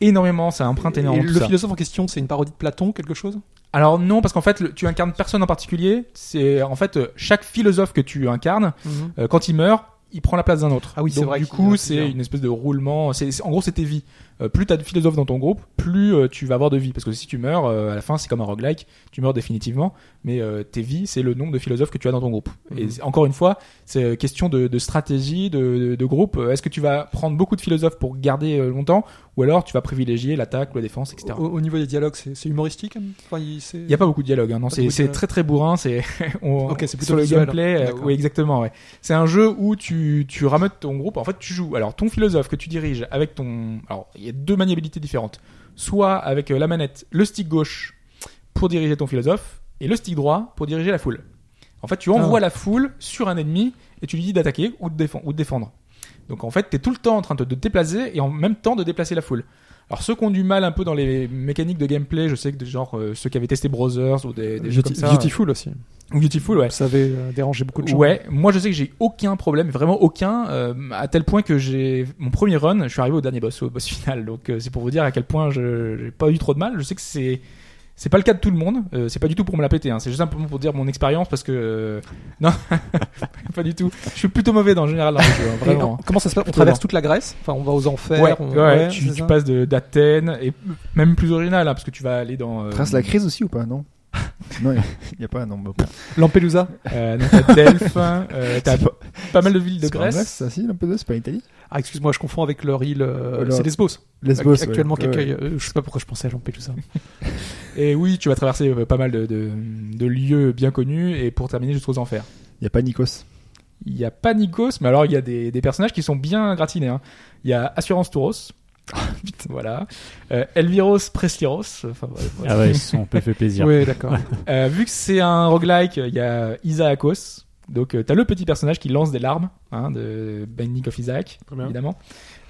D: Énormément, ça emprunte
F: Et
D: énormément. tout
F: le
D: ça.
F: philosophe en question, c'est une parodie de Platon, quelque chose
D: Alors non, parce qu'en fait, le- tu incarnes personne en particulier. C'est en fait euh, chaque philosophe que tu incarnes Euh, quand il meurt, il prend la place d'un autre.
F: Ah oui, c'est
D: Donc,
F: vrai
D: Du
F: qu'il
D: coup,
F: meurt
D: c'est
F: plusieurs.
D: une espèce de roulement. C'est c'est- en gros, c'est tes vies. euh, plus t'as de philosophes dans ton groupe, plus euh, tu vas avoir de vie. Parce que si tu meurs, euh, à la fin, c'est comme un roguelike, tu meurs définitivement, mais euh, tes vies, c'est le nombre de philosophes que tu as dans ton groupe.
F: Mhm.
D: Et c'est- encore une fois, c'est euh, question de, de stratégie, de, de- de groupe. Euh, Est-ce que tu vas prendre beaucoup de philosophes pour garder euh, longtemps, ou alors tu vas privilégier l'attaque, la défense, etc.
F: Au, au niveau des dialogues, c'est c'est humoristique. hein Enfin, il c'est-
D: Il n'y a pas beaucoup de dialogue, hein, non,
F: Pas de
D: c'est
F: beaucoup de
D: c'est
F: dialogue.
D: très très bourrin, c'est *laughs* on-
F: Ok, c'est plutôt
D: sur le
F: visuel.
D: gameplay, euh,
F: D'accord.
D: oui exactement, ouais. C'est un jeu où tu tu rameutes ton groupe, en fait tu joues. Alors ton philosophe que tu diriges avec ton, alors il y a deux maniabilités différentes. Soit avec euh, la manette, le stick gauche pour diriger ton philosophe et le stick droit pour diriger la foule. En fait, tu
F: Ah.
D: envoies la foule sur un ennemi et tu lui dis d'attaquer ou de défendre. Ou de défendre. Donc en fait, tu es tout le temps en train de te déplacer et en même temps de déplacer la foule. Alors ceux qui ont du mal un peu dans les mécaniques de gameplay, je sais que des genre euh, ceux qui avaient testé Brothers ou des, des jeux comme
F: Beauty-
D: ça,
F: Beautiful aussi.
D: ou Beautiful, ouais.
F: Ça avait euh, dérangé beaucoup de gens.
D: Ouais, moi je sais que j'ai aucun problème, vraiment aucun, euh, à tel point que j'ai mon premier run, je suis arrivé au dernier boss, au boss *laughs* final. Donc euh, c'est pour vous dire à quel point je j'ai pas eu trop de mal. Je sais que c'est c'est pas le cas de tout le monde. euh, c'est pas du tout pour me la péter. Hein. C'est juste simplement pour dire mon expérience parce que euh, *laughs* non, pas du tout. Je suis plutôt mauvais dans le général. dans les jeux, hein,
F: Et
D: vraiment.
F: on- comment ça se passe On
D: Plutôt
F: traverse
D: lent.
F: toute la Grèce. Enfin, on va aux enfers.
D: Ouais,
F: on-
D: ouais,
F: ouais,
D: tu,
F: c'est
D: tu
F: ça.
D: passes de- d'Athènes et même plus original hein, parce que tu vas aller dans euh,
C: Trace la crise aussi ou pas
D: *laughs*
C: Non. non, il n'y a pas. Non, bah,
F: Lampedusa.
D: euh, non, t'as
F: *laughs*
D: Delphes, euh, t'as
C: C'est pas-
D: pas, mal de villes de
C: c'est pas en Grèce,
D: Grèce.
C: ça, si, Lampedusa, c'est pas en Italie.
F: Ah, excuse-moi, je confonds avec leur île. euh,
C: Leur-
F: c'est Lesbos.
C: Lesbos. ouais.
F: actuellement,
C: Ouais,
F: qui
C: ouais.
F: accueille. euh, je sais pas pourquoi je pensais
D: *laughs*
F: à Lampedusa.
D: Et oui, tu vas traverser euh, pas mal de, de, de lieux bien connus et pour terminer jusqu'aux enfers.
C: Il n'y a pas Nikos.
D: Il n'y a pas Nikos, mais alors il y a des, des personnages qui sont bien gratinés. hein. Il y a Assurance *laughs* Touros. voilà. Euh, Elviros Presliros. Enfin, voilà, voilà.
E: Ah ouais, ils se sont un peu fait plaisir. *laughs*
F: oui, d'accord.
D: *laughs* Euh, vu que c'est un roguelike, il y a Isaacos. Donc, euh, t'as le petit personnage qui lance des larmes, hein, de Binding of Isaac,
B: Très bien.
D: évidemment.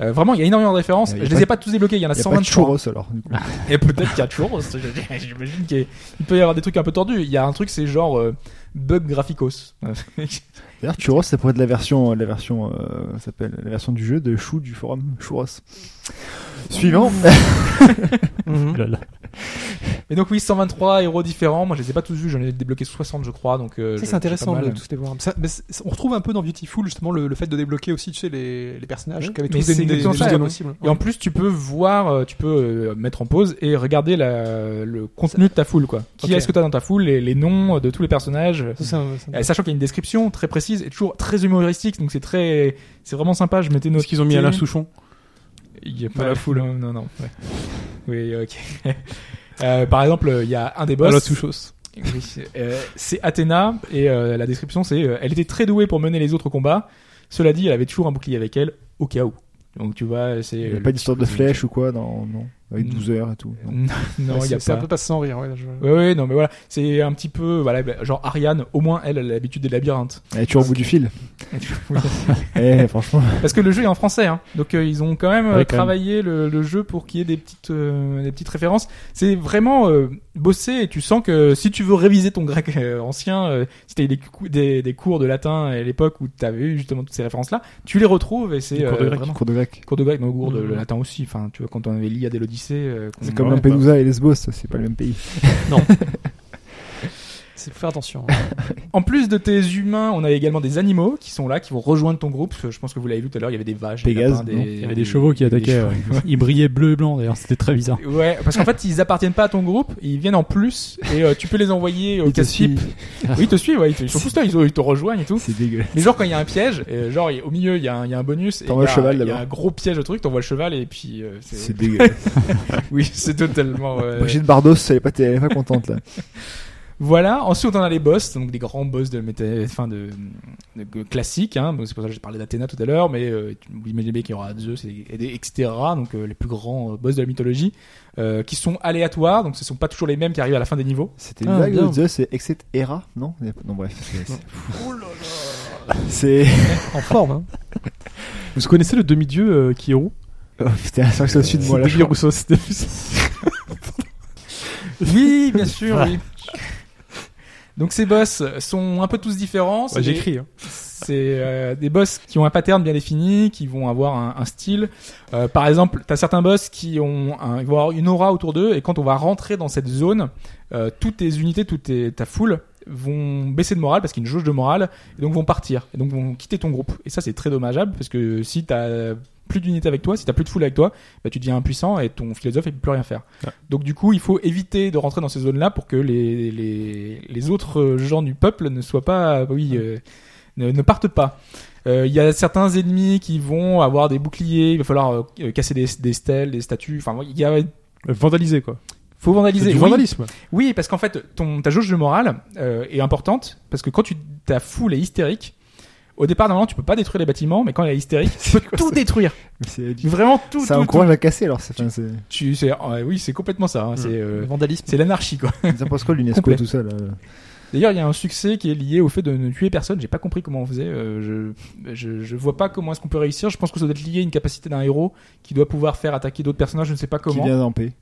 D: Euh, vraiment, il y a énormément de références.
C: Il Euh, y a
D: Je
C: pas
D: les ai
C: de-
D: pas tous débloqués, il y en a
C: Il n'y a pas de
D: 123.
C: churros alors.
D: *laughs*
C: du coup.
D: Et peut-être qu'il y a toujours, hein, je- je- *laughs* j'imagine qu'il y a- il peut y avoir des trucs un peu tordus. Il y a un truc, c'est genre euh, bug graphicos.
C: D'ailleurs, churros, ça pourrait être la version, la version, euh, ça s'appelle la version du jeu de Chou du forum. Churros. Suivant. *laughs*
D: Mhm.
E: Oh là là.
D: Mais donc oui, 123 héros différents. Moi, je les ai pas tous vus. J'en ai débloqué 60, je crois. Donc euh,
F: Ça,
D: je-
F: c'est intéressant
D: j'ai pas
F: de
D: mal.
F: tous les voir. Ça- mais c'est- on retrouve un peu dans Beautiful justement le, le fait de débloquer aussi tu sais les, les personnages
D: Oui,
F: qui avaient
D: mais
F: tous des,
D: c'est
F: des,
D: exactement
F: des
D: ça,
F: histoires
D: non
F: possibles.
D: Et en plus, tu peux voir, euh, tu peux euh, mettre en pause et regarder la, le contenu de ta foule, quoi. Qui
F: Ok.
D: est-ce que t'as dans ta foule, les, les noms de tous les personnages.
F: Ça, c'est un- c'est un-
D: Euh, Sachant qu'il y a une description très précise et toujours très humoristique, donc c'est très, c'est vraiment sympa. Je m'étais noté.
B: Est-ce qu'ils ont mis Alain Souchon
D: Il y a pas la foule. Non, non, non. ouais. Oui, ok. *laughs* Euh, par exemple, euh, il y a un des boss.
B: Alain Souchos.
D: Oui, euh, c'est Athéna et euh, la description c'est euh, elle était très douée pour mener les autres combats. Cela dit, elle avait toujours un bouclier avec elle au cas où. Donc tu vois, c'est
C: Il n'y a
D: euh,
C: pas
D: le
C: d'histoire de
D: petit-
C: flèche ou quoi, non, non. Avec
D: Mm.
C: 12 heures et tout. non.
D: *laughs* Non, non, il y a
F: c'est c'est un
D: pas.
F: peu pas sans rire. Ouais, là, je-
D: Ouais, ouais, non, mais voilà, c'est un petit peu, voilà, bah, genre Ariane, au moins elle, elle a l'habitude des labyrinthes.
C: Elle est toujours au bout du fil.
D: Oui.
C: *laughs* Eh, franchement.
D: Parce que le jeu est en français, hein. donc euh, ils ont quand même euh,
E: Ouais, quand même.
D: travaillé Le, le jeu pour qu'il y ait des petites, euh, des petites références. C'est vraiment euh, bossé et tu sens que si tu veux réviser ton grec euh, ancien, euh, si t'as eu des, cou- des, des cours de latin à l'époque où t'avais eu justement toutes ces références-là, tu les retrouves *laughs* et c'est
B: Des cours de
D: euh,
B: grec.
D: vraiment-
C: Cours de grec.
D: cours de grec, mais au cours de
E: Mmh.
F: Mhm.
D: le latin aussi. Enfin, tu vois, quand on avait l'Iliade et l'Odyssée, euh, qu'on-
C: C'est comme
D: Ouais,
C: Lampedusa et Lesbos, ça, c'est pas le même pays.
F: C'est faut faire attention. hein.
D: En plus de tes humains, on a également des animaux qui sont là, qui vont rejoindre ton groupe. Je pense que vous l'avez vu tout à l'heure, il y avait des vaches, des
C: Pégase,
D: lapins,
C: non
D: des,
E: Il y avait des chevaux qui
D: il y avait euh, des
E: attaquaient.
D: chevaux.
E: ouais. Ils brillaient bleu et blanc d'ailleurs, c'était très bizarre.
D: Ouais, parce qu'en fait, ils appartiennent pas à ton groupe, ils viennent en plus et euh, tu peux les envoyer au
C: Ils te
D: casse-pipe.
C: suivent.
D: Oui, ils te suivent, ouais, ils, te- ils sont tous là, ils, ils te rejoignent et tout.
C: C'est dégueulasse.
D: Mais genre quand il y a un piège, euh, genre il- au milieu il y, a un- il y a un bonus, et il y,
C: T'envoies le
D: a-
C: cheval,
D: il y a
C: d'abord.
D: un gros piège au truc, t'envoies le cheval et puis euh, c'est- *laughs*
C: C'est dégueulasse.
D: oui c'est
C: *laughs*
D: totalement. euh,
C: Brigitte Bardos, elle est pas, elle est pas contente, là.
D: Voilà. Ensuite on a les boss, donc des grands boss de méta... enfin de, de- de classiques. Hein. Donc, C'est pour ça que j'ai parlé d'Athéna tout à l'heure, mais euh, tu- vous imaginez qu'il y aura Zeus et, et des- etc. Donc euh, les plus grands euh, boss de la mythologie euh, qui sont aléatoires, donc ce sont pas toujours les mêmes qui arrivent à la fin des niveaux.
C: C'était une
F: Ah,
C: blague,
F: bien.
C: de Zeus et Exit Hera, non Il y a pas- Non, *laughs* bref. c'est- c'est- C'est. *laughs*
F: en forme. Hein.
B: Vous connaissez le demi-dieu euh, qui est roux
C: Oh putain, c'est vrai que c'est au-dessus de moi, là.
B: Demi Rousseau, c'était
D: Oui, bien sûr, oui. Donc ces boss sont un peu tous différents. C'est
B: Ouais,
D: des-
B: J'écris. hein.
D: C'est euh, des boss qui ont un pattern bien défini, qui vont avoir un, un style. Euh, par exemple, t'as certains boss qui ont un, ils vont avoir une aura autour d'eux et quand on va rentrer dans cette zone, euh, toutes tes unités, toute tes- ta foule vont baisser de morale parce qu'il y a une jauge de morale et donc vont partir et donc vont quitter ton groupe. Et ça c'est très dommageable parce que si t'as plus d'unités avec toi, si t'as plus de foule avec toi, bah, tu deviens impuissant et ton philosophe ne peut plus rien faire. Donc du coup, il faut éviter de rentrer dans ces zones-là pour que les, les, les autres gens du peuple ne soient pas, oui, euh, ne, ne partent pas. Euh, Il y a certains ennemis qui vont avoir des boucliers, il va falloir euh, casser des, des stèles, des statues. Enfin, il y a,
B: Vandaliser quoi.
D: faut
B: C'est
D: vandaliser.
B: du
D: Oui.
B: vandalisme.
D: Oui, parce qu'en fait, ton, ta jauge de morale euh, est importante, parce que quand tu, ta foule est hystérique, au départ, normalement, tu peux pas détruire les bâtiments, mais quand elle est hystérique, tu *laughs* peux tout détruire.
C: Mais c'est du-
D: Vraiment *laughs* tout,
C: Ça
D: tout,
C: encourage à casser alors. C'est, enfin, c'est...
D: tout. Tu, c'est- ah, oui, c'est complètement ça. hein, C'est, euh,
F: vandalisme.
D: c'est l'anarchie, quoi.
C: Ils en pensent quoi l'UNESCO
D: Complet.
C: tout ça là
D: D'ailleurs, il y a un succès qui est lié au fait de ne tuer personne. J'ai pas compris comment on faisait. euh, je, je, je vois pas comment est-ce qu'on peut réussir. Je pense que ça doit être lié à une capacité d'un héros qui doit pouvoir faire attaquer d'autres personnages. Je ne sais pas
C: Qui
D: comment.
C: vient en paix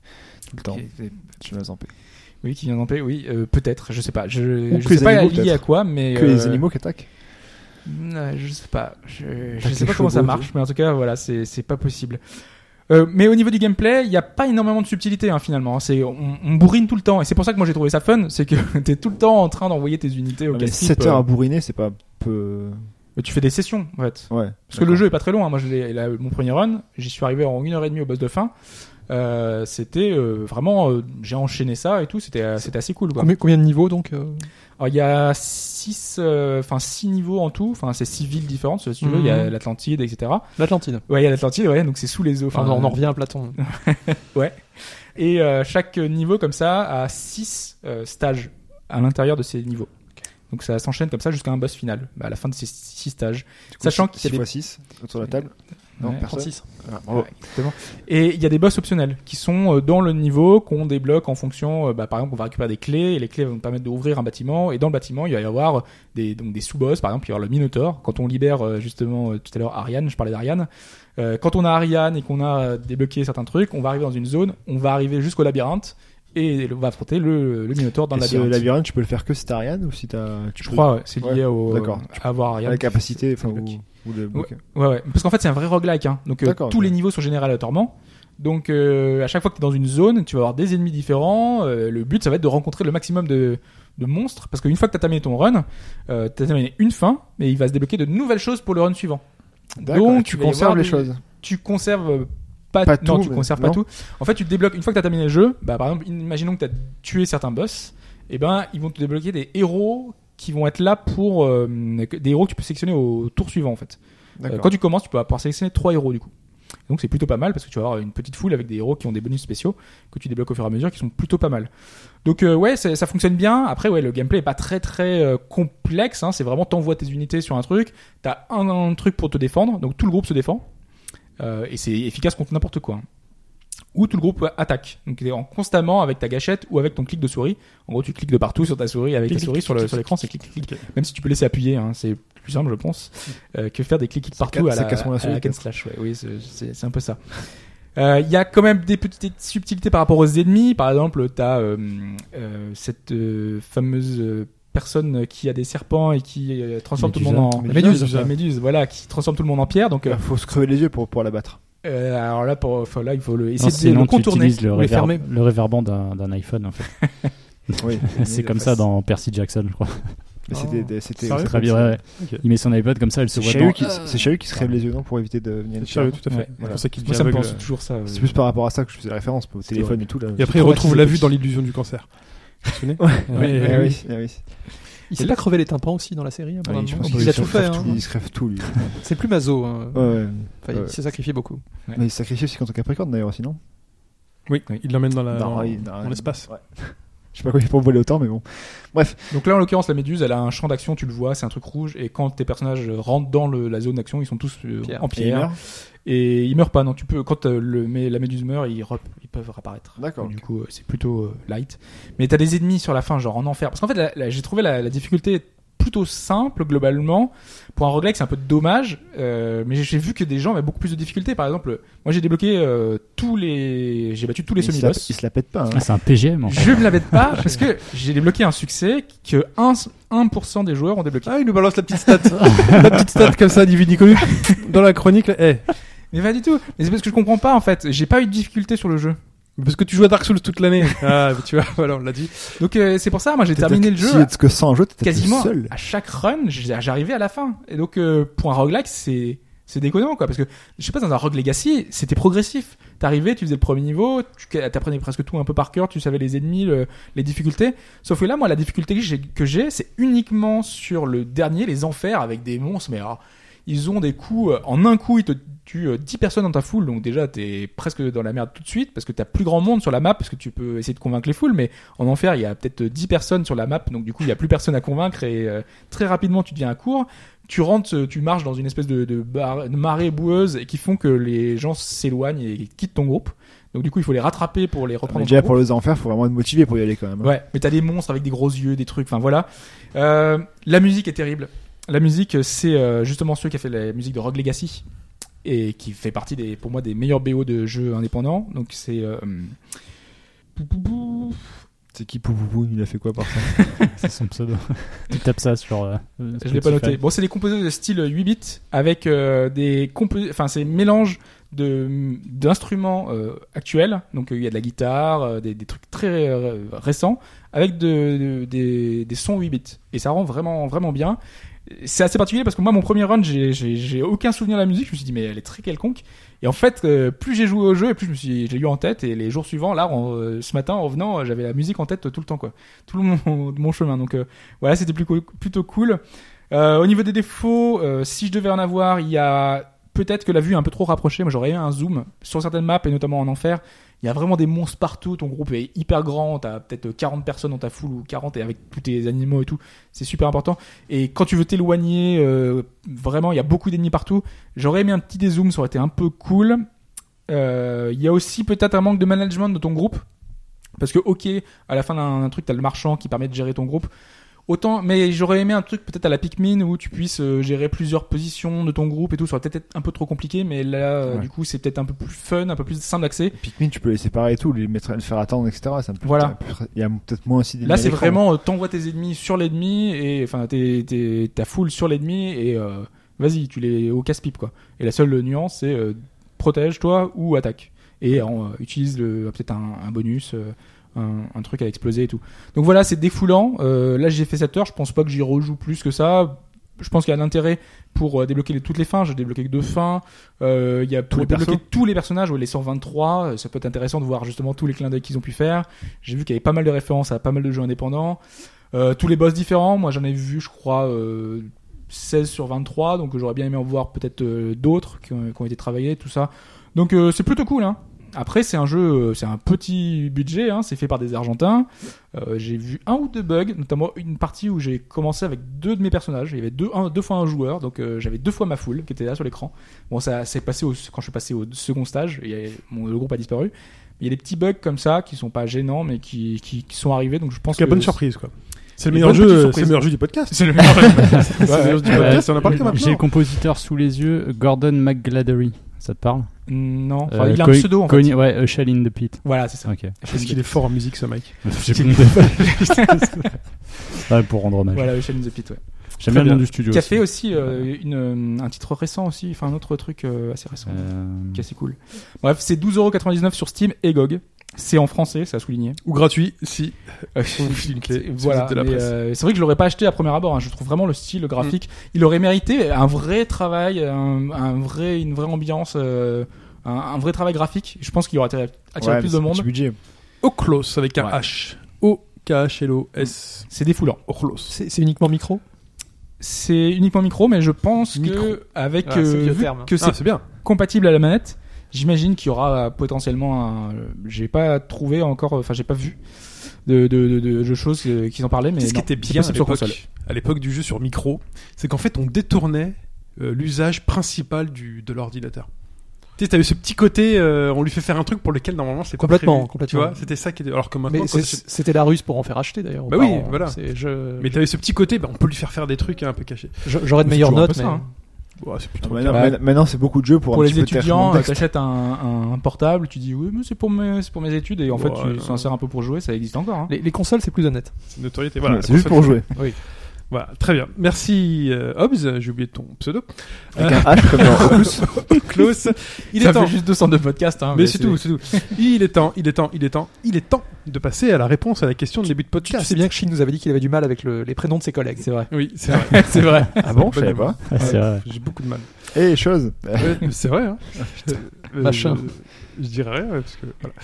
C: tout le temps.
D: Qui-
C: Tu vas en paix.
D: Oui, qui vient d'en paix. Oui, euh, peut-être. Je sais pas. Je,
C: Ou
D: je
C: que les
D: sais pas
C: animaux,
D: lié à
C: peut-être.
D: quoi, mais
C: Que les
D: euh,
C: animaux qui attaquent.
D: Ouais, je sais pas. Je, je
C: T'as
D: sais pas
C: quelque
D: comment ça
C: chose,
D: marche, mais en tout cas, voilà, c'est c'est pas possible. Euh, mais au niveau du gameplay, il n'y a pas énormément de subtilité hein, finalement. C'est on, on bourrine tout le temps et c'est pour ça que moi j'ai trouvé ça fun, c'est que *laughs* t'es tout le temps en train d'envoyer tes unités au
C: Ah, Mais
D: casse-pipe,
C: 7
D: euh,
C: heures à bourriner, c'est pas peu.
D: mais tu fais des sessions en fait.
C: Ouais.
D: Parce que le jeu est pas très long. hein. Moi, je l'ai- la- mon premier run, j'y suis arrivé en une heure et demie au boss de fin. Euh, c'était euh, vraiment, euh, j'ai enchaîné ça et tout. C'était euh, c'était assez cool. Quoi.
F: Combien, combien de niveaux donc euh
D: Alors, il y a six, euh, enfin six niveaux en tout. Enfin, c'est six villes différentes. Si tu veux, il y a
F: Mhm.
D: l'Atlantide, etc.
F: L'Atlantide. Euh,
D: Ouais, il y a l'Atlantide, ouais, donc c'est sous les eaux.
F: Enfin, on en revient à Platon.
D: Et euh, chaque niveau, comme ça, a 6 stages à l'intérieur de ces niveaux. Donc ça s'enchaîne comme ça jusqu'à un boss final, bah, à la fin de ces 6 stages. Sachant qu'il y a
C: 6
D: des-
C: x 6 autour de la table. Non,
D: Ouais,
C: personne.
F: 36.
C: Ah, bravo.
D: Ouais, exactement. Et il y a des boss optionnels qui sont euh, dans le niveau, qu'on débloque en fonction, euh, bah, par exemple, on va récupérer des clés, et les clés vont nous permettre d'ouvrir un bâtiment, et dans le bâtiment, il va y avoir des, donc des sous-boss, par exemple, il va y avoir le Minotaur, quand on libère euh, justement euh, tout à l'heure Ariane, je parlais d'Ariane, Euh, quand on a Ariane et qu'on a euh, débloqué certains trucs, on va arriver dans une zone, on va arriver jusqu'au labyrinthe, et on va affronter le, le Minotaur dans
C: Et
D: le
C: ce
D: labyrinthe.
C: labyrinthe, tu peux le faire que si t'as Ariane ou si t'as. tu
D: Je
C: peux-
D: crois, ouais, c'est
C: Ouais,
D: lié au,
C: d'accord.
D: à avoir
C: à
D: Ariane.
C: la capacité, enfin,
D: bloque.
C: ou, ou le bloquer.
D: Ouais, ouais. Parce qu'en fait, c'est un vrai roguelike. Hein. Donc, euh, tous
C: D'accord, ok.
D: les niveaux sont généralatoirement. Donc, euh, à chaque fois que tu es dans une zone, tu vas avoir des ennemis différents. Euh, le but, ça va être de rencontrer le maximum de, de monstres. Parce qu'une fois que tu as terminé ton run, euh, tu as terminé une fin, mais il va se débloquer de nouvelles choses pour le run suivant.
C: D'accord,
D: Donc,
C: et tu
D: il va y avoir
C: conserves les
D: des-
C: choses.
D: Tu conserves euh, pas,
C: Pas
D: Non,
C: tout,
D: tu
C: mais-
D: conserves
C: non.
D: pas tout. En fait, tu te débloques. Une fois que tu as terminé le jeu, bah, par exemple, imaginons que tu as tué certains boss, et ben, ils vont te débloquer des héros qui vont être là pour. euh, des héros que tu peux sélectionner au tour suivant, en fait. Euh,
C: D'accord.
D: quand tu commences, tu peux pouvoir sélectionner trois héros du coup. Donc c'est plutôt pas mal parce que tu vas avoir une petite foule avec des héros qui ont des bonus spéciaux que tu débloques au fur et à mesure qui sont plutôt pas mal. Donc euh, ouais, ça, ça fonctionne bien. Après ouais, le gameplay est pas très très euh, complexe. hein. C'est vraiment t'envoies tes unités sur un truc, t'as un, un truc pour te défendre, donc tout le groupe se défend Euh, et c'est efficace contre n'importe quoi. hein. Ou tout le groupe euh, attaque. Donc t'es en constamment avec ta gâchette ou avec ton clic de souris. En gros, tu cliques de partout sur ta souris avec ta souris sur le- sur l'écran, c'est clic clic. Même si tu peux laisser appuyer, hein, c'est plus simple je pense euh, que faire des clics partout
C: ca-
D: à
C: Mm. ça
D: la,
C: casse moins la
D: à la
C: solitude.
D: hack and slash. ouais. Oui, c'est- c'est c'est un peu ça. Euh, Il y a quand même des petites subtilités par rapport aux ennemis. Par exemple, t'as euh, euh, cette euh, fameuse euh, personne qui a des serpents et qui euh, transforme tout le monde en
C: Médusa.
D: la méduse, voilà, qui transforme tout le monde en pierre. Donc, euh,
C: Il faut se crever les yeux pour pouvoir l'abattre.
D: euh, alors là, pour, enfin, là, il faut le,
E: Non,
D: essayer de
E: non,
D: le
E: tu
D: contourner.
E: utilises le,
F: ou les
E: réverb-
F: fermer.
E: le réverbant d'un d'un iPhone. En fait.
C: Oui.
E: C'est comme ça dans Percy Jackson, je
D: Ah
E: crois.
C: Mais c'était. des- c'était
E: C'est
C: c'est
E: très bien, ouais, ouais. Il met son iPod comme ça, elle
C: C'est
E: se voit
C: Chahu
E: dans-
C: qui, c'est Chahu qui se crève les yeux non pour éviter de venir
B: C'est
C: le
B: sérieux,
C: faire.
B: tout à fait.
D: Ouais,
B: C'est
C: voilà.
B: pour ça qu'il
D: Moi,
B: devient
D: ça me
B: aveugle.
D: pense toujours ça.
C: C'est
D: euh.
C: plus par rapport à ça que je faisais référence, au téléphone et tout. Là,
B: Et après, il retrouve la vue dans l'illusion du cancer. Vous vous souvenez
C: Oui,
B: Mais-
C: oui, eh oui.
F: Il s'est pas crevé les tympans aussi dans la série. à un moment.
C: Oui, je pense
F: il
C: qu'il
F: a
C: se
F: tout fait.
C: crève
F: hein.
C: Il se crève tout, lui.
F: C'est plus Mazo. hein.
C: Ouais, ouais.
F: Enfin,
C: ouais.
F: Il s'est sacrifié beaucoup.
C: Mais il se sacrifie aussi contre Capricorne d'ailleurs, sinon.
B: Oui, il l'emmène dans la-
C: Non,
B: dans
C: il- non,
B: dans l'espace.
C: ouais. Je sais pas quoi il faut voler autant, mais bon.
D: Donc là, en l'occurrence, la méduse, elle a un champ d'action, tu le vois, c'est un truc rouge. Et quand tes personnages euh, rentrent dans le- la zone d'action, ils sont tous euh,
F: Pierre.
D: en
C: Et il
D: pierre.
C: meurt.
D: Et ils meurent pas, non. Tu peux, quand euh, le, mais la méduse meurt, ils, rep- ils peuvent réapparaître.
C: D'accord,
D: Donc, Du
C: ok.
D: coup, euh, c'est plutôt euh, light. Mais t'as des ennemis sur la fin, genre en enfer. Parce qu'en fait, la- la- j'ai trouvé la, la difficulté plutôt simple globalement. Pour un roguelike, c'est un peu dommage. euh, mais j'ai vu que des gens avaient beaucoup plus de difficultés. Par exemple, moi, j'ai débloqué euh, tous les, j'ai battu tous les
C: Il se la-
D: semi-boss.
C: il se la pète pas. hein.
E: Ah, c'est un
D: *laughs*
E: PGM. En fait.
D: Je me la bête
C: *laughs*
D: pas parce que j'ai débloqué un succès que 1%, 1 des joueurs ont débloqué.
B: Ah, il nous balance la petite stat. la petite stat comme ça, Divi Nicolas. Dans la chronique, là. Eh,
D: Mais pas du tout. Mais c'est parce que je comprends pas en fait. J'ai pas eu de difficulté sur le jeu.
B: parce que tu joues à Dark Souls toute l'année. Ah, mais tu vois, voilà, on l'a dit.
D: Donc euh, c'est pour ça, moi j'ai
C: Peut-être
D: terminé le jeu
C: Si
D: à-
C: est-ce que sans jeu, t'étais
D: quasiment
C: seul.
D: à chaque run, j'ai- j'arrivais à la fin. Et donc euh, pour un roguelike, c'est C'est déconnant, quoi. Parce que, je sais pas, dans un Rogue Legacy, c'était progressif. T'arrivais, tu faisais le premier niveau, tu apprenais presque tout un peu par cœur, tu savais les ennemis, le- les difficultés. Sauf que là, moi, la difficulté que j'ai- que j'ai, c'est uniquement sur le dernier, les enfers, avec des monstres, mais oh, alors, ils ont des coups, euh, en un coup, ils te tuent euh, 10 personnes dans ta foule, donc déjà, t'es presque dans la merde tout de suite, parce que t'as plus grand monde sur la map, parce que tu peux essayer de convaincre les foules, mais en enfer, il y a peut-être 10 personnes sur la map, donc du coup, il y a plus personne à convaincre, et euh, très rapidement, tu deviens à court. Tu rentres, euh, tu marches dans une espèce de, de, bar- de marée boueuse, et qui font que les gens s'éloignent et quittent ton groupe. Donc du coup, il faut les rattraper pour les reprendre.
C: Mais
D: dans
C: déjà
D: ton
C: pour les enfers, faut vraiment être motivé pour y aller quand même.
D: Ouais, mais t'as des monstres avec des gros yeux, des trucs, enfin voilà. Euh, la musique est terrible. La musique, c'est euh, justement celui qui a fait la musique de Rogue Legacy et qui fait partie des, pour moi, des meilleurs BO de jeux indépendants. Donc c'est euh, pou, pou, pou.
C: C'est qui Poupoupou Il a fait quoi par ça
E: C'est son pseudo. tu tapes ça sur. euh,
D: je l'ai pas
E: Spotify.
D: noté. Bon, c'est des composés de style 8 bits avec euh, des compo- enfin c'est un mélange de d'instruments euh, actuels. Donc euh, il y a de la guitare, euh, des, des trucs très euh, récents avec de, de- des, des sons 8 bits et ça rend vraiment vraiment bien. C'est assez particulier parce que moi mon premier run j'ai- j'ai j'ai aucun souvenir de la musique. Je me suis dit mais elle est très quelconque. Et en fait euh, plus j'ai joué au jeu et plus je me suis j'ai eu en tête et les jours suivants là en- euh, ce matin en revenant euh, j'avais la musique en tête tout le temps quoi tout le *laughs* mon, mon chemin. Donc euh, voilà c'était plus co- plutôt cool. Euh, au niveau des défauts, euh, si je devais en avoir, il y a peut-être que la vue est un peu trop rapprochée. Moi, j'aurais eu un zoom sur certaines maps et notamment en enfer. Il y a vraiment des monstres partout. Ton groupe est hyper grand. T'as peut-être 40 personnes dans ta foule ou 40 et avec tous tes animaux et tout. C'est super important. Et quand tu veux t'éloigner, euh, vraiment, il y a beaucoup d'ennemis partout. J'aurais aimé un petit dézoom. Ça aurait été un peu cool. Euh, Il y a aussi peut-être un manque de management de ton groupe. Parce que, ok, à la fin d'un d'un truc, t'as le marchand qui permet de gérer ton groupe. Autant, mais j'aurais aimé un truc peut-être à la Pikmin où tu puisses euh, gérer plusieurs positions de ton groupe et tout. Ça aurait peut-être un peu trop compliqué, mais là, euh,
C: Ouais.
D: du coup, c'est peut-être un peu plus fun, un peu plus simple d'accès.
C: Pikmin, tu peux les séparer et tout, les mettre, le faire attendre, etc. Ça me peut-
D: Voilà.
C: Il y a peut-être moins aussi.
D: Là,
C: d'ennemis à
D: c'est
C: l'écran.
D: vraiment euh, t'envoies tes ennemis sur l'ennemi et enfin t'es- t'es- ta foule sur l'ennemi et euh, vas-y, tu les au casse-pipe quoi. Et la seule nuance, c'est euh, protège-toi ou attaque et euh, utilise le- peut-être un, un bonus. euh, un, un truc à exploser et tout. Donc voilà, c'est défoulant. Euh, là, j'ai fait 7 heures. Je pense pas que j'y rejoue plus que ça. Je pense qu'il y a un intérêt pour euh, débloquer les- toutes les fins. J'ai débloqué que deux fins. Euh, Il y a pour
C: les
D: débloquer tous les personnages, ouais, les 123. euh, Ça peut être intéressant de voir justement tous les clins d'œil qu'ils ont pu faire. J'ai vu qu'il y avait pas mal de références à pas mal de jeux indépendants. Euh, tous les boss différents. Moi, j'en ai vu, je crois, euh, 16 sur 23. Donc j'aurais bien aimé en voir peut-être euh, d'autres qui ont, qui ont été travaillés, tout ça. Donc euh, c'est plutôt cool. Hein. Après, c'est un jeu, euh, c'est un petit budget, hein, c'est fait par des Argentins. Euh, j'ai vu un ou deux bugs, notamment une partie où j'ai commencé avec deux de mes personnages. Il y avait deux, un- deux fois un joueur, donc euh, j'avais deux fois ma foule qui était là sur l'écran. Bon, ça s'est passé au- quand je suis passé au second stage, il y avait- mon- le groupe a disparu. Il y a des petits bugs comme ça qui sont pas gênants, mais qui, qui, qui sont arrivés. Donc je pense
B: Quelle
D: que
B: bonne surprise, quoi. C'est le
D: Une
B: meilleur
D: bonne petite
B: jeu, euh,
D: surprise.
B: c'est le meilleur jeu du podcast.
D: c'est le meilleur jeu.
B: *laughs* C'est le meilleur jeu du
E: Ouais.
B: podcast, on en a parlé que
E: Euh, J'ai le
B: maintenant.
E: compositeur sous les yeux, Gordon McGladdery. Ça te parle
D: Non, enfin,
E: Euh,
D: il a un
E: Co-
D: pseudo en fait.
E: Cogn- Ouais, A Shell in the Pit.
D: Voilà, c'est ça.
E: Ok.
B: Parce qu'il est fort en musique, ce mec.
E: *laughs* Ouais, pour rendre hommage.
D: Voilà, Ocean in the Pit, ouais.
B: Très
E: J'aime bien le nom
B: bien.
E: du studio.
D: Qui a fait
E: aussi.
D: aussi euh, une, euh, un titre récent aussi, enfin un autre truc euh, assez récent,
E: Euh,
D: qui est assez cool. Bref, c'est 12,99€ sur Steam et GOG. C'est en français, ça a souligné.
B: Ou gratuit, Ah, si.
D: Euh,
B: file une clé, si vous
D: voilà.
B: êtes de la
D: mais,
B: presse.
D: euh, c'est vrai que je l'aurais pas acheté à premier abord. hein. Je trouve vraiment le style le graphique. Il aurait mérité un vrai travail, un, un vrai, une vraie ambiance, euh, un, un vrai travail graphique. Je pense qu'il aurait attiré, attiré
C: Ouais, mais
D: plus
C: c'est
D: de
C: un
D: monde.
C: petit budget.
B: Oclos avec un
D: Ouais.
B: H. O-K-H-L-O-S.
D: C'est défoulant.
B: Oclos.
F: C'est c'est uniquement micro
D: C'est uniquement micro, mais je pense
B: Micro.
D: que avec
F: Ah, c'est
D: euh,
F: vieux
D: vu
F: terme.
D: que c'est
B: Ah, c'est bien.
D: compatible à la manette. J'imagine qu'il y aura euh, potentiellement un. euh, J'ai pas trouvé encore, enfin j'ai pas vu de, de, de, de, de choses euh, qu'ils en parlaient, mais
B: C'est ce qui
D: non,
B: était
D: c'est
B: bien à
D: possible sur console.
B: l'époque, à l'époque du jeu sur micro, c'est qu'en fait on détournait euh, l'usage principal du, de l'ordinateur. Tu sais, t'avais ce petit côté, euh, on lui fait faire un truc pour lequel normalement c'est pas
F: Complètement,
B: prévu.
F: complètement.
B: Tu vois, c'était ça qui était. Alors que maintenant,
F: Mais
B: quand
F: c'est-
B: t'achètes-
F: c'était la ruse pour en faire acheter d'ailleurs.
B: Bah oui,
F: auparavant.
B: voilà.
F: C'est- je-
B: Euh, mais t'avais ce petit côté, bah, on peut lui faire faire des trucs hein, un peu cachés.
F: je- J'aurais de
D: C'est
F: meilleures
D: toujours un
F: notes,
D: peu
F: mais
D: ça, hein.
B: Ouais, c'est plus
C: Ah,
B: trop
C: Maintenant,
B: grave.
D: Ouais.
C: maintenant- maintenant, c'est beaucoup de jeux pour,
D: Pour
C: un
D: les
C: petit peu de
D: étudiants,
C: tâchement de texte.
D: t'achètes un, un portable, tu dis oui, mais c'est pour mes, c'est pour mes études, et en fait
B: Ouais.
D: tu s'en sers un peu pour jouer, ça existe encore. Hein.
F: les, les consoles c'est plus honnête.
B: C'est une notoriété. Voilà,
C: Ouais, c'est juste
B: ça,
C: pour jouer.
B: Voilà, très bien. Merci euh, Hobbs, j'ai oublié ton pseudo.
C: Avec un H comme dans Opus.
B: *laughs* Close. Il
D: ça
B: est temps.
D: fait juste 202 podcasts.
F: Ah,
D: Hein,
B: Mais c'est tout, c'est tout. Il est temps, il est temps, il est temps, il est temps de passer à la réponse à la question de début de
F: Tu
B: podcast.
F: sais bien que Shin nous avait dit qu'il avait du mal avec le- les prénoms de ses collègues.
D: C'est vrai.
B: Oui, c'est vrai.
D: *laughs* c'est vrai.
C: Ah bon,
B: Bonne
C: je savais
B: mémoire.
C: pas.
E: *laughs* ouais, c'est vrai.
B: J'ai beaucoup de mal.
C: Et chose.
B: Ouais, c'est vrai, hein. Euh,
F: Machin.
B: Je, je dirais rien, ouais, parce que. voilà.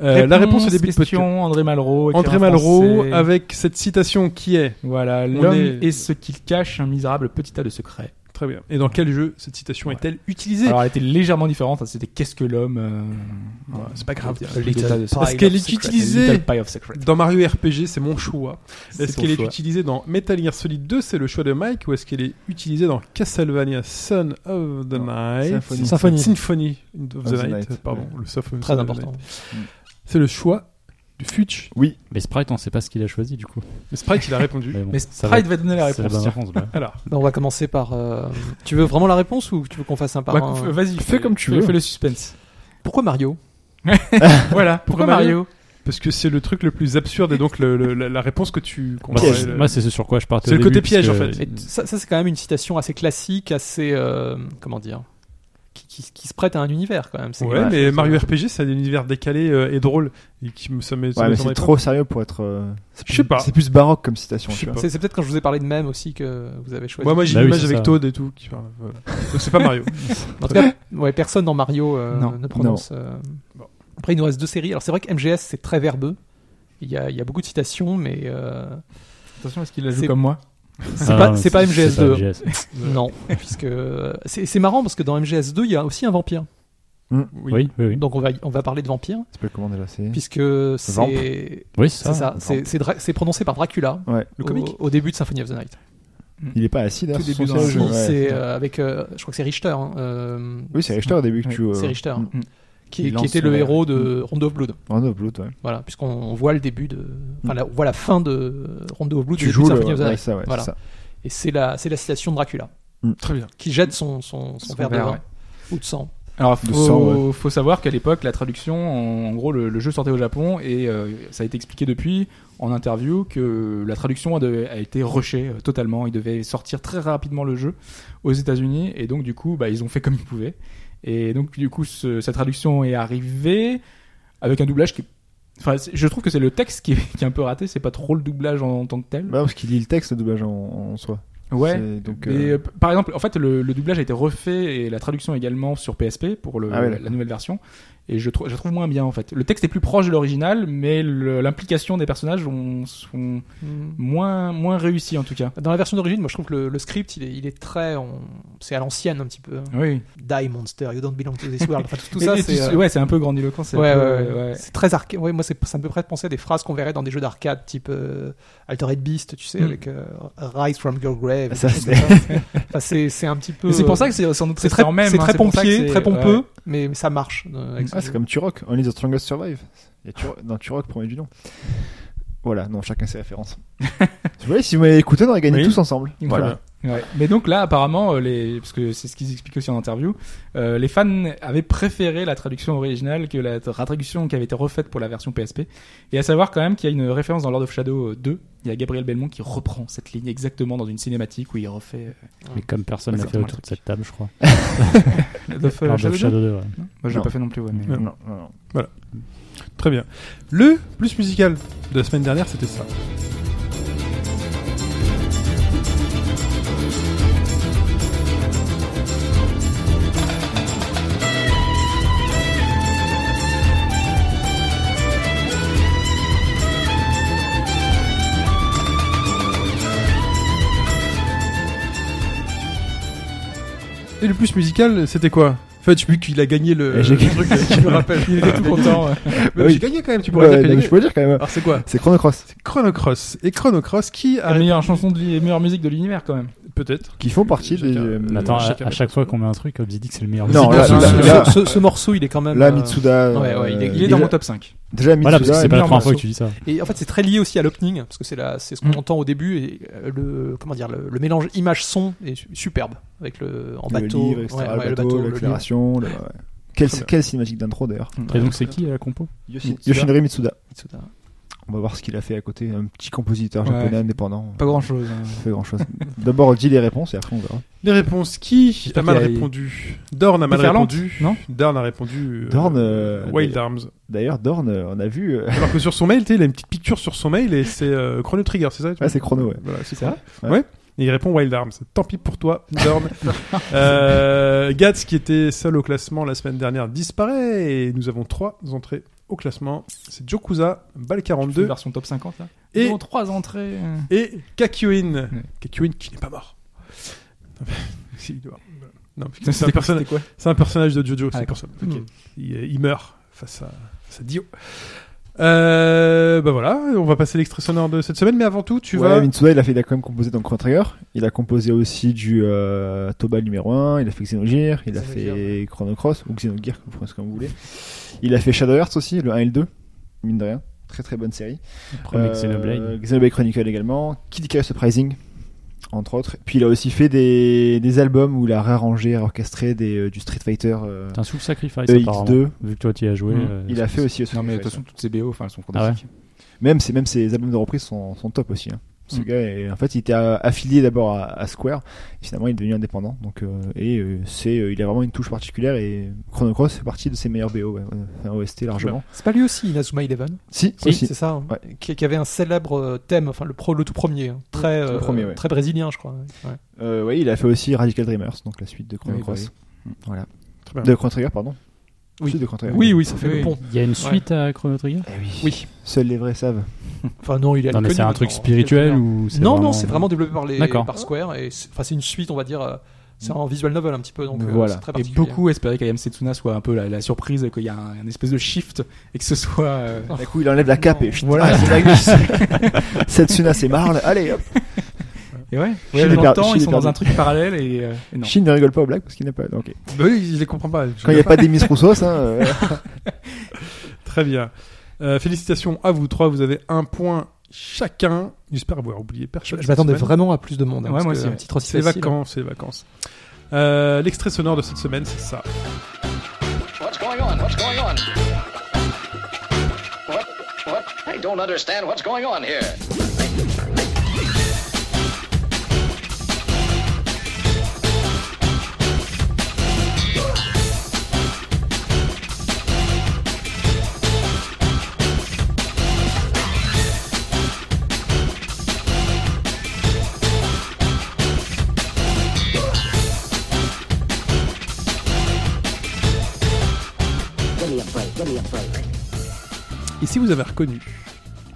B: Euh, la réponse au début de
D: question,
B: podcast.
D: André Malraux. écrivain
B: André Malraux,
D: français.
B: avec cette citation qui est.
D: Voilà, l'homme
B: est-
D: est ce qu'il cache, un misérable petit tas de secrets.
B: Très bien. Et dans quel jeu cette citation
D: Ouais.
B: est-elle utilisée
D: Alors, elle était légèrement différente. hein, C'était qu'est-ce que l'homme euh,
B: Ouais, C'est pas grave.
D: euh, petit tas de secrets.
B: Parce qu'elle est
D: A
B: utilisée
D: Little Pie of Secrets.
B: dans Mario RPG, c'est mon choix.
D: C'est
B: Est-ce
D: son
B: qu'elle est
D: choix.
B: utilisée dans Metal Gear Solid 2, c'est le choix de Mike, ou est-ce qu'elle est utilisée dans Castlevania Son of the
C: Non,
B: Night
C: Symphony.
F: Symphonie.
B: Symphony of the,
C: Of the
B: Night,
C: Night,
B: pardon, le Symphony of
F: Très
B: the
F: important.
B: Night. C'est le choix du Futch.
E: Mais Sprite, on sait pas ce qu'il a choisi du coup.
B: Mais Sprite, il a
C: *laughs*
B: répondu.
E: Mais, bon,
D: Mais
E: ça va
D: Sprite
E: être-
D: va donner la
E: c'est la
D: réponse.
E: bonne
D: tiens.
E: réponse. bah.
B: Alors,
F: Ben, on va commencer par. euh, Tu veux vraiment la réponse ou tu veux qu'on fasse un par
D: Ouais,
F: un
D: f- Bah, Vas-y,
C: fais comme tu veux.
D: Fais le suspense.
F: Pourquoi Mario
D: voilà, pourquoi Mario
B: parce que c'est le truc le plus absurde et donc le- le- la, la réponse que tu. qu'on
E: Moi,
B: aurait,
E: c'est-
B: le-
E: Moi, c'est ce sur quoi je partais.
B: C'est
E: au
B: le côté
E: début,
B: piège,
E: parce
B: en
E: que-
B: fait.
F: Et ça, ça, c'est quand même une citation assez classique, assez. euh, comment dire qui, qui- qui se prête à un univers quand même. C'est-
B: Ouais, mais Mario RPG, ça a un univers décalé euh, et drôle. Et qui me, ça m'est- ça
C: Ouais, mais
B: m'étonnerait pas.
C: c'est trop sérieux pour être. euh,
B: Je
C: c'est plus-
B: sais pas.
C: C'est plus baroque comme citation.
B: Je
C: tu
B: sais
C: vois.
B: pas.
F: C'est c'est peut-être quand je vous ai parlé de même aussi que vous avez choisi.
B: Moi, moi j'ai
E: Bah oui,
B: l'image
E: c'est
B: avec
E: ça.
B: Toad et tout. Qui, parle, voilà. Donc c'est pas
E: *laughs*
B: Mario.
F: En tout cas, ouais, personne dans Mario euh,
D: Non.
F: ne prononce. euh, Après, il nous reste deux séries. Alors, c'est vrai que MGS, c'est très verbeux. Il y, a, il y a beaucoup de citations, mais euh,
D: Attention, est-ce qu'il la
F: C'est-
D: joue comme moi
F: c'est
E: Ah,
F: pas,
E: non,
F: c'est pas
E: c'est pas
F: MGS2.
E: MGS.
F: non, puisque euh, c'est c'est marrant parce que dans MGS2, il y a aussi un vampire.
B: Oui.
E: Oui, oui, oui.
F: Donc, on va, on va parler de vampire,
C: C'est pas comment déjà c'est.
F: puisque
C: Vamp.
F: c'est
E: Oui,
F: c'est
E: c'est ça.
F: ça. C'est c'est Dra- c'est prononcé par Dracula
C: Ouais.
B: Le
F: au-
B: comique.
F: Au, début de Symphony of the Night.
C: Il est pas assis là.
D: Tout
C: sur
D: début
C: son
D: dans la
C: siège,
F: Si,
C: ouais.
F: c'est euh, avec, euh, je crois que c'est Richter. hein, euh,
C: Oui, c'est Richter au début que
D: Ouais,
C: tu. euh,
F: c'est Richter,
C: mm.
F: qui,
C: Il
F: qui
C: lance
F: était le
C: son-
F: héros de Rondo of Blood.
C: Rondo of Blood, ouais.
F: Voilà, puisqu'on on voit le début de. Enfin, la- on voit la fin de Rondo of Blood,
C: Tu
F: le début
C: joues le.
F: de Symphony of the
C: Ouais,
F: Night.
C: ça, ouais,
F: Voilà.
C: c'est ça.
F: Et c'est la, c'est la citation de Dracula,
B: Très bien.
F: qui jette son, son, son
D: Son
F: verre de
D: verre,
F: vin,
D: ouais.
F: ou de sang.
D: Alors,
C: De
D: faut,
C: sang, ouais.
D: faut savoir qu'à l'époque, la traduction, en, en gros, le, le jeu sortait au Japon et euh, ça a été expliqué depuis en interview que la traduction a, de- a été rushée euh, totalement. Ils devaient sortir très rapidement le jeu aux États-Unis et donc, du coup, bah, ils ont fait comme ils pouvaient. Et donc, du coup, ce- cette traduction est arrivée avec un doublage qui. Enfin, c'est- je trouve que c'est le texte qui est, qui est un peu raté, c'est pas trop le doublage en, en tant que tel.
C: Bah, parce qu'il lit le texte, le doublage en, en soi.
D: ouais.
C: C'est- Donc,
D: Mais,
C: euh,
D: euh, p- par exemple, en fait, le, le doublage a été refait et la traduction également sur PSP pour le-
C: Ah ouais,
D: la,
C: d'accord.
D: nouvelle version. Et je, trou- je la trouve moins bien en fait. Le texte est plus proche de l'original, mais le- l'implication des personnages ont- sont moins moins réussies en tout cas.
F: Mm. Dans la version d'origine, moi je trouve que le, le script, il est, il est très. on- C'est à l'ancienne un petit peu. hein.
C: Mm.
D: Oui.
F: Die monster, you don't belong to this world. Enfin, tout,
C: *laughs*
F: tout
D: Et-
F: ça,
D: et
F: c'est.
D: tu-
F: euh,
D: ouais, c'est un peu grandiloquent. c'est un
F: Ouais,
D: peu-
F: ouais, ouais.
D: ouais.
F: C'est très arcade. Ouais, moi, c'est- ça me peut presque penser à des phrases qu'on verrait dans des jeux d'arcade, type euh, Altered Beast, tu sais,
D: Mm.
F: avec euh, Rise from Your Grave.
C: Ça,
F: des choses
C: c'est-
F: comme ça. Enfin, c'est c'est un petit peu.
D: Mais c'est
F: euh,
D: pour ça que c'est sans doute
F: c'est très,
D: même.
F: c'est
D: hein,
F: très
D: pour ça que
F: pompier,
D: c'est-
F: très pompeux,
D: ouais.
F: mais, mais ça marche. euh, avec ce
C: Ah, c'est
F: jeu.
C: comme Turok. Only the strongest survive. Il y a Turok, *laughs* non, Turok, premier du nom. Voilà, non, chacun ses références. Vous voyez, si vous m'avez écouté, on aurait gagné
B: Oui.
C: tous ensemble.
D: Très
C: Voilà.
D: bien. Ouais. Mais donc là, apparemment, euh, les... parce que c'est ce qu'ils expliquent aussi en interview, euh, les fans avaient préféré la traduction originale que la tra- traduction qui avait été refaite pour la version PSP. Et à savoir quand même qu'il y a une référence dans Lord of Shadow euh, 2, il y a Gabriel Belmont qui reprend cette ligne exactement dans une cinématique où il refait
E: Mais comme personne n'a fait
D: Exactement,
E: autour
D: le
E: de cette table, je crois.
D: euh, Lord of, euh,
E: Lord
D: Shadow
E: of
D: 2.
E: Shadow 2, ouais.
D: Moi, je l'ai
C: Non.
D: pas fait non plus, ouais, mais-
C: Non, non, non.
B: Très bien. Le plus musical de la semaine dernière, c'était ça. Et le plus musical, c'était quoi Fudge, vu qu'il a gagné le,
C: Et j'ai-
B: le truc, je me rappelle. Il était tout content.
D: Ah
B: Mais
C: Bah Oui.
B: Bah J'ai gagné quand même, tu
C: Ouais,
B: pourrais dire qu'il a
C: donc
B: gagné.
C: je peux le dire quand même.
B: Alors Ah. c'est quoi
C: C'est Chrono Cross.
B: Chrono Cross. Et Chrono Cross qui
D: La
B: arrive
D: meilleure chanson de l'hi- meilleure musique de l'univers quand même.
B: peut-être
C: Qui font partie
B: Chacun-
C: des.
B: Euh,
E: Mais attends, à,
B: chacun
E: à
B: met
E: chaque fois qu'on met un truc, Hobbs il dit que c'est le meilleur.
C: Non,
E: musique.
C: là,
F: ce,
C: là,
F: ce-
C: là-
F: ce- ce morceau, il est quand même.
C: Là,
F: euh,
C: Mitsuda.
F: ouais, ouais, il est-
C: euh,
D: Il est
C: déjà-
D: dans mon top 5.
C: Déjà,
E: Voilà, parce que
C: Mitsuda.
E: c'est pas la
C: énorme.
E: première fois que tu dis ça.
F: Et en fait, c'est très lié aussi à l'opening, parce que c'est la- c'est ce qu'on
D: Mm.
F: entend au début, et euh, le, comment dire, le, le mélange image-son est su- superbe, avec le, en
C: Le
F: bateau,
C: livre, etc.,
F: ouais, ouais,
C: le bateau,
F: le livre.
C: l'accélération. le- ouais. Quelle,
B: bien.
C: quelle cinématique d'intro d'ailleurs
E: Et donc, c'est qui la compo
C: Yoshinori Mitsuda.
F: Mitsuda.
C: On va voir ce qu'il a fait à côté. Un petit compositeur
D: Ouais.
C: japonais indépendant.
D: Pas hein. grand chose.
C: Il fait grand chose. D'abord, dis les réponses et après on verra.
B: Les réponses qui a
D: J'espère
B: mal
D: qu'il y a-
B: répondu Dorn a mal
D: Ferland,
B: répondu.
D: non
B: Dorn a répondu. euh,
C: Dorn, euh,
B: Wild
C: d'ailleurs.
B: Arms.
C: D'ailleurs, Dorn, euh, on a vu. euh,
B: Alors que sur son mail, tu sais, il a une petite picture sur son mail et c'est euh, Chrono Trigger, c'est ça tu
C: Ouais,
B: vois
C: c'est Chrono, ouais.
B: Voilà, c'est
D: C'est
B: ça.
C: ça
B: Ouais. Et il répond Wild Arms. Tant pis pour toi,
C: *laughs*
B: Dorn. euh, Gats, qui était seul au classement la semaine dernière, disparaît. Et nous avons trois entrées au classement. C'est Jokuza, Bal
G: Deux
B: 42
G: versions top 50 là.
B: et,
G: Ils ont trois entrées. euh.
B: et Kakyoin. Kakyoin qui n'est pas mort. *laughs* si, il est mort. Non, parce que
G: Putain,
B: c'est un
G: c'était-
B: personnage.
G: c'était quoi
B: C'est un personnage de Jojo, c'est
G: Ah, d'accord.
B: pour ça. Ok. Il, il meurt face à, face à Dio. Euh, bah voilà, on va passer l'extrait sonore de cette semaine, mais avant tout, tu
C: ouais,
B: vas.
C: Mitsuda, il a, fait, il a quand même composé donc Chrono Trigger. Il a composé aussi du euh, Toba numéro 1. Il a fait Xenogear. Il a
F: Xenogear,
C: fait Chrono Cross ou Xenogear, vous prenez ce que vous voulez. Il a fait Shadow Hearts aussi, le 1 et le 2. Mine de rien. Très très bonne série.
E: Premier
C: Euh,
E: Xenoblade.
C: Xenoblade Chronicle également. Kid Icarus Surprising, entre autres. Puis il a aussi fait des, des albums où il a réarrangé, orchestré des, euh, du Street Fighter euh,
E: T'as un Soul Sacrifice, apparemment.
C: EX2.
E: Vu que toi, tu y as joué.
G: Mmh.
E: euh,
C: Il a fait aussi.
G: Non mais de toute façon toutes ces BO, enfin elles sont
E: Ah ouais.
G: fantastiques.
C: Même ses, même ses albums de reprise sont, sont top aussi. hein. Ce
G: Mm.
C: gars, est- en fait, il était euh, affilié d'abord à, à Square, et finalement il est devenu indépendant. Donc, euh, et euh, c'est, euh, il a vraiment une touche particulière. Et Chrono Cross fait partie de ses meilleurs BO, ouais, ouais, enfin, OST largement.
F: C'est pas lui aussi, Inazuma Eleven
C: Si,
F: Si,
C: aussi.
F: c'est ça. hein.
C: Ouais.
F: Qui, qui avait un célèbre euh, thème, enfin le, pro, le tout premier, hein. très, euh,
C: premier, ouais.
F: très brésilien, je crois. ouais. Ouais.
C: Euh, ouais, il a fait aussi Radical Dreamers, donc la suite de Chrono
G: Oui,
C: Cross. Mm, Voilà.
B: Très bien.
C: De Chrono Trigger, pardon.
F: Oui.
C: Suite de Chrono Trigger.
F: Oui, oui, ça fait
G: Oui.
F: le pont.
E: Il y a une suite à Chrono Trigger
C: Eh oui.
F: Oui.
C: Seuls les vrais savent.
F: Enfin, non, il est
E: Non, mais
F: connu
E: c'est un truc
F: maintenant.
E: spirituel ou
F: Non, non, c'est vraiment développé par, les,
E: D'accord.
F: par Square. et c'est- Enfin, c'est une suite, on va dire. euh, C'est en visual novel un petit peu, donc euh,
C: Voilà.
F: c'est très
G: Et
F: particulier.
G: beaucoup espéraient qu'Ayam Setsuna soit un peu la, la surprise, qu'il y a un, un espèce de shift et que ce soit. euh,
D: Oh.
C: D'un coup, il enlève la cape et
G: Voilà.
C: voilà. c'est la glisse. Setsuna, c'est Marle. Allez, hop.
G: Et ouais,
C: Chez
G: voyage
C: les
G: dans
C: per-
G: le temps,
C: chez
G: ils
C: les
G: sont dans
C: perdus.
G: un truc parallèle et, euh, et non.
C: Shin ne rigole pas aux blagues parce qu'il n'est pas. ok.
B: Bah oui, je les comprends pas. Je-
C: Quand il n'y a pas d'Emis Roussos, hein, euh,
B: Très bien. Euh, félicitations à vous trois, vous avez un point chacun. J'espère avoir oublié
F: Je,
B: personne.
F: je
B: cette
F: m'attendais
B: semaine.
F: vraiment à plus de monde. hein,
G: Ouais,
F: parce
G: moi
F: que
G: aussi,
F: un
G: ouais.
F: titre aussi
B: C'est les
F: facile.
B: vacances, c'est les vacances. Euh, L'extrait sonore de cette semaine, c'est ça.
A: What's going on? What's going on? What? What? I don't understand what's going on here.
B: Et si vous avez reconnu,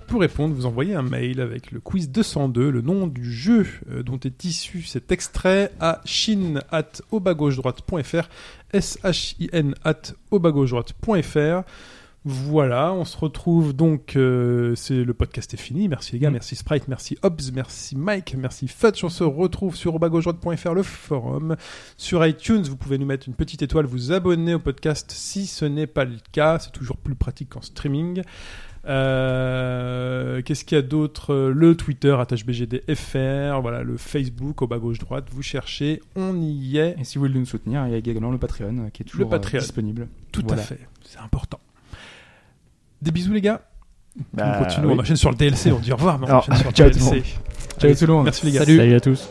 B: pour répondre, vous envoyez un mail avec le quiz 202, le nom du jeu euh, dont est issu cet extrait à shin at au bas gauche droite.fr, S-H-I-N at au bas gauche droite.fr. Voilà, on se retrouve donc. euh, c'est le podcast est fini. Merci les gars, merci Sprite, merci Hobbs, merci Mike, merci Fudge. On se retrouve sur robagaujoie.fr, le forum, sur iTunes. Vous pouvez nous mettre une petite étoile, vous abonner au podcast si ce n'est pas le cas. C'est toujours plus pratique qu'en streaming. Euh, Qu'est-ce qu'il y a d'autre Le Twitter, HBGDFR, voilà, le Facebook, au bas gauche droite. Vous cherchez, on y est.
G: Et si vous voulez nous soutenir, il y a également le Patreon euh, qui est toujours euh,
B: Patreon.
G: disponible.
B: Tout
G: Voilà.
B: à fait, c'est important. Des bisous les gars.
C: bah,
B: on continue,
C: oui.
B: on enchaîne sur le DLC, on dit au revoir, mais on
C: Alors,
B: enchaîne sur le
C: ciao tout le
B: DLC.
C: monde.
G: Ciao tout le monde.
B: Merci les gars.
E: Salut à tous.